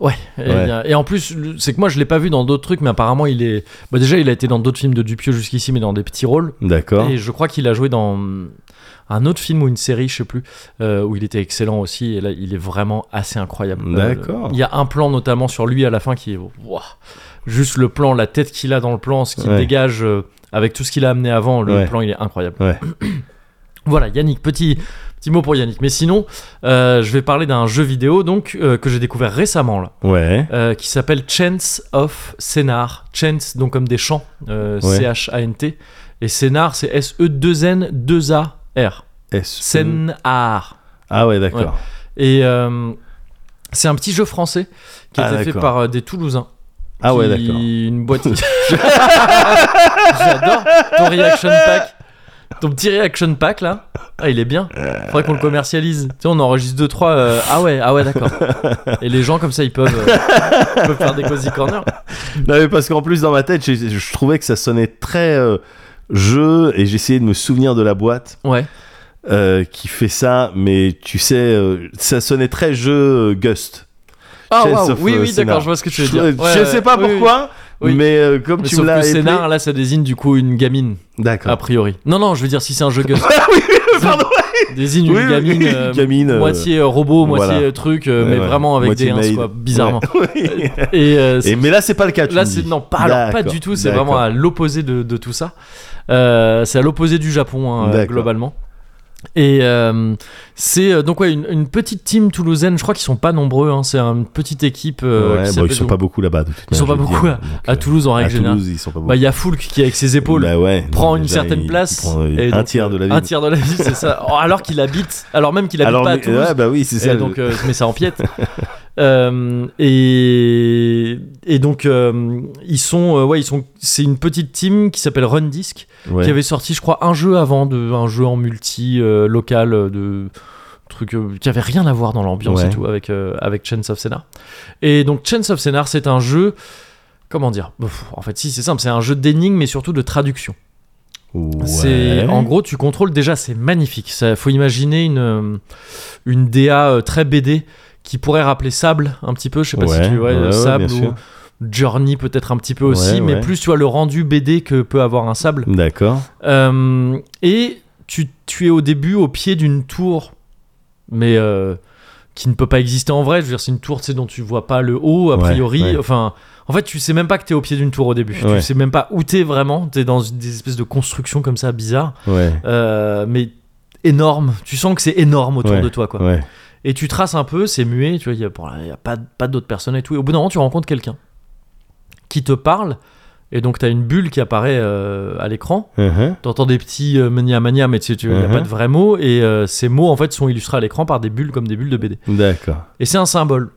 [SPEAKER 1] Ouais. Et, il y a- et en plus, le- c'est que moi, je l'ai pas vu dans d'autres trucs, mais apparemment, il est. Bah, déjà, il a été dans d'autres films de Dupieux jusqu'ici, mais dans des petits rôles.
[SPEAKER 2] D'accord.
[SPEAKER 1] Et je crois qu'il a joué dans un autre film ou une série, je sais plus, euh, où il était excellent aussi. Et là, il est vraiment assez incroyable. Euh,
[SPEAKER 2] D'accord.
[SPEAKER 1] Il y a un plan notamment sur lui à la fin qui est Wouah juste le plan, la tête qu'il a dans le plan, ce qu'il
[SPEAKER 2] Ouais.
[SPEAKER 1] dégage euh, avec tout ce qu'il a amené avant. Le
[SPEAKER 2] Ouais.
[SPEAKER 1] plan, il est incroyable.
[SPEAKER 2] Ouais.
[SPEAKER 1] (clears throat) voilà, Yannick, petit. Petit mot pour Yannick. Mais sinon, euh, je vais parler d'un jeu vidéo donc euh, que j'ai découvert récemment là,
[SPEAKER 2] Ouais.
[SPEAKER 1] euh, qui s'appelle Chance of Scénar. Chance, donc comme des chants, euh,
[SPEAKER 2] Ouais.
[SPEAKER 1] C-H-A-N-T. Et Scénar, c'est E S-E-2-N-2-A-R.
[SPEAKER 2] Est-ce-
[SPEAKER 1] Scénar.
[SPEAKER 2] Ah ouais, d'accord.
[SPEAKER 1] Et euh, c'est un petit jeu français qui a
[SPEAKER 2] Ah,
[SPEAKER 1] été fait
[SPEAKER 2] d'accord.
[SPEAKER 1] par euh, des Toulousains.
[SPEAKER 2] Ah ouais,
[SPEAKER 1] qui-
[SPEAKER 2] d'accord.
[SPEAKER 1] Une boîte.
[SPEAKER 2] (laughs)
[SPEAKER 1] J'adore ton reaction pack. Ton petit reaction pack là, ah, il est bien. Faudrait qu'on le commercialise. Tu sais, on enregistre 2 3 Ah ouais, ah ouais, d'accord. Et les gens comme ça, ils peuvent, euh, ils peuvent faire des cozy corners.
[SPEAKER 2] Non, mais parce qu'en plus, dans ma tête, j'ai- je trouvais que ça sonnait très euh, jeu et j'essayais de me souvenir de la boîte
[SPEAKER 1] Ouais.
[SPEAKER 2] euh, qui fait ça, mais tu sais, euh, ça sonnait très jeu euh, Gust.
[SPEAKER 1] Ah
[SPEAKER 2] Chess
[SPEAKER 1] waouh,
[SPEAKER 2] of,
[SPEAKER 1] oui,
[SPEAKER 2] euh,
[SPEAKER 1] oui, d'accord,
[SPEAKER 2] Scénar.
[SPEAKER 1] je vois ce que tu veux
[SPEAKER 2] Je,
[SPEAKER 1] dire. Ouais,
[SPEAKER 2] je
[SPEAKER 1] ouais,
[SPEAKER 2] sais pas
[SPEAKER 1] oui, oui.
[SPEAKER 2] pourquoi,
[SPEAKER 1] oui.
[SPEAKER 2] mais euh, comme
[SPEAKER 1] Mais
[SPEAKER 2] tu
[SPEAKER 1] sauf
[SPEAKER 2] me l'as.
[SPEAKER 1] que
[SPEAKER 2] écrit-
[SPEAKER 1] scénar, là, ça désigne du coup une gamine, a
[SPEAKER 2] D'accord.
[SPEAKER 1] priori. Non, non, je veux dire, si c'est
[SPEAKER 2] (laughs)
[SPEAKER 1] un jeu gueule.
[SPEAKER 2] Ah pardon,
[SPEAKER 1] Désigne
[SPEAKER 2] Oui,
[SPEAKER 1] une
[SPEAKER 2] oui,
[SPEAKER 1] gamine.
[SPEAKER 2] une
[SPEAKER 1] euh,
[SPEAKER 2] gamine, euh,
[SPEAKER 1] Moitié euh, robot, moitié
[SPEAKER 2] voilà.
[SPEAKER 1] euh, truc, euh,
[SPEAKER 2] Ouais,
[SPEAKER 1] mais
[SPEAKER 2] ouais.
[SPEAKER 1] vraiment avec
[SPEAKER 2] Moitié
[SPEAKER 1] des
[SPEAKER 2] maid.
[SPEAKER 1] ins, quoi,
[SPEAKER 2] (laughs)
[SPEAKER 1] bizarrement.
[SPEAKER 2] Ouais.
[SPEAKER 1] Et, euh,
[SPEAKER 2] Et- mais là, c'est pas le cas. tu
[SPEAKER 1] Là,
[SPEAKER 2] me
[SPEAKER 1] c'est
[SPEAKER 2] dis.
[SPEAKER 1] non, pas, alors, pas
[SPEAKER 2] D'accord,
[SPEAKER 1] du tout. C'est vraiment
[SPEAKER 2] d'accord.
[SPEAKER 1] à l'opposé de, de tout ça. Euh, c'est à l'opposé du Japon hein,
[SPEAKER 2] D'accord.
[SPEAKER 1] globalement. Et euh, c'est euh, donc ouais une, une petite team toulousaine. Je crois qu'ils sont pas nombreux. hein, c'est une petite équipe. euh,
[SPEAKER 2] Ouais,
[SPEAKER 1] qui
[SPEAKER 2] bon,
[SPEAKER 1] s'appelle-
[SPEAKER 2] ils sont pas beaucoup là-bas. de toute
[SPEAKER 1] Ils sont
[SPEAKER 2] manière,
[SPEAKER 1] pas
[SPEAKER 2] je veux
[SPEAKER 1] beaucoup
[SPEAKER 2] dire. Donc,
[SPEAKER 1] à
[SPEAKER 2] euh,
[SPEAKER 1] Toulouse en
[SPEAKER 2] à
[SPEAKER 1] règle générale.
[SPEAKER 2] Toulouse, ils sont pas beaucoup.
[SPEAKER 1] Bah il y a Foulk qui avec ses épaules
[SPEAKER 2] Bah ouais,
[SPEAKER 1] prend
[SPEAKER 2] donc
[SPEAKER 1] une
[SPEAKER 2] déjà,
[SPEAKER 1] certaine
[SPEAKER 2] il- il
[SPEAKER 1] place.
[SPEAKER 2] prend, euh,
[SPEAKER 1] et
[SPEAKER 2] un
[SPEAKER 1] donc,
[SPEAKER 2] tiers de la
[SPEAKER 1] euh,
[SPEAKER 2] ville.
[SPEAKER 1] Un tiers de la ville, c'est
[SPEAKER 2] (laughs)
[SPEAKER 1] ça. Oh, Alors qu'il habite, alors même qu'il habite
[SPEAKER 2] Alors,
[SPEAKER 1] pas à
[SPEAKER 2] mais-
[SPEAKER 1] Toulouse.
[SPEAKER 2] ouais, bah oui, c'est
[SPEAKER 1] Et
[SPEAKER 2] ça.
[SPEAKER 1] donc, euh, mais ça
[SPEAKER 2] (laughs)
[SPEAKER 1] empiète. Euh, et, et donc, euh, ils sont, euh, ouais, ils sont. C'est une petite team qui s'appelle Run Disc
[SPEAKER 2] Ouais.
[SPEAKER 1] qui avait sorti, je crois, un jeu avant, de, un jeu en multi euh, local euh, de truc euh, qui avait rien à voir dans l'ambiance
[SPEAKER 2] Ouais.
[SPEAKER 1] et tout avec euh, avec Chains of Scénar. Et donc, Chains of Scénar, c'est un jeu. Comment dire Pff, En fait, si c'est simple, c'est un jeu d'énigmes, mais surtout de traduction.
[SPEAKER 2] Ouais.
[SPEAKER 1] C'est en gros, tu contrôles déjà, c'est magnifique. Ça, faut imaginer une euh, une DA euh, très BD qui pourrait rappeler Sable un petit peu. Je sais pas si
[SPEAKER 2] Ouais,
[SPEAKER 1] tu vois
[SPEAKER 2] ouais,
[SPEAKER 1] euh,
[SPEAKER 2] ouais,
[SPEAKER 1] Sable
[SPEAKER 2] bien
[SPEAKER 1] ou
[SPEAKER 2] sûr.
[SPEAKER 1] Journey peut-être un petit peu aussi,
[SPEAKER 2] Ouais,
[SPEAKER 1] mais
[SPEAKER 2] ouais.
[SPEAKER 1] plus tu vois le rendu BD que peut avoir un Sable.
[SPEAKER 2] D'accord.
[SPEAKER 1] Euh, et tu, tu es au début au pied d'une tour, mais euh, qui ne peut pas exister en vrai. Je veux dire, c'est une tour tu sais, dont tu vois pas le haut, a
[SPEAKER 2] Ouais,
[SPEAKER 1] priori.
[SPEAKER 2] ouais.
[SPEAKER 1] Enfin, en fait, tu sais même pas que tu es au pied d'une tour au début.
[SPEAKER 2] Ouais.
[SPEAKER 1] Tu sais même pas où t'es vraiment. T'es dans des espèces de constructions comme ça bizarres,
[SPEAKER 2] Ouais.
[SPEAKER 1] euh, mais énormes. Tu sens que c'est énorme autour
[SPEAKER 2] Ouais,
[SPEAKER 1] de toi, quoi.
[SPEAKER 2] Ouais.
[SPEAKER 1] Et tu traces un peu, c'est muet. Tu vois, il y a, bon, y a pas, pas d'autres personnes et tout. Et au bout d'un moment, tu rencontres quelqu'un qui te parle. Et donc, tu as une bulle qui apparaît euh, à l'écran.
[SPEAKER 2] Uh-huh.
[SPEAKER 1] T'entends des petits euh, mania mania, mais tu sais, il n'y a
[SPEAKER 2] Mhm.
[SPEAKER 1] pas de vrais mots. Et euh, ces mots, en fait, sont illustrés à l'écran par des bulles comme des bulles de BD.
[SPEAKER 2] Uh-huh. D'accord.
[SPEAKER 1] Et c'est un symbole.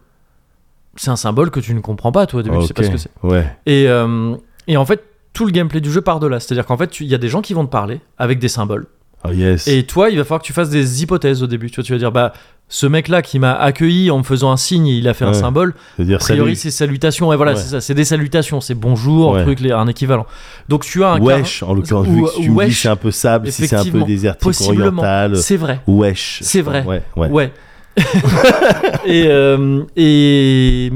[SPEAKER 1] C'est un symbole que tu ne comprends pas, toi, au début, tu sais pas
[SPEAKER 2] Ok.
[SPEAKER 1] ce que c'est.
[SPEAKER 2] Ouais.
[SPEAKER 1] Et, euh, et en fait, tout le gameplay du jeu part de là. C'est-à-dire qu'en fait, tu- il y a des gens qui vont te parler avec des symboles.
[SPEAKER 2] Oh yes.
[SPEAKER 1] Et toi, il va falloir que tu fasses des hypothèses au début. Tu, vois, tu vas dire, bah, ce mec-là qui m'a accueilli en me faisant un signe, il a fait un
[SPEAKER 2] Ouais.
[SPEAKER 1] symbole.
[SPEAKER 2] C'est-à-dire,
[SPEAKER 1] A priori,
[SPEAKER 2] salut.
[SPEAKER 1] c'est salutations. Et voilà,
[SPEAKER 2] Ouais.
[SPEAKER 1] c'est ça. C'est des salutations. C'est bonjour,
[SPEAKER 2] Ouais.
[SPEAKER 1] truc, les- un équivalent. Donc tu as un carré-
[SPEAKER 2] Wesh, en l'occurrence,
[SPEAKER 1] Ou-
[SPEAKER 2] vu que tu me dis
[SPEAKER 1] wesh,
[SPEAKER 2] c'est un peu sable, si c'est un peu
[SPEAKER 1] effectivement,
[SPEAKER 2] désertique
[SPEAKER 1] Possiblement.
[SPEAKER 2] oriental.
[SPEAKER 1] C'est vrai.
[SPEAKER 2] Wesh.
[SPEAKER 1] (laughs) C'est vrai.
[SPEAKER 2] Ouais, ouais.
[SPEAKER 1] Ouais. et, euh, et,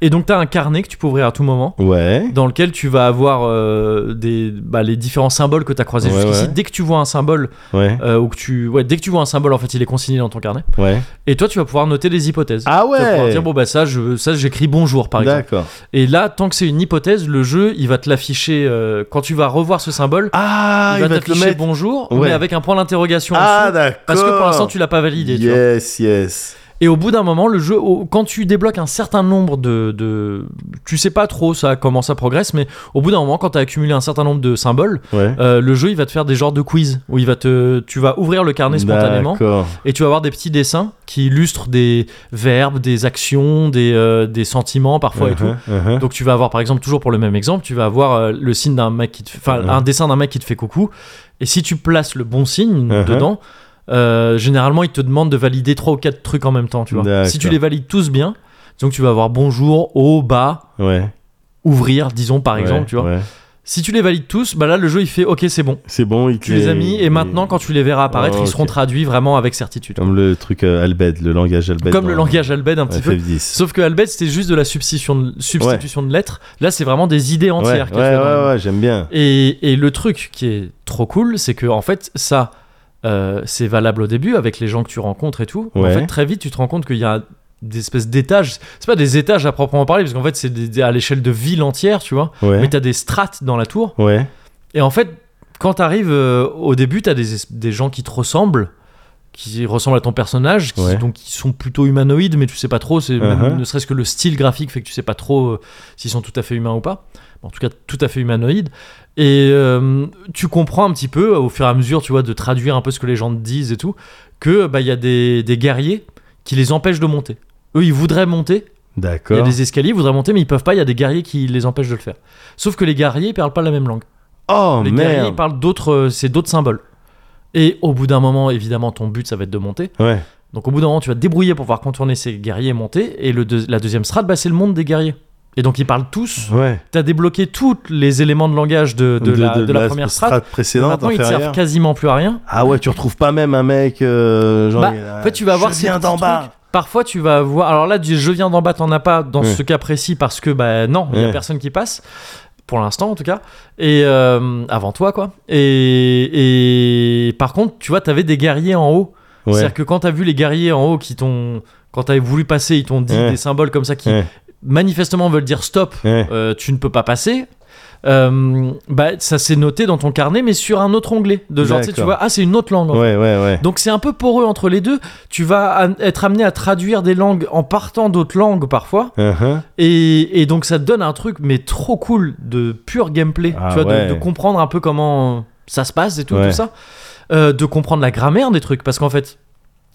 [SPEAKER 1] Et donc, tu as un carnet que tu peux ouvrir à tout moment.
[SPEAKER 2] Ouais.
[SPEAKER 1] Dans lequel tu vas avoir euh, des, bah, les différents symboles que tu as croisés
[SPEAKER 2] Ouais,
[SPEAKER 1] jusqu'ici.
[SPEAKER 2] ouais.
[SPEAKER 1] Dès que tu vois un symbole,
[SPEAKER 2] Ouais.
[SPEAKER 1] euh, ou que tu, ouais, dès que tu vois un symbole, en fait, il est consigné dans ton carnet.
[SPEAKER 2] Ouais.
[SPEAKER 1] Et toi, tu vas pouvoir noter des hypothèses.
[SPEAKER 2] Ah
[SPEAKER 1] Tu vas pouvoir
[SPEAKER 2] ouais.
[SPEAKER 1] dire bon bah ça, je, ça j'écris bonjour par exemple.
[SPEAKER 2] D'accord.
[SPEAKER 1] Et là, tant que c'est une hypothèse, le jeu il va te l'afficher euh, quand tu vas revoir ce symbole.
[SPEAKER 2] Ah, il va te le
[SPEAKER 1] t'afficher
[SPEAKER 2] mettre.
[SPEAKER 1] bonjour,
[SPEAKER 2] Ouais.
[SPEAKER 1] mais avec un point d'interrogation. en
[SPEAKER 2] Ah
[SPEAKER 1] dessous,
[SPEAKER 2] d'accord.
[SPEAKER 1] parce que pour l'instant tu l'as pas validé. tu vois.
[SPEAKER 2] Yes, yes.
[SPEAKER 1] Et au bout d'un moment, le jeu, au- quand tu débloques un certain nombre de, de- tu sais pas trop ça comment ça progresse, mais au bout d'un moment, quand tu as accumulé un certain nombre de symboles,
[SPEAKER 2] Ouais.
[SPEAKER 1] euh, le jeu il va te faire des genres de quiz où il va te, tu vas ouvrir le carnet spontanément
[SPEAKER 2] D'accord.
[SPEAKER 1] et tu vas avoir des petits dessins qui illustrent des verbes, des actions, des, euh, des sentiments parfois et tout.
[SPEAKER 2] Uh-huh,
[SPEAKER 1] (laughs)
[SPEAKER 2] uh-huh.
[SPEAKER 1] Donc tu vas avoir par exemple toujours pour le même exemple, tu vas avoir euh, le signe d'un mec qui te fait- enfin
[SPEAKER 2] Mhm.
[SPEAKER 1] un dessin d'un mec qui te fait coucou et si tu places le bon signe
[SPEAKER 2] Mhm.
[SPEAKER 1] dedans euh, généralement il te demande de valider trois ou quatre trucs en même temps, tu vois.
[SPEAKER 2] D'accord.
[SPEAKER 1] Si tu les valides tous bien, donc tu vas avoir bonjour, haut, bas,
[SPEAKER 2] Ouais.
[SPEAKER 1] ouvrir, disons par
[SPEAKER 2] ouais,
[SPEAKER 1] exemple, tu vois.
[SPEAKER 2] ouais.
[SPEAKER 1] Si tu les valides tous, bah là le jeu il fait OK, c'est bon.
[SPEAKER 2] C'est bon, il
[SPEAKER 1] Tu les as mis et maintenant quand tu les verras apparaître,
[SPEAKER 2] Oh,
[SPEAKER 1] ils seront
[SPEAKER 2] ok.
[SPEAKER 1] traduits vraiment avec certitude.
[SPEAKER 2] Comme le truc euh, Albed, le langage Albed.
[SPEAKER 1] Comme
[SPEAKER 2] dans-
[SPEAKER 1] le langage Albed un petit peu.
[SPEAKER 2] FF10.
[SPEAKER 1] Sauf que Albed c'était juste de la substitution de, substitution de lettres. Là c'est vraiment des idées
[SPEAKER 2] Ouais,
[SPEAKER 1] entières.
[SPEAKER 2] ouais,
[SPEAKER 1] qu'elle fait dans le-
[SPEAKER 2] ouais, ouais, j'aime bien.
[SPEAKER 1] Et, et le truc qui est trop cool, c'est que en fait ça euh, c'est valable au début avec les gens que tu rencontres et tout.
[SPEAKER 2] Ouais.
[SPEAKER 1] En fait très vite tu te rends compte qu'il y a des espèces d'étages. C'est pas des étages à proprement parler parce qu'en fait c'est des- des- à l'échelle de ville entière, tu vois.
[SPEAKER 2] Ouais.
[SPEAKER 1] Mais t'as des strates dans la tour.
[SPEAKER 2] Ouais.
[SPEAKER 1] Et en fait quand t'arrives euh, au début t'as des, es- des gens qui te ressemblent qui ressemblent à ton personnage, qui,
[SPEAKER 2] Ouais.
[SPEAKER 1] donc qui sont plutôt humanoïdes, mais tu sais pas trop, c'est même-
[SPEAKER 2] Uh-huh.
[SPEAKER 1] ne serait-ce que le style graphique fait que tu sais pas trop euh, s'ils sont tout à fait humains ou pas. En tout cas, tout à fait humanoïdes. Et euh, tu comprends un petit peu, au fur et à mesure, tu vois, de traduire un peu ce que les gens te disent et tout, que bah il y a des, des guerriers qui les empêchent de monter. Eux, ils voudraient monter, il y a
[SPEAKER 2] D'accord.
[SPEAKER 1] des escaliers, ils voudraient monter, mais ils peuvent pas, il y a des guerriers qui les empêchent de le faire. Sauf que les guerriers, ils parlent pas la même langue.
[SPEAKER 2] Oh
[SPEAKER 1] les guerriers, ils
[SPEAKER 2] merde.
[SPEAKER 1] parlent d'autres, euh, c'est d'autres symboles. Et au bout d'un moment, évidemment, ton but, ça va être de monter.
[SPEAKER 2] Ouais.
[SPEAKER 1] Donc au bout d'un moment, tu vas te débrouiller pour pouvoir contourner ces guerriers et monter. Et le deux- la deuxième strate, bah, c'est le monde des guerriers. Et donc ils parlent tous.
[SPEAKER 2] Ouais.
[SPEAKER 1] T'as débloqué tous les éléments de langage de, de la, de la première strate.
[SPEAKER 2] précédente,
[SPEAKER 1] Maintenant, ils te
[SPEAKER 2] inférieure.
[SPEAKER 1] servent quasiment plus à rien.
[SPEAKER 2] Ah ouais, tu retrouves pas même un mec. euh, genre,
[SPEAKER 1] Bah,
[SPEAKER 2] il a-
[SPEAKER 1] en fait, tu vas avoir
[SPEAKER 2] Je
[SPEAKER 1] ces
[SPEAKER 2] viens
[SPEAKER 1] petits
[SPEAKER 2] d'en bas.
[SPEAKER 1] trucs. Parfois, tu vas avoir. Alors là, du je viens d'en bas, t'en as pas dans
[SPEAKER 2] Ouais.
[SPEAKER 1] ce cas précis parce que, bah non, il y a
[SPEAKER 2] Ouais.
[SPEAKER 1] personne qui passe. Pour l'instant, en tout cas. Et euh, avant toi, quoi. Et, et par contre, tu vois, t'avais des guerriers en haut.
[SPEAKER 2] Ouais.
[SPEAKER 1] C'est-à-dire que quand t'as vu les guerriers en haut qui t'ont. Quand t'avais voulu passer, ils t'ont dit
[SPEAKER 2] Ouais.
[SPEAKER 1] des symboles comme ça qui
[SPEAKER 2] Ouais.
[SPEAKER 1] manifestement veulent dire stop,
[SPEAKER 2] Ouais.
[SPEAKER 1] euh, tu ne peux pas passer. Euh, bah, ça s'est noté dans ton carnet, mais sur un autre onglet. De genre, tu sais, tu
[SPEAKER 2] D'accord.
[SPEAKER 1] vois, ah, c'est une autre langue. en fait.
[SPEAKER 2] Ouais, ouais, ouais.
[SPEAKER 1] Donc c'est un peu poreux entre les deux. Tu vas am- être amené à traduire des langues en partant d'autres langues parfois.
[SPEAKER 2] Uh-huh.
[SPEAKER 1] Et, et donc ça te donne un truc, mais trop cool, de pur gameplay.
[SPEAKER 2] Ah
[SPEAKER 1] tu vois, de-
[SPEAKER 2] ouais.
[SPEAKER 1] de, comprendre un peu comment ça se passe et tout,
[SPEAKER 2] Ouais.
[SPEAKER 1] tout ça. Euh, de comprendre la grammaire des trucs. Parce qu'en fait,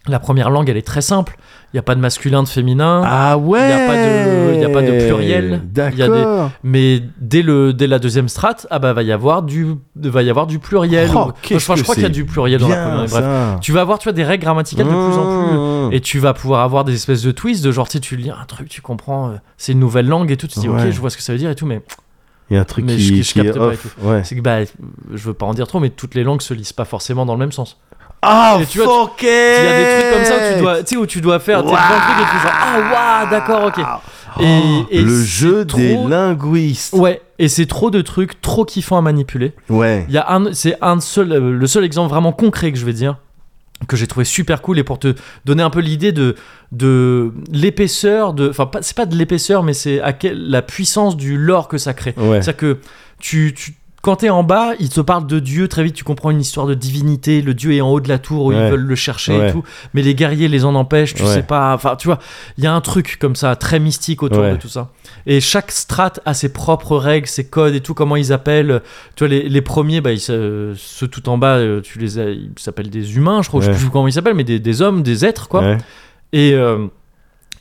[SPEAKER 1] la première langue, elle est très simple. Il n'y a pas de masculin, de féminin.
[SPEAKER 2] Ah ouais.
[SPEAKER 1] a pas de- il y a pas de pluriel. Il y a des-
[SPEAKER 2] D'accord.
[SPEAKER 1] Mais dès, le, dès la deuxième strate, ah bah va y avoir du, va y avoir du pluriel.
[SPEAKER 2] Oh,
[SPEAKER 1] Ou-
[SPEAKER 2] qu'est-ce
[SPEAKER 1] je crois, je
[SPEAKER 2] que
[SPEAKER 1] crois qu'il y a
[SPEAKER 2] c'est
[SPEAKER 1] du pluriel dans la première.
[SPEAKER 2] Bien
[SPEAKER 1] Bref.
[SPEAKER 2] ça.
[SPEAKER 1] Tu vas avoir tu vois, des règles grammaticales de plus en plus euh,
[SPEAKER 2] Mmh.
[SPEAKER 1] et tu vas pouvoir avoir des espèces de twists de genre, tu sais, tu lis un truc, tu comprends, euh, c'est une nouvelle langue et tout, tu te dis,
[SPEAKER 2] Ouais.
[SPEAKER 1] ok, je vois ce que ça veut dire et tout, mais
[SPEAKER 2] Il y a un truc
[SPEAKER 1] Mais
[SPEAKER 2] qui,
[SPEAKER 1] je- je
[SPEAKER 2] qui est
[SPEAKER 1] capte pas et
[SPEAKER 2] off. Ouais.
[SPEAKER 1] c'est que, bah, euh, je veux pas en dire trop, mais toutes les langues se lisent pas forcément dans le même sens.
[SPEAKER 2] Ah,
[SPEAKER 1] Et tu vois,
[SPEAKER 2] Il y
[SPEAKER 1] Il y a des trucs comme ça où tu dois, tu sais, où tu dois faire, t'es devant le truc et tu fais genre, ah, waouh, d'accord, ok. Et- et
[SPEAKER 2] Oh. le
[SPEAKER 1] c'est
[SPEAKER 2] jeu
[SPEAKER 1] trop-
[SPEAKER 2] des linguistes.
[SPEAKER 1] Ouais, et c'est trop de trucs trop kiffants à manipuler.
[SPEAKER 2] Ouais.
[SPEAKER 1] Il y a un, c'est un seul, euh, le seul exemple vraiment concret que je vais dire que j'ai trouvé super cool et pour te donner un peu l'idée de de l'épaisseur de, enfin pas- c'est pas de l'épaisseur mais c'est à quelle la puissance du lore que ça crée.
[SPEAKER 2] Ouais.
[SPEAKER 1] C'est-à-dire que tu, tu, quand t'es en bas, ils te parlent de Dieu, très vite tu comprends une histoire de divinité, le Dieu est en haut de la tour où
[SPEAKER 2] Ouais.
[SPEAKER 1] ils veulent le chercher
[SPEAKER 2] Ouais.
[SPEAKER 1] et tout, mais les guerriers les en empêchent, tu
[SPEAKER 2] Ouais.
[SPEAKER 1] sais pas, enfin tu vois, il y a un truc comme ça, très mystique autour
[SPEAKER 2] Ouais.
[SPEAKER 1] de tout ça. Et chaque strate a ses propres règles, ses codes et tout, comment ils appellent, tu vois, les, les premiers, bah, ils, se- ceux tout en bas, euh, tu les as- ils s'appellent des humains, je crois, je
[SPEAKER 2] Ouais.
[SPEAKER 1] sais plus comment ils s'appellent, mais des, des hommes, des êtres, quoi.
[SPEAKER 2] Ouais.
[SPEAKER 1] Et, euh,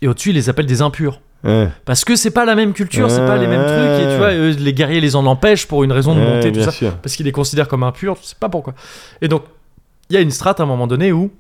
[SPEAKER 1] et au-dessus, ils les appellent des impurs.
[SPEAKER 2] Ouais.
[SPEAKER 1] Parce que c'est pas la même culture, c'est pas les mêmes trucs, et tu vois, eux, les guerriers les en empêchent pour une raison de
[SPEAKER 2] Ouais,
[SPEAKER 1] monter, tout
[SPEAKER 2] bien
[SPEAKER 1] ça,
[SPEAKER 2] sûr.
[SPEAKER 1] parce qu'ils les considèrent comme impurs, je sais pas pourquoi. Et donc, il y a une strate à un moment donné où.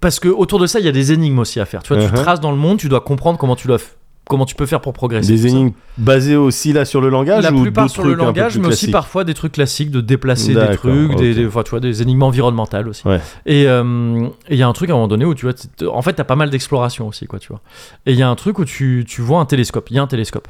[SPEAKER 1] Parce que autour de ça, il y a des énigmes aussi à faire. Tu vois,
[SPEAKER 2] Mhm.
[SPEAKER 1] tu traces dans le monde, tu dois comprendre comment tu dois f- comment tu peux faire pour progresser. tout
[SPEAKER 2] Des
[SPEAKER 1] ça.
[SPEAKER 2] énigmes basées aussi là sur le langage
[SPEAKER 1] La
[SPEAKER 2] ou
[SPEAKER 1] plupart
[SPEAKER 2] d'autres
[SPEAKER 1] sur le
[SPEAKER 2] trucs un peu
[SPEAKER 1] langage,
[SPEAKER 2] plus
[SPEAKER 1] mais aussi
[SPEAKER 2] classiques
[SPEAKER 1] parfois des trucs classiques de déplacer des
[SPEAKER 2] D'accord,
[SPEAKER 1] trucs, des,
[SPEAKER 2] ok.
[SPEAKER 1] des- enfin, tu vois, des énigmes environnementales aussi.
[SPEAKER 2] Ouais.
[SPEAKER 1] Et euh, et il y a un truc à un moment donné où tu vois, t- t- en fait, t'as pas mal d'exploration aussi, quoi, tu vois. Et il y a un truc où tu, tu vois un télescope. Il y a un télescope.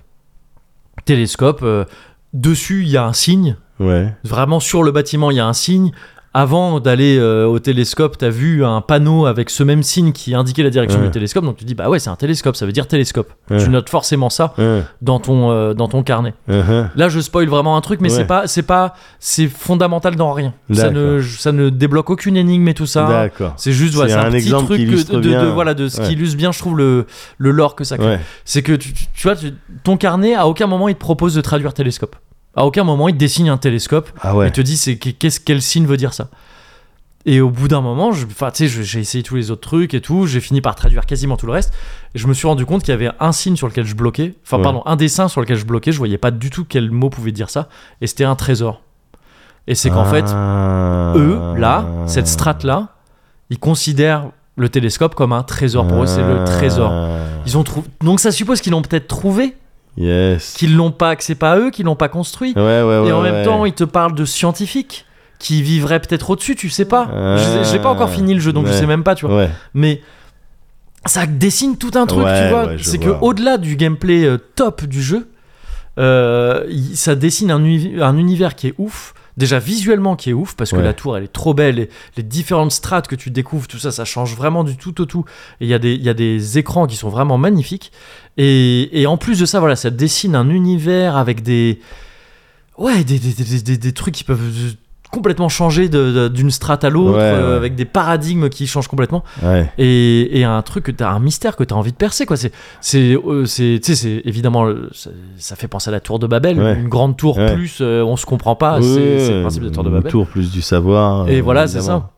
[SPEAKER 1] Télescope. euh, dessus, il y a un signe.
[SPEAKER 2] Ouais.
[SPEAKER 1] Vraiment sur le bâtiment, il y a un signe. Avant d'aller euh, au télescope, t'as vu un panneau avec ce même signe qui indiquait la direction
[SPEAKER 2] Ouais.
[SPEAKER 1] du télescope. Donc tu te dis, bah ouais, c'est un télescope, ça veut dire télescope.
[SPEAKER 2] Ouais.
[SPEAKER 1] Tu notes forcément ça
[SPEAKER 2] Hein,
[SPEAKER 1] dans ton, euh, dans ton carnet.
[SPEAKER 2] hein,
[SPEAKER 1] Là, je spoil vraiment un truc, mais
[SPEAKER 2] Ouais.
[SPEAKER 1] c'est pas, c'est pas, c'est fondamental dans rien. Ça
[SPEAKER 2] D'accord.
[SPEAKER 1] ne, ça ne débloque aucune énigme et tout
[SPEAKER 2] hein.
[SPEAKER 1] ça.
[SPEAKER 2] D'accord.
[SPEAKER 1] C'est juste, voilà,
[SPEAKER 2] C'est
[SPEAKER 1] c'est un,
[SPEAKER 2] un
[SPEAKER 1] petit
[SPEAKER 2] exemple
[SPEAKER 1] truc
[SPEAKER 2] qui
[SPEAKER 1] que-
[SPEAKER 2] illustre
[SPEAKER 1] de, de-
[SPEAKER 2] bien.
[SPEAKER 1] voilà, de ce
[SPEAKER 2] Ouais.
[SPEAKER 1] qui illustre bien, je trouve, le, le lore que ça crée.
[SPEAKER 2] Ouais.
[SPEAKER 1] C'est que, tu, tu- tu vois, tu- ton carnet, à aucun moment, il te propose de traduire télescope. À aucun moment, il te dessine un télescope
[SPEAKER 2] Ah
[SPEAKER 1] et
[SPEAKER 2] ouais.
[SPEAKER 1] te dit, c'est, qu'est-ce, quel signe veut dire ça. Et au bout d'un moment, je, enfin, tu sais, je- j'ai essayé tous les autres trucs et tout, j'ai fini par traduire quasiment tout le reste. Et je me suis rendu compte qu'il y avait un signe sur lequel je bloquais, enfin,
[SPEAKER 2] Ouais.
[SPEAKER 1] pardon, un dessin sur lequel je bloquais, je voyais pas du tout quel mot pouvait dire ça. Et c'était un trésor. Et c'est qu'en fait,
[SPEAKER 2] Ah.
[SPEAKER 1] eux, là, cette strate-là, ils considèrent le télescope comme un trésor. Pour eux, c'est
[SPEAKER 2] Ah.
[SPEAKER 1] le trésor. Ils ont trouvé. Donc ça suppose qu'ils l'ont peut-être trouvé,
[SPEAKER 2] Yes.
[SPEAKER 1] qu'ils l'ont pas, que c'est pas eux, qu'ils l'ont pas construit.
[SPEAKER 2] Ouais, ouais, ouais.
[SPEAKER 1] Et en même
[SPEAKER 2] ouais.
[SPEAKER 1] temps, ils te parlent de scientifiques qui vivraient peut-être au-dessus, tu sais pas.
[SPEAKER 2] Ah.
[SPEAKER 1] Je sais- J'ai pas encore fini le jeu, donc je
[SPEAKER 2] Ouais.
[SPEAKER 1] sais même pas, tu vois.
[SPEAKER 2] Ouais.
[SPEAKER 1] Mais ça dessine tout un truc,
[SPEAKER 2] Ouais,
[SPEAKER 1] tu vois.
[SPEAKER 2] ouais, je
[SPEAKER 1] c'est que
[SPEAKER 2] vois.
[SPEAKER 1] au-delà du gameplay euh, top du jeu, euh, il- ça dessine un, uni- un univers qui est ouf. Déjà visuellement qui est ouf parce que
[SPEAKER 2] Ouais.
[SPEAKER 1] la tour elle est trop belle, les, les différentes strates que tu découvres, tout ça, ça change vraiment du tout au tout. Et il y, a des- il y a des écrans qui sont vraiment magnifiques. Et, et en plus de ça, voilà, ça dessine un univers avec des. Ouais, des, des, des- des- des trucs qui peuvent euh, complètement changer de- de- d'une strate à l'autre,
[SPEAKER 2] Ouais,
[SPEAKER 1] euh,
[SPEAKER 2] ouais.
[SPEAKER 1] avec des paradigmes qui changent complètement
[SPEAKER 2] Ouais.
[SPEAKER 1] et, et un truc que t'as un mystère que t'as envie de percer quoi c'est c'est euh, c'est tu sais c'est évidemment euh, ça, ça fait penser à la tour de Babel
[SPEAKER 2] Ouais.
[SPEAKER 1] une grande tour
[SPEAKER 2] Ouais.
[SPEAKER 1] plus euh, on se comprend pas c'est
[SPEAKER 2] Ouais,
[SPEAKER 1] c'est le principe de la tour de
[SPEAKER 2] une
[SPEAKER 1] Babel
[SPEAKER 2] tour plus du savoir.
[SPEAKER 1] et
[SPEAKER 2] euh,
[SPEAKER 1] voilà c'est
[SPEAKER 2] évidemment.
[SPEAKER 1] ça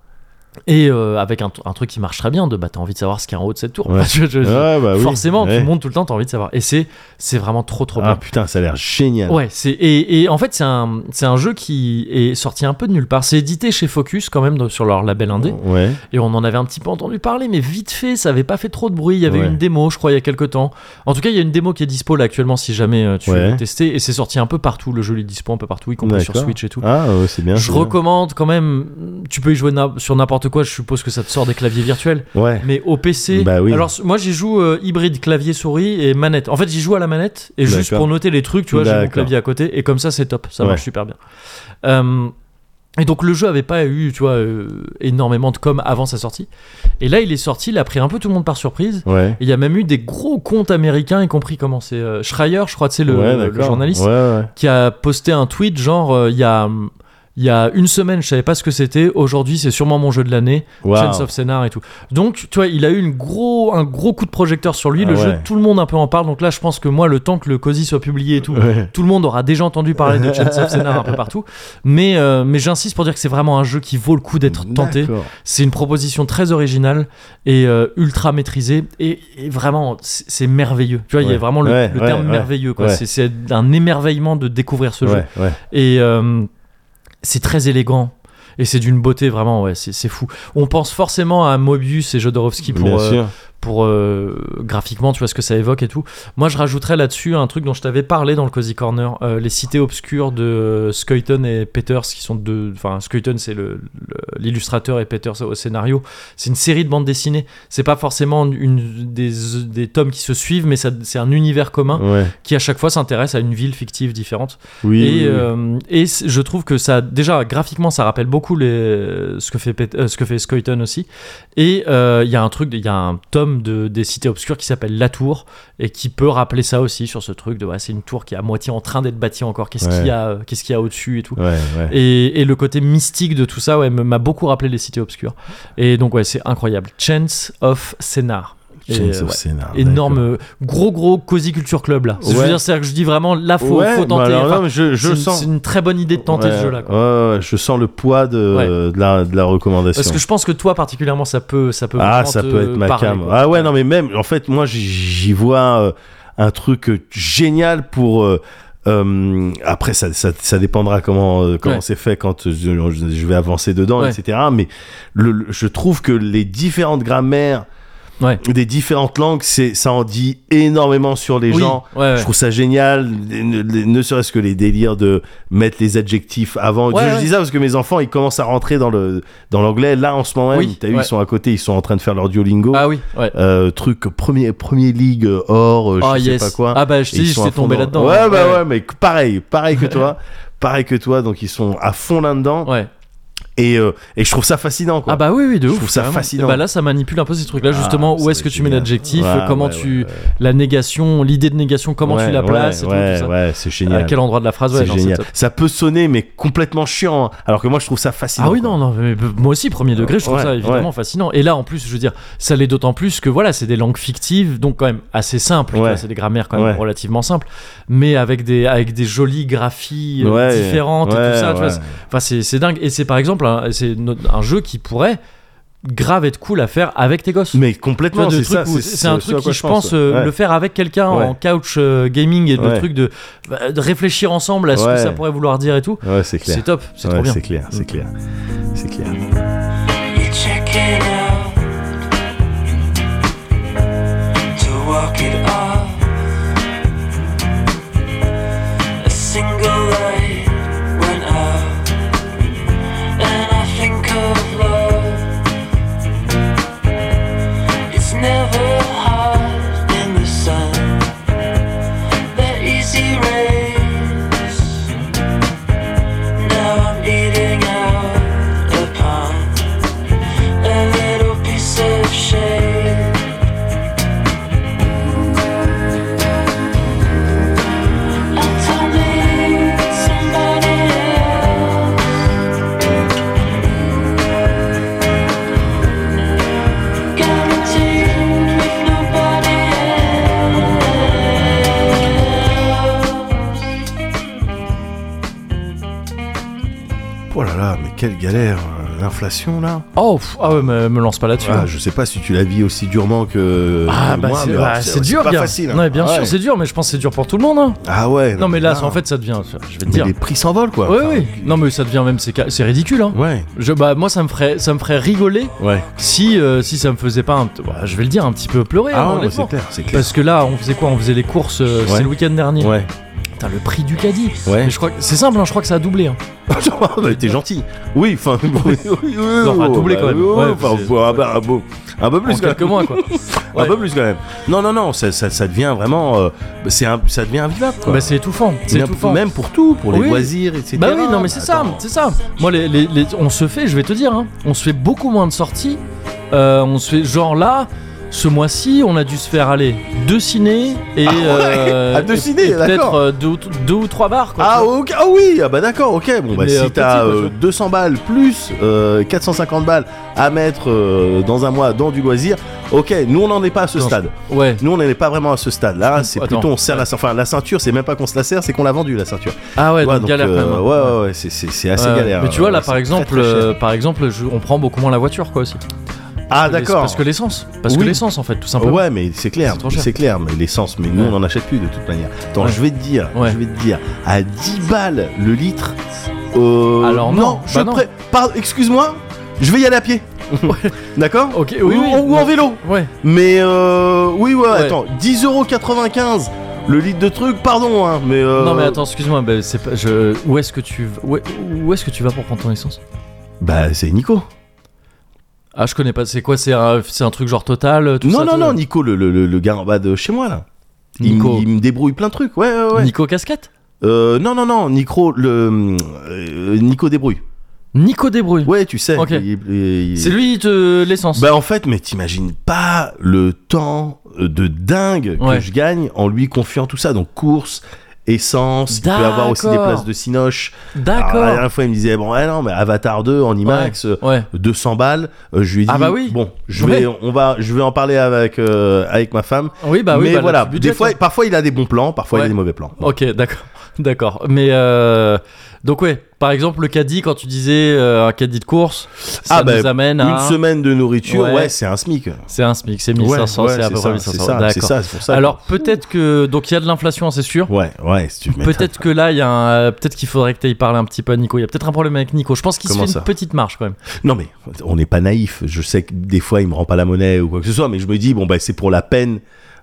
[SPEAKER 1] et euh, avec un, un truc qui marche très bien de bah t'as envie de savoir ce qu'il y a en haut de cette tour (laughs)
[SPEAKER 2] Ouais.
[SPEAKER 1] Je- je- je-
[SPEAKER 2] Ouais, bah oui.
[SPEAKER 1] forcément
[SPEAKER 2] Ouais.
[SPEAKER 1] tu montes tout le temps t'as envie de savoir et c'est c'est vraiment trop trop
[SPEAKER 2] Ah
[SPEAKER 1] bien
[SPEAKER 2] putain, ça a l'air génial.
[SPEAKER 1] Ouais, c'est et, et en fait c'est un c'est un jeu qui est sorti un peu de nulle part. C'est édité chez Focus quand même de- sur leur label indé.
[SPEAKER 2] Ouais.
[SPEAKER 1] Et on en avait un petit peu entendu parler, mais vite fait, ça avait pas fait trop de bruit. Il y avait
[SPEAKER 2] Ouais.
[SPEAKER 1] une démo, je crois, il y a quelques temps. En tout cas, il y a une démo qui est dispo là actuellement si jamais euh, tu
[SPEAKER 2] Ouais.
[SPEAKER 1] veux tester. Et c'est sorti un peu partout. Le jeu il est dispo un peu partout, y compris sur
[SPEAKER 2] D'accord.
[SPEAKER 1] Switch et tout.
[SPEAKER 2] Ah, ouais, c'est bien.
[SPEAKER 1] je
[SPEAKER 2] c'est bien.
[SPEAKER 1] recommande quand même. Tu peux y jouer na- sur n'importe quoi. Je suppose que ça te sort des claviers virtuels.
[SPEAKER 2] Ouais.
[SPEAKER 1] Mais au PC.
[SPEAKER 2] (laughs) Bah oui.
[SPEAKER 1] Alors moi j'y joue euh, hybride clavier souris et manette. En fait j'y joue à la manette et juste
[SPEAKER 2] D'accord.
[SPEAKER 1] pour noter les trucs, tu vois, j'ai mon
[SPEAKER 2] D'accord.
[SPEAKER 1] clavier à côté et comme ça c'est top, ça
[SPEAKER 2] Ouais.
[SPEAKER 1] marche super bien. Euh, et donc le jeu avait pas eu, tu vois, euh, énormément de com avant sa sortie. Et là il est sorti, il a pris un peu tout le monde par surprise.
[SPEAKER 2] Ouais.
[SPEAKER 1] Et Il y a même eu des gros comptes américains, y compris comment c'est euh, Schreier, je crois que c'est le,
[SPEAKER 2] Ouais,
[SPEAKER 1] le
[SPEAKER 2] d'accord.
[SPEAKER 1] journaliste,
[SPEAKER 2] Ouais, ouais.
[SPEAKER 1] qui a posté un tweet genre euh, il y a hum, il y a une semaine, je savais pas ce que c'était. Aujourd'hui, c'est sûrement mon jeu de l'année.
[SPEAKER 2] Waouh.
[SPEAKER 1] Sense
[SPEAKER 2] (laughs)
[SPEAKER 1] of Scénar et tout. Donc, tu vois, il a eu une gros, un gros coup de projecteur sur lui.
[SPEAKER 2] Ah
[SPEAKER 1] le jeu,
[SPEAKER 2] ouais.
[SPEAKER 1] tout le monde un peu en parle. Donc là, je pense que moi, le temps que le COSI soit publié
[SPEAKER 2] (laughs)
[SPEAKER 1] et tout,
[SPEAKER 2] Ouais.
[SPEAKER 1] tout le monde aura déjà entendu parler de Sense of Scénar un peu partout. Mais, euh, mais j'insiste pour dire que c'est vraiment un jeu qui vaut le coup d'être tenté.
[SPEAKER 2] D'accord.
[SPEAKER 1] C'est une proposition très originale et euh, ultra maîtrisée. Et, et vraiment, c'est c'est merveilleux. Tu vois, il y
[SPEAKER 2] Ouais.
[SPEAKER 1] a vraiment le,
[SPEAKER 2] Ouais,
[SPEAKER 1] le
[SPEAKER 2] ouais,
[SPEAKER 1] terme
[SPEAKER 2] ouais.
[SPEAKER 1] merveilleux. quoi.
[SPEAKER 2] Ouais.
[SPEAKER 1] C'est- C'est un émerveillement de découvrir ce jeu
[SPEAKER 2] Ouais, ouais.
[SPEAKER 1] et euh, c'est très élégant et c'est d'une beauté vraiment ouais c'est c'est fou on pense forcément à Mobius et Jodorowsky
[SPEAKER 2] Bien
[SPEAKER 1] pour euh,
[SPEAKER 2] sûr.
[SPEAKER 1] pour euh, graphiquement tu vois ce que ça évoque et tout moi je rajouterais là-dessus un truc dont je t'avais parlé dans le cozy corner euh, les cités obscures de euh, Skuyton et Peters qui sont deux enfin Skuyton c'est le- le- l'illustrateur et Peters au scénario c'est une série de bandes dessinées c'est pas forcément une des, des tomes qui se suivent mais ça- c'est un univers commun
[SPEAKER 2] Ouais.
[SPEAKER 1] qui à chaque fois s'intéresse à une ville fictive différente
[SPEAKER 2] Oui. oui,
[SPEAKER 1] et,
[SPEAKER 2] oui.
[SPEAKER 1] euh, et c- je trouve que ça, déjà graphiquement, ça rappelle beaucoup les, ce que fait Pet- euh, ce que fait Scoyton aussi. Et euh, il y a un truc, il y a un tome de, des cités obscures qui s'appelle La Tour et qui peut rappeler ça aussi sur ce truc de ouais, c'est une tour qui est à moitié en train d'être bâtie encore. Qu'est-ce
[SPEAKER 2] Ouais.
[SPEAKER 1] qu'il y a, euh, qu'est-ce qu'il y a au-dessus et tout.
[SPEAKER 2] Ouais, ouais.
[SPEAKER 1] Et, et le côté mystique de tout ça, ouais, me- m'a beaucoup rappelé les cités obscures. Et donc ouais, c'est incroyable. Chance of Scénar. Et,
[SPEAKER 2] Chains
[SPEAKER 1] euh,
[SPEAKER 2] of
[SPEAKER 1] ouais,
[SPEAKER 2] Scénar,
[SPEAKER 1] Énorme,
[SPEAKER 2] d'accord.
[SPEAKER 1] euh, gros gros cozy culture club là. Je veux
[SPEAKER 2] Ouais.
[SPEAKER 1] dire, c'est-à-dire que je dis vraiment là faut,
[SPEAKER 2] ouais,
[SPEAKER 1] faut
[SPEAKER 2] bah
[SPEAKER 1] tenter.
[SPEAKER 2] alors,
[SPEAKER 1] Enfin,
[SPEAKER 2] non, mais je, je
[SPEAKER 1] c'est une-
[SPEAKER 2] sens.
[SPEAKER 1] C'est une très bonne idée de tenter
[SPEAKER 2] Ouais,
[SPEAKER 1] ce jeu-là. quoi.
[SPEAKER 2] ouais, ouais, je sens le poids de,
[SPEAKER 1] Ouais.
[SPEAKER 2] de, la, de la recommandation.
[SPEAKER 1] Parce que je pense que toi particulièrement ça peut ça peut
[SPEAKER 2] ah,
[SPEAKER 1] vraiment
[SPEAKER 2] ça
[SPEAKER 1] te
[SPEAKER 2] peut être ma
[SPEAKER 1] parler,
[SPEAKER 2] cam.
[SPEAKER 1] quoi.
[SPEAKER 2] Ah ouais, non, mais même, en fait, moi, j'y- j'y vois euh, un truc euh, génial pour. euh, euh, après, ça, ça, ça dépendra comment euh, comment
[SPEAKER 1] Ouais.
[SPEAKER 2] c'est fait quand je, je vais avancer dedans,
[SPEAKER 1] Ouais.
[SPEAKER 2] etc. Mais le- le- je trouve que les différentes grammaires
[SPEAKER 1] Ouais.
[SPEAKER 2] des différentes langues, c'est ça en dit énormément sur les
[SPEAKER 1] Oui,
[SPEAKER 2] gens.
[SPEAKER 1] ouais, ouais.
[SPEAKER 2] Je trouve ça génial, ne, ne- ne serait-ce que les délires de mettre les adjectifs avant.
[SPEAKER 1] Ouais,
[SPEAKER 2] je, je
[SPEAKER 1] ouais.
[SPEAKER 2] dis ça parce que mes enfants, ils commencent à rentrer dans le dans l'anglais. Là, en ce moment, même,
[SPEAKER 1] Oui,
[SPEAKER 2] t'as vu,
[SPEAKER 1] ouais.
[SPEAKER 2] ils sont à côté, ils sont en train de faire leur Duolingo.
[SPEAKER 1] Ah oui, ouais.
[SPEAKER 2] Euh, truc premier premier ligue euh, or euh, je
[SPEAKER 1] Ah,
[SPEAKER 2] sais
[SPEAKER 1] yes.
[SPEAKER 2] pas quoi
[SPEAKER 1] Ah bah, je t'ai
[SPEAKER 2] Et
[SPEAKER 1] dit,
[SPEAKER 2] ils sont
[SPEAKER 1] j'étais
[SPEAKER 2] à fond
[SPEAKER 1] tombé
[SPEAKER 2] dans-
[SPEAKER 1] là-dedans. hein.
[SPEAKER 2] ouais bah
[SPEAKER 1] Ouais.
[SPEAKER 2] ouais, mais pareil pareil que toi
[SPEAKER 1] (laughs)
[SPEAKER 2] pareil que toi donc ils sont à fond là-dedans
[SPEAKER 1] Ouais.
[SPEAKER 2] et euh, et je trouve ça fascinant quoi
[SPEAKER 1] Ah bah oui, oui, de
[SPEAKER 2] Je
[SPEAKER 1] ouf.
[SPEAKER 2] trouve ça
[SPEAKER 1] carrément.
[SPEAKER 2] fascinant.
[SPEAKER 1] Bah là, ça manipule un peu ces trucs-là,
[SPEAKER 2] Ah,
[SPEAKER 1] justement.
[SPEAKER 2] ça
[SPEAKER 1] où est-ce
[SPEAKER 2] va
[SPEAKER 1] que
[SPEAKER 2] être
[SPEAKER 1] tu mets
[SPEAKER 2] génial.
[SPEAKER 1] l'adjectif
[SPEAKER 2] Ouais,
[SPEAKER 1] Comment
[SPEAKER 2] ouais,
[SPEAKER 1] tu.
[SPEAKER 2] ouais, ouais.
[SPEAKER 1] La négation, l'idée de négation, comment
[SPEAKER 2] Ouais,
[SPEAKER 1] tu la
[SPEAKER 2] ouais,
[SPEAKER 1] places et tout,
[SPEAKER 2] ouais,
[SPEAKER 1] tout ça.
[SPEAKER 2] ouais, c'est
[SPEAKER 1] À
[SPEAKER 2] génial
[SPEAKER 1] quel endroit de la phrase Ah, ouais,
[SPEAKER 2] c'est
[SPEAKER 1] non,
[SPEAKER 2] génial
[SPEAKER 1] top.
[SPEAKER 2] ça peut sonner mais complètement chiant hein. alors que moi je trouve ça fascinant
[SPEAKER 1] Ah oui,
[SPEAKER 2] quoi.
[SPEAKER 1] non, non, mais b- moi aussi, premier degré, je trouve
[SPEAKER 2] Ouais,
[SPEAKER 1] ça évidemment
[SPEAKER 2] ouais.
[SPEAKER 1] fascinant. Et là, en plus, je veux dire, ça l'est d'autant plus que voilà, c'est des langues fictives, donc quand même assez simples. tu
[SPEAKER 2] Ouais.
[SPEAKER 1] vois, C'est des grammaires quand même
[SPEAKER 2] Ouais.
[SPEAKER 1] relativement simples, mais avec des, avec des jolies graphies euh,
[SPEAKER 2] Ouais,
[SPEAKER 1] différentes et
[SPEAKER 2] ouais,
[SPEAKER 1] tout ça. tu vois,
[SPEAKER 2] ouais.
[SPEAKER 1] c'est- Enfin, c'est c'est dingue. Et c'est par exemple un, c'est no- un jeu qui pourrait grave être cool à faire avec tes gosses.
[SPEAKER 2] mais
[SPEAKER 1] Tu vois,
[SPEAKER 2] complètement
[SPEAKER 1] de
[SPEAKER 2] c'est
[SPEAKER 1] trucs
[SPEAKER 2] ça
[SPEAKER 1] où-
[SPEAKER 2] c'est-
[SPEAKER 1] c'est
[SPEAKER 2] c'est
[SPEAKER 1] un
[SPEAKER 2] ce
[SPEAKER 1] truc
[SPEAKER 2] à
[SPEAKER 1] qui,
[SPEAKER 2] quoi
[SPEAKER 1] je pense, euh,
[SPEAKER 2] ouais.
[SPEAKER 1] le faire avec quelqu'un
[SPEAKER 2] Ouais.
[SPEAKER 1] en couch euh, gaming et le
[SPEAKER 2] Ouais.
[SPEAKER 1] truc de, bah, de réfléchir ensemble à ce
[SPEAKER 2] Ouais.
[SPEAKER 1] que ça pourrait vouloir dire et tout.
[SPEAKER 2] ouais c'est clair
[SPEAKER 1] C'est top, c'est trop
[SPEAKER 2] Ouais,
[SPEAKER 1] bien.
[SPEAKER 2] c'est Mm. clair c'est clair c'est clair
[SPEAKER 3] You're checking out to walk it off. A single light went out, and I think of love. It's never hard in the sun. The easy rays. Now I'm eating out upon. A little piece of shade. I'm telling somebody else. Guaranteed with nobody else.
[SPEAKER 2] oh là là mais quelle galère euh, l'inflation là
[SPEAKER 1] Oh, pff, ah ouais, me, me lance pas là-dessus.
[SPEAKER 2] Ah,
[SPEAKER 1] hein.
[SPEAKER 2] je sais pas si tu la vis aussi durement que
[SPEAKER 1] Ah,
[SPEAKER 2] que
[SPEAKER 1] bah
[SPEAKER 2] moi,
[SPEAKER 1] c'est
[SPEAKER 2] mais
[SPEAKER 1] bah,
[SPEAKER 2] alors,
[SPEAKER 1] c'est dur,
[SPEAKER 2] pas
[SPEAKER 1] gars.
[SPEAKER 2] facile. hein.
[SPEAKER 1] Ouais, bien
[SPEAKER 2] Ah
[SPEAKER 1] sûr,
[SPEAKER 2] ouais.
[SPEAKER 1] c'est dur, mais je pense que c'est dur pour tout le monde. hein.
[SPEAKER 2] Ah ouais.
[SPEAKER 1] Non, mais là,
[SPEAKER 2] putain.
[SPEAKER 1] en fait, ça devient. Je vais te
[SPEAKER 2] Mais
[SPEAKER 1] dire.
[SPEAKER 2] les prix s'envolent quoi.
[SPEAKER 1] Oui,
[SPEAKER 2] Enfin,
[SPEAKER 1] oui. Non, mais ça devient même. C'est ca- c'est ridicule, hein.
[SPEAKER 2] Ouais.
[SPEAKER 1] Je, bah, moi, ça me ferait, ça me ferait rigoler
[SPEAKER 2] Ouais.
[SPEAKER 1] si, euh, si ça me faisait pas un. p- bah, je vais le dire, un petit peu pleurer. hein,
[SPEAKER 2] Ah ouais,
[SPEAKER 1] honnêtement.
[SPEAKER 2] c'est clair, c'est clair.
[SPEAKER 1] Parce que là, on faisait quoi On faisait les courses, euh,
[SPEAKER 2] Ouais.
[SPEAKER 1] c'est le week-end dernier.
[SPEAKER 2] Ouais.
[SPEAKER 1] Putain, le prix du caddie.
[SPEAKER 2] Ouais.
[SPEAKER 1] Mais je crois que c'est simple, hein, je crois que ça a doublé. hein.
[SPEAKER 2] Genre, bah, t'es gentil. Oui, enfin. (laughs) oui, oui, oui, oui,
[SPEAKER 1] enfin,
[SPEAKER 2] oui,
[SPEAKER 1] doublé
[SPEAKER 2] bah,
[SPEAKER 1] quand même.
[SPEAKER 2] oui, oui,
[SPEAKER 1] Ouais,
[SPEAKER 2] enfin,
[SPEAKER 1] c'est-
[SPEAKER 2] bah, bah, un peu- un peu
[SPEAKER 1] En
[SPEAKER 2] plus quand
[SPEAKER 1] quelques
[SPEAKER 2] même.
[SPEAKER 1] mois, quoi.
[SPEAKER 2] Un
[SPEAKER 1] ouais.
[SPEAKER 2] peu plus quand même. Non, non, non, ça, ça, ça devient vraiment. euh, c'est un, ça devient invivable quoi.
[SPEAKER 1] Bah, c'est étouffant. C'est
[SPEAKER 2] Même-
[SPEAKER 1] étouffant.
[SPEAKER 2] Même pour tout, pour les
[SPEAKER 1] Oui.
[SPEAKER 2] loisirs, etc.
[SPEAKER 1] Bah oui, non, mais c'est ça,
[SPEAKER 2] Attends.
[SPEAKER 1] c'est ça. Moi, les, les- les- on se fait, je vais te dire, hein, on se fait beaucoup moins de sorties. Euh, on se fait, genre là, ce mois-ci, on a dû se faire aller deux ciné et.
[SPEAKER 2] Ah ouais,
[SPEAKER 1] euh,
[SPEAKER 2] à deux
[SPEAKER 1] et-
[SPEAKER 2] ciné,
[SPEAKER 1] et Peut-être
[SPEAKER 2] d'accord.
[SPEAKER 1] euh, deux, ou t- deux ou trois bars, quoi.
[SPEAKER 2] Ah, ok. Ah oui, ah bah d'accord, ok. Bon, bah
[SPEAKER 1] Mais, euh,
[SPEAKER 2] si
[SPEAKER 1] petit,
[SPEAKER 2] t'as
[SPEAKER 1] quoi,
[SPEAKER 2] euh,
[SPEAKER 1] tu vois.
[SPEAKER 2] 200 balles plus euh, 450 balles à mettre euh, dans un mois dans du loisir, ok, nous on n'en est pas à ce
[SPEAKER 1] Non,
[SPEAKER 2] stade.
[SPEAKER 1] tu vois. Ouais.
[SPEAKER 2] Nous on n'en est pas vraiment à ce stade. Là, c'est
[SPEAKER 1] Attends.
[SPEAKER 2] plutôt on serre la ceinture. Enfin, la ceinture, c'est même pas qu'on se la serre, c'est qu'on l'a vendue la ceinture.
[SPEAKER 1] Ah ouais,
[SPEAKER 2] Ouais,
[SPEAKER 1] donc,
[SPEAKER 2] donc,
[SPEAKER 1] galère
[SPEAKER 2] euh,
[SPEAKER 1] quand même.
[SPEAKER 2] Ouais, ouais, ouais, c'est- c'est c'est assez
[SPEAKER 1] Ouais,
[SPEAKER 2] galère.
[SPEAKER 1] Mais tu vois, là,
[SPEAKER 2] Ouais,
[SPEAKER 1] par
[SPEAKER 2] c'est
[SPEAKER 1] exemple,
[SPEAKER 2] très, très cher.
[SPEAKER 1] euh, par exemple je- on prend beaucoup moins la voiture, quoi, aussi.
[SPEAKER 2] ah d'accord.
[SPEAKER 1] Parce que l'essence. Parce que
[SPEAKER 2] Oui.
[SPEAKER 1] l'essence, en fait, tout simplement.
[SPEAKER 2] Ouais, mais c'est clair,
[SPEAKER 1] C'est trop cher.
[SPEAKER 2] c'est clair, mais l'essence, mais nous
[SPEAKER 1] Ouais.
[SPEAKER 2] on en achète plus de toute manière. Attends,
[SPEAKER 1] Ouais.
[SPEAKER 2] je vais te dire,
[SPEAKER 1] Ouais.
[SPEAKER 2] je vais te dire, à 10 balles le litre, euh,
[SPEAKER 1] Alors non,
[SPEAKER 2] je
[SPEAKER 1] bah non.
[SPEAKER 2] pré- Pardon, excuse-moi, je vais y aller à pied. (laughs) D'accord
[SPEAKER 1] Ok, oui,
[SPEAKER 2] Ou,
[SPEAKER 1] oui.
[SPEAKER 2] ou en
[SPEAKER 1] non.
[SPEAKER 2] vélo.
[SPEAKER 1] Ouais.
[SPEAKER 2] Mais euh, oui, ouais,
[SPEAKER 1] Ouais.
[SPEAKER 2] attends, 10,95€ le litre de truc, pardon, hein, mais. euh,
[SPEAKER 1] Non mais attends, excuse-moi, bah, c'est pas, je... où est-ce que tu v- où est- où est-ce que tu vas pour prendre ton essence
[SPEAKER 2] Bah, c'est Nico.
[SPEAKER 1] Ah, je connais pas. C'est quoi C'est un, c'est un truc genre total euh, tout
[SPEAKER 2] non,
[SPEAKER 1] ça,
[SPEAKER 2] non,
[SPEAKER 1] tout-
[SPEAKER 2] non, Nico, le, le, le- le gars en bas de chez moi, là. Il
[SPEAKER 1] Nico.
[SPEAKER 2] me- Il me débrouille plein de trucs, ouais, ouais, ouais.
[SPEAKER 1] Nico Casquette
[SPEAKER 2] Euh, non, non, non, Nico, le. euh, Nico débrouille.
[SPEAKER 1] Nico Débrouille.
[SPEAKER 2] Ouais, tu sais.
[SPEAKER 1] Ok.
[SPEAKER 2] il- il- il-
[SPEAKER 1] C'est lui il te... l'essence.
[SPEAKER 2] Bah en fait, mais t'imagines pas le temps euh, de dingue que
[SPEAKER 1] Ouais.
[SPEAKER 2] je gagne en lui confiant tout ça, donc course, essence, il peut avoir aussi des
[SPEAKER 1] D'accord.
[SPEAKER 2] places de cinoche. Alors, la
[SPEAKER 1] D'accord.
[SPEAKER 2] dernière fois, il me disait bon, ouais, non, mais Avatar 2 en IMAX. euh,
[SPEAKER 1] Ouais.
[SPEAKER 2] 200 balles, euh, je lui ai dit
[SPEAKER 1] Ah bah oui.
[SPEAKER 2] bon, je vais
[SPEAKER 1] Ouais.
[SPEAKER 2] on va je vais en parler avec euh, avec ma femme.
[SPEAKER 1] Oui, bah oui.
[SPEAKER 2] mais
[SPEAKER 1] bah, là,
[SPEAKER 2] voilà,
[SPEAKER 1] tu budget,
[SPEAKER 2] des fois
[SPEAKER 1] hein.
[SPEAKER 2] parfois il a des bons plans, parfois il
[SPEAKER 1] Ouais.
[SPEAKER 2] a des mauvais plans.
[SPEAKER 1] Ok, d'accord. (laughs) D'accord. Mais euh, donc ouais, par exemple le caddie quand tu disais euh, un caddie de course, ça
[SPEAKER 2] Ah, bah,
[SPEAKER 1] nous amène
[SPEAKER 2] Une
[SPEAKER 1] à
[SPEAKER 2] semaine de nourriture,
[SPEAKER 1] hein. Ouais.
[SPEAKER 2] ouais, c'est un SMIC.
[SPEAKER 1] c'est un smic, c'est
[SPEAKER 2] Ouais,
[SPEAKER 1] 1500,
[SPEAKER 2] ouais,
[SPEAKER 1] c'est à peu près
[SPEAKER 2] ça,
[SPEAKER 1] 1500.
[SPEAKER 2] C'est ça, c'est
[SPEAKER 1] D'accord.
[SPEAKER 2] ça, c'est pour ça. que-
[SPEAKER 1] Alors peut-être que donc il y a de l'inflation, c'est
[SPEAKER 2] (laughs)
[SPEAKER 1] sûr.
[SPEAKER 2] Ouais, ouais, si tu m'étonnes.
[SPEAKER 1] Peut-être que là, il y a un, euh, peut-être qu'il faudrait que tu ailles parler un petit peu à Nico. Il y a peut-être un problème avec Nico. Je pense qu'il se
[SPEAKER 2] Comment
[SPEAKER 1] fait
[SPEAKER 2] ça
[SPEAKER 1] une petite marche quand même.
[SPEAKER 2] Non mais on n'est pas naïf. Je sais que des fois il me rend pas la monnaie ou quoi que ce soit, mais je me dis bon bah c'est pour la peine.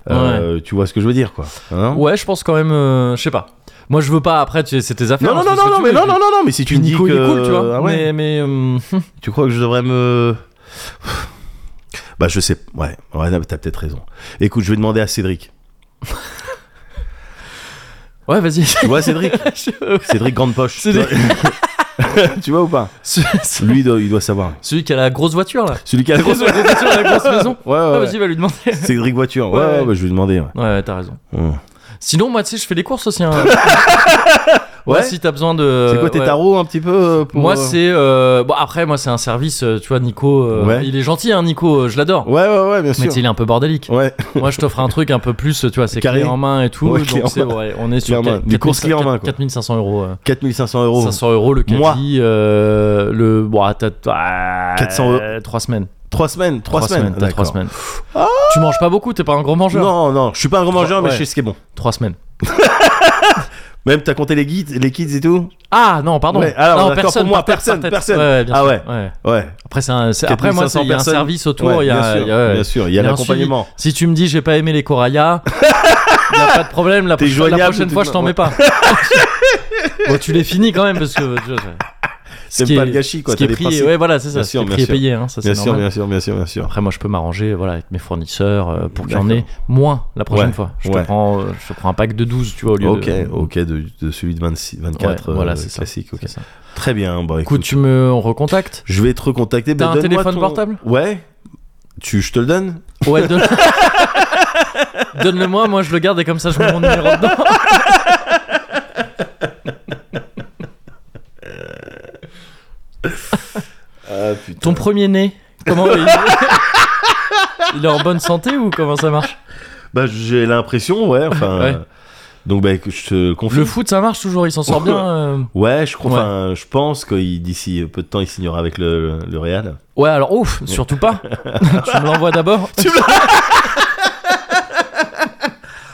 [SPEAKER 2] Euh, Tu vois ce que je veux dire quoi Hein
[SPEAKER 1] Ouais, je pense quand même. euh, je sais pas. Moi, je veux pas. Après, tu sais, c'est tes affaires.
[SPEAKER 2] Non non
[SPEAKER 1] hein, tu fais
[SPEAKER 2] non
[SPEAKER 1] ce que
[SPEAKER 2] non non
[SPEAKER 1] tu
[SPEAKER 2] mais
[SPEAKER 1] veux.
[SPEAKER 2] non non non non mais si tu me dis
[SPEAKER 1] Nico,
[SPEAKER 2] que
[SPEAKER 1] il est cool, tu euh, vois.
[SPEAKER 2] Ah ouais.
[SPEAKER 1] Mais, mais, euh,
[SPEAKER 2] tu crois que je devrais me bah je sais ouais ouais non, t'as peut-être raison. Écoute je vais demander à Cédric.
[SPEAKER 1] (laughs) ouais, vas-y. (laughs)
[SPEAKER 2] Tu vois Cédric Cédric grande poche. Tu vois,
[SPEAKER 1] Cédric.
[SPEAKER 2] Tu vois (laughs)
[SPEAKER 1] (laughs)
[SPEAKER 2] ou pas
[SPEAKER 1] Celui
[SPEAKER 2] Lui il doit, il doit savoir.
[SPEAKER 1] celui qui a la grosse voiture là.
[SPEAKER 2] Celui qui a la (laughs) grosse.
[SPEAKER 1] La grosse voiture, la grosse (laughs) maison.
[SPEAKER 2] Ouais, ouais,
[SPEAKER 1] Ah,
[SPEAKER 2] ouais.
[SPEAKER 1] vas-y, va lui
[SPEAKER 2] (laughs)
[SPEAKER 1] demander.
[SPEAKER 2] Cédric voiture. Ouais,
[SPEAKER 1] Ouais,
[SPEAKER 2] ouais,
[SPEAKER 1] ouais.
[SPEAKER 2] bah, je vais lui demander. ouais.
[SPEAKER 1] Ouais, ouais, t'as raison.
[SPEAKER 2] Ouais.
[SPEAKER 1] Sinon, moi, tu sais, je fais les courses aussi. hein.
[SPEAKER 2] Hum. (laughs) Ouais.
[SPEAKER 1] Moi, si t'as besoin de.
[SPEAKER 2] C'est quoi tes
[SPEAKER 1] ouais.
[SPEAKER 2] tarots un petit peu euh, pour,
[SPEAKER 1] Moi,
[SPEAKER 2] euh,
[SPEAKER 1] c'est. euh, Bon, après, moi, c'est un service. euh, Tu vois, Nico, euh,
[SPEAKER 2] Ouais.
[SPEAKER 1] il est gentil, hein, Nico, euh, je l'adore.
[SPEAKER 2] Ouais ouais ouais bien
[SPEAKER 1] Mais
[SPEAKER 2] sûr.
[SPEAKER 1] tu sais, il est un peu bordélique.
[SPEAKER 2] Ouais.
[SPEAKER 1] Moi, je t'offre un truc un peu plus, euh, tu vois, c'est
[SPEAKER 2] Carré.
[SPEAKER 1] clé en main et tout.
[SPEAKER 2] Ouais, clé en
[SPEAKER 1] donc, c'est
[SPEAKER 2] main.
[SPEAKER 1] ouais, on est
[SPEAKER 2] Clé
[SPEAKER 1] sur
[SPEAKER 2] en main.
[SPEAKER 1] quatre-
[SPEAKER 2] Des courses
[SPEAKER 1] 4500
[SPEAKER 2] clés en main, quoi.
[SPEAKER 1] 4500 euros. euh.
[SPEAKER 2] 4500 euros.
[SPEAKER 1] 500 euros le
[SPEAKER 2] Moi.
[SPEAKER 1] caddie. euh, le. Bon, t'as. ah,
[SPEAKER 2] 400 euros.
[SPEAKER 1] Trois semaines.
[SPEAKER 2] 3 semaines, 3,
[SPEAKER 1] Trois
[SPEAKER 2] semaines.
[SPEAKER 1] T'as
[SPEAKER 2] d'accord.
[SPEAKER 1] trois semaines. Tu manges pas beaucoup, t'es pas un gros mangeur.
[SPEAKER 2] Non, non, je suis pas un grand mangeur, mais
[SPEAKER 1] Ouais.
[SPEAKER 2] je sais ce qui est bon.
[SPEAKER 1] Trois semaines.
[SPEAKER 2] Même t'as compté les guides, les kids et tout
[SPEAKER 1] Ah non, pardon.
[SPEAKER 2] Ouais, alors,
[SPEAKER 1] non,
[SPEAKER 2] d'accord,
[SPEAKER 1] personne,
[SPEAKER 2] pour moi,
[SPEAKER 1] par tête, par
[SPEAKER 2] personne,
[SPEAKER 1] tête.
[SPEAKER 2] personne.
[SPEAKER 1] Ouais, ouais, bien
[SPEAKER 2] Ah
[SPEAKER 1] sûr,
[SPEAKER 2] ouais. Ouais.
[SPEAKER 1] Après, c'est un- c'est- après moi, c'est-
[SPEAKER 2] 4500
[SPEAKER 1] il y a un
[SPEAKER 2] personnes.
[SPEAKER 1] service autour.
[SPEAKER 2] Ouais,
[SPEAKER 1] il y a,
[SPEAKER 2] bien sûr,
[SPEAKER 1] il y a- ouais.
[SPEAKER 2] bien sûr, il y a
[SPEAKER 1] un
[SPEAKER 2] l'accompagnement.
[SPEAKER 1] suivi. Si tu me dis j'ai pas aimé les
[SPEAKER 2] (laughs)
[SPEAKER 1] Coraya, il a pas de problème. La,
[SPEAKER 2] T'es
[SPEAKER 1] prochaine- la
[SPEAKER 2] joignable,
[SPEAKER 1] prochaine
[SPEAKER 2] tu-
[SPEAKER 1] fois, je t'en mets pas. (laughs) bon, tu les finis quand même parce que.
[SPEAKER 2] (laughs)
[SPEAKER 1] tu vois, ce
[SPEAKER 2] T'aimes
[SPEAKER 1] qui
[SPEAKER 2] pas
[SPEAKER 1] est-
[SPEAKER 2] le gâchis, quoi,
[SPEAKER 1] Ce qui est
[SPEAKER 2] t'as des
[SPEAKER 1] pris,
[SPEAKER 2] principes.
[SPEAKER 1] ouais, voilà, c'est
[SPEAKER 2] Bien
[SPEAKER 1] ça. Ce qui
[SPEAKER 2] sûr,
[SPEAKER 1] est
[SPEAKER 2] bien
[SPEAKER 1] pris est
[SPEAKER 2] sûr.
[SPEAKER 1] payé, hein, ça c'est
[SPEAKER 2] Bien sûr,
[SPEAKER 1] normal.
[SPEAKER 2] bien sûr, bien sûr, bien sûr.
[SPEAKER 1] Après, moi, je peux m'arranger, voilà, avec mes fournisseurs euh, pour qu'il y en ait
[SPEAKER 2] D'accord.
[SPEAKER 1] moins la prochaine
[SPEAKER 2] Ouais,
[SPEAKER 1] fois. Je te
[SPEAKER 2] ouais.
[SPEAKER 1] prends, euh, je te prends un pack de 12, tu vois, au lieu
[SPEAKER 2] Ok,
[SPEAKER 1] de.
[SPEAKER 2] ok, de, de celui de 26, 24
[SPEAKER 1] Ouais, voilà,
[SPEAKER 2] euh,
[SPEAKER 1] c'est ça,
[SPEAKER 2] classique. ok.
[SPEAKER 1] C'est ça.
[SPEAKER 2] Très bien,
[SPEAKER 1] Écoute,
[SPEAKER 2] bah écoute,
[SPEAKER 1] tu me recontactes
[SPEAKER 2] je vais te recontacter.
[SPEAKER 1] T'as
[SPEAKER 2] bah,
[SPEAKER 1] un
[SPEAKER 2] donne-moi
[SPEAKER 1] téléphone
[SPEAKER 2] ton-
[SPEAKER 1] portable
[SPEAKER 2] Ouais. Tu, je te le donne
[SPEAKER 1] Ouais, donne...
[SPEAKER 2] (laughs)
[SPEAKER 1] le moi, moi je le garde et comme ça je mets mon numéro dedans.
[SPEAKER 2] Ah putain.
[SPEAKER 1] Ton premier né, comment il... il est en bonne santé ou comment ça marche
[SPEAKER 2] Bah j'ai
[SPEAKER 1] (laughs)
[SPEAKER 2] l'impression, ouais, enfin.
[SPEAKER 1] Ouais.
[SPEAKER 2] euh, Donc bah écoute, je te confie.
[SPEAKER 1] Le foot ça marche toujours, il s'en sort bien. euh.
[SPEAKER 2] Ouais, je crois,
[SPEAKER 1] Ouais.
[SPEAKER 2] enfin, je pense que il- d'ici peu de temps, il signera avec le, le, le Real.
[SPEAKER 1] Ouais, alors ouf, surtout
[SPEAKER 2] (laughs)
[SPEAKER 1] pas. tu me l'envoies d'abord.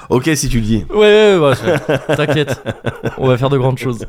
[SPEAKER 2] Ok, si tu le dis.
[SPEAKER 1] Ouais, ouais, ouais, ouais, bah, t'inquiète, on va faire de grandes
[SPEAKER 2] (laughs)
[SPEAKER 1] choses.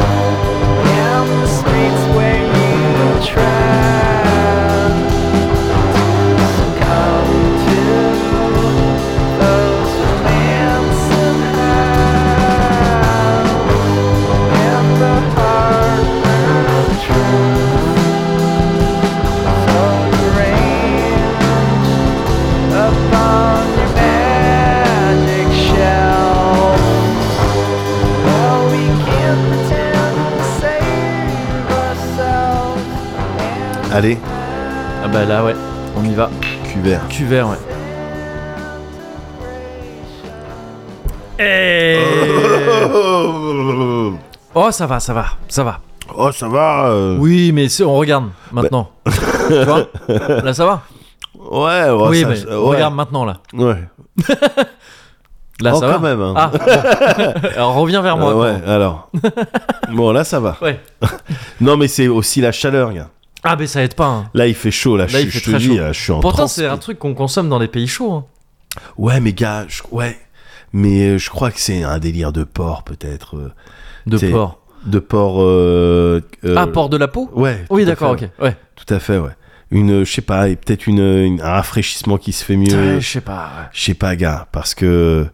[SPEAKER 6] Down the streets where you tried to come to those who dancing high and the hard truth so deranged upon your magic shell. Well, we can't pretend to save ourselves. And
[SPEAKER 2] Allez,
[SPEAKER 1] Ah bah là, ouais, on y va.
[SPEAKER 2] cuvert.
[SPEAKER 1] Cuvert, ouais. Eh
[SPEAKER 2] Oh,
[SPEAKER 1] Oh, ça va, ça va, ça va.
[SPEAKER 2] (laughs) oh, ça va. euh.
[SPEAKER 1] Oui, mais c'est- on regarde maintenant. tu vois Là, ça va
[SPEAKER 2] Ouais, ouais,
[SPEAKER 1] Oui,
[SPEAKER 2] Bah. Oh, ça-
[SPEAKER 1] mais
[SPEAKER 2] ça-
[SPEAKER 1] on
[SPEAKER 2] ouais.
[SPEAKER 1] regarde maintenant, là.
[SPEAKER 2] Ouais.
[SPEAKER 1] Là,
[SPEAKER 2] Oh,
[SPEAKER 1] ça
[SPEAKER 2] quand
[SPEAKER 1] va
[SPEAKER 2] même. hein.
[SPEAKER 1] Ah, (laughs) bon. Alors, reviens vers moi.
[SPEAKER 2] Euh,
[SPEAKER 1] (laughs)
[SPEAKER 2] ouais, alors. bon, là, ça va.
[SPEAKER 1] Ouais.
[SPEAKER 2] Non, mais c'est aussi la chaleur, gars.
[SPEAKER 1] Ah, mais ça aide pas. hein.
[SPEAKER 2] Là, il fait chaud, là. je,
[SPEAKER 1] il
[SPEAKER 2] suis-
[SPEAKER 1] fait
[SPEAKER 2] je te
[SPEAKER 1] très
[SPEAKER 2] dis,
[SPEAKER 1] chaud.
[SPEAKER 2] là, je suis en
[SPEAKER 1] Pourtant,
[SPEAKER 2] trans-
[SPEAKER 1] c'est un truc qu'on consomme dans les pays chauds. hein.
[SPEAKER 2] Ouais, mais gars, je... ouais. Mais euh, je crois que c'est un délire de porc, peut-être. euh,
[SPEAKER 1] De
[SPEAKER 2] C'est-
[SPEAKER 1] porc.
[SPEAKER 2] De porc. euh, euh,
[SPEAKER 1] Ah, porc de la peau
[SPEAKER 2] Ouais. tout
[SPEAKER 1] Oui,
[SPEAKER 2] à
[SPEAKER 1] d'accord,
[SPEAKER 2] fait,
[SPEAKER 1] ok. Ouais.
[SPEAKER 2] Tout à fait, ouais. Une, euh, je sais pas, et peut-être euh, une, une- un rafraîchissement qui se fait mieux.
[SPEAKER 1] Ouais, Je sais pas. ouais.
[SPEAKER 2] Je sais pas, gars, parce que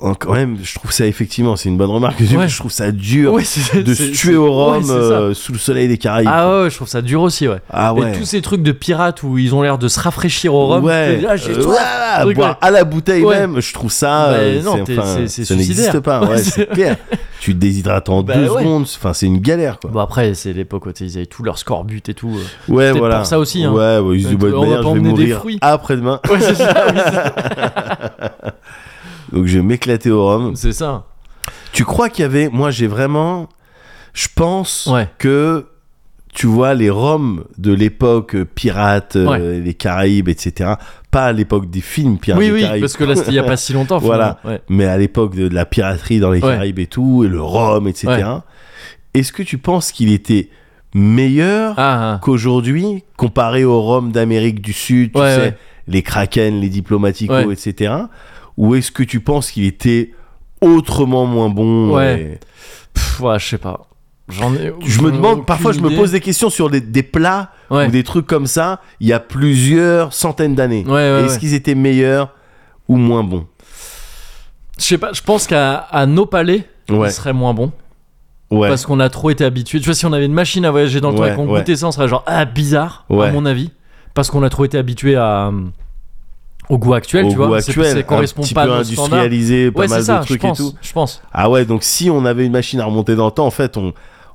[SPEAKER 2] en- quand même, je trouve ça effectivement, c'est une bonne remarque.
[SPEAKER 1] Ouais.
[SPEAKER 2] Je trouve ça dur
[SPEAKER 1] Ouais, c'est-
[SPEAKER 2] de
[SPEAKER 1] c'est-
[SPEAKER 2] se tuer au
[SPEAKER 1] ouais,
[SPEAKER 2] rhum
[SPEAKER 1] c'est ça.
[SPEAKER 2] euh, sous le soleil des Caraïbes.
[SPEAKER 1] Ah ouais, je trouve ça dur aussi, ouais.
[SPEAKER 2] Ah ouais.
[SPEAKER 1] Et tous ces trucs de pirates où ils ont l'air de se rafraîchir au rhum.
[SPEAKER 2] Ouais.
[SPEAKER 1] Là, ah, j'ai
[SPEAKER 2] Euh,
[SPEAKER 1] soif.
[SPEAKER 2] voilà,
[SPEAKER 1] Truc,
[SPEAKER 2] boire
[SPEAKER 1] ouais.
[SPEAKER 2] à la bouteille
[SPEAKER 1] Ouais.
[SPEAKER 2] même, je trouve ça.
[SPEAKER 1] Bah,
[SPEAKER 2] euh,
[SPEAKER 1] non,
[SPEAKER 2] c'est-
[SPEAKER 1] t'es-
[SPEAKER 2] enfin,
[SPEAKER 1] c'est- c'est
[SPEAKER 2] ça n'existe
[SPEAKER 1] suicidaire.
[SPEAKER 2] pas. Ouais,
[SPEAKER 1] Ouais,
[SPEAKER 2] c'est
[SPEAKER 1] c'est-
[SPEAKER 2] clair. Tu te déshydrates en
[SPEAKER 1] Bah,
[SPEAKER 2] deux
[SPEAKER 1] ouais. Bah,
[SPEAKER 2] secondes. Enfin, c'est une galère, quoi.
[SPEAKER 1] Bon après c'est l'époque où ils avaient tout leur scorbut et tout. euh.
[SPEAKER 2] ouais,
[SPEAKER 1] peut-être
[SPEAKER 2] voilà.
[SPEAKER 1] pour ça aussi, hein.
[SPEAKER 2] Ouais, ouais, ils se disent,
[SPEAKER 1] On
[SPEAKER 2] bah, de
[SPEAKER 1] va
[SPEAKER 2] manière,
[SPEAKER 1] pas
[SPEAKER 2] je vais
[SPEAKER 1] emmener des
[SPEAKER 2] mourir
[SPEAKER 1] fruits.
[SPEAKER 2] après-demain.
[SPEAKER 1] Ouais c'est ça, oui, c'est-
[SPEAKER 2] Donc, je vais m'éclater au rhum.
[SPEAKER 1] (laughs) c'est ça.
[SPEAKER 2] Tu crois qu'il y avait. Moi, j'ai vraiment. Je pense
[SPEAKER 1] Ouais.
[SPEAKER 2] que. Tu vois, les Roms de l'époque euh, pirate, euh,
[SPEAKER 1] Ouais.
[SPEAKER 2] les Caraïbes, etc. Pas à l'époque des films pirates
[SPEAKER 1] Oui
[SPEAKER 2] des
[SPEAKER 1] oui
[SPEAKER 2] Caraïbes.
[SPEAKER 1] parce que là c'était il y a pas si longtemps.
[SPEAKER 2] Voilà.
[SPEAKER 1] finalement. Ouais.
[SPEAKER 2] mais à l'époque de, de la piraterie dans les
[SPEAKER 1] Ouais.
[SPEAKER 2] Caraïbes et tout, et le rhum, etc.
[SPEAKER 1] Ouais.
[SPEAKER 2] Est-ce que tu penses qu'il était meilleur
[SPEAKER 1] Ah, ah.
[SPEAKER 2] qu'aujourd'hui, comparé au rhum d'Amérique du Sud, tu
[SPEAKER 1] Ouais,
[SPEAKER 2] sais,
[SPEAKER 1] ouais.
[SPEAKER 2] les Kraken, les Diplomatico,
[SPEAKER 1] Ouais.
[SPEAKER 2] etc. Ou est-ce que tu penses qu'il était autrement moins bon
[SPEAKER 1] Ouais. Pff, ouais, je sais pas. J'en ai.
[SPEAKER 2] et- Je me
[SPEAKER 1] aucune
[SPEAKER 2] demande, parfois je me
[SPEAKER 1] idée.
[SPEAKER 2] pose des questions sur des, des plats
[SPEAKER 1] Ouais.
[SPEAKER 2] ou des trucs comme ça, il y a plusieurs centaines d'années.
[SPEAKER 1] Ouais, ouais,
[SPEAKER 2] Est-ce
[SPEAKER 1] ouais.
[SPEAKER 2] qu'ils étaient meilleurs ou moins bons
[SPEAKER 1] Je sais pas. Je pense qu'à à nos palais,
[SPEAKER 2] Ouais.
[SPEAKER 1] il serait moins bon
[SPEAKER 2] Ouais.
[SPEAKER 1] parce qu'on a trop été habitué. Tu vois si on avait une machine à voyager dans le temps
[SPEAKER 2] Ouais,
[SPEAKER 1] et qu'on
[SPEAKER 2] ouais.
[SPEAKER 1] goûtait ça, on serait genre ah bizarre
[SPEAKER 2] Ouais.
[SPEAKER 1] à mon avis parce qu'on a trop été habitué à euh, au goût actuel,
[SPEAKER 2] au
[SPEAKER 1] tu vois.
[SPEAKER 2] goût
[SPEAKER 1] C'est-
[SPEAKER 2] actuel,
[SPEAKER 1] ça correspond
[SPEAKER 2] un petit
[SPEAKER 1] pas
[SPEAKER 2] peu
[SPEAKER 1] à nos standards.
[SPEAKER 2] industrialisé, pas
[SPEAKER 1] Ouais, c'est
[SPEAKER 2] mal
[SPEAKER 1] ça,
[SPEAKER 2] de
[SPEAKER 1] je
[SPEAKER 2] trucs et
[SPEAKER 1] pense.
[SPEAKER 2] tout.
[SPEAKER 1] Je pense.
[SPEAKER 2] Ah ouais, donc si on avait une machine à remonter dans le temps, en fait, on,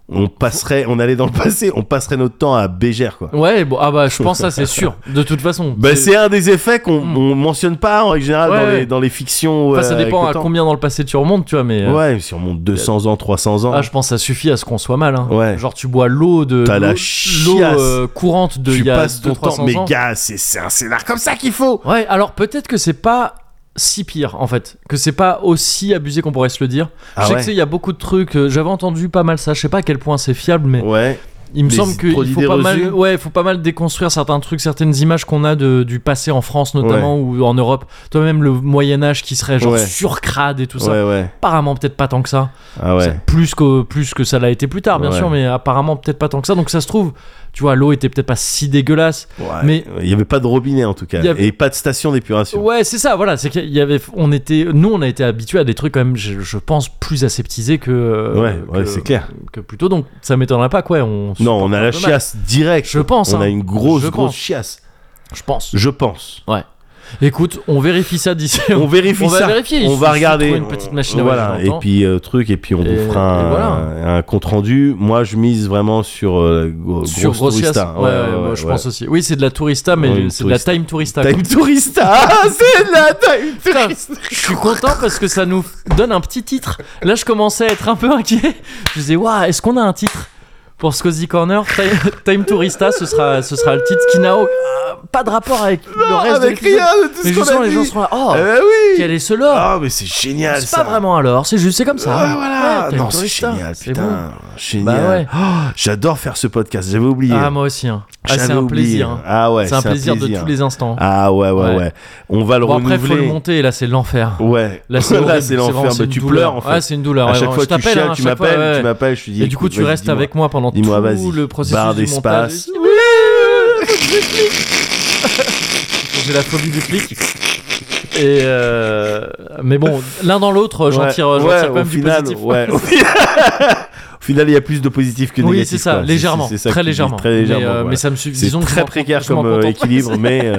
[SPEAKER 2] on passerait, on allait dans le (laughs) passé, on passerait notre temps à bégère, quoi.
[SPEAKER 1] Ouais, bon, ah bah je pense ça c'est sûr, de toute façon.
[SPEAKER 2] Bah, c'est un des effets qu'on
[SPEAKER 1] Mm.
[SPEAKER 2] on mentionne pas en règle générale
[SPEAKER 1] Ouais,
[SPEAKER 2] dans, les,
[SPEAKER 1] ouais.
[SPEAKER 2] dans les fictions.
[SPEAKER 1] Enfin, ça
[SPEAKER 2] euh,
[SPEAKER 1] dépend à
[SPEAKER 2] avec le temps.
[SPEAKER 1] combien dans le passé tu remontes, tu vois, mais. euh,
[SPEAKER 2] Ouais, si on monte 200 ans, 300 ans,
[SPEAKER 1] Ah, je pense que ça suffit à ce qu'on soit mal. Hein.
[SPEAKER 2] Ouais.
[SPEAKER 1] Genre, tu bois l'eau de.
[SPEAKER 2] T'as la
[SPEAKER 1] l'eau-
[SPEAKER 2] chiasse.
[SPEAKER 1] L'eau euh, courante de.
[SPEAKER 2] tu
[SPEAKER 1] il y a
[SPEAKER 2] passes ton temps.
[SPEAKER 1] 200-300
[SPEAKER 2] Mais
[SPEAKER 1] ans.
[SPEAKER 2] gars, c'est c'est un scénar comme ça qu'il faut.
[SPEAKER 1] Ouais, alors peut-être que c'est pas si pire en fait. Que c'est pas aussi abusé qu'on pourrait se le dire.
[SPEAKER 2] Ah
[SPEAKER 1] je sais
[SPEAKER 2] ouais.
[SPEAKER 1] que c'est- il y a beaucoup de trucs. euh, J'avais entendu pas mal ça. Je sais pas à quel point c'est fiable, mais
[SPEAKER 2] Ouais,
[SPEAKER 1] il me
[SPEAKER 2] les
[SPEAKER 1] semble qu'il
[SPEAKER 2] produits
[SPEAKER 1] faut pas
[SPEAKER 2] dérosés.
[SPEAKER 1] mal. Ouais, il faut pas mal déconstruire certains trucs, certaines images qu'on a de, du passé en France notamment ou en Europe. Toi-même le Moyen Âge qui serait genre
[SPEAKER 2] Ouais.
[SPEAKER 1] surcrade et (laughs) tout ça.
[SPEAKER 2] ouais, ouais.
[SPEAKER 1] Apparemment peut-être pas tant que ça.
[SPEAKER 2] Ah ouais.
[SPEAKER 1] C'est Plus que plus que ça l'a été plus tard, bien
[SPEAKER 2] Ouais.
[SPEAKER 1] sûr, mais apparemment peut-être pas tant que ça. Donc ça se trouve, tu vois, l'eau était peut-être pas si dégueulasse.
[SPEAKER 2] Ouais,
[SPEAKER 1] Mais-
[SPEAKER 2] il y avait pas de robinet en tout cas,
[SPEAKER 1] Il y avait-
[SPEAKER 2] et pas de station d'épuration.
[SPEAKER 1] Ouais, c'est ça, voilà. C'est qu'il y avait, on était, nous, on a été habitués à des trucs quand même, je, je pense, plus aseptisés que. euh,
[SPEAKER 2] Ouais, ouais,
[SPEAKER 1] que-
[SPEAKER 2] c'est clair.
[SPEAKER 1] Que plutôt, donc ça m'étonnerait pas, quoi. On,
[SPEAKER 2] Non, on a la
[SPEAKER 1] dommage.
[SPEAKER 2] chiasse directe.
[SPEAKER 1] Je pense,
[SPEAKER 2] On a
[SPEAKER 1] hein.
[SPEAKER 2] une grosse,
[SPEAKER 1] Je
[SPEAKER 2] grosse
[SPEAKER 1] pense.
[SPEAKER 2] chiasse.
[SPEAKER 1] je pense.
[SPEAKER 2] Je pense.
[SPEAKER 1] Écoute, on vérifie ça d'ici.
[SPEAKER 2] On vérifie
[SPEAKER 1] on
[SPEAKER 2] ça.
[SPEAKER 1] va vérifier. il
[SPEAKER 2] on va
[SPEAKER 1] suffit de
[SPEAKER 2] regarder.
[SPEAKER 1] trouver une petite machine à
[SPEAKER 2] voilà.
[SPEAKER 1] voyager
[SPEAKER 2] Et
[SPEAKER 1] dans le
[SPEAKER 2] puis euh, truc, et puis on
[SPEAKER 1] Et-
[SPEAKER 2] vous fera
[SPEAKER 1] et
[SPEAKER 2] un,
[SPEAKER 1] voilà.
[SPEAKER 2] un compte rendu. Moi, je mise vraiment sur euh, gro-
[SPEAKER 1] temps. sur
[SPEAKER 2] grosse
[SPEAKER 1] Grossias,
[SPEAKER 2] tourista. euh,
[SPEAKER 1] ouais, ouais, moi, je
[SPEAKER 2] ouais.
[SPEAKER 1] pense aussi. Oui, c'est de la tourista, mais
[SPEAKER 2] Ouais, une
[SPEAKER 1] c'est de la
[SPEAKER 2] tourista.
[SPEAKER 1] time tourista. quoi.
[SPEAKER 2] Time tourista.
[SPEAKER 1] (laughs)
[SPEAKER 2] Ah, c'est de la time
[SPEAKER 1] Putain,
[SPEAKER 2] tourista.
[SPEAKER 1] je suis content parce que ça nous donne un petit titre. Là, je commençais à être un peu inquiet. Je disais, waouh, est-ce qu'on a un titre pour ce Cozy Corner Time, Time Tourista, ce sera, ce sera le titre qui n'a au- ah, pas de rapport avec le
[SPEAKER 2] Non,
[SPEAKER 1] reste de
[SPEAKER 2] avec
[SPEAKER 1] l'épisode.
[SPEAKER 2] rien de tout
[SPEAKER 1] Mais
[SPEAKER 2] ce qu'on
[SPEAKER 1] justement,
[SPEAKER 2] a
[SPEAKER 1] les
[SPEAKER 2] dit.
[SPEAKER 1] gens seront là, oh,
[SPEAKER 2] Eh ben oui.
[SPEAKER 1] quel est ce lore
[SPEAKER 2] Ah, mais c'est génial.
[SPEAKER 1] C'est
[SPEAKER 2] ça.
[SPEAKER 1] pas vraiment alors, c'est juste, c'est comme ça. hein.
[SPEAKER 2] Ah, voilà.
[SPEAKER 1] Ouais, Time
[SPEAKER 2] non, c'est
[SPEAKER 1] Tourista,
[SPEAKER 2] génial,
[SPEAKER 1] c'est
[SPEAKER 2] putain. Génial.
[SPEAKER 1] Bah ouais.
[SPEAKER 2] Oh, J'adore faire ce podcast. J'avais oublié.
[SPEAKER 1] bon. Ah, moi aussi. hein. Ah,
[SPEAKER 2] J'avais
[SPEAKER 1] c'est un
[SPEAKER 2] oublié.
[SPEAKER 1] plaisir. hein.
[SPEAKER 2] Ah ouais,
[SPEAKER 1] c'est un plaisir, de tous les instants.
[SPEAKER 2] Ah ouais, ouais, ouais.
[SPEAKER 1] Ouais.
[SPEAKER 2] On va le
[SPEAKER 1] bon, après, faut
[SPEAKER 2] renouveler.
[SPEAKER 1] le monter et là, c'est l'enfer.
[SPEAKER 2] Ouais.
[SPEAKER 1] Là,
[SPEAKER 2] (laughs)
[SPEAKER 1] c'est horrible,
[SPEAKER 2] l'enfer.
[SPEAKER 1] vraiment- c'est
[SPEAKER 2] Bah,
[SPEAKER 1] une
[SPEAKER 2] tu
[SPEAKER 1] douleur.
[SPEAKER 2] pleures en fait.
[SPEAKER 1] Ouais, c'est une douleur.
[SPEAKER 2] à
[SPEAKER 1] ouais,
[SPEAKER 2] chaque
[SPEAKER 1] vraiment.
[SPEAKER 2] fois,
[SPEAKER 1] Je
[SPEAKER 2] tu
[SPEAKER 1] t'appelle,
[SPEAKER 2] chiales,
[SPEAKER 1] hein, à
[SPEAKER 2] tu
[SPEAKER 1] chaque fois,
[SPEAKER 2] m'appelles,
[SPEAKER 1] ouais.
[SPEAKER 2] tu m'appelles, je te dis.
[SPEAKER 1] Et du coup,
[SPEAKER 2] écoute,
[SPEAKER 1] tu
[SPEAKER 2] vas-y,
[SPEAKER 1] restes
[SPEAKER 2] dis-moi.
[SPEAKER 1] avec moi pendant tout
[SPEAKER 2] Dis-moi, vas-y.
[SPEAKER 1] le processus
[SPEAKER 2] Barre
[SPEAKER 1] du montage.
[SPEAKER 2] d'espace.
[SPEAKER 1] (laughs) J'ai la phobie du flic. Et euh, mais bon, l'un dans l'autre, j'en
[SPEAKER 2] Ouais,
[SPEAKER 1] tire, j'en
[SPEAKER 2] ouais,
[SPEAKER 1] tire quand
[SPEAKER 2] au
[SPEAKER 1] même du
[SPEAKER 2] final,
[SPEAKER 1] positif.
[SPEAKER 2] ouais. Au final, il y a plus de positif que de
[SPEAKER 1] oui, c'est
[SPEAKER 2] négatif.
[SPEAKER 1] ça,
[SPEAKER 2] quoi.
[SPEAKER 1] légèrement,
[SPEAKER 2] c'est ça
[SPEAKER 1] très
[SPEAKER 2] qui dit,
[SPEAKER 1] légèrement.
[SPEAKER 2] Très légèrement.
[SPEAKER 1] Mais, euh,
[SPEAKER 2] voilà.
[SPEAKER 1] mais ça me suffit.
[SPEAKER 2] C'est
[SPEAKER 1] Disons que je
[SPEAKER 2] très
[SPEAKER 1] m'en contente-
[SPEAKER 2] précaire
[SPEAKER 1] je m'en
[SPEAKER 2] comme euh,
[SPEAKER 1] contente.
[SPEAKER 2] équilibre, mais euh,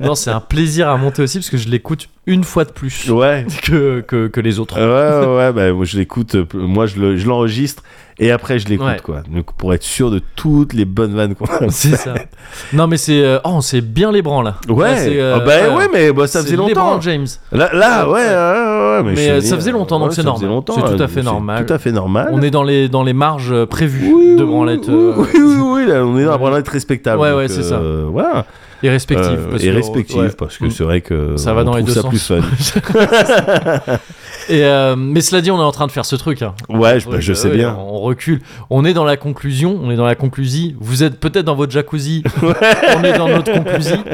[SPEAKER 1] Non, c'est un plaisir à monter aussi parce que je l'écoute une fois de plus
[SPEAKER 2] ouais.
[SPEAKER 1] (laughs) que, que, que les autres.
[SPEAKER 2] Ouais, ouais, ouais, bah, moi, je l'écoute, euh, moi je le- je l'enregistre et après je l'écoute,
[SPEAKER 1] Ouais.
[SPEAKER 2] quoi. Donc, pour être sûr de toutes les bonnes vannes qu'on a.
[SPEAKER 1] C'est ça. Non, mais c'est euh, oh, on s'est bien les branles là. Là,
[SPEAKER 2] Ouais,
[SPEAKER 1] c'est, euh,
[SPEAKER 2] Ah bah ouais,
[SPEAKER 1] ouais.
[SPEAKER 2] mais bah, ça
[SPEAKER 1] C'est
[SPEAKER 2] faisait
[SPEAKER 1] les branles,
[SPEAKER 2] longtemps.
[SPEAKER 1] James.
[SPEAKER 2] Là, là, ouais, ouais, ouais, ouais, mais,
[SPEAKER 1] Mais,
[SPEAKER 2] je
[SPEAKER 1] euh,
[SPEAKER 2] dis,
[SPEAKER 1] ça faisait longtemps, donc
[SPEAKER 2] ouais,
[SPEAKER 1] c'est
[SPEAKER 2] ça faisait
[SPEAKER 1] normal.
[SPEAKER 2] longtemps,
[SPEAKER 1] C'est tout
[SPEAKER 2] euh,
[SPEAKER 1] à fait normal.
[SPEAKER 2] Tout à fait normal.
[SPEAKER 1] On est dans les dans les marges euh, prévues de branlettes
[SPEAKER 2] Ah oui,
[SPEAKER 1] euh,
[SPEAKER 2] oui, oui, oui, là, on est dans un branlette respectable.
[SPEAKER 1] Ouais,
[SPEAKER 2] donc,
[SPEAKER 1] ouais, c'est ça.
[SPEAKER 2] euh, Voilà.
[SPEAKER 1] et respectives.
[SPEAKER 2] Euh,
[SPEAKER 1] parce
[SPEAKER 2] et
[SPEAKER 1] que-
[SPEAKER 2] respective,
[SPEAKER 1] ouais.
[SPEAKER 2] parce que c'est vrai que
[SPEAKER 1] Ça va
[SPEAKER 2] on
[SPEAKER 1] dans les
[SPEAKER 2] trouve
[SPEAKER 1] deux
[SPEAKER 2] ça
[SPEAKER 1] (laughs)
[SPEAKER 2] plus fun.
[SPEAKER 1] Et, euh, mais cela dit, on est en train de faire ce truc. hein.
[SPEAKER 2] ouais, je, bah, je
[SPEAKER 1] Euh,
[SPEAKER 2] sais
[SPEAKER 1] ouais,
[SPEAKER 2] bien.
[SPEAKER 1] On recule. On est dans la conclusion. On est dans la conclusie. Vous êtes peut-être dans votre
[SPEAKER 2] (laughs)
[SPEAKER 1] jacuzzi. on est dans notre conclusie.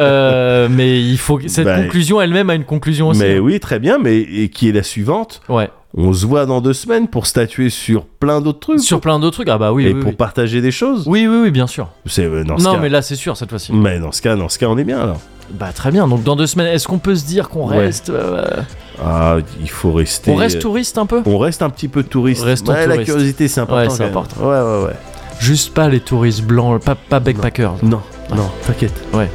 [SPEAKER 1] Euh, mais il faut que- cette
[SPEAKER 2] Bah,
[SPEAKER 1] conclusion elle-même a une conclusion aussi.
[SPEAKER 2] Mais oui, très bien, mais et qui est la suivante
[SPEAKER 1] Ouais.
[SPEAKER 2] On se voit dans deux semaines pour statuer sur plein d'autres trucs.
[SPEAKER 1] Sur plein d'autres trucs. Ah bah oui.
[SPEAKER 2] et
[SPEAKER 1] oui,
[SPEAKER 2] pour
[SPEAKER 1] oui.
[SPEAKER 2] partager des choses.
[SPEAKER 1] oui, oui, oui, bien sûr.
[SPEAKER 2] C'est euh, dans ce
[SPEAKER 1] Non,
[SPEAKER 2] cas.
[SPEAKER 1] mais là c'est sûr cette fois-ci.
[SPEAKER 2] Mais dans ce cas, dans ce cas, on est bien alors.
[SPEAKER 1] Mm. Bah très bien, donc dans deux semaines, est-ce qu'on peut se dire qu'on
[SPEAKER 2] Ouais.
[SPEAKER 1] reste euh,
[SPEAKER 2] Ah, il faut rester.
[SPEAKER 1] On reste touriste un peu
[SPEAKER 2] On reste un petit peu touriste.
[SPEAKER 1] Restons
[SPEAKER 2] Ouais, La
[SPEAKER 1] touriste.
[SPEAKER 2] curiosité, c'est important.
[SPEAKER 1] Ouais, c'est
[SPEAKER 2] quand même.
[SPEAKER 1] important.
[SPEAKER 2] Ouais, ouais, ouais.
[SPEAKER 1] Juste pas les touristes blancs, pas, pas backpackers.
[SPEAKER 2] Non,
[SPEAKER 1] Ah.
[SPEAKER 2] non, t'inquiète.
[SPEAKER 1] Ouais.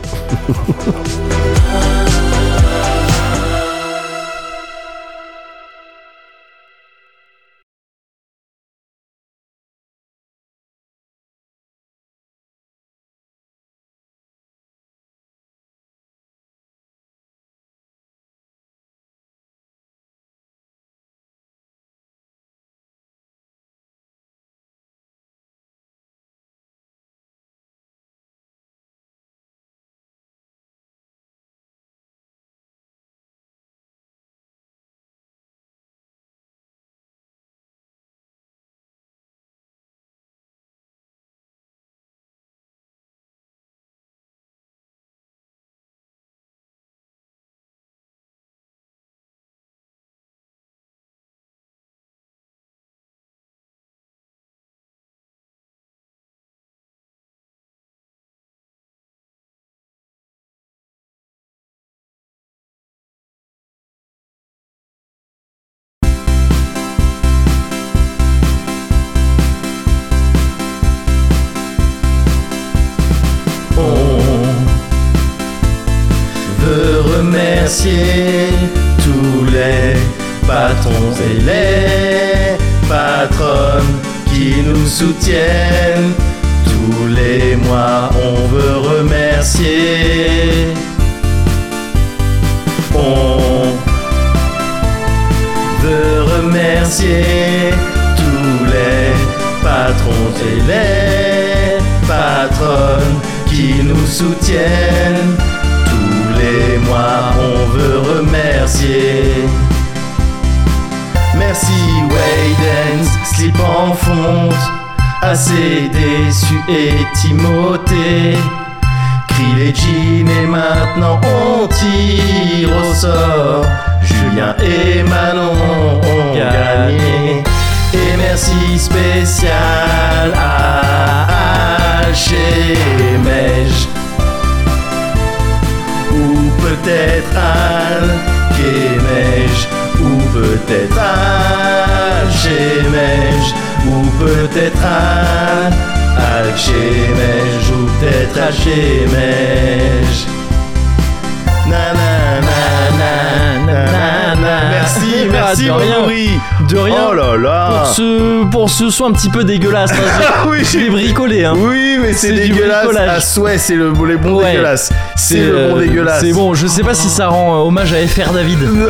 [SPEAKER 2] veut remercier tous les patrons et les patronnes qui nous soutiennent. Tous les mois, on veut remercier. On veut remercier tous les patrons et les patronnes qui nous soutiennent. Tous les mois, on veut remercier. Merci Waydens, Slip en fonte, assez déçu et Timothée. Crie les jeans et maintenant on tire au sort. Julien et Manon ont gagné. Et merci spécial à Alchemège ou peut-être al ou peut-être al ou peut-être al ou peut-être al Merci, merci,
[SPEAKER 1] De rien.
[SPEAKER 2] Maury.
[SPEAKER 1] De rien.
[SPEAKER 2] Oh là là.
[SPEAKER 1] Pour ce, pour ce soin un petit peu
[SPEAKER 2] (laughs)
[SPEAKER 1] dégueulasse, hein,
[SPEAKER 2] Ah oui,
[SPEAKER 1] je
[SPEAKER 2] j'ai
[SPEAKER 1] l'ai bricolé. Hein.
[SPEAKER 2] Oui, mais c'est
[SPEAKER 1] C'est du
[SPEAKER 2] dégueulasse.
[SPEAKER 1] bricolage.
[SPEAKER 2] Ah, souhait, c'est le les bons
[SPEAKER 1] Ouais.
[SPEAKER 2] dégueulasse. C'est le
[SPEAKER 1] euh,
[SPEAKER 2] bon dégueulasse.
[SPEAKER 1] C'est bon, je sais pas si ça rend euh, hommage à FR David.
[SPEAKER 2] Euh,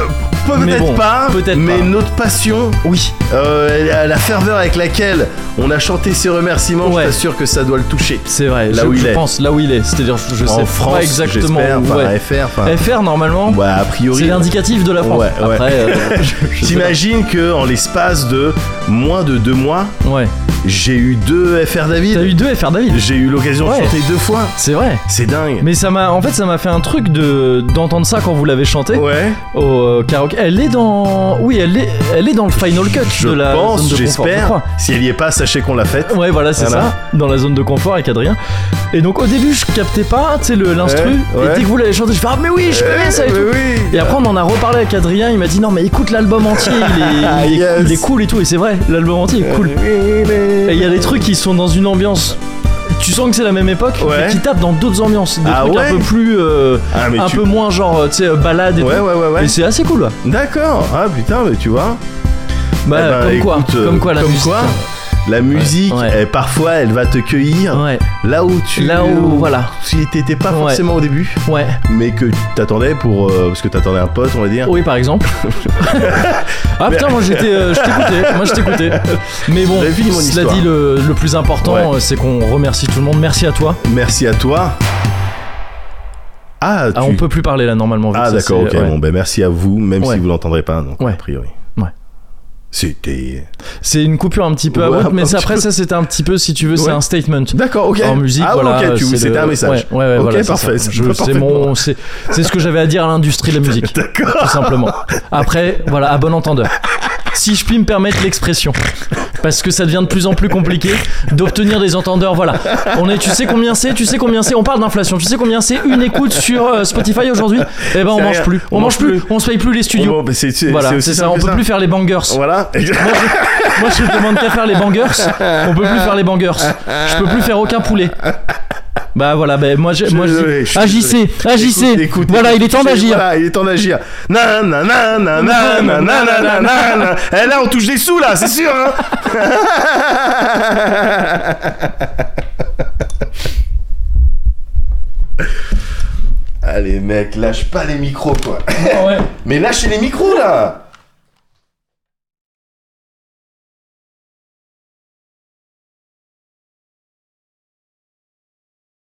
[SPEAKER 1] Mais
[SPEAKER 2] Peut-être
[SPEAKER 1] bon,
[SPEAKER 2] pas,
[SPEAKER 1] peut-être
[SPEAKER 2] mais
[SPEAKER 1] pas.
[SPEAKER 2] notre passion,
[SPEAKER 1] Oui.
[SPEAKER 2] euh, la- la ferveur avec laquelle on a chanté ces remerciements,
[SPEAKER 1] Ouais.
[SPEAKER 2] je t'assure que ça doit le toucher.
[SPEAKER 1] C'est vrai,
[SPEAKER 2] Là
[SPEAKER 1] je,
[SPEAKER 2] où il
[SPEAKER 1] je
[SPEAKER 2] est.
[SPEAKER 1] pense là où il est. C'est-à-dire, je, je
[SPEAKER 2] en
[SPEAKER 1] sais
[SPEAKER 2] France,
[SPEAKER 1] pas exactement
[SPEAKER 2] j'espère,
[SPEAKER 1] où.
[SPEAKER 2] enfin,
[SPEAKER 1] ouais.
[SPEAKER 2] FR, enfin,
[SPEAKER 1] FR, normalement,
[SPEAKER 2] bah, a
[SPEAKER 1] c'est
[SPEAKER 2] priori.
[SPEAKER 1] l'indicatif de la France.
[SPEAKER 2] Ouais, ouais.
[SPEAKER 1] Après, euh, je- je sais
[SPEAKER 2] T'imagines que en l'espace de moins de deux mois,
[SPEAKER 1] pas.
[SPEAKER 2] (laughs)
[SPEAKER 1] Ouais.
[SPEAKER 2] j'ai eu deux FR
[SPEAKER 1] T'as
[SPEAKER 2] David.
[SPEAKER 1] eu deux FR David.
[SPEAKER 2] J'ai eu l'occasion
[SPEAKER 1] Ouais.
[SPEAKER 2] de chanter deux fois.
[SPEAKER 1] C'est vrai.
[SPEAKER 2] C'est dingue.
[SPEAKER 1] Mais ça m'a, en fait, ça m'a fait un truc de d'entendre ça quand vous l'avez chanté
[SPEAKER 2] Ouais.
[SPEAKER 1] au euh, karaoké. Elle est dans, oui, elle est, elle est dans le final cut
[SPEAKER 2] Je
[SPEAKER 1] de la
[SPEAKER 2] pense,
[SPEAKER 1] zone de confort. je
[SPEAKER 2] j'espère.
[SPEAKER 1] crois.
[SPEAKER 2] Si elle y est pas, sachez qu'on l'a faite.
[SPEAKER 1] Ouais, voilà, c'est
[SPEAKER 2] Voilà.
[SPEAKER 1] ça, dans la zone de confort avec Adrien. Et donc au début, je captais pas, tu sais, le- l'instru.
[SPEAKER 2] Ouais, ouais.
[SPEAKER 1] Et dès que vous l'avez chanté, je fais ah mais oui, je connais ça et tout. Et après, on en a reparlé avec Adrien. Il m'a dit non, mais écoute l'album entier, il
[SPEAKER 2] (laughs)
[SPEAKER 1] est, Ah, il est-
[SPEAKER 2] Ah, Yes.
[SPEAKER 1] il est cool et tout. Et c'est vrai, l'album entier est cool. Et il y a des trucs qui sont dans une ambiance. Tu sens que c'est la même époque,
[SPEAKER 2] Ouais.
[SPEAKER 1] mais qui tapent dans d'autres ambiances, des
[SPEAKER 2] Ah
[SPEAKER 1] trucs
[SPEAKER 2] ouais
[SPEAKER 1] un peu plus, euh,
[SPEAKER 2] Ah, mais
[SPEAKER 1] un
[SPEAKER 2] tu-
[SPEAKER 1] peu moins genre, euh, tu sais, euh, balade et
[SPEAKER 2] Ouais,
[SPEAKER 1] tout.
[SPEAKER 2] ouais, ouais, ouais.
[SPEAKER 1] Et c'est assez cool. ouais.
[SPEAKER 2] D'accord. Ah putain, mais tu vois.
[SPEAKER 1] Bah,
[SPEAKER 2] Eh ben,
[SPEAKER 1] comme quoi,
[SPEAKER 2] écoute, euh,
[SPEAKER 1] comme quoi, la
[SPEAKER 2] comme
[SPEAKER 1] musique.
[SPEAKER 2] quoi, la musique,
[SPEAKER 1] Ouais.
[SPEAKER 2] elle, parfois, elle va te cueillir
[SPEAKER 1] hein. Ouais.
[SPEAKER 2] là où tu.
[SPEAKER 1] Là où, voilà.
[SPEAKER 2] Tu t'étais pas
[SPEAKER 1] Ouais.
[SPEAKER 2] forcément au début,
[SPEAKER 1] Ouais.
[SPEAKER 2] mais que tu t'attendais pour. euh, parce que t'attendais un pote, on va dire.
[SPEAKER 1] Oui, par
[SPEAKER 2] (laughs)
[SPEAKER 1] exemple. ah putain, moi j'étais, euh, je t'écoutais, moi je t'écoutais. Mais bon,
[SPEAKER 2] J'avais fini mon
[SPEAKER 1] cela
[SPEAKER 2] histoire.
[SPEAKER 1] dit, le, le plus important,
[SPEAKER 2] Ouais.
[SPEAKER 1] euh, c'est qu'on remercie tout le monde. Merci à toi.
[SPEAKER 2] Merci à toi. Ah, tu...
[SPEAKER 1] Ah, on peut plus parler là normalement. vu
[SPEAKER 2] Ah
[SPEAKER 1] que ça,
[SPEAKER 2] d'accord, ok.
[SPEAKER 1] c'est- ouais.
[SPEAKER 2] Bon, ben merci à vous, même
[SPEAKER 1] Ouais.
[SPEAKER 2] si vous l'entendrez pas, donc
[SPEAKER 1] Ouais.
[SPEAKER 2] a priori.
[SPEAKER 1] Ouais.
[SPEAKER 2] C'était.
[SPEAKER 1] C'est une coupure un petit peu
[SPEAKER 2] Ouais,
[SPEAKER 1] abrupte, mais
[SPEAKER 2] un
[SPEAKER 1] c'est-
[SPEAKER 2] petit
[SPEAKER 1] après
[SPEAKER 2] peu.
[SPEAKER 1] ça, c'était un petit peu, si tu veux, c'est
[SPEAKER 2] Ouais.
[SPEAKER 1] un statement.
[SPEAKER 2] D'accord, ok.
[SPEAKER 1] en musique.
[SPEAKER 2] ah, ouais,
[SPEAKER 1] voilà,
[SPEAKER 2] ok, tu...
[SPEAKER 1] c'est
[SPEAKER 2] c'était
[SPEAKER 1] le-
[SPEAKER 2] un message.
[SPEAKER 1] Ouais, ouais, ouais,
[SPEAKER 2] ok,
[SPEAKER 1] voilà, c'est
[SPEAKER 2] parfait.
[SPEAKER 1] ça.
[SPEAKER 2] ça
[SPEAKER 1] Je-
[SPEAKER 2] va
[SPEAKER 1] C'est mon, c'est c'est ce que j'avais à dire à l'industrie de la musique,
[SPEAKER 2] (laughs) D'accord.
[SPEAKER 1] tout simplement. Après, voilà, à bon entendeur. Si je puis me permettre l'expression. parce que ça devient de plus en plus compliqué d'obtenir des entendeurs. Voilà. On est, tu sais combien c'est, tu sais combien c'est. On parle d'inflation. Tu sais combien c'est une écoute sur euh, Spotify aujourd'hui Eh ben on
[SPEAKER 7] C'est
[SPEAKER 1] mange
[SPEAKER 7] rien.
[SPEAKER 1] plus, on, mange plus, on se paye plus les studios.
[SPEAKER 7] Bon, bah, c'est- c'est-
[SPEAKER 1] voilà,
[SPEAKER 7] aussi
[SPEAKER 1] c'est ça.
[SPEAKER 7] simple
[SPEAKER 1] On
[SPEAKER 7] que
[SPEAKER 1] peut plus faire les bangers.
[SPEAKER 7] Voilà.
[SPEAKER 1] Moi, je te demande qu'à faire les bangers. On peut plus faire les bangers. Je peux plus faire aucun poulet. Bah voilà, bah, moi, je,
[SPEAKER 7] Je suis
[SPEAKER 1] moi je dis,
[SPEAKER 7] désolé, je suis
[SPEAKER 1] agissez,
[SPEAKER 7] désolé.
[SPEAKER 1] agissez.
[SPEAKER 7] Écoute, écoute,
[SPEAKER 1] voilà,
[SPEAKER 7] écoute,
[SPEAKER 1] il est temps
[SPEAKER 7] je-
[SPEAKER 1] d'agir.
[SPEAKER 7] Voilà, il est temps d'agir. Na, na, na, na, na, na, na, na, na, na. Eh, là, on touche des sous, là, c'est sûr. hein. (laughs) Allez, mec, lâche pas les micros, quoi.
[SPEAKER 1] Ouais.
[SPEAKER 7] Ah Mais lâchez les micros, là.